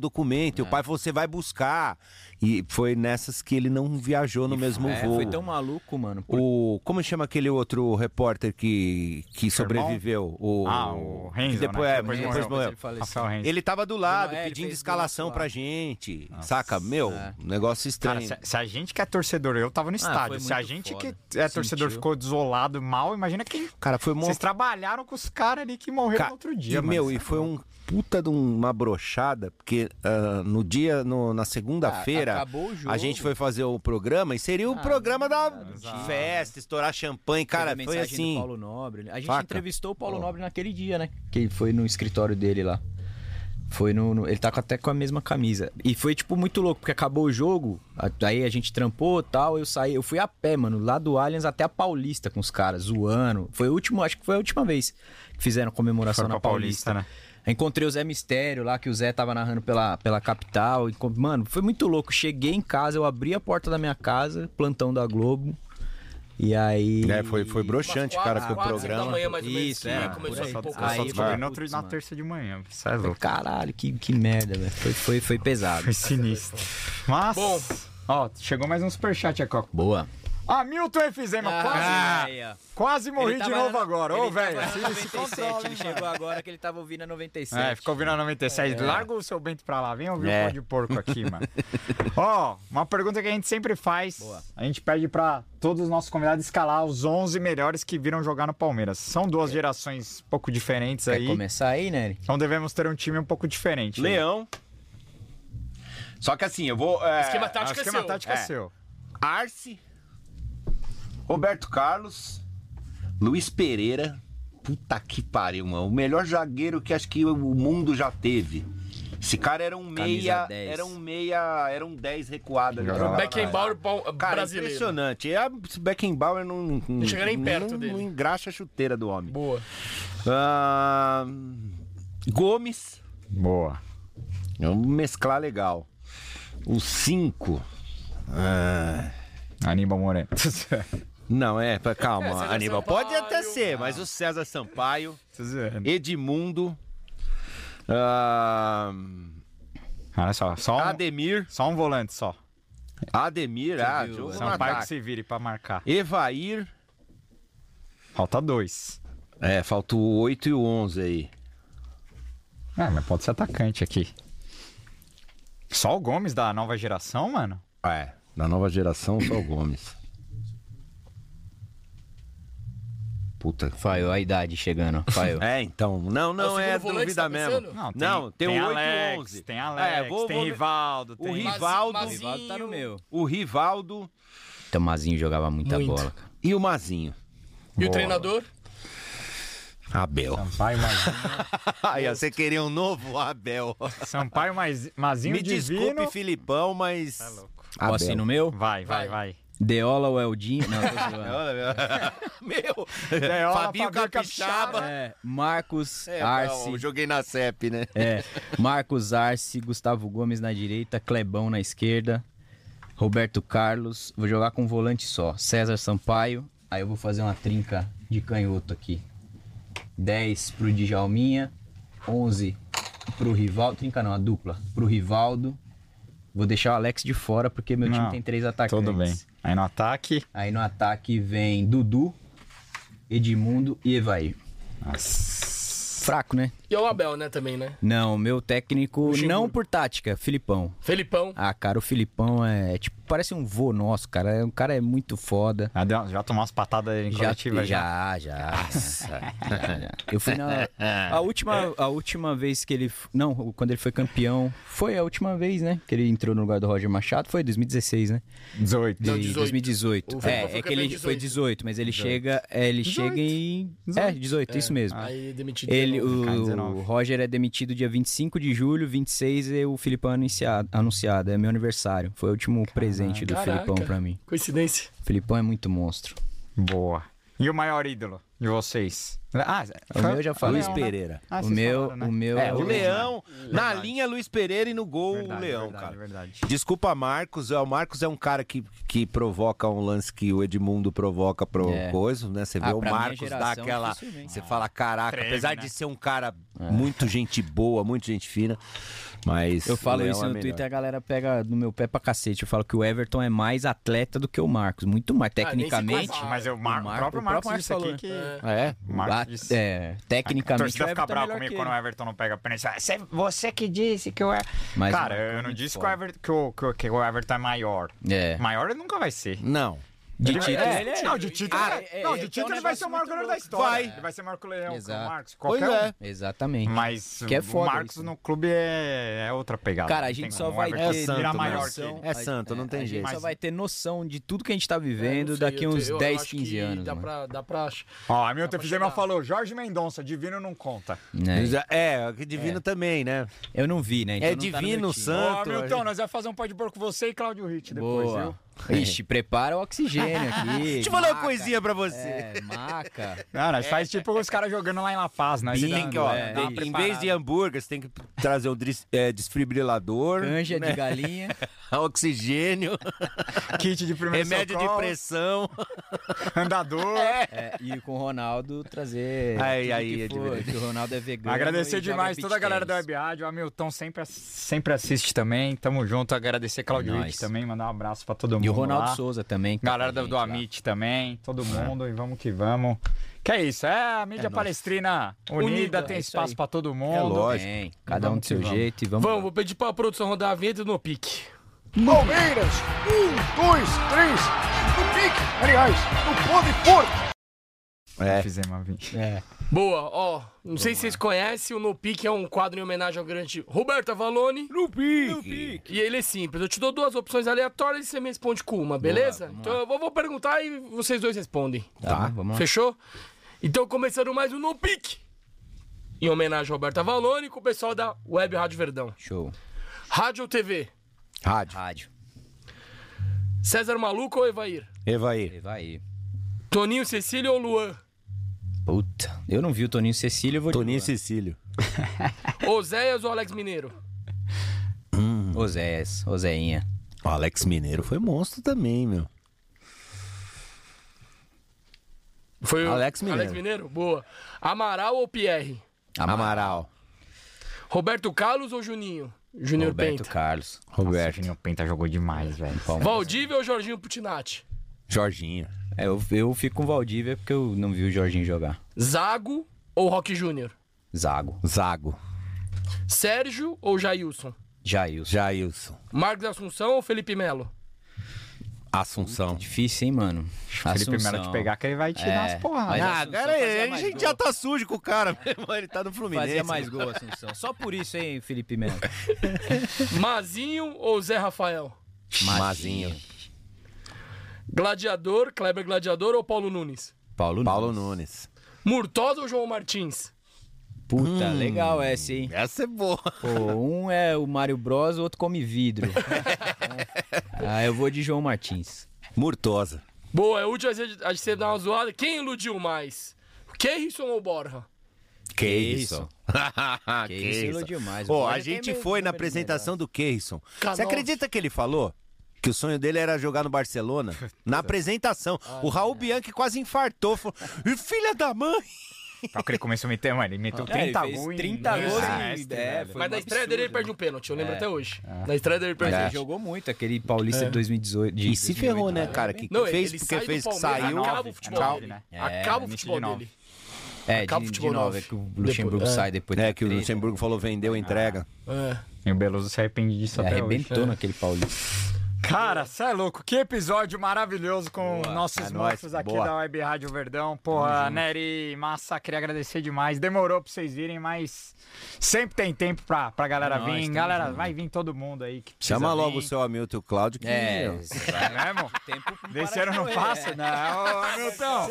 Speaker 4: É.
Speaker 3: documento. E o pai falou, você vai buscar. E foi nessas que ele não viajou no mesmo
Speaker 4: É,
Speaker 3: voo.
Speaker 4: foi tão maluco, mano. por-
Speaker 3: O, como chama aquele outro repórter que, que sobreviveu? O,
Speaker 2: Ah, o Renzo,
Speaker 3: que depois,
Speaker 2: né?
Speaker 3: é, depois
Speaker 4: morreu.
Speaker 3: morreu.
Speaker 4: Ele faleceu.
Speaker 2: Rafael Renzi.
Speaker 3: Ele tava do lado,
Speaker 4: Não, é, ele
Speaker 3: pedindo
Speaker 4: fez
Speaker 3: escalação
Speaker 4: gol lá.
Speaker 3: pra gente. Saca? Meu,
Speaker 4: É.
Speaker 3: negócio
Speaker 2: Cara,
Speaker 3: estranho.
Speaker 2: se, se a gente que é torcedor, eu tava no estádio.
Speaker 4: Ah, foi
Speaker 2: se a
Speaker 4: muito
Speaker 2: gente
Speaker 4: foda.
Speaker 2: que é torcedor
Speaker 4: Sentiu.
Speaker 2: ficou desolado, mal, imagina quem.
Speaker 3: Cara, foi mó-
Speaker 2: Vocês trabalharam com os caras ali que morreram
Speaker 3: Ca-
Speaker 2: no outro dia,
Speaker 3: e,
Speaker 2: mano. é
Speaker 3: meu, e foi um puta de uma brochada, porque ah, no dia, no- na
Speaker 4: Ah,
Speaker 3: segunda-feira,
Speaker 4: acabou o jogo. Ah,
Speaker 3: a gente foi fazer o programa e seria o programa da festa, estourar champanhe, cara,
Speaker 4: Teve
Speaker 3: foi
Speaker 4: mensagem do
Speaker 3: assim.
Speaker 4: Paulo Nobre. né? A gente
Speaker 3: Faca.
Speaker 4: entrevistou o Paulo Nobre naquele dia, né? Que foi no escritório dele lá. Foi no, no- Ele tá com- até com a mesma camisa. E foi, tipo, muito louco, porque acabou o jogo. a- Aí a gente trampou tal. Eu saí. Eu fui a pé, mano, lá do Allianz até a Paulista com os caras, zoando. Foi o último, acho que foi a última vez que fizeram comemoração
Speaker 2: Foi pra
Speaker 4: na Paulista.
Speaker 2: Paulista, né?
Speaker 4: Encontrei o Zé Mistério lá, que o Zé tava narrando pela, pela capital. Encon- Mano, foi muito louco. Cheguei em casa, eu abri a porta da minha casa, plantão da Globo. E aí.
Speaker 3: É, foi, foi broxante, cara, com o programa.
Speaker 1: da manhã, mais ou menos,
Speaker 4: Isso,
Speaker 1: que
Speaker 4: é,
Speaker 1: começou
Speaker 4: por
Speaker 1: a
Speaker 4: aí.
Speaker 1: ir um pouco.
Speaker 2: Eu só
Speaker 4: Aí,
Speaker 2: descobri
Speaker 4: mano.
Speaker 2: no outro-
Speaker 4: Putz,
Speaker 2: na
Speaker 4: mano.
Speaker 2: terça de manhã. Isso é
Speaker 4: Falei,
Speaker 2: louco.
Speaker 4: Caralho, que, que merda, velho. Foi, foi, foi pesado.
Speaker 2: Foi sinistro. Mas.
Speaker 1: Bom.
Speaker 2: Ó, chegou mais um superchat aqui, ó.
Speaker 4: Boa.
Speaker 2: Ah, Milton Efizema, quase, quase morri Ah, de novo agora. Ô, velho, se, se controla,
Speaker 4: Ele
Speaker 2: hein,
Speaker 4: chegou agora que ele tava ouvindo a 97.
Speaker 2: É, ficou vindo a 97. Larga o seu Bento pra lá, vem ouvir o
Speaker 3: É.
Speaker 2: pó de porco aqui, mano. Ó, uma pergunta que a gente sempre faz. A gente pede pra todos os nossos convidados escalar os 11 melhores que viram jogar no Palmeiras. São duas gerações um pouco diferentes
Speaker 4: Quer
Speaker 2: aí.
Speaker 4: começar aí, Nery?
Speaker 2: Então devemos ter um time um pouco
Speaker 3: é.
Speaker 2: diferente.
Speaker 3: Leão. Só que assim, eu vou. é,
Speaker 1: Esquema
Speaker 2: Ah, o
Speaker 1: tático é
Speaker 2: esquema
Speaker 1: seu.
Speaker 2: tático é,
Speaker 3: É.
Speaker 2: seu.
Speaker 3: Arce, Roberto Carlos, Luiz Pereira. Puta que pariu, mano. O melhor zagueiro que acho que o mundo já teve. Esse cara era um meia,
Speaker 4: 10.
Speaker 3: era um meia, era um 10 recuado. ali.
Speaker 1: O Beckenbauer tá bom-
Speaker 3: Cara, é
Speaker 1: brasileiro.
Speaker 3: impressionante. E a- Esse Beckenbauer não, não
Speaker 1: chega nem perto
Speaker 3: não,
Speaker 1: dele.
Speaker 3: Não engraxa a chuteira do homem.
Speaker 1: Boa.
Speaker 3: Ah, Gomes,
Speaker 2: Boa.
Speaker 3: é um mesclar legal. O 5.
Speaker 2: Aníbal Moreno.
Speaker 3: Não, é, pra- calma,
Speaker 1: César
Speaker 3: Aníbal.
Speaker 1: Sampaio.
Speaker 3: Pode até ser, mas o César Sampaio,
Speaker 2: Tô zoando.
Speaker 3: Edmundo, ah,
Speaker 2: Olha só, só um,
Speaker 3: Ademir,
Speaker 2: só um volante só.
Speaker 3: Ademir, ah,
Speaker 4: viu,
Speaker 3: jogo no
Speaker 2: Sampaio que
Speaker 3: ataque.
Speaker 2: se vire pra marcar.
Speaker 3: Evair,
Speaker 2: Falta dois.
Speaker 3: é, faltou o 8 e o 11 aí.
Speaker 2: É, mas pode ser atacante aqui. Só o Gomes da nova geração, mano?
Speaker 3: É, na nova geração, só o Gomes. Puta.
Speaker 4: Falhou a idade chegando. Falhou.
Speaker 3: É, então, não, não,
Speaker 1: segundo
Speaker 3: é
Speaker 1: volante,
Speaker 3: dúvida
Speaker 1: tá
Speaker 3: mesmo.
Speaker 1: pensando?
Speaker 2: Não, tem-
Speaker 3: tem,
Speaker 2: tem
Speaker 3: o É, 8 e
Speaker 2: Alex,
Speaker 3: 11.
Speaker 2: tem Alex, tem Rivaldo,
Speaker 3: o
Speaker 2: tem-
Speaker 3: Rivaldo,
Speaker 1: Mas- mas-
Speaker 4: Rivaldo tá no meu.
Speaker 3: o Rivaldo
Speaker 4: Tomazinho jogava muita bola, cara.
Speaker 3: e o Mazinho.
Speaker 1: E o treinador?
Speaker 3: Abel.
Speaker 2: Sampaio, Mazinho.
Speaker 3: Aí, ó, você queria um novo Abel.
Speaker 2: Sampaio, Maz- Mazinho,
Speaker 3: Me
Speaker 2: Divino.
Speaker 3: desculpe, Filipão, mas. Abel.
Speaker 4: Posso ir no meu?
Speaker 2: Vai, vai, vai.
Speaker 4: Deola ou Eldinho? Não, tô zoando.
Speaker 3: É, meu.
Speaker 2: Deola,
Speaker 3: É, Fabinho
Speaker 2: Fabinho
Speaker 3: Capixaba.
Speaker 4: É, Marcos,
Speaker 3: É,
Speaker 4: Arce.
Speaker 3: não, joguei na CEP, né?
Speaker 4: É, Marcos Arce, Gustavo Gomes na direita, Clebão na esquerda, Roberto Carlos. Vou jogar com um volante só. César Sampaio. Aí eu vou fazer uma trinca de canhoto aqui. 10 pro Djalminha, 11 pro Rivaldo. Trinca não, a dupla. Pro Rivaldo. Vou deixar o Alex de fora porque meu time
Speaker 2: Não,
Speaker 4: tem três atacantes.
Speaker 2: Tudo bem. Aí no ataque.
Speaker 4: Aí no ataque vem Dudu, Edmundo e Evair.
Speaker 2: Nossa.
Speaker 4: fraco, né?
Speaker 1: E é o Abel, né, também, né?
Speaker 4: Não, meu técnico,
Speaker 1: Luxemburgo.
Speaker 4: não por tática, Filipão.
Speaker 1: Felipão.
Speaker 4: Ah, cara, o Filipão é tipo, parece um vô nosso, cara. É- O cara é muito foda.
Speaker 2: Ah, deu- Já tomou umas patadas em
Speaker 4: Já,
Speaker 2: coletiva
Speaker 4: já,
Speaker 2: já.
Speaker 4: já. já. Eu fui na. A última, a última vez que ele. f- Não, quando ele foi campeão. Foi a última vez, né? Que ele entrou no lugar do Roger Machado. Foi em 2016, né?
Speaker 2: 18.
Speaker 4: De
Speaker 1: Não, 18.
Speaker 4: 2018.
Speaker 1: O Filipão
Speaker 4: É,
Speaker 1: foi
Speaker 4: é que ele
Speaker 1: campeão em
Speaker 4: foi 18, mas ele chega. é, ele chega em. É, 18, isso mesmo.
Speaker 1: Aí é demitido. de
Speaker 4: Ele,
Speaker 1: novo.
Speaker 2: Ficar em
Speaker 4: o,
Speaker 2: 19.
Speaker 4: o Roger é demitido dia 25 de julho, 26 é o Filipão anunciado, anunciado. É meu aniversário. Foi o último presente do
Speaker 1: Caraca.
Speaker 4: Filipão pra mim.
Speaker 1: Coincidência.
Speaker 4: O Filipão é muito monstro.
Speaker 2: Boa. E o maior ídolo de vocês? Ah,
Speaker 4: O meu eu já falei.
Speaker 3: Luiz Pereira.
Speaker 2: Ah,
Speaker 4: o
Speaker 2: vocês
Speaker 4: meu,
Speaker 2: falaram, né?
Speaker 4: o meu
Speaker 3: É, o Leão, na linha Luiz Pereira e no gol o Leão, cara.
Speaker 2: verdade.
Speaker 3: Desculpa, Marcos. é, O Marcos é um cara que, que provoca um lance que o Edmundo provoca pro
Speaker 4: É.
Speaker 3: coisa, né? Você vê
Speaker 4: Ah,
Speaker 3: o
Speaker 4: pra minha
Speaker 3: Marcos dar
Speaker 4: geração,
Speaker 3: aquela.
Speaker 4: dificilmente. É.
Speaker 3: Você fala, caraca, apesar de ser um cara muito gente boa, muito gente fina, mas.
Speaker 4: Eu falo
Speaker 3: o Leão
Speaker 4: isso
Speaker 3: é
Speaker 4: no
Speaker 3: melhor.
Speaker 4: Twitter, a galera pega no meu pé pra cacete. Eu falo que o Everton é mais atleta do que o Marcos. Muito mais,
Speaker 1: Ah, nem se
Speaker 4: tecnicamente.
Speaker 1: compara.
Speaker 2: Mas eu, Mar...
Speaker 4: O
Speaker 2: o,
Speaker 4: Marco-
Speaker 2: próprio
Speaker 4: o próprio
Speaker 2: Marcos
Speaker 4: Marcos
Speaker 2: disse aqui
Speaker 4: falou,
Speaker 2: que...
Speaker 4: É,
Speaker 2: O Marcos
Speaker 4: bate-
Speaker 2: disse.
Speaker 4: é,
Speaker 2: A
Speaker 4: tecnicamente.
Speaker 2: torcida
Speaker 4: o
Speaker 2: fica
Speaker 4: Everton é
Speaker 2: brava
Speaker 4: melhor
Speaker 2: comigo
Speaker 4: que
Speaker 2: quando o
Speaker 4: ele.
Speaker 2: Everton não pega a pênalti. Ah, cê- Você que disse que eu é.
Speaker 4: Mas
Speaker 2: Cara,
Speaker 4: o Marcos
Speaker 2: eu
Speaker 4: é
Speaker 2: não
Speaker 4: muito
Speaker 2: disse que o,
Speaker 4: foda.
Speaker 2: Everton, que, o, que o- que o Everton é maior.
Speaker 4: É.
Speaker 2: Maior ele nunca vai ser.
Speaker 3: Não.
Speaker 4: De
Speaker 2: Ele vai-
Speaker 4: título,
Speaker 2: é,
Speaker 4: ele é.
Speaker 2: Não, de título,
Speaker 4: Ah,
Speaker 2: é-
Speaker 4: é-
Speaker 2: não,
Speaker 4: é-
Speaker 2: de
Speaker 4: é um
Speaker 2: título ele vai
Speaker 4: negócio
Speaker 2: ser o maior
Speaker 4: muito
Speaker 2: goleirão da
Speaker 4: louco.
Speaker 2: história.
Speaker 4: Vai.
Speaker 2: Ele vai ser o maior que o Leão, que o
Speaker 4: Exato.
Speaker 2: Marcos,
Speaker 3: Pois
Speaker 2: qualquer um.
Speaker 3: é.
Speaker 4: Exatamente.
Speaker 2: Mas
Speaker 4: Que é
Speaker 2: o
Speaker 4: foda
Speaker 2: Marcos
Speaker 4: isso, né?
Speaker 2: no clube é, é outra pegada.
Speaker 4: Cara, a
Speaker 2: Não
Speaker 4: gente
Speaker 2: tem
Speaker 4: só
Speaker 2: como. O
Speaker 4: vai
Speaker 2: Everton
Speaker 4: ter
Speaker 3: santo,
Speaker 2: virar
Speaker 3: né?
Speaker 2: maior
Speaker 3: É
Speaker 2: que...
Speaker 4: noção-
Speaker 3: É santo, não tem
Speaker 4: a
Speaker 3: jeito.
Speaker 4: gente só
Speaker 2: Mas-
Speaker 4: vai ter noção de tudo que a gente tá
Speaker 1: É,
Speaker 4: vivendo
Speaker 1: não sei,
Speaker 4: daqui
Speaker 1: eu te-
Speaker 4: uns
Speaker 1: eu
Speaker 4: 10,
Speaker 1: acho que
Speaker 4: 15 anos. né?
Speaker 1: Dá
Speaker 4: mano.
Speaker 1: pra, dá pra.
Speaker 2: Ó, Hamilton Fizema
Speaker 1: chegar.
Speaker 2: falou, Jorge Mendonça, divino não conta.
Speaker 4: Né?
Speaker 3: É, o que divino também, né?
Speaker 4: Eu não vi, né? Então
Speaker 3: É
Speaker 4: não tá no
Speaker 3: divino,
Speaker 4: meu time.
Speaker 2: Ô,
Speaker 3: santo.
Speaker 2: Hamilton, nós vamos fazer um pó de porco você e Claudio Ritt depois, viu?
Speaker 4: Boa. Ixi, prepara o oxigênio aqui.
Speaker 3: Deixa eu falar uma
Speaker 4: maca.
Speaker 3: coisinha pra você.
Speaker 4: É, maca.
Speaker 2: Não, nós faz tipo os caras jogando lá em La Paz, nós
Speaker 3: Tem
Speaker 2: dando,
Speaker 3: que, ó,
Speaker 2: é,
Speaker 3: tem-
Speaker 2: dá uma
Speaker 3: em
Speaker 2: preparada.
Speaker 3: vez de hambúrguer, você tem que trazer um dris- é, desfibrilador,
Speaker 4: Canja
Speaker 2: Né?
Speaker 4: de galinha.
Speaker 3: oxigênio,
Speaker 2: kit de primeiro
Speaker 3: remédio de
Speaker 2: socorro,
Speaker 3: pressão.
Speaker 2: andador.
Speaker 4: É, e com o Ronaldo trazer.
Speaker 3: Aí,
Speaker 4: tudo
Speaker 3: aí,
Speaker 4: que
Speaker 3: é
Speaker 4: for,
Speaker 3: diferente.
Speaker 4: que o Ronaldo é vegano.
Speaker 2: Agradecer
Speaker 4: e joga
Speaker 2: demais
Speaker 4: beach
Speaker 2: toda a galera da
Speaker 4: tennis.
Speaker 2: Web Rádio. O Hamilton sempre, ass- sempre assiste também. Tamo junto. Agradecer Claudio
Speaker 4: É
Speaker 2: Ritt
Speaker 4: nóis.
Speaker 2: também. Mandar um abraço pra todo mundo.
Speaker 4: E o Ronaldo
Speaker 2: lá.
Speaker 4: Souza também. que tá
Speaker 2: Galera
Speaker 4: com a
Speaker 2: do, do
Speaker 4: gente lá.
Speaker 2: Amit também, todo mundo, e vamos que vamos. Que é isso, Né? é a mídia palestrina unida,
Speaker 4: Unida,
Speaker 2: tem
Speaker 4: é isso
Speaker 2: espaço
Speaker 4: aí.
Speaker 2: pra todo mundo. É
Speaker 3: lógico.
Speaker 4: Tem, cada um
Speaker 2: Vamos
Speaker 4: do
Speaker 2: que
Speaker 4: seu
Speaker 2: vamos.
Speaker 4: jeito e vamos.
Speaker 1: Vamos, vou pedir pra produção rodar a vinheta no pique.
Speaker 9: Palmeiras, um, dois, três, no pique, aliás, no pó de porco.
Speaker 3: É.
Speaker 2: Fizemos uma vinha.
Speaker 1: Boa, ó. Não sei se vocês conhecem, o No Pique é um quadro em homenagem ao grande Roberto Avalone. No Pique! E ele é simples. Eu te dou duas opções aleatórias e você me responde com uma, beleza? então eu vou, vou perguntar e vocês dois respondem.
Speaker 4: Tá, vamos lá.
Speaker 1: Fechou? Então começando mais um No Pique. Em homenagem ao Roberto Avalone com o pessoal da Web Rádio Verdão.
Speaker 4: Show.
Speaker 1: Rádio ou TV?
Speaker 3: Rádio.
Speaker 4: Rádio.
Speaker 1: César Maluco ou Evair?
Speaker 3: Evaí.
Speaker 4: Vai aí.
Speaker 1: Toninho Cecília ou Luan?
Speaker 4: Puta, eu não vi o Toninho Cecília, eu vou de
Speaker 3: Toninho e Cecílio.
Speaker 1: Oséias ou Alex Mineiro?
Speaker 4: Luan. Oséias, Ozeinha.
Speaker 3: O Alex Mineiro foi monstro também, meu.
Speaker 1: Foi o
Speaker 3: Alex Mineiro.
Speaker 1: Alex Mineiro? Boa. Amaral ou Pierre?
Speaker 3: Amaral.
Speaker 1: Roberto Carlos ou Juninho? Júnior
Speaker 4: Roberto
Speaker 1: Penta.
Speaker 4: Carlos.
Speaker 2: Roberto. Nossa, o Juninho Penta jogou demais, velho.
Speaker 1: Valdívia ou Jorginho Putinati?
Speaker 3: Jorginho.
Speaker 4: É, eu, eu fico com o Valdívia porque eu não vi o Jorginho jogar.
Speaker 1: Zago ou Rock Júnior?
Speaker 4: Zago,
Speaker 3: Zago.
Speaker 1: Sérgio ou Jailson?
Speaker 4: Jailson.
Speaker 3: Jailson.
Speaker 1: Marcos Assunção ou Felipe Melo?
Speaker 3: Assunção.
Speaker 4: Difícil, hein, mano?
Speaker 2: Felipe Melo
Speaker 4: Assunção.
Speaker 2: te pegar que ele vai te dar
Speaker 4: É,
Speaker 2: umas porradas.
Speaker 4: mas
Speaker 3: Ah,
Speaker 4: Assunção
Speaker 3: agora
Speaker 4: fazia
Speaker 3: ele, a
Speaker 4: mais
Speaker 3: gente
Speaker 4: gol.
Speaker 3: já tá sujo com o cara mesmo. Ele tá no Fluminense.
Speaker 4: Fazia mais gol, Assunção. Só por isso, hein, Felipe Melo.
Speaker 1: Mazinho ou Zé Rafael?
Speaker 3: Mazinho.
Speaker 1: Gladiador, Kleber Gladiador ou Paulo Nunes?
Speaker 4: Paulo,
Speaker 3: Paulo
Speaker 4: Nunes.
Speaker 3: Nunes.
Speaker 1: Murtosa ou João Martins?
Speaker 4: Puta, legal essa, hein?
Speaker 3: Essa é boa.
Speaker 4: Pô, um é o Mário Bros, o outro come vidro. ah, eu vou de João Martins.
Speaker 3: Murtosa.
Speaker 1: Boa, é útil a gente- a gente dar uma zoada. Quem iludiu mais? Keirson ou Borja?
Speaker 3: Que isso?
Speaker 4: Que isso, iludiu mais.
Speaker 3: Pô,
Speaker 4: Olha,
Speaker 3: a
Speaker 4: tem
Speaker 3: gente
Speaker 4: meio
Speaker 3: foi na
Speaker 4: número de
Speaker 3: apresentação do Keyson.
Speaker 1: Canossa.
Speaker 3: Você acredita que ele falou? Que o sonho dele era jogar no Barcelona? Na apresentação. O Raul Bianchi quase infartou. Falou, "Ih, filha da mãe!
Speaker 2: Só que ele começou a meter, mano, ele meteu
Speaker 4: É, ele
Speaker 2: 30
Speaker 4: fez
Speaker 2: gols. em-
Speaker 4: 30 gols
Speaker 2: Ah,
Speaker 4: em-
Speaker 2: extra,
Speaker 4: é,
Speaker 2: velho.
Speaker 4: foi
Speaker 1: Mas
Speaker 4: um É.
Speaker 1: na estreia dele ele
Speaker 4: absurdo,
Speaker 1: perde um pênalti, eu lembro
Speaker 4: É.
Speaker 1: até hoje. Na estreia dele ele
Speaker 4: Mas
Speaker 1: perde um
Speaker 4: ele
Speaker 1: pênalti.
Speaker 4: jogou muito aquele paulista de 2018. de
Speaker 3: E se ferrou,
Speaker 4: 2018.
Speaker 3: né, cara? Que
Speaker 1: Não,
Speaker 3: fez
Speaker 1: ele
Speaker 3: porque
Speaker 1: sai do
Speaker 3: fez que
Speaker 1: Palmeiras,
Speaker 3: saiu.
Speaker 1: acaba
Speaker 2: nove,
Speaker 1: o futebol
Speaker 2: nove,
Speaker 1: dele.
Speaker 2: né?
Speaker 4: É,
Speaker 1: acaba o
Speaker 2: início
Speaker 1: futebol
Speaker 2: de nove.
Speaker 1: dele.
Speaker 4: É,
Speaker 1: Acaba o
Speaker 4: de, de
Speaker 1: futebol
Speaker 4: novo,
Speaker 1: nove.
Speaker 4: é que o Luxemburgo
Speaker 1: Depois- é.
Speaker 4: sai depois da
Speaker 3: É que o
Speaker 4: treta.
Speaker 3: Luxemburgo falou vendeu, entrega.
Speaker 1: É.
Speaker 2: E o Beluso se arrepende disso
Speaker 4: Ele
Speaker 2: até
Speaker 4: arrebentou
Speaker 2: hoje.
Speaker 4: naquele Paulista.
Speaker 2: Cara, cê é louco. Que episódio maravilhoso com nossos
Speaker 3: é nóis,
Speaker 2: monstros aqui
Speaker 3: boa.
Speaker 2: da Web Rádio Verdão. Porra, Nery, Massa, queria agradecer demais. Demorou pra vocês virem, mas sempre tem tempo pra, pra galera
Speaker 4: É nóis,
Speaker 2: vir.
Speaker 4: tamo
Speaker 2: Galera,
Speaker 4: junto.
Speaker 2: vai vir todo mundo aí. Que precisa
Speaker 3: Chama
Speaker 2: vir.
Speaker 3: logo o seu Hamilton Cláudio que
Speaker 4: É,
Speaker 2: É mesmo?
Speaker 4: tempo para
Speaker 2: Desse ano não
Speaker 4: correr,
Speaker 2: passa?
Speaker 4: é.
Speaker 2: Não, ô, Milton.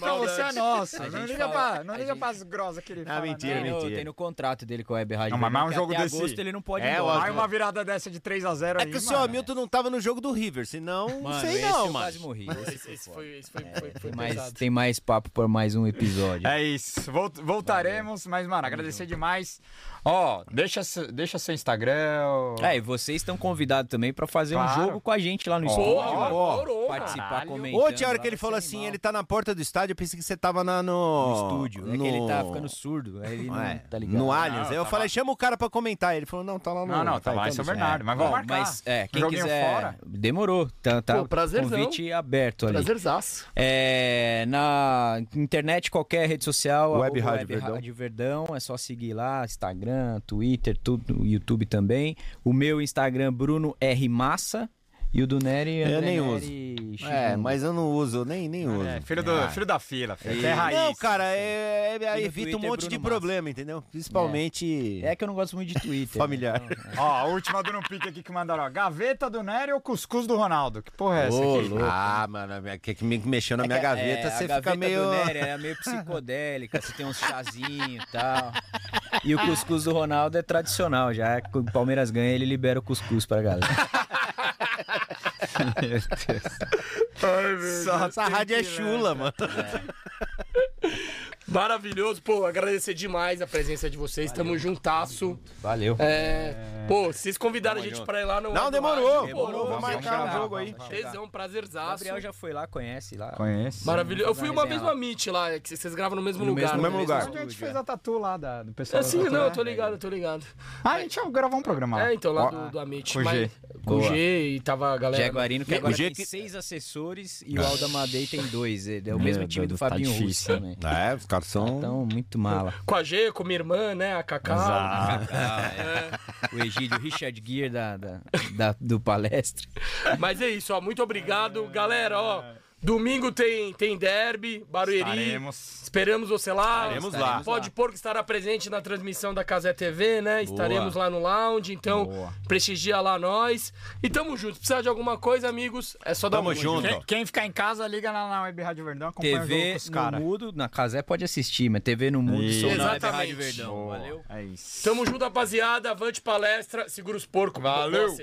Speaker 2: Milton, você é nosso.
Speaker 4: A
Speaker 2: Não
Speaker 4: gente
Speaker 2: liga,
Speaker 4: fala-
Speaker 2: pra, não
Speaker 4: a
Speaker 2: liga
Speaker 4: gente-
Speaker 2: pras grosas que ele
Speaker 3: Ah,
Speaker 2: fala,
Speaker 3: mentira,
Speaker 2: não.
Speaker 4: Tem no, tem no contrato dele com a Web Rádio.
Speaker 2: Não, mas mais um
Speaker 4: que
Speaker 2: jogo
Speaker 4: até
Speaker 2: desse.
Speaker 4: agosto ele não pode ir
Speaker 3: É,
Speaker 4: embora.
Speaker 2: Vai uma virada dessa de 3x0
Speaker 3: É
Speaker 2: aí,
Speaker 3: que o seu
Speaker 2: mano.
Speaker 3: Hamilton não tava no jogo do River, senão
Speaker 4: Mano,
Speaker 3: não sei
Speaker 4: esse
Speaker 3: não,
Speaker 4: eu
Speaker 3: mano.
Speaker 4: quase morri. Esse foi
Speaker 1: Esse
Speaker 4: foda.
Speaker 1: foi, esse foi, foi, foi
Speaker 4: Tem mais,
Speaker 1: pesado.
Speaker 4: tem mais papo por mais um episódio.
Speaker 2: É isso. Volt- voltaremos, mas, mano, agradecer demais. Ó, deixa, se- deixa seu Instagram. ó.
Speaker 4: É, e vocês estão convidados também pra fazer
Speaker 2: Claro.
Speaker 4: um jogo com a gente lá no
Speaker 1: Porra,
Speaker 4: estúdio.
Speaker 1: mano,
Speaker 3: ó,
Speaker 1: morou, mano.
Speaker 4: participar, comentando.
Speaker 3: Ontem, a hora
Speaker 4: lá,
Speaker 3: que ele
Speaker 4: vai
Speaker 3: falou
Speaker 4: ser
Speaker 3: assim,
Speaker 4: é animal.
Speaker 3: ele tá na porta do estádio, eu pensei que você tava na,
Speaker 4: no
Speaker 3: no...
Speaker 4: estúdio. É que ele tá ficando surdo. aí Ele não
Speaker 3: É,
Speaker 4: tá ligado.
Speaker 3: No Allianz.
Speaker 2: Não,
Speaker 3: Aí eu
Speaker 2: tá
Speaker 3: falei,
Speaker 2: lá.
Speaker 3: chama o cara pra comentar. Ele falou, não, tá lá no...
Speaker 2: Não, não, tá lá em São
Speaker 3: então deixa.
Speaker 2: Bernardo. Mas vamos
Speaker 4: Bom,
Speaker 2: marcar.
Speaker 4: Mas, é, quem
Speaker 2: Joguinho
Speaker 4: quiser.
Speaker 2: fora.
Speaker 4: Demorou. Tá, tá
Speaker 1: Pô, prazerzão.
Speaker 4: convite aberto ali.
Speaker 1: Prazerzaço.
Speaker 4: É, na internet, qualquer rede social,
Speaker 3: Web
Speaker 4: arroba
Speaker 3: Rádio Verdão.
Speaker 4: Rádio Verdão, é só seguir lá, Instagram, Twitter, tudo, YouTube também. O meu Instagram, Bruno R Massa, e o do Nery,
Speaker 3: Eu
Speaker 4: André
Speaker 3: É, nem uso.
Speaker 4: Neri X1.
Speaker 3: É, mas eu não uso, nem, nem uso.
Speaker 2: É, filho, do, filho da fila, filho. Até raiz.
Speaker 3: Não, cara, é, é- é-
Speaker 4: E no
Speaker 3: evita um
Speaker 4: assim. Twitter,
Speaker 3: monte
Speaker 4: Bruno
Speaker 3: de
Speaker 4: Massa.
Speaker 3: problema, entendeu? Principalmente
Speaker 4: É que eu não gosto muito de Twitter.
Speaker 3: familiar.
Speaker 4: né?
Speaker 2: Ó, a última do No Pique aqui que mandaram, ó. Gaveta do Nery ou cuscuz do Ronaldo? Que porra é essa
Speaker 3: Ô,
Speaker 2: aqui?
Speaker 3: louco. Ah, mano, é que que me- mexeu na minha
Speaker 4: É que a-
Speaker 3: gaveta,
Speaker 4: é,
Speaker 3: você
Speaker 4: a
Speaker 3: fica
Speaker 4: gaveta
Speaker 3: meio.
Speaker 4: do Nery é meio psicodélica, você tem uns chazinhos e tal. E o cuscuz do Ronaldo é tradicional, já quando o Palmeiras ganha, ele libera o cuscuz pra galera.
Speaker 3: Só- Essa rádio é chula,
Speaker 4: né?
Speaker 3: mano.
Speaker 1: Maravilhoso. Pô, agradecer demais a presença de vocês. Tamo juntasso.
Speaker 4: Valeu.
Speaker 1: É... Pô, vocês convidaram a gente pra ir lá no...
Speaker 3: Não,
Speaker 1: no
Speaker 3: demorou.
Speaker 1: Rádio,
Speaker 3: Demorou, vou
Speaker 1: Pô,
Speaker 3: marcar o
Speaker 4: chegar,
Speaker 3: jogo aí.
Speaker 1: tesão,
Speaker 4: O
Speaker 1: prazerzaço.
Speaker 4: Gabriel já foi lá, conhece lá.
Speaker 2: Conhece.
Speaker 1: Maravilhoso. Eu
Speaker 4: Fazer
Speaker 1: fui
Speaker 4: uma
Speaker 1: uma
Speaker 4: resenha
Speaker 1: vez no
Speaker 4: lá.
Speaker 1: Amit lá, é que vocês gravaram no mesmo
Speaker 4: No
Speaker 1: lugar. né?
Speaker 4: mesmo-
Speaker 3: no mesmo lugar.
Speaker 2: Onde a gente fez a tatu lá da, do pessoal.
Speaker 1: É
Speaker 2: da
Speaker 1: sim,
Speaker 2: tatu,
Speaker 1: não,
Speaker 2: né?
Speaker 1: eu tô ligado, eu tô ligado.
Speaker 2: Ah, a gente gravou um programa lá.
Speaker 1: É, então, lá
Speaker 3: Ó,
Speaker 1: do, do Amit.
Speaker 2: com
Speaker 1: mas-
Speaker 2: G.
Speaker 1: Com
Speaker 4: Boa.
Speaker 1: G e tava a galera...
Speaker 4: Jaguarino, que agora
Speaker 3: O G
Speaker 4: tem
Speaker 3: que-
Speaker 4: seis assessores e o Alda Madei tem dois. Ele É o mesmo
Speaker 2: Ah. Meu
Speaker 4: time do
Speaker 2: Deus, tá
Speaker 4: Fabinho Russo
Speaker 2: difícil.
Speaker 4: também.
Speaker 3: É, os caras são.
Speaker 4: Então, muito mala.
Speaker 1: Com a G, com minha irmã, né? A Cacau.
Speaker 4: O Egídio, o Richard Gere da, da- da- do palestra.
Speaker 1: Mas é isso, ó. Muito obrigado. Galera, ó. Domingo tem, tem derby, Barueri.
Speaker 2: Estaremos.
Speaker 1: Esperamos você lá.
Speaker 3: Estaremos lá.
Speaker 1: Pode pôr que estará presente na transmissão da Casé TV, né? Estaremos lá no lounge, então prestigia lá nós. E tamo junto. Se precisar de alguma coisa, amigos, é só dar
Speaker 3: Tamo
Speaker 1: um
Speaker 3: junto.
Speaker 2: Quem, quem ficar em casa, liga lá na Web Rádio Verdão, acompanha o jogo
Speaker 4: TV
Speaker 2: com os
Speaker 4: no
Speaker 2: caras.
Speaker 4: mudo, na Casé pode assistir, mas TV no mudo
Speaker 2: Isso.
Speaker 4: só na Web
Speaker 1: Exatamente.
Speaker 4: é Rádio Verdão. Valeu.
Speaker 2: É isso.
Speaker 1: Tamo junto, rapaziada. Avante palestra. Segura os porcos. Valeu.